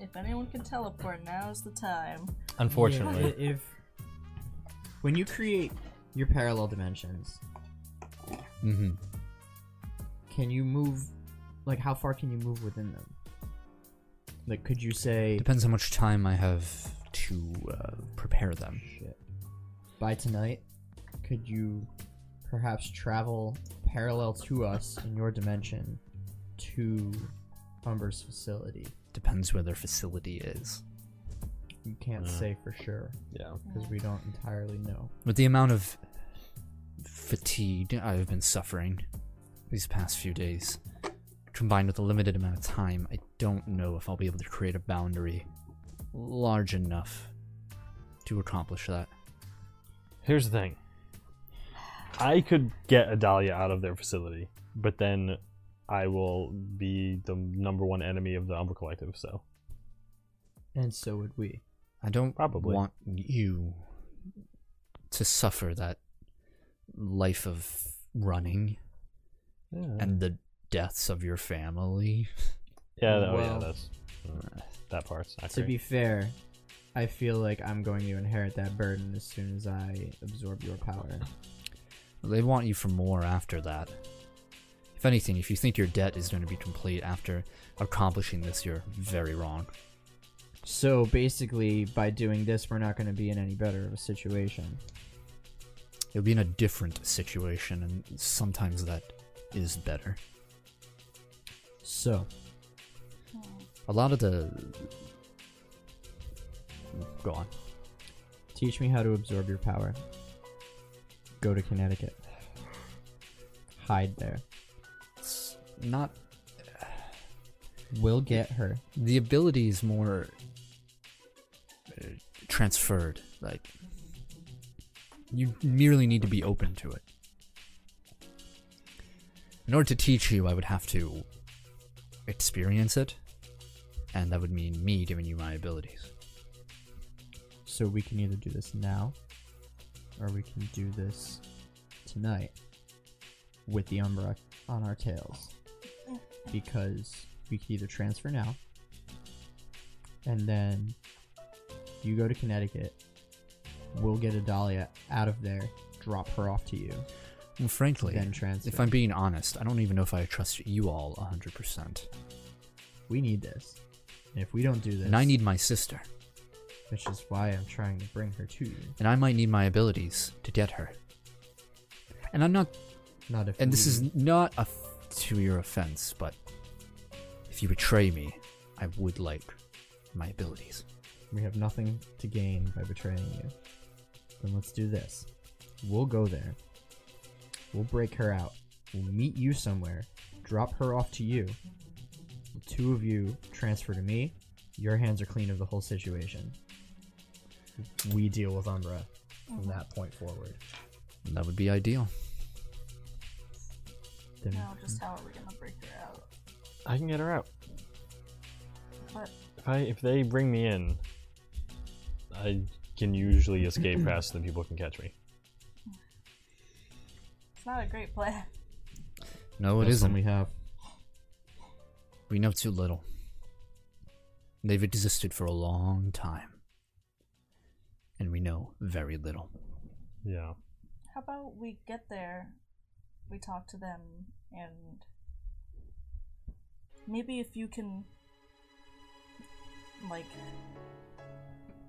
Speaker 4: If anyone can teleport, now's the time.
Speaker 7: Yeah,
Speaker 2: Unfortunately.
Speaker 7: i- if when you create your parallel dimensions,
Speaker 1: Mm-hmm.
Speaker 7: can you move? Like, how far can you move within them? Like, could you say
Speaker 1: Depends how much time I have to uh, prepare them.
Speaker 7: shit by tonight? Could you perhaps travel parallel to us in your dimension to Umber's facility?
Speaker 1: Depends where their facility is.
Speaker 7: You can't say for sure
Speaker 2: Yeah.
Speaker 7: because we don't entirely know.
Speaker 1: With the amount of fatigue I've been suffering these past few days, combined with the limited amount of time, I don't know if I'll be able to create a boundary large enough to accomplish that.
Speaker 2: Here's the thing. I could get Adalia out of their facility, but then I will be the number one enemy of the Umber Collective, so
Speaker 7: And so would we.
Speaker 1: I don't
Speaker 2: Probably.
Speaker 1: want you to suffer that life of running and the deaths of your family.
Speaker 2: Yeah, oh yeah,
Speaker 7: Well-
Speaker 2: that's mm, that part's not
Speaker 7: To
Speaker 2: great.
Speaker 7: be fair,
Speaker 5: I feel like I'm going to inherit that burden as soon as I absorb your power.
Speaker 1: They want you for more after that. If anything, if you think your debt is going to be complete after accomplishing this, you're very wrong.
Speaker 5: So basically, by doing this, we're not going to be in any better of a situation.
Speaker 1: You'll be in a different situation, and sometimes that is better.
Speaker 5: So,
Speaker 1: A lot of the. Go on.
Speaker 5: teach me how to absorb your power. Go to Connecticut. Hide there.
Speaker 1: It's not.
Speaker 5: We'll get her.
Speaker 1: The ability is more. uh, transferred. Like. You merely need to be open to it. In order to teach you, I would have to experience it, and that would mean me giving you my abilities.
Speaker 5: So we can either do this now, or we can do this tonight with the Umbra on our tails. Because we could either transfer now, and then you go to Connecticut, we'll get Adalia out of there, drop her off to you.
Speaker 1: And frankly,
Speaker 5: Then transfer.
Speaker 1: if I'm being honest, I don't even know if I trust you all 100%.
Speaker 5: We need this. And if we don't do this,
Speaker 1: And I need my sister,
Speaker 5: which is why I'm trying to bring her to you.
Speaker 1: and I might need my abilities to get her. And I'm not
Speaker 5: Not if
Speaker 1: And this
Speaker 5: we-
Speaker 1: is not a f- to your offense, but if you betray me, I would like my abilities.
Speaker 5: We have nothing to gain by betraying you. Then let's do this. We'll go there. We'll break her out. We'll meet you somewhere. Drop her off to you. The two of you transfer to me. Your hands are clean of the whole situation. We deal with Umbra from that point forward.
Speaker 1: And that would be ideal.
Speaker 5: Then
Speaker 4: Now, just how are we gonna break her out?
Speaker 2: I can get her out.
Speaker 4: But
Speaker 2: If I if they bring me in, I can usually escape faster than people can catch me.
Speaker 4: it's not a great plan.
Speaker 1: No, it
Speaker 5: That's
Speaker 1: isn't.
Speaker 5: when we have.
Speaker 1: We know too little. They've existed for a long time. And we know very little.
Speaker 2: Yeah.
Speaker 4: How about we get there, we talk to them, and maybe if you can, like,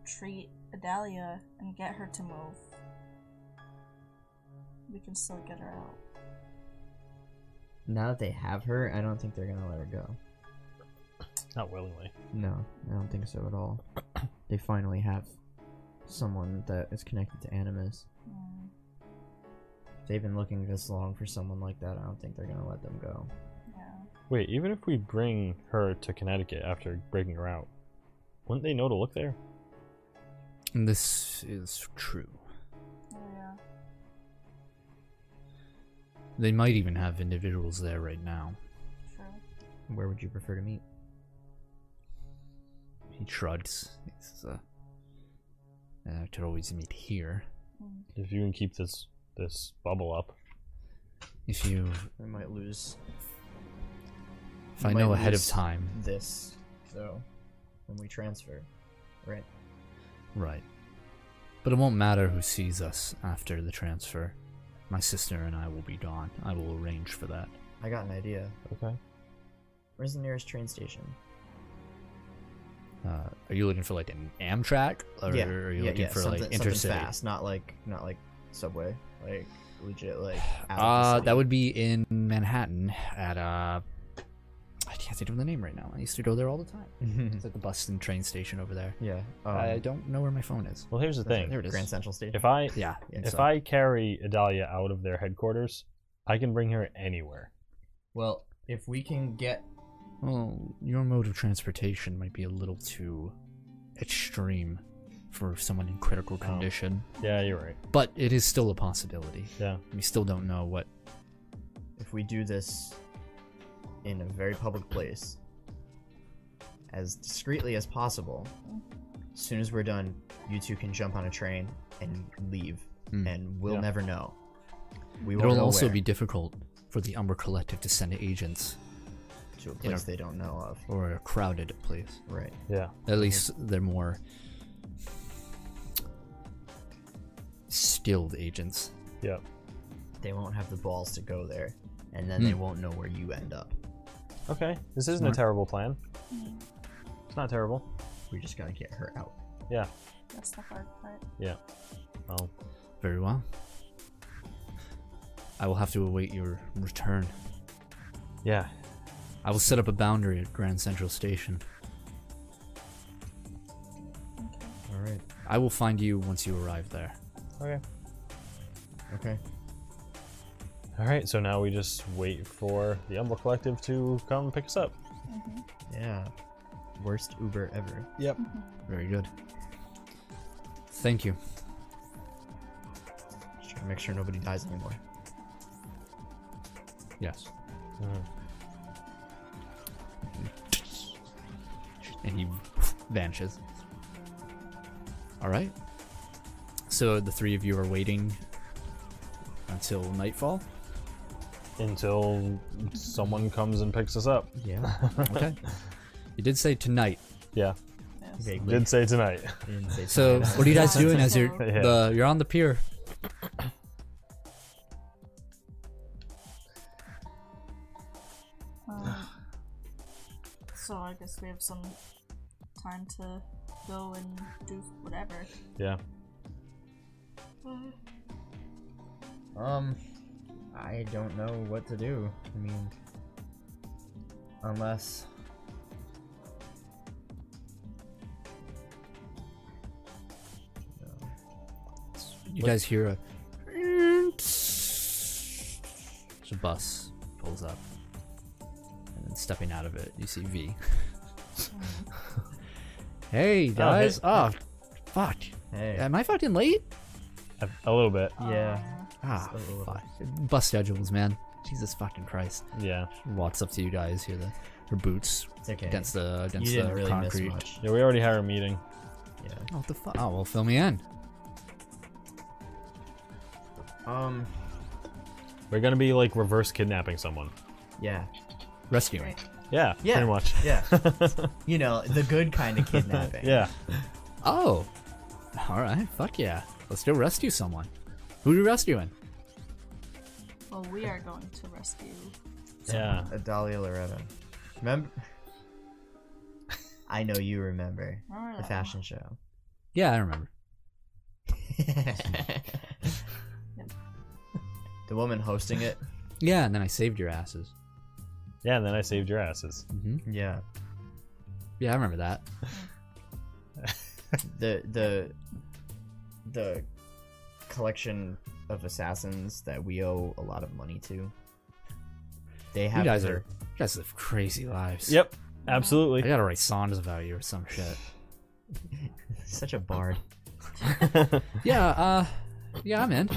Speaker 4: treat Adalia and get her to move, we can still get her out.
Speaker 5: Now that they have her, I don't think they're gonna let her go.
Speaker 2: Not willingly.
Speaker 5: No, I don't think so at all. they finally have someone that is connected to Animus.
Speaker 4: Mm,
Speaker 5: If they've been looking this long for someone like that, I don't think they're gonna let them go.
Speaker 4: yeah.
Speaker 2: Wait, even if we bring her to Connecticut after breaking her out, wouldn't they know to look there?
Speaker 1: And this is true.
Speaker 4: Oh, yeah.
Speaker 1: They might even have individuals there right now.
Speaker 4: True.
Speaker 5: Where would you prefer to meet?
Speaker 1: He shrugs. He's, uh, I could always meet here.
Speaker 4: Mm.
Speaker 2: If you can keep this this bubble up.
Speaker 1: If you,
Speaker 5: I might lose
Speaker 1: if
Speaker 5: You
Speaker 1: I
Speaker 5: might
Speaker 1: know ahead of
Speaker 5: lose-
Speaker 1: time,
Speaker 5: this, so when we transfer, right?
Speaker 1: Right. But it won't matter who sees us after the transfer. My sister and I will be gone. I will arrange for that.
Speaker 5: I got an idea.
Speaker 2: Okay.
Speaker 5: Where's the nearest train station?
Speaker 1: Uh, are you looking for like an Amtrak, or are you looking for like
Speaker 5: something,
Speaker 1: intercity?
Speaker 5: something fast, not like not like subway, like legit, like out of the
Speaker 1: Uh,
Speaker 5: city.
Speaker 1: that would be in Manhattan at uh, I can't think of the name right now. I used to go there all the time. It's at the bus and train station over there.
Speaker 5: yeah. Um,
Speaker 1: I don't know where my phone is.
Speaker 2: Well here's the thing.
Speaker 1: There it is.
Speaker 5: Grand Central Station.
Speaker 2: If I
Speaker 1: Yeah. uh,
Speaker 2: if I carry Adalia out of their headquarters, I can bring her anywhere.
Speaker 5: well, if we can get
Speaker 1: Well, your mode of transportation might be a little too extreme for someone in critical
Speaker 5: Oh.
Speaker 1: condition.
Speaker 2: Yeah, you're right.
Speaker 1: but it is still a possibility.
Speaker 2: Yeah.
Speaker 1: We still don't know what.
Speaker 5: if we do this in a very public place, as discreetly as possible, as soon as we're done, you two can jump on a train and leave,
Speaker 1: Mm.
Speaker 5: and we'll
Speaker 2: Yeah.
Speaker 5: never know. We
Speaker 1: It'll
Speaker 5: won't know
Speaker 1: also
Speaker 5: where,
Speaker 1: be difficult for the Umber Collective to send agents
Speaker 5: to a place they don't know of.
Speaker 1: or a crowded place.
Speaker 5: Right.
Speaker 2: Yeah.
Speaker 1: At least they're more Skilled agents.
Speaker 2: Yeah.
Speaker 7: They won't have the balls to go there, and then
Speaker 5: Hmm.
Speaker 7: they won't know where you end up.
Speaker 2: Okay. This isn't a terrible plan. It's not terrible.
Speaker 7: We just gotta get her out.
Speaker 2: Yeah.
Speaker 4: That's the hard part.
Speaker 2: Yeah. Well,
Speaker 1: Very well. I will have to await your return.
Speaker 2: yeah.
Speaker 1: I will set up a boundary at Grand Central Station.
Speaker 5: All right.
Speaker 1: I will find you once you arrive there.
Speaker 2: Okay.
Speaker 5: Okay.
Speaker 2: All right. So now we just wait for the Umble Collective to come pick us up.
Speaker 5: Yeah. Worst Uber ever.
Speaker 13: Yep.
Speaker 1: Very good. Thank you.
Speaker 5: Just gotta make sure nobody dies anymore.
Speaker 1: Yes. And he vanishes. All right. So the three of you are waiting until nightfall.
Speaker 2: Until someone comes and picks us up.
Speaker 5: Yeah.
Speaker 1: Okay. you did say tonight.
Speaker 2: Yeah.
Speaker 4: Yes.
Speaker 5: Vaguely.
Speaker 2: Did say tonight.
Speaker 5: I didn't say
Speaker 1: So
Speaker 5: tonight.
Speaker 1: what are you guys doing as you're
Speaker 2: Yeah.
Speaker 1: the, you're on the pier?
Speaker 4: Um, so I guess we have some time to go and do whatever.
Speaker 2: Yeah.
Speaker 5: Um, I don't know what to do. I mean, unless
Speaker 1: You guys hear a. There's a bus pulls up, and then stepping out of it, you see V. hey guys! Oh, fuck!
Speaker 5: hey,
Speaker 1: Am I fucking late?
Speaker 2: A, a little bit.
Speaker 5: yeah,
Speaker 1: Ah, fuck! Bus schedules, man. Jesus fucking Christ!
Speaker 2: Yeah.
Speaker 1: Walks up to you guys. Hear the her boots
Speaker 5: it's okay.
Speaker 1: against the
Speaker 5: you
Speaker 1: against
Speaker 5: didn't
Speaker 1: the
Speaker 5: really
Speaker 1: concrete.
Speaker 5: miss much.
Speaker 2: Yeah. We already had our meeting.
Speaker 5: Yeah.
Speaker 1: Oh, what the fuck! Oh well, fill me in.
Speaker 5: Um.
Speaker 2: We're gonna be like reverse kidnapping someone.
Speaker 5: Yeah.
Speaker 1: Rescuing.
Speaker 2: Yeah.
Speaker 5: Yeah.
Speaker 2: Pretty much.
Speaker 5: Yeah. you know the good kind of kidnapping.
Speaker 2: Yeah.
Speaker 1: Oh, all right. Fuck yeah! Let's go rescue someone. Who are you rescuing?
Speaker 4: Well, we are going to rescue.
Speaker 2: Yeah.
Speaker 5: Adalia Loretta. Remember? I know you remember
Speaker 4: I
Speaker 5: the fashion show.
Speaker 1: Yeah, I remember.
Speaker 5: the woman hosting it.
Speaker 1: Yeah, and then I saved your asses.
Speaker 2: Yeah. And then I saved your asses.
Speaker 5: Yeah.
Speaker 1: Yeah, I remember that.
Speaker 5: the the the collection of assassins that we owe a lot of money to. They have
Speaker 1: you guys
Speaker 5: their-
Speaker 1: are you guys live crazy lives.
Speaker 2: Yep.
Speaker 1: I
Speaker 2: Absolutely.
Speaker 1: gotta write songs about you or some shit.
Speaker 5: such a bard.
Speaker 1: yeah, uh yeah, I'm in.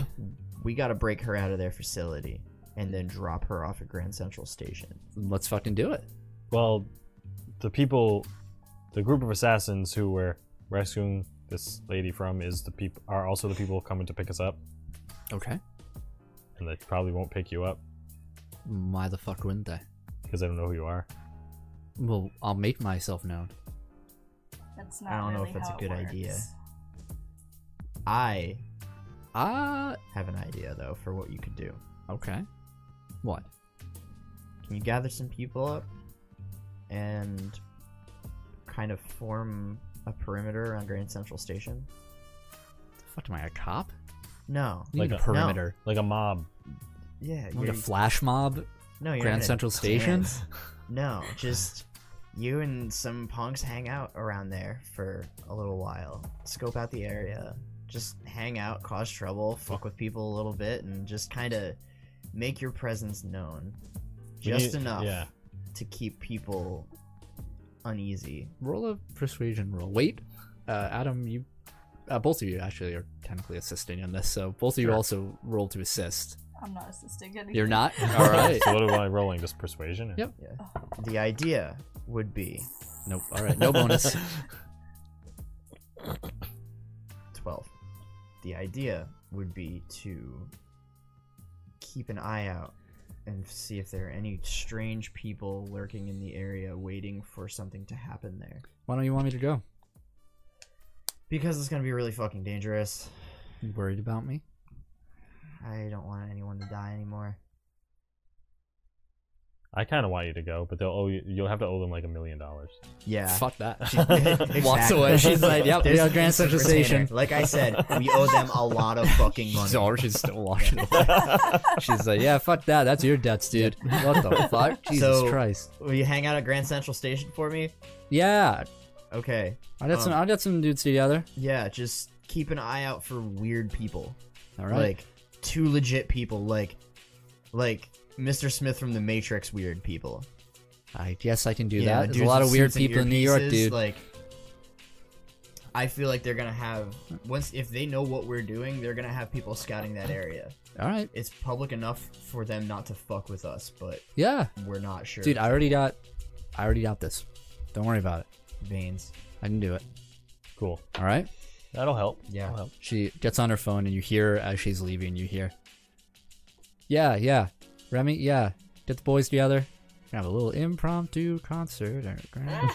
Speaker 5: We got to break her out of their facility and then drop her off at Grand Central Station.
Speaker 1: Let's fucking do it.
Speaker 2: Well, the people, the group of assassins who were rescuing this lady from is the people are also the people coming to pick us up,
Speaker 1: Okay.
Speaker 2: and they probably won't pick you up
Speaker 1: Why the fuck wouldn't they?
Speaker 2: because they don't know who you are.
Speaker 1: Well, I'll make myself known.
Speaker 4: That's not
Speaker 5: I don't know
Speaker 4: really
Speaker 5: if that's a
Speaker 4: how it
Speaker 5: good
Speaker 4: works.
Speaker 5: idea. I
Speaker 1: Ah,
Speaker 5: have an idea though for what you could do.
Speaker 1: okay. What?
Speaker 5: Can you gather some people up and kind of form a perimeter around Grand Central Station?
Speaker 1: The fuck am I a cop?
Speaker 5: No.
Speaker 1: We need
Speaker 2: Like
Speaker 1: a
Speaker 2: a-
Speaker 1: perimeter.
Speaker 2: Like a mob.
Speaker 5: Yeah,
Speaker 1: Like
Speaker 5: you're-
Speaker 1: a flash mob?
Speaker 5: No, you're
Speaker 1: Grand
Speaker 5: not a
Speaker 1: Central Station?
Speaker 5: dance. No, just you and some punks hang out around there for a little while. Scope out the area. Just hang out, cause trouble, fuck with people a little bit, and just kind of make your presence known.
Speaker 2: We
Speaker 5: Just
Speaker 2: need-
Speaker 5: enough
Speaker 2: Yeah.
Speaker 5: to keep people uneasy.
Speaker 1: Roll a persuasion roll. Wait. Uh Adam, you uh, both of you actually are technically assisting in this, so both of you also roll to assist.
Speaker 4: I'm not assisting anything.
Speaker 1: You're not? Alright.
Speaker 2: So what am I rolling? Just persuasion? or-
Speaker 1: Yep.
Speaker 5: The idea would be
Speaker 1: nope. Alright, no bonus.
Speaker 5: 12. The idea would be to keep an eye out and see if there are any strange people lurking in the area waiting for something to happen there.
Speaker 1: Why don't you want me to go?
Speaker 5: Because it's gonna be really fucking dangerous.
Speaker 1: You worried about me?
Speaker 5: I don't want anyone to die anymore.
Speaker 2: I kind of want you to go, but they'll owe you. You'll have to owe them like a million dollars.
Speaker 14: Yeah.
Speaker 1: Fuck that. She
Speaker 14: Exactly.
Speaker 1: walks away. She's like, yep,
Speaker 5: There's
Speaker 1: yeah,
Speaker 5: an
Speaker 1: Grand
Speaker 5: instant
Speaker 1: Central
Speaker 5: retainer.
Speaker 1: Station.
Speaker 14: Like I said, we owe them a lot of fucking money.
Speaker 1: Zor, she's still walking away. She's like, yeah, fuck that. That's your debts, dude. What the fuck? Jesus
Speaker 5: So-
Speaker 1: Christ.
Speaker 5: Will you hang out at Grand Central Station for me?
Speaker 1: Yeah.
Speaker 5: Okay.
Speaker 1: I got some. I got some dudes together.
Speaker 5: Yeah, just keep an eye out for weird people.
Speaker 1: All right.
Speaker 5: Like two legit people, like like Mr. Smith from the Matrix weird people.
Speaker 1: I guess I can do
Speaker 5: Yeah,
Speaker 1: that. There's a
Speaker 5: dudes
Speaker 1: lot
Speaker 5: with
Speaker 1: of weird
Speaker 5: suits and
Speaker 1: people in New York,
Speaker 5: earpieces,
Speaker 1: dude.
Speaker 5: Like, I feel like they're gonna have once if they know what we're doing, they're gonna have people scouting that area.
Speaker 1: All right.
Speaker 5: It's public enough for them not to fuck with us, but
Speaker 1: Yeah,
Speaker 5: we're not sure.
Speaker 1: dude. I already got. I already got this. Don't worry about it.
Speaker 5: veins.
Speaker 1: I can do it.
Speaker 2: Cool.
Speaker 1: All right.
Speaker 2: That'll help.
Speaker 5: Yeah.
Speaker 2: That'll help.
Speaker 1: She gets on her phone, and you hear her as she's leaving. You hear. Yeah, yeah. Remy, yeah. Get the boys together. Have a little impromptu concert. at Grand-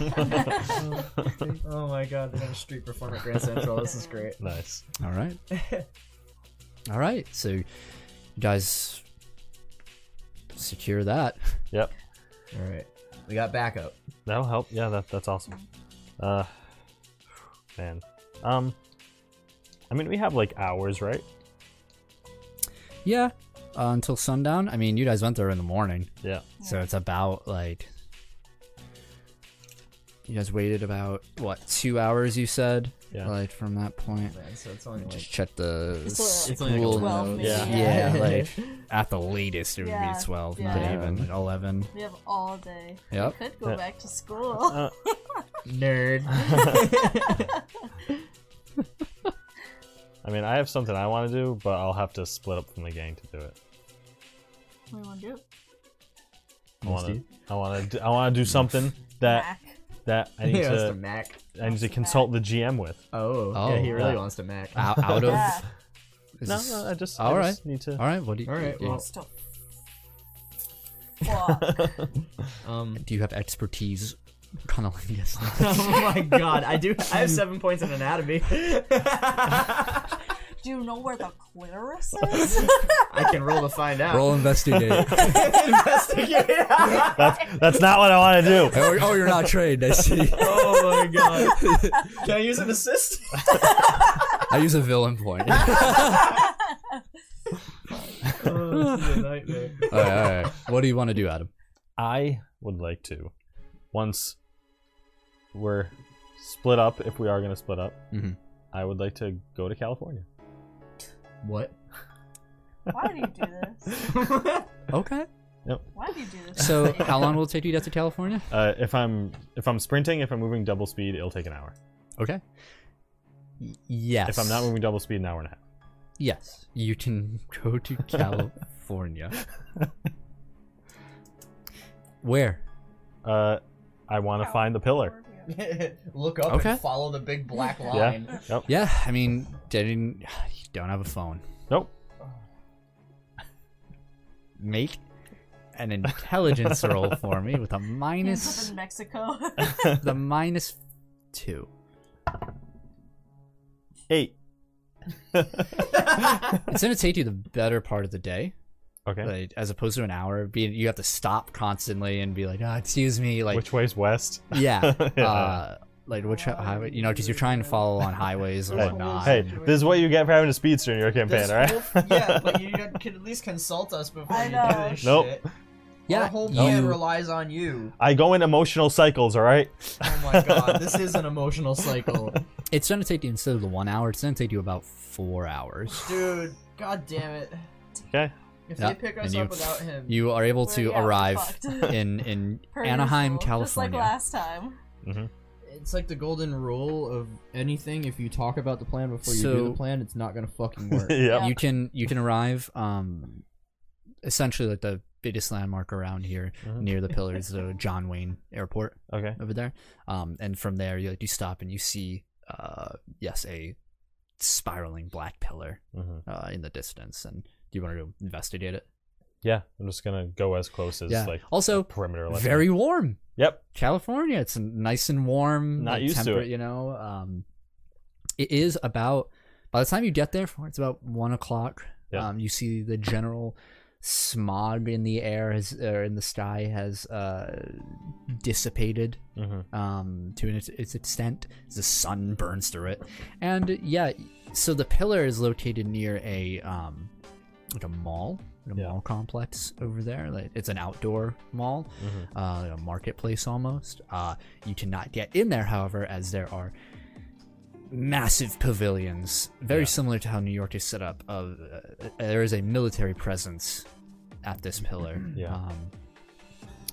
Speaker 5: Oh my god, they're gonna street perform at Grand Central. this is great.
Speaker 2: Nice.
Speaker 1: All right. All right. So, you guys secure that.
Speaker 2: Yep.
Speaker 5: All right, we got backup.
Speaker 2: That'll help. Yeah, that, that's awesome. Uh, man. Um, I mean, we have like hours, right?
Speaker 1: Yeah. Uh, until sundown. I mean, you guys went there in the morning.
Speaker 2: Yeah.
Speaker 1: So it's about like you guys waited about what two hours? You said
Speaker 2: Yeah.
Speaker 1: like from that point.
Speaker 5: Man, so it's only like
Speaker 1: Just check the
Speaker 4: It's
Speaker 1: school.
Speaker 4: like-
Speaker 14: it's only like
Speaker 4: 12
Speaker 1: notes.
Speaker 4: maybe.
Speaker 2: Yeah.
Speaker 1: yeah, like at the latest it would
Speaker 4: Yeah.
Speaker 1: be twelve,
Speaker 4: Yeah.
Speaker 1: not even like eleven.
Speaker 4: We have all day.
Speaker 1: Yep.
Speaker 4: We could go
Speaker 2: Yeah.
Speaker 4: back to school.
Speaker 2: Uh,
Speaker 5: nerd.
Speaker 2: I mean, I have something I want to do, but I'll have to split up from the gang to do it.
Speaker 4: What do you want to do?
Speaker 2: I want to. I want to. I want to do something that
Speaker 4: Mac.
Speaker 2: that I need
Speaker 5: he wants to
Speaker 2: to.
Speaker 5: Mac.
Speaker 2: I need to consult the GM with.
Speaker 5: Oh,
Speaker 1: Oh,
Speaker 5: yeah, he really
Speaker 2: yeah.
Speaker 5: wants to Mac.
Speaker 1: Out, out of
Speaker 4: Yeah.
Speaker 1: is
Speaker 2: No,
Speaker 1: this-
Speaker 2: no, I just.
Speaker 1: All
Speaker 2: I
Speaker 1: right.
Speaker 2: just need to.
Speaker 1: all right. What do you?
Speaker 5: All right,
Speaker 1: do,
Speaker 5: well-
Speaker 4: Wants to fuck.
Speaker 5: Um,
Speaker 1: do you have expertise? Conolingus.
Speaker 5: oh my god, I do. I have seven points in anatomy.
Speaker 4: Do you know where the clitoris is?
Speaker 5: I can roll to find out.
Speaker 1: Roll investigate.
Speaker 5: Investigate.
Speaker 2: That's that's not what I want to do.
Speaker 1: oh, oh, you're not trained. I see.
Speaker 5: oh my god. Can I use an assist?
Speaker 1: I use a villain point. all right,
Speaker 5: oh, this is a nightmare.
Speaker 1: all right. What do you want to do, Adam?
Speaker 2: I would like to, once we're split up, if we are going to split up,
Speaker 1: Mhm.
Speaker 2: I would like to go to California.
Speaker 5: What?
Speaker 4: Why do you do this?
Speaker 1: Okay.
Speaker 4: Why do you do this?
Speaker 1: So, uh, how long will it take you to get to California?
Speaker 2: Uh, if I'm if I'm sprinting, if I'm moving double speed, it'll take an hour.
Speaker 1: Okay. Y- yes.
Speaker 2: If I'm not moving double speed, an hour and a half.
Speaker 1: Yes, you can go to California. Where?
Speaker 2: Uh, I want to find the pillar.
Speaker 5: Look up
Speaker 1: Okay.
Speaker 5: and follow the big black
Speaker 2: Yeah.
Speaker 5: line.
Speaker 2: Nope.
Speaker 1: Yeah, I mean, didn't you don't have a phone.
Speaker 2: Nope.
Speaker 1: Make an intelligence roll for me with a minus
Speaker 4: in Mexico.
Speaker 1: the minus two.
Speaker 2: Eight.
Speaker 1: It's gonna take you the better part of the day,
Speaker 2: Okay.
Speaker 1: like, as opposed to an hour. Be you have to stop constantly and be like, oh, excuse me, like
Speaker 2: Which way's west?
Speaker 1: yeah,
Speaker 2: Yeah.
Speaker 1: Uh, like which hi- highway? You know, because you're trying to follow on highways and
Speaker 2: Hey,
Speaker 1: whatnot.
Speaker 2: hey, this is what you get for having a speedster in your campaign, all right?
Speaker 5: yeah, but you can at least consult us before
Speaker 4: I
Speaker 5: you
Speaker 4: know.
Speaker 5: do this
Speaker 2: Nope.
Speaker 5: shit.
Speaker 1: Yeah,
Speaker 5: Our whole
Speaker 1: you-
Speaker 5: plan relies on you.
Speaker 2: I go in emotional cycles, all right?
Speaker 5: Oh my god, this is an emotional cycle.
Speaker 1: It's gonna take you instead of the one hour, it's gonna take you about four hours.
Speaker 5: Dude, god damn it.
Speaker 2: Okay.
Speaker 5: If
Speaker 1: Yeah,
Speaker 5: they pick us
Speaker 1: and you-
Speaker 5: up without him,
Speaker 1: You are able to
Speaker 4: Well, yeah, we're
Speaker 1: arrive
Speaker 4: fucked.
Speaker 1: in in
Speaker 4: Per
Speaker 1: Anaheim,
Speaker 4: usual, Just like
Speaker 1: California.
Speaker 4: last time.
Speaker 5: it's like the golden rule of anything. If you talk about the plan before you do
Speaker 1: So-
Speaker 5: the plan, it's not gonna fucking work.
Speaker 2: yep.
Speaker 1: You can you can arrive um essentially like the biggest landmark around here
Speaker 2: Mhm.
Speaker 1: near the pillars the John Wayne Airport
Speaker 2: Mm-hmm. Okay.
Speaker 1: over there. Um and from there you like you stop and you see uh yes a spiraling black pillar
Speaker 2: hmm
Speaker 1: uh in the distance and do you want to investigate it?
Speaker 2: Yeah, I'm just gonna go as close as
Speaker 1: Yeah.
Speaker 2: like
Speaker 1: Also,
Speaker 2: the perimeter. lets me.
Speaker 1: Very warm.
Speaker 2: Yep.
Speaker 1: California. It's nice and warm.
Speaker 2: Not
Speaker 1: like,
Speaker 2: used to
Speaker 1: temperate,
Speaker 2: it.
Speaker 1: You know, um, It is about by the time you get there, it's about one o'clock.
Speaker 2: Yeah.
Speaker 1: Um, you see the general smog in the air has or in the sky has uh, dissipated
Speaker 2: Mm-hmm.
Speaker 1: um, to an, its, its extent. The sun burns through it, and yeah, so the pillar is located near a um, like a mall, like a
Speaker 2: Yeah.
Speaker 1: mall complex over there. Like it's an outdoor mall,
Speaker 2: Mm-hmm.
Speaker 1: uh, like a marketplace almost. Uh, you cannot get in there, however, as there are massive pavilions, very similar to how New York is set up. Of uh, there is a military presence at this pillar.
Speaker 2: Yeah.
Speaker 1: Um,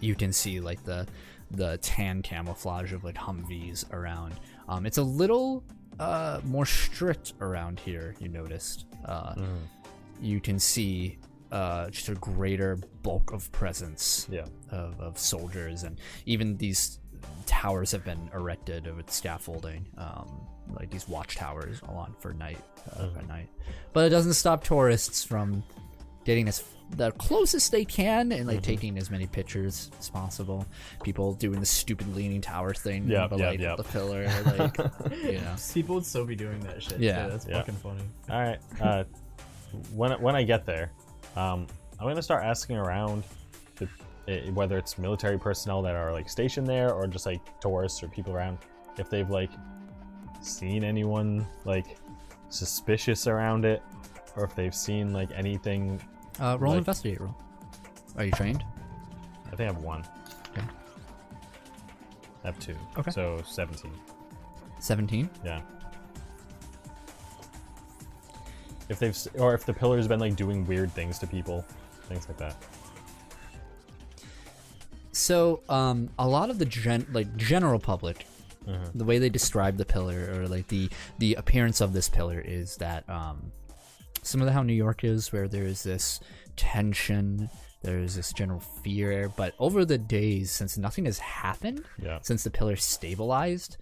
Speaker 1: you can see like the the tan camouflage of like Humvees around. Um, it's a little uh, more strict around here. You noticed. Uh,
Speaker 2: Mm-hmm.
Speaker 1: You can see uh, just a greater bulk of presence
Speaker 2: Yeah.
Speaker 1: of, of soldiers and even these towers have been erected with scaffolding um, like these watchtowers on for night uh,
Speaker 2: Mm-hmm.
Speaker 1: at night but it doesn't stop tourists from getting as the closest they can and like
Speaker 2: Mm-hmm.
Speaker 1: taking as many pictures as possible people doing the stupid leaning tower thing
Speaker 2: Yep,
Speaker 1: but,
Speaker 2: yep,
Speaker 1: like,
Speaker 2: yep.
Speaker 1: the pillar like you know
Speaker 7: People would still be doing that shit.
Speaker 1: Yeah.
Speaker 7: too. that's
Speaker 2: Yeah.
Speaker 7: fucking funny.
Speaker 2: All right. Uh, when when I get there, um, I'm gonna start asking around the, eh, whether it's military personnel that are like stationed there or just like tourists or people around if they've like seen anyone like suspicious around it or if they've seen like anything.
Speaker 1: uh, roll
Speaker 2: Like-
Speaker 1: investigate roll are you trained
Speaker 2: I think I have one.
Speaker 1: Okay.
Speaker 2: I have two.
Speaker 1: Okay.
Speaker 2: So 17.
Speaker 1: 17
Speaker 2: Yeah. If they've s- or if the pillar's been like doing weird things to people, things like that.
Speaker 1: So, um, a lot of the gen like general public, the way they describe the pillar or like the the appearance of this pillar is that um, some of the how New York is, where there is this tension, there is this general fear, but over the days since nothing has happened,
Speaker 2: Yeah.
Speaker 1: since the pillar stabilized,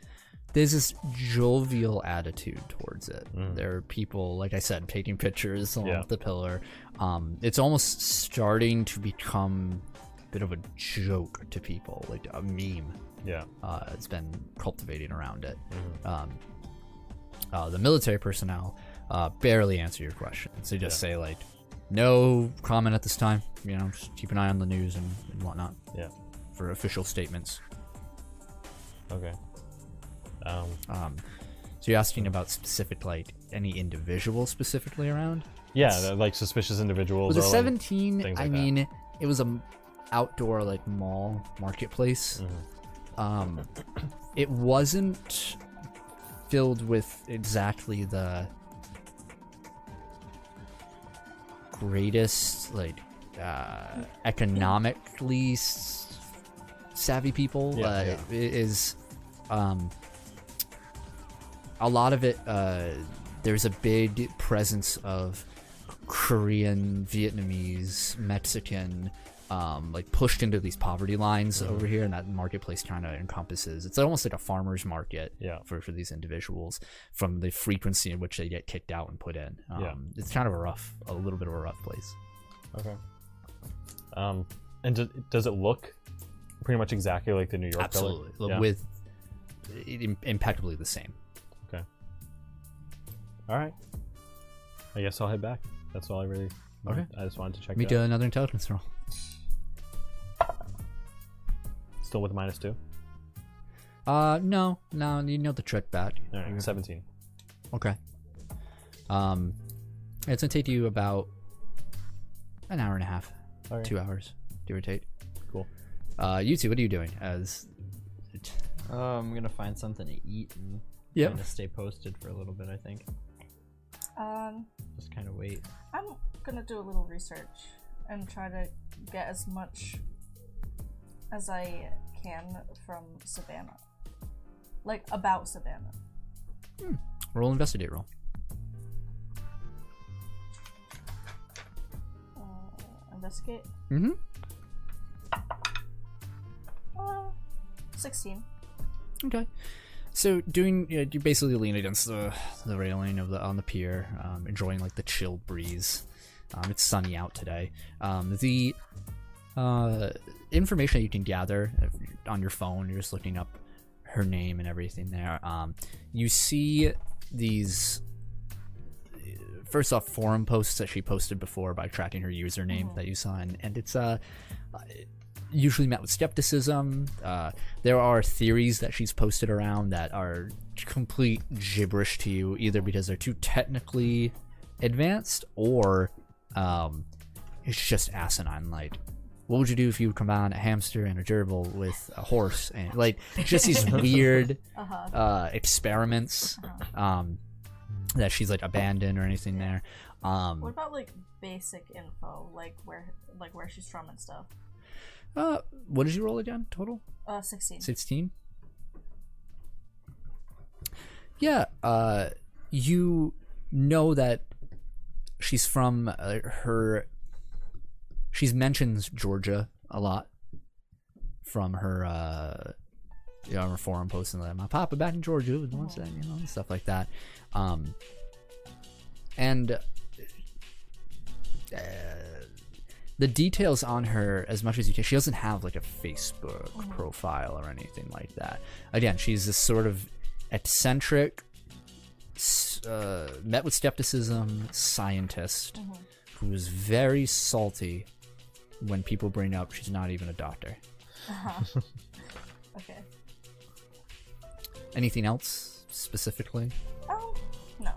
Speaker 1: there's this jovial attitude towards it. There are people, like I said, taking pictures along
Speaker 2: Yeah.
Speaker 1: with the pillar. Um, it's almost starting to become a bit of a joke to people, like a meme.
Speaker 2: Yeah.
Speaker 1: Uh, it's been cultivating around it. Um, uh, the military personnel uh, barely answer your questions. They just say like, "No comment at this time." You know, just keep an eye on the news and, and whatnot
Speaker 2: Yeah.
Speaker 1: for official statements.
Speaker 2: Okay. Um,
Speaker 1: So you're asking about specific, like any individual specifically around?
Speaker 2: yeah, they're, like suspicious individuals.
Speaker 1: Was it
Speaker 2: or, like-
Speaker 1: 17?
Speaker 2: things
Speaker 1: I
Speaker 2: like that.
Speaker 1: mean, it was a m- outdoor like mall marketplace.
Speaker 2: Mm-hmm.
Speaker 1: Um, it wasn't filled with exactly the greatest like uh, economically s- savvy people.
Speaker 2: Yeah,
Speaker 1: uh,
Speaker 2: yeah.
Speaker 1: it- it is um, a lot of it uh, there's a big presence of korean vietnamese mexican um, like pushed into these poverty lines
Speaker 2: Mm-hmm.
Speaker 1: over here and that marketplace kind of encompasses it's almost like a farmers market
Speaker 2: Yeah.
Speaker 1: for, for these individuals from the frequency in which they get kicked out and put in um,
Speaker 2: Yeah.
Speaker 1: it's kind of a rough a little bit of a rough place
Speaker 2: Okay. Um, and do, does it look pretty much exactly like the New York pillar?
Speaker 1: absolutely
Speaker 2: Yeah.
Speaker 1: with im- impeccably the same
Speaker 2: All right. I guess I'll head back. That's all I really.
Speaker 1: Okay.
Speaker 2: I just wanted to check.
Speaker 1: me
Speaker 2: it
Speaker 1: to
Speaker 2: out.
Speaker 1: another intelligence roll
Speaker 2: Still with minus two.
Speaker 1: uh no no you know the trick back
Speaker 2: All right. Seventeen.
Speaker 1: Okay. Um, it's gonna take you about an hour and a half,
Speaker 2: All right.
Speaker 1: two hours, give or take.
Speaker 2: Cool.
Speaker 1: Uh, you two, what are you doing? As
Speaker 5: Um, I'm gonna find something to eat and
Speaker 1: Yep.
Speaker 5: kind of stay posted for a little bit. I think
Speaker 4: Um,
Speaker 5: just kind of wait.
Speaker 4: I'm gonna do a little research and try to get as much as I can from Savannah. Like, about Savannah.
Speaker 1: roll investigate roll.
Speaker 4: Uh, investigate.
Speaker 1: Mm-hmm.
Speaker 4: Uh, 16.
Speaker 1: Okay. So doing, you, know, you basically lean against the the railing of the on the pier, um, enjoying like the chill breeze. Um, it's sunny out today. Um, the uh, information that you can gather if you're on your phone, you're just looking up her name and everything there. Um, you see these uh, first off forum posts that she posted before by tracking her username that you saw, and, and it's uh usually met with skepticism. Uh, there are theories that she's posted around that are complete gibberish to you, either because they're too technically advanced or um, it's just asinine. Like, what would you do if you combined a hamster and a gerbil with a horse? And like, just these weird
Speaker 4: Uh-huh.
Speaker 1: uh, experiments um, that she's like abandoned or anything there. Um,
Speaker 4: What about like basic info, like where like where she's from and stuff?
Speaker 1: uh, what did you roll again? Total?
Speaker 4: Uh, sixteen.
Speaker 1: 16 yeah uh you know that she's from uh, her she's mentions georgia a lot from her uh you know, her forum posts and like my papa back in georgia was once that you know and stuff like that um and the details on her as much as you can. She doesn't have like a Facebook profile or anything like that. Again, she's this sort of eccentric, s- uh, met with skepticism scientist who is very salty when people bring up she's not even a doctor.
Speaker 4: Okay.
Speaker 1: Anything else specifically?
Speaker 4: Um, no.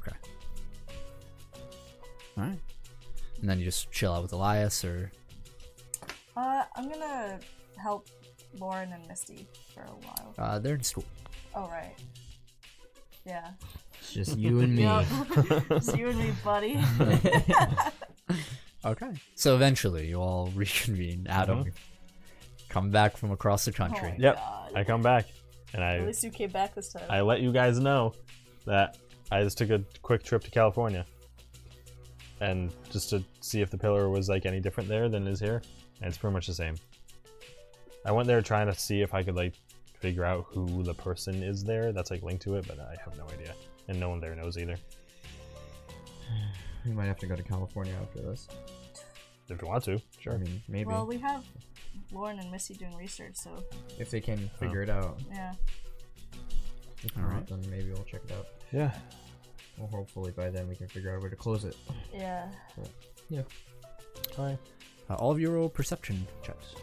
Speaker 1: Okay. All right. And then you just chill out with Elias or
Speaker 4: Uh, I'm gonna help Lauren and Misty for a while.
Speaker 1: uh, they're in school.
Speaker 4: Oh right. Yeah.
Speaker 5: It's just you and me.
Speaker 4: It's you and me, buddy.
Speaker 1: Okay. Mm-hmm. So eventually you all reconvene. Adam, come back from across the country.
Speaker 2: Yep. I come back and
Speaker 4: Oh, At
Speaker 2: I
Speaker 4: least you came back this time.
Speaker 2: I let you guys know that I just took a quick trip to California and just to see if the pillar was like any different there than it is here. And it's pretty much the same. I went there trying to see if I could like figure out who the person is there that's like linked to it, but I have no idea. And no one there knows either.
Speaker 5: We might have to go to California after this.
Speaker 2: If you want to,
Speaker 5: I
Speaker 2: sure.
Speaker 5: mean, maybe
Speaker 4: Well, we have Lauren and Misty doing research, so
Speaker 5: if they can
Speaker 1: Oh.
Speaker 5: figure it out.
Speaker 4: yeah.
Speaker 5: If not, then maybe we'll check it out.
Speaker 2: Yeah.
Speaker 5: Well, hopefully by then we can figure out where to close it.
Speaker 4: Yeah.
Speaker 2: Alright.
Speaker 1: Uh, all of your roll perception checks.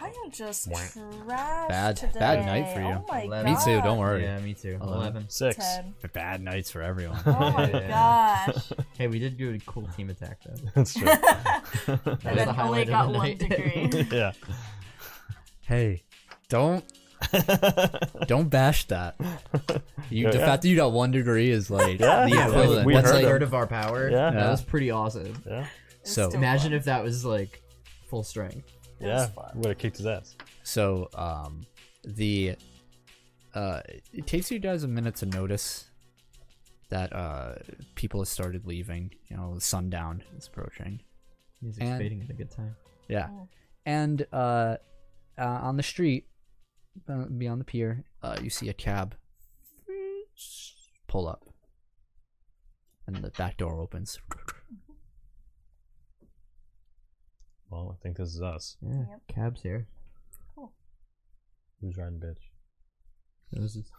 Speaker 4: I am just trash
Speaker 1: Bad-
Speaker 4: today.
Speaker 1: bad night for you.
Speaker 4: Oh my
Speaker 5: Let
Speaker 4: god.
Speaker 5: me
Speaker 1: Uh, Me too, don't worry.
Speaker 5: Yeah, me too.
Speaker 1: Eleven.
Speaker 5: Eleven.
Speaker 2: Six.
Speaker 4: Ten.
Speaker 1: Bad nights for everyone.
Speaker 4: Oh my gosh.
Speaker 5: Hey, we did do a cool team attack though.
Speaker 2: That's true.
Speaker 5: That
Speaker 4: And
Speaker 5: was
Speaker 4: then
Speaker 5: the
Speaker 4: only
Speaker 5: highlight
Speaker 4: got
Speaker 5: of the
Speaker 4: one
Speaker 5: night.
Speaker 4: degree.
Speaker 2: yeah.
Speaker 1: hey, don't don't bash that. You, the
Speaker 2: Yeah.
Speaker 1: fact that you got one degree is like
Speaker 2: Yeah.
Speaker 1: the
Speaker 2: Yeah,
Speaker 1: equivalent.
Speaker 2: we
Speaker 1: That's
Speaker 2: heard
Speaker 1: like-
Speaker 5: a third of our power.
Speaker 2: Yeah.
Speaker 5: that was pretty awesome.
Speaker 2: Yeah.
Speaker 4: It's
Speaker 1: So-
Speaker 4: still
Speaker 5: Imagine
Speaker 4: fun.
Speaker 5: if that was like full strength.
Speaker 2: Yeah. Would have kicked his ass.
Speaker 1: So um, the uh, it takes you guys a minute to notice that uh, people have started leaving. You know, sundown is approaching.
Speaker 5: Music's
Speaker 1: And-
Speaker 5: fading at a good time.
Speaker 1: Yeah. And uh, uh, on the street, uh, beyond the pier, uh, you see a cab pull up. And the back door opens.
Speaker 2: Well, I think this is us.
Speaker 5: Yeah,
Speaker 4: Yep.
Speaker 5: cabs here.
Speaker 2: Who's riding bitch?
Speaker 5: This is-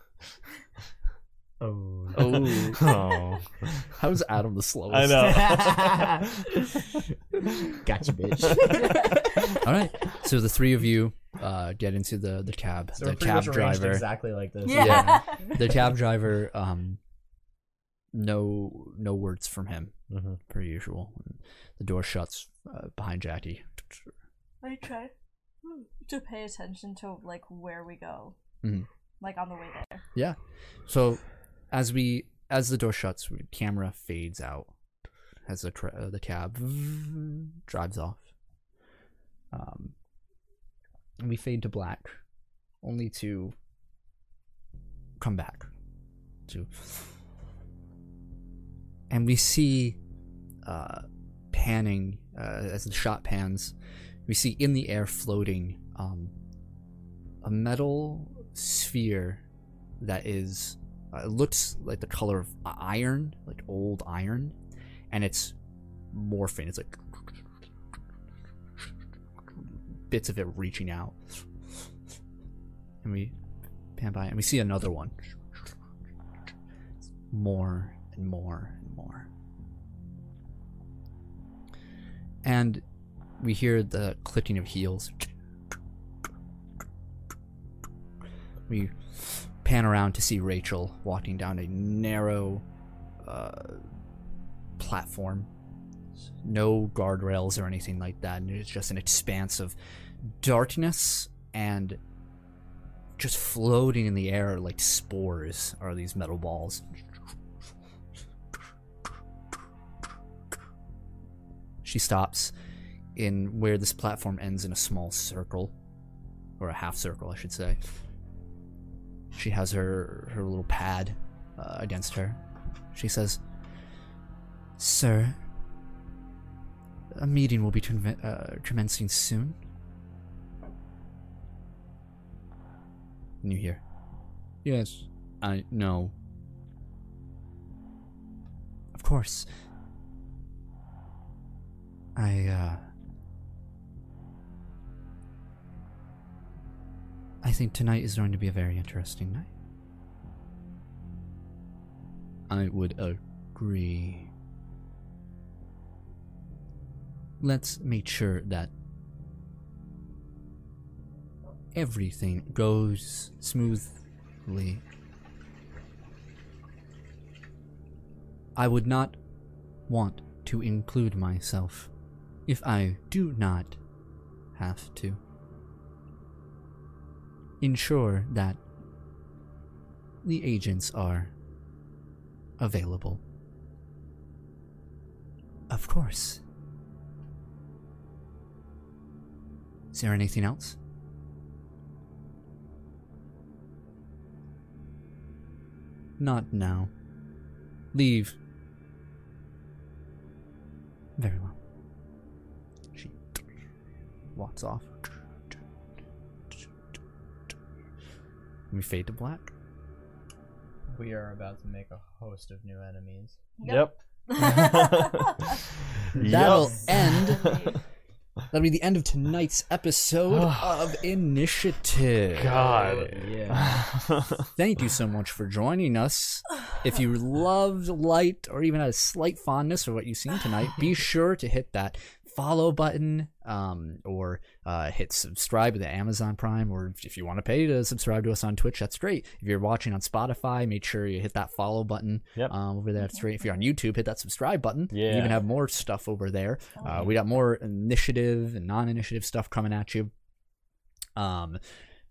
Speaker 5: oh.
Speaker 1: Oh,
Speaker 2: Oh.
Speaker 1: how's Adam the slowest?
Speaker 2: I know.
Speaker 5: gotcha, bitch.
Speaker 1: All right. So the three of you uh, get into the, the cab.
Speaker 3: So
Speaker 1: the
Speaker 3: we're pretty much
Speaker 1: cab
Speaker 3: arranged
Speaker 1: driver.
Speaker 3: exactly like this.
Speaker 4: Yeah.
Speaker 1: Yeah. the cab driver um no no words from him
Speaker 2: Mhm.
Speaker 1: per usual the door shuts uh, behind jackie
Speaker 4: I try to pay attention to like where we go,
Speaker 1: Mhm.
Speaker 4: like on the way there.
Speaker 1: yeah so as we as the door shuts the camera fades out as the, tra- uh, the cab drives off um and we fade to black only to come back to and we see uh, panning uh, as the shot pans we see in the air floating um, a metal sphere that is uh, it looks like the color of i- iron like old iron and it's morphing it's like bits of it reaching out. And we pan by and we see another one. More and more and more. And we hear the clicking of heels. We pan around to see Rachel walking down a narrow uh, platform. No guardrails or anything like that. And it's just an expanse of darkness and just floating in the air like spores are these metal balls. She stops in where this platform ends in a small circle, or a half circle, I should say. She has her, her little pad uh, against her. She says, Sir, a meeting will be conve- uh, commencing soon. And you hear, Yes, I know. Of course. I, uh. I think tonight is going to be a very interesting night. I would agree. Let's make sure that everything goes smoothly. I would not want to include myself if I do not have to. Ensure that the agents are available. Of course. Is there anything else? Not now. Leave. Very well. She walks off. We fade to black.
Speaker 3: We are about to make a host of new enemies.
Speaker 2: Yep.
Speaker 1: That'll end. That'll be the end of tonight's episode of Initiative.
Speaker 2: God.
Speaker 5: Yeah.
Speaker 1: Thank you so much for joining us. If you loved, liked, or even had a slight fondness for what you've seen tonight, be sure to hit that follow button um, or uh, hit subscribe to Amazon Prime. Or if you want to pay to subscribe to us on Twitch, that's great. If you're watching on Spotify, make sure you hit that follow button
Speaker 2: Yep.
Speaker 1: um, over there. That's great. If you're on YouTube, hit that subscribe button.
Speaker 2: Yeah.
Speaker 1: You even have more stuff over there.
Speaker 4: Oh,
Speaker 1: Uh, we got more initiative and non initiative stuff coming at you. Um,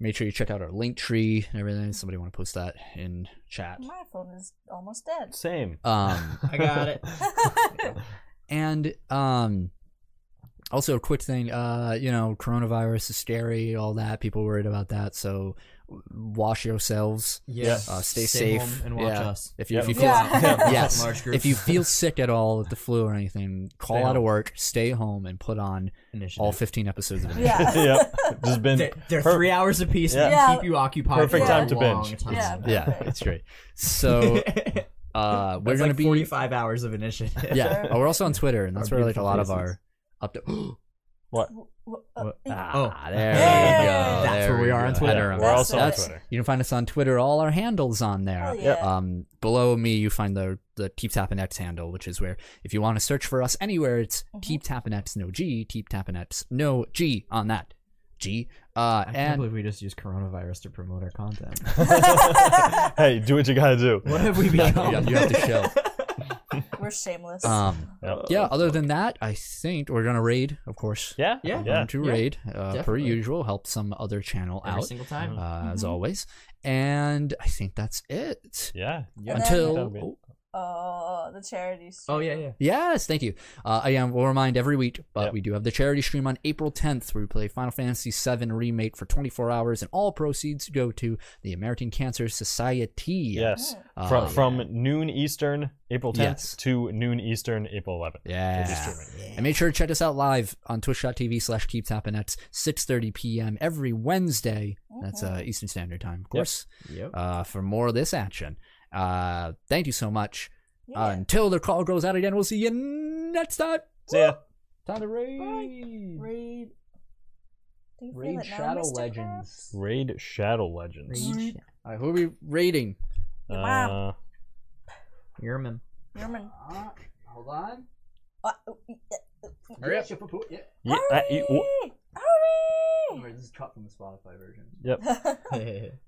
Speaker 1: make sure you check out our link tree and everything. Somebody want to post that in chat.
Speaker 4: My phone is almost dead.
Speaker 2: Same.
Speaker 1: Um,
Speaker 3: I got it.
Speaker 1: and um, also a quick thing. Uh, you know, coronavirus is scary. All that people worried about that. So wash yourselves.
Speaker 2: Yeah.
Speaker 1: Uh, stay
Speaker 7: Stay
Speaker 1: safe
Speaker 7: home and watch
Speaker 1: Yeah.
Speaker 7: us.
Speaker 1: If you, if you
Speaker 2: Yep.
Speaker 1: feel
Speaker 4: Yeah.
Speaker 1: yes,
Speaker 7: Large groups.
Speaker 1: if you feel sick at all with the flu or anything, call
Speaker 2: Stay
Speaker 1: out of
Speaker 2: home.
Speaker 1: work, stay home, and put on
Speaker 7: Initiative.
Speaker 1: all 15 episodes of it.
Speaker 4: Yeah.
Speaker 2: yep. Just been
Speaker 7: They're, they're
Speaker 2: per-
Speaker 7: three hours apiece.
Speaker 2: Yeah.
Speaker 7: Yeah.
Speaker 4: Yeah.
Speaker 7: keep you occupied.
Speaker 2: Perfect
Speaker 7: for a
Speaker 2: time to
Speaker 7: long
Speaker 2: binge.
Speaker 7: time.
Speaker 4: Yeah.
Speaker 1: Yeah, it's great. So uh, we're
Speaker 7: That's
Speaker 1: gonna
Speaker 7: like
Speaker 1: be
Speaker 7: 45 hours of initiative.
Speaker 1: yeah. Oh, we're also on Twitter, and that's
Speaker 7: Our
Speaker 1: where like a
Speaker 7: beautiful
Speaker 1: lot of
Speaker 7: faces.
Speaker 1: our updates.
Speaker 2: What?
Speaker 4: W- uh,
Speaker 7: What?
Speaker 4: yeah.
Speaker 1: Ah,
Speaker 7: Oh.
Speaker 1: there
Speaker 4: Hey!
Speaker 1: we go.
Speaker 4: That's
Speaker 1: there
Speaker 7: where we are on
Speaker 1: go.
Speaker 7: Twitter.
Speaker 1: Better
Speaker 2: We're
Speaker 1: on-
Speaker 4: That's
Speaker 2: also
Speaker 4: it.
Speaker 2: on Twitter. Oh,
Speaker 1: You can find us on Twitter. All our handles on there.
Speaker 4: Hell yeah.
Speaker 1: Um, below me, you find the the Keep Tapping X handle, which is where if you want to search for us anywhere, it's
Speaker 2: Mm-hmm.
Speaker 1: Keep Tapping X no G, Keep Tapping X no G on that G. Uh,
Speaker 7: I can't
Speaker 1: and
Speaker 7: believe we just used coronavirus to promote our content.
Speaker 2: hey, do what you gotta do.
Speaker 7: What have we
Speaker 1: you have,
Speaker 7: become?
Speaker 1: you have to show.
Speaker 4: We're shameless.
Speaker 1: Um,
Speaker 2: Yep.
Speaker 1: yeah. Other than that, I think we're gonna raid, of course.
Speaker 2: Yeah.
Speaker 7: Yeah.
Speaker 1: We're going to
Speaker 7: yeah,
Speaker 1: raid uh, per
Speaker 7: definitely.
Speaker 1: usual. Help some other channel
Speaker 7: Every
Speaker 1: out
Speaker 7: single time.
Speaker 1: uh, as
Speaker 2: Mm-hmm.
Speaker 1: always. And I think that's it.
Speaker 2: Yeah.
Speaker 4: And then,
Speaker 1: Until.
Speaker 2: then-
Speaker 1: oh,
Speaker 4: oh, the charity. Stream.
Speaker 7: oh yeah, yeah.
Speaker 1: Yes, thank you. Uh, I am. We'll remind every week, but
Speaker 2: Yep.
Speaker 1: we do have the charity stream on April 10th, where we play Final Fantasy VII Remake for 24 hours, and all proceeds go to the American Cancer Society.
Speaker 2: Yes.
Speaker 1: Uh,
Speaker 2: from from noon Eastern, April 10th
Speaker 1: Yes.
Speaker 2: to noon Eastern, April 11th. Which is
Speaker 1: Yeah.
Speaker 2: streaming.
Speaker 1: And make sure to check us out live on twitch.tv slash keep tapping at 6.30 p.m. every Wednesday.
Speaker 4: Mm-hmm.
Speaker 1: That's uh, Eastern Standard Time, of course,
Speaker 7: Yep.
Speaker 1: uh, for more of this action. Uh, thank you so much.
Speaker 4: Yeah.
Speaker 1: until the call goes out again, we'll see you next time.
Speaker 2: See ya.
Speaker 1: uh, Time to raid.
Speaker 4: Read. Do you feel
Speaker 1: Raid
Speaker 4: it now,
Speaker 1: Shadow
Speaker 4: Mr.
Speaker 1: Legends.
Speaker 2: Raid Shadow Legends.
Speaker 5: Reach.
Speaker 1: All right, who are we raiding?
Speaker 2: Uh,
Speaker 5: Yerman.
Speaker 4: Yerman.
Speaker 1: Uh, hold on.
Speaker 4: Uh, uh,
Speaker 1: Hurry up. Yeah. Oh,
Speaker 2: yeah, I- Uh, you- wha-
Speaker 4: Hurry!
Speaker 1: this is cut from the Spotify version.
Speaker 2: yep.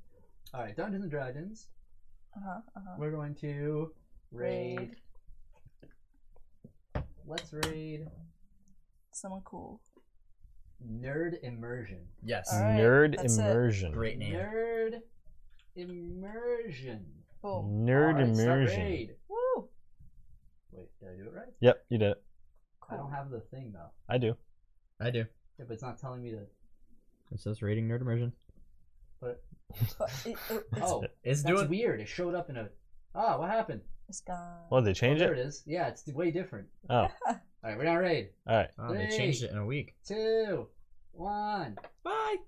Speaker 1: All right, Dungeons and Dragons.
Speaker 4: Uh-huh, uh-huh.
Speaker 1: We're going to raid.
Speaker 4: Raid.
Speaker 1: Let's raid
Speaker 4: Someone cool.
Speaker 1: Nerd Immersion.
Speaker 15: Yes.
Speaker 4: All right,
Speaker 2: Nerd
Speaker 4: that's it.
Speaker 2: immersion.
Speaker 15: Great name.
Speaker 1: Nerd Immersion.
Speaker 4: Boom.
Speaker 2: Nerd
Speaker 1: All right, start
Speaker 2: immersion.
Speaker 1: raid.
Speaker 4: Woo!
Speaker 1: Wait, did I do it right?
Speaker 2: Yep, you did it.
Speaker 1: I don't have the thing though.
Speaker 2: I do.
Speaker 5: I do.
Speaker 1: If it's not telling me to.
Speaker 5: It says rating nerd immersion.
Speaker 4: But it, it, it's,
Speaker 1: Oh,
Speaker 15: It's
Speaker 1: that's
Speaker 15: doing.
Speaker 1: weird. It showed up in a. Ah, what happened?
Speaker 4: it's gone.
Speaker 2: Well, they change
Speaker 1: There it
Speaker 2: it.
Speaker 1: is. Yeah, it's way different.
Speaker 2: Oh, all
Speaker 1: All right, we're gonna raid.
Speaker 2: right.
Speaker 5: Oh, they
Speaker 1: Hey.
Speaker 5: changed it in a week.
Speaker 1: Two, one.
Speaker 5: Bye.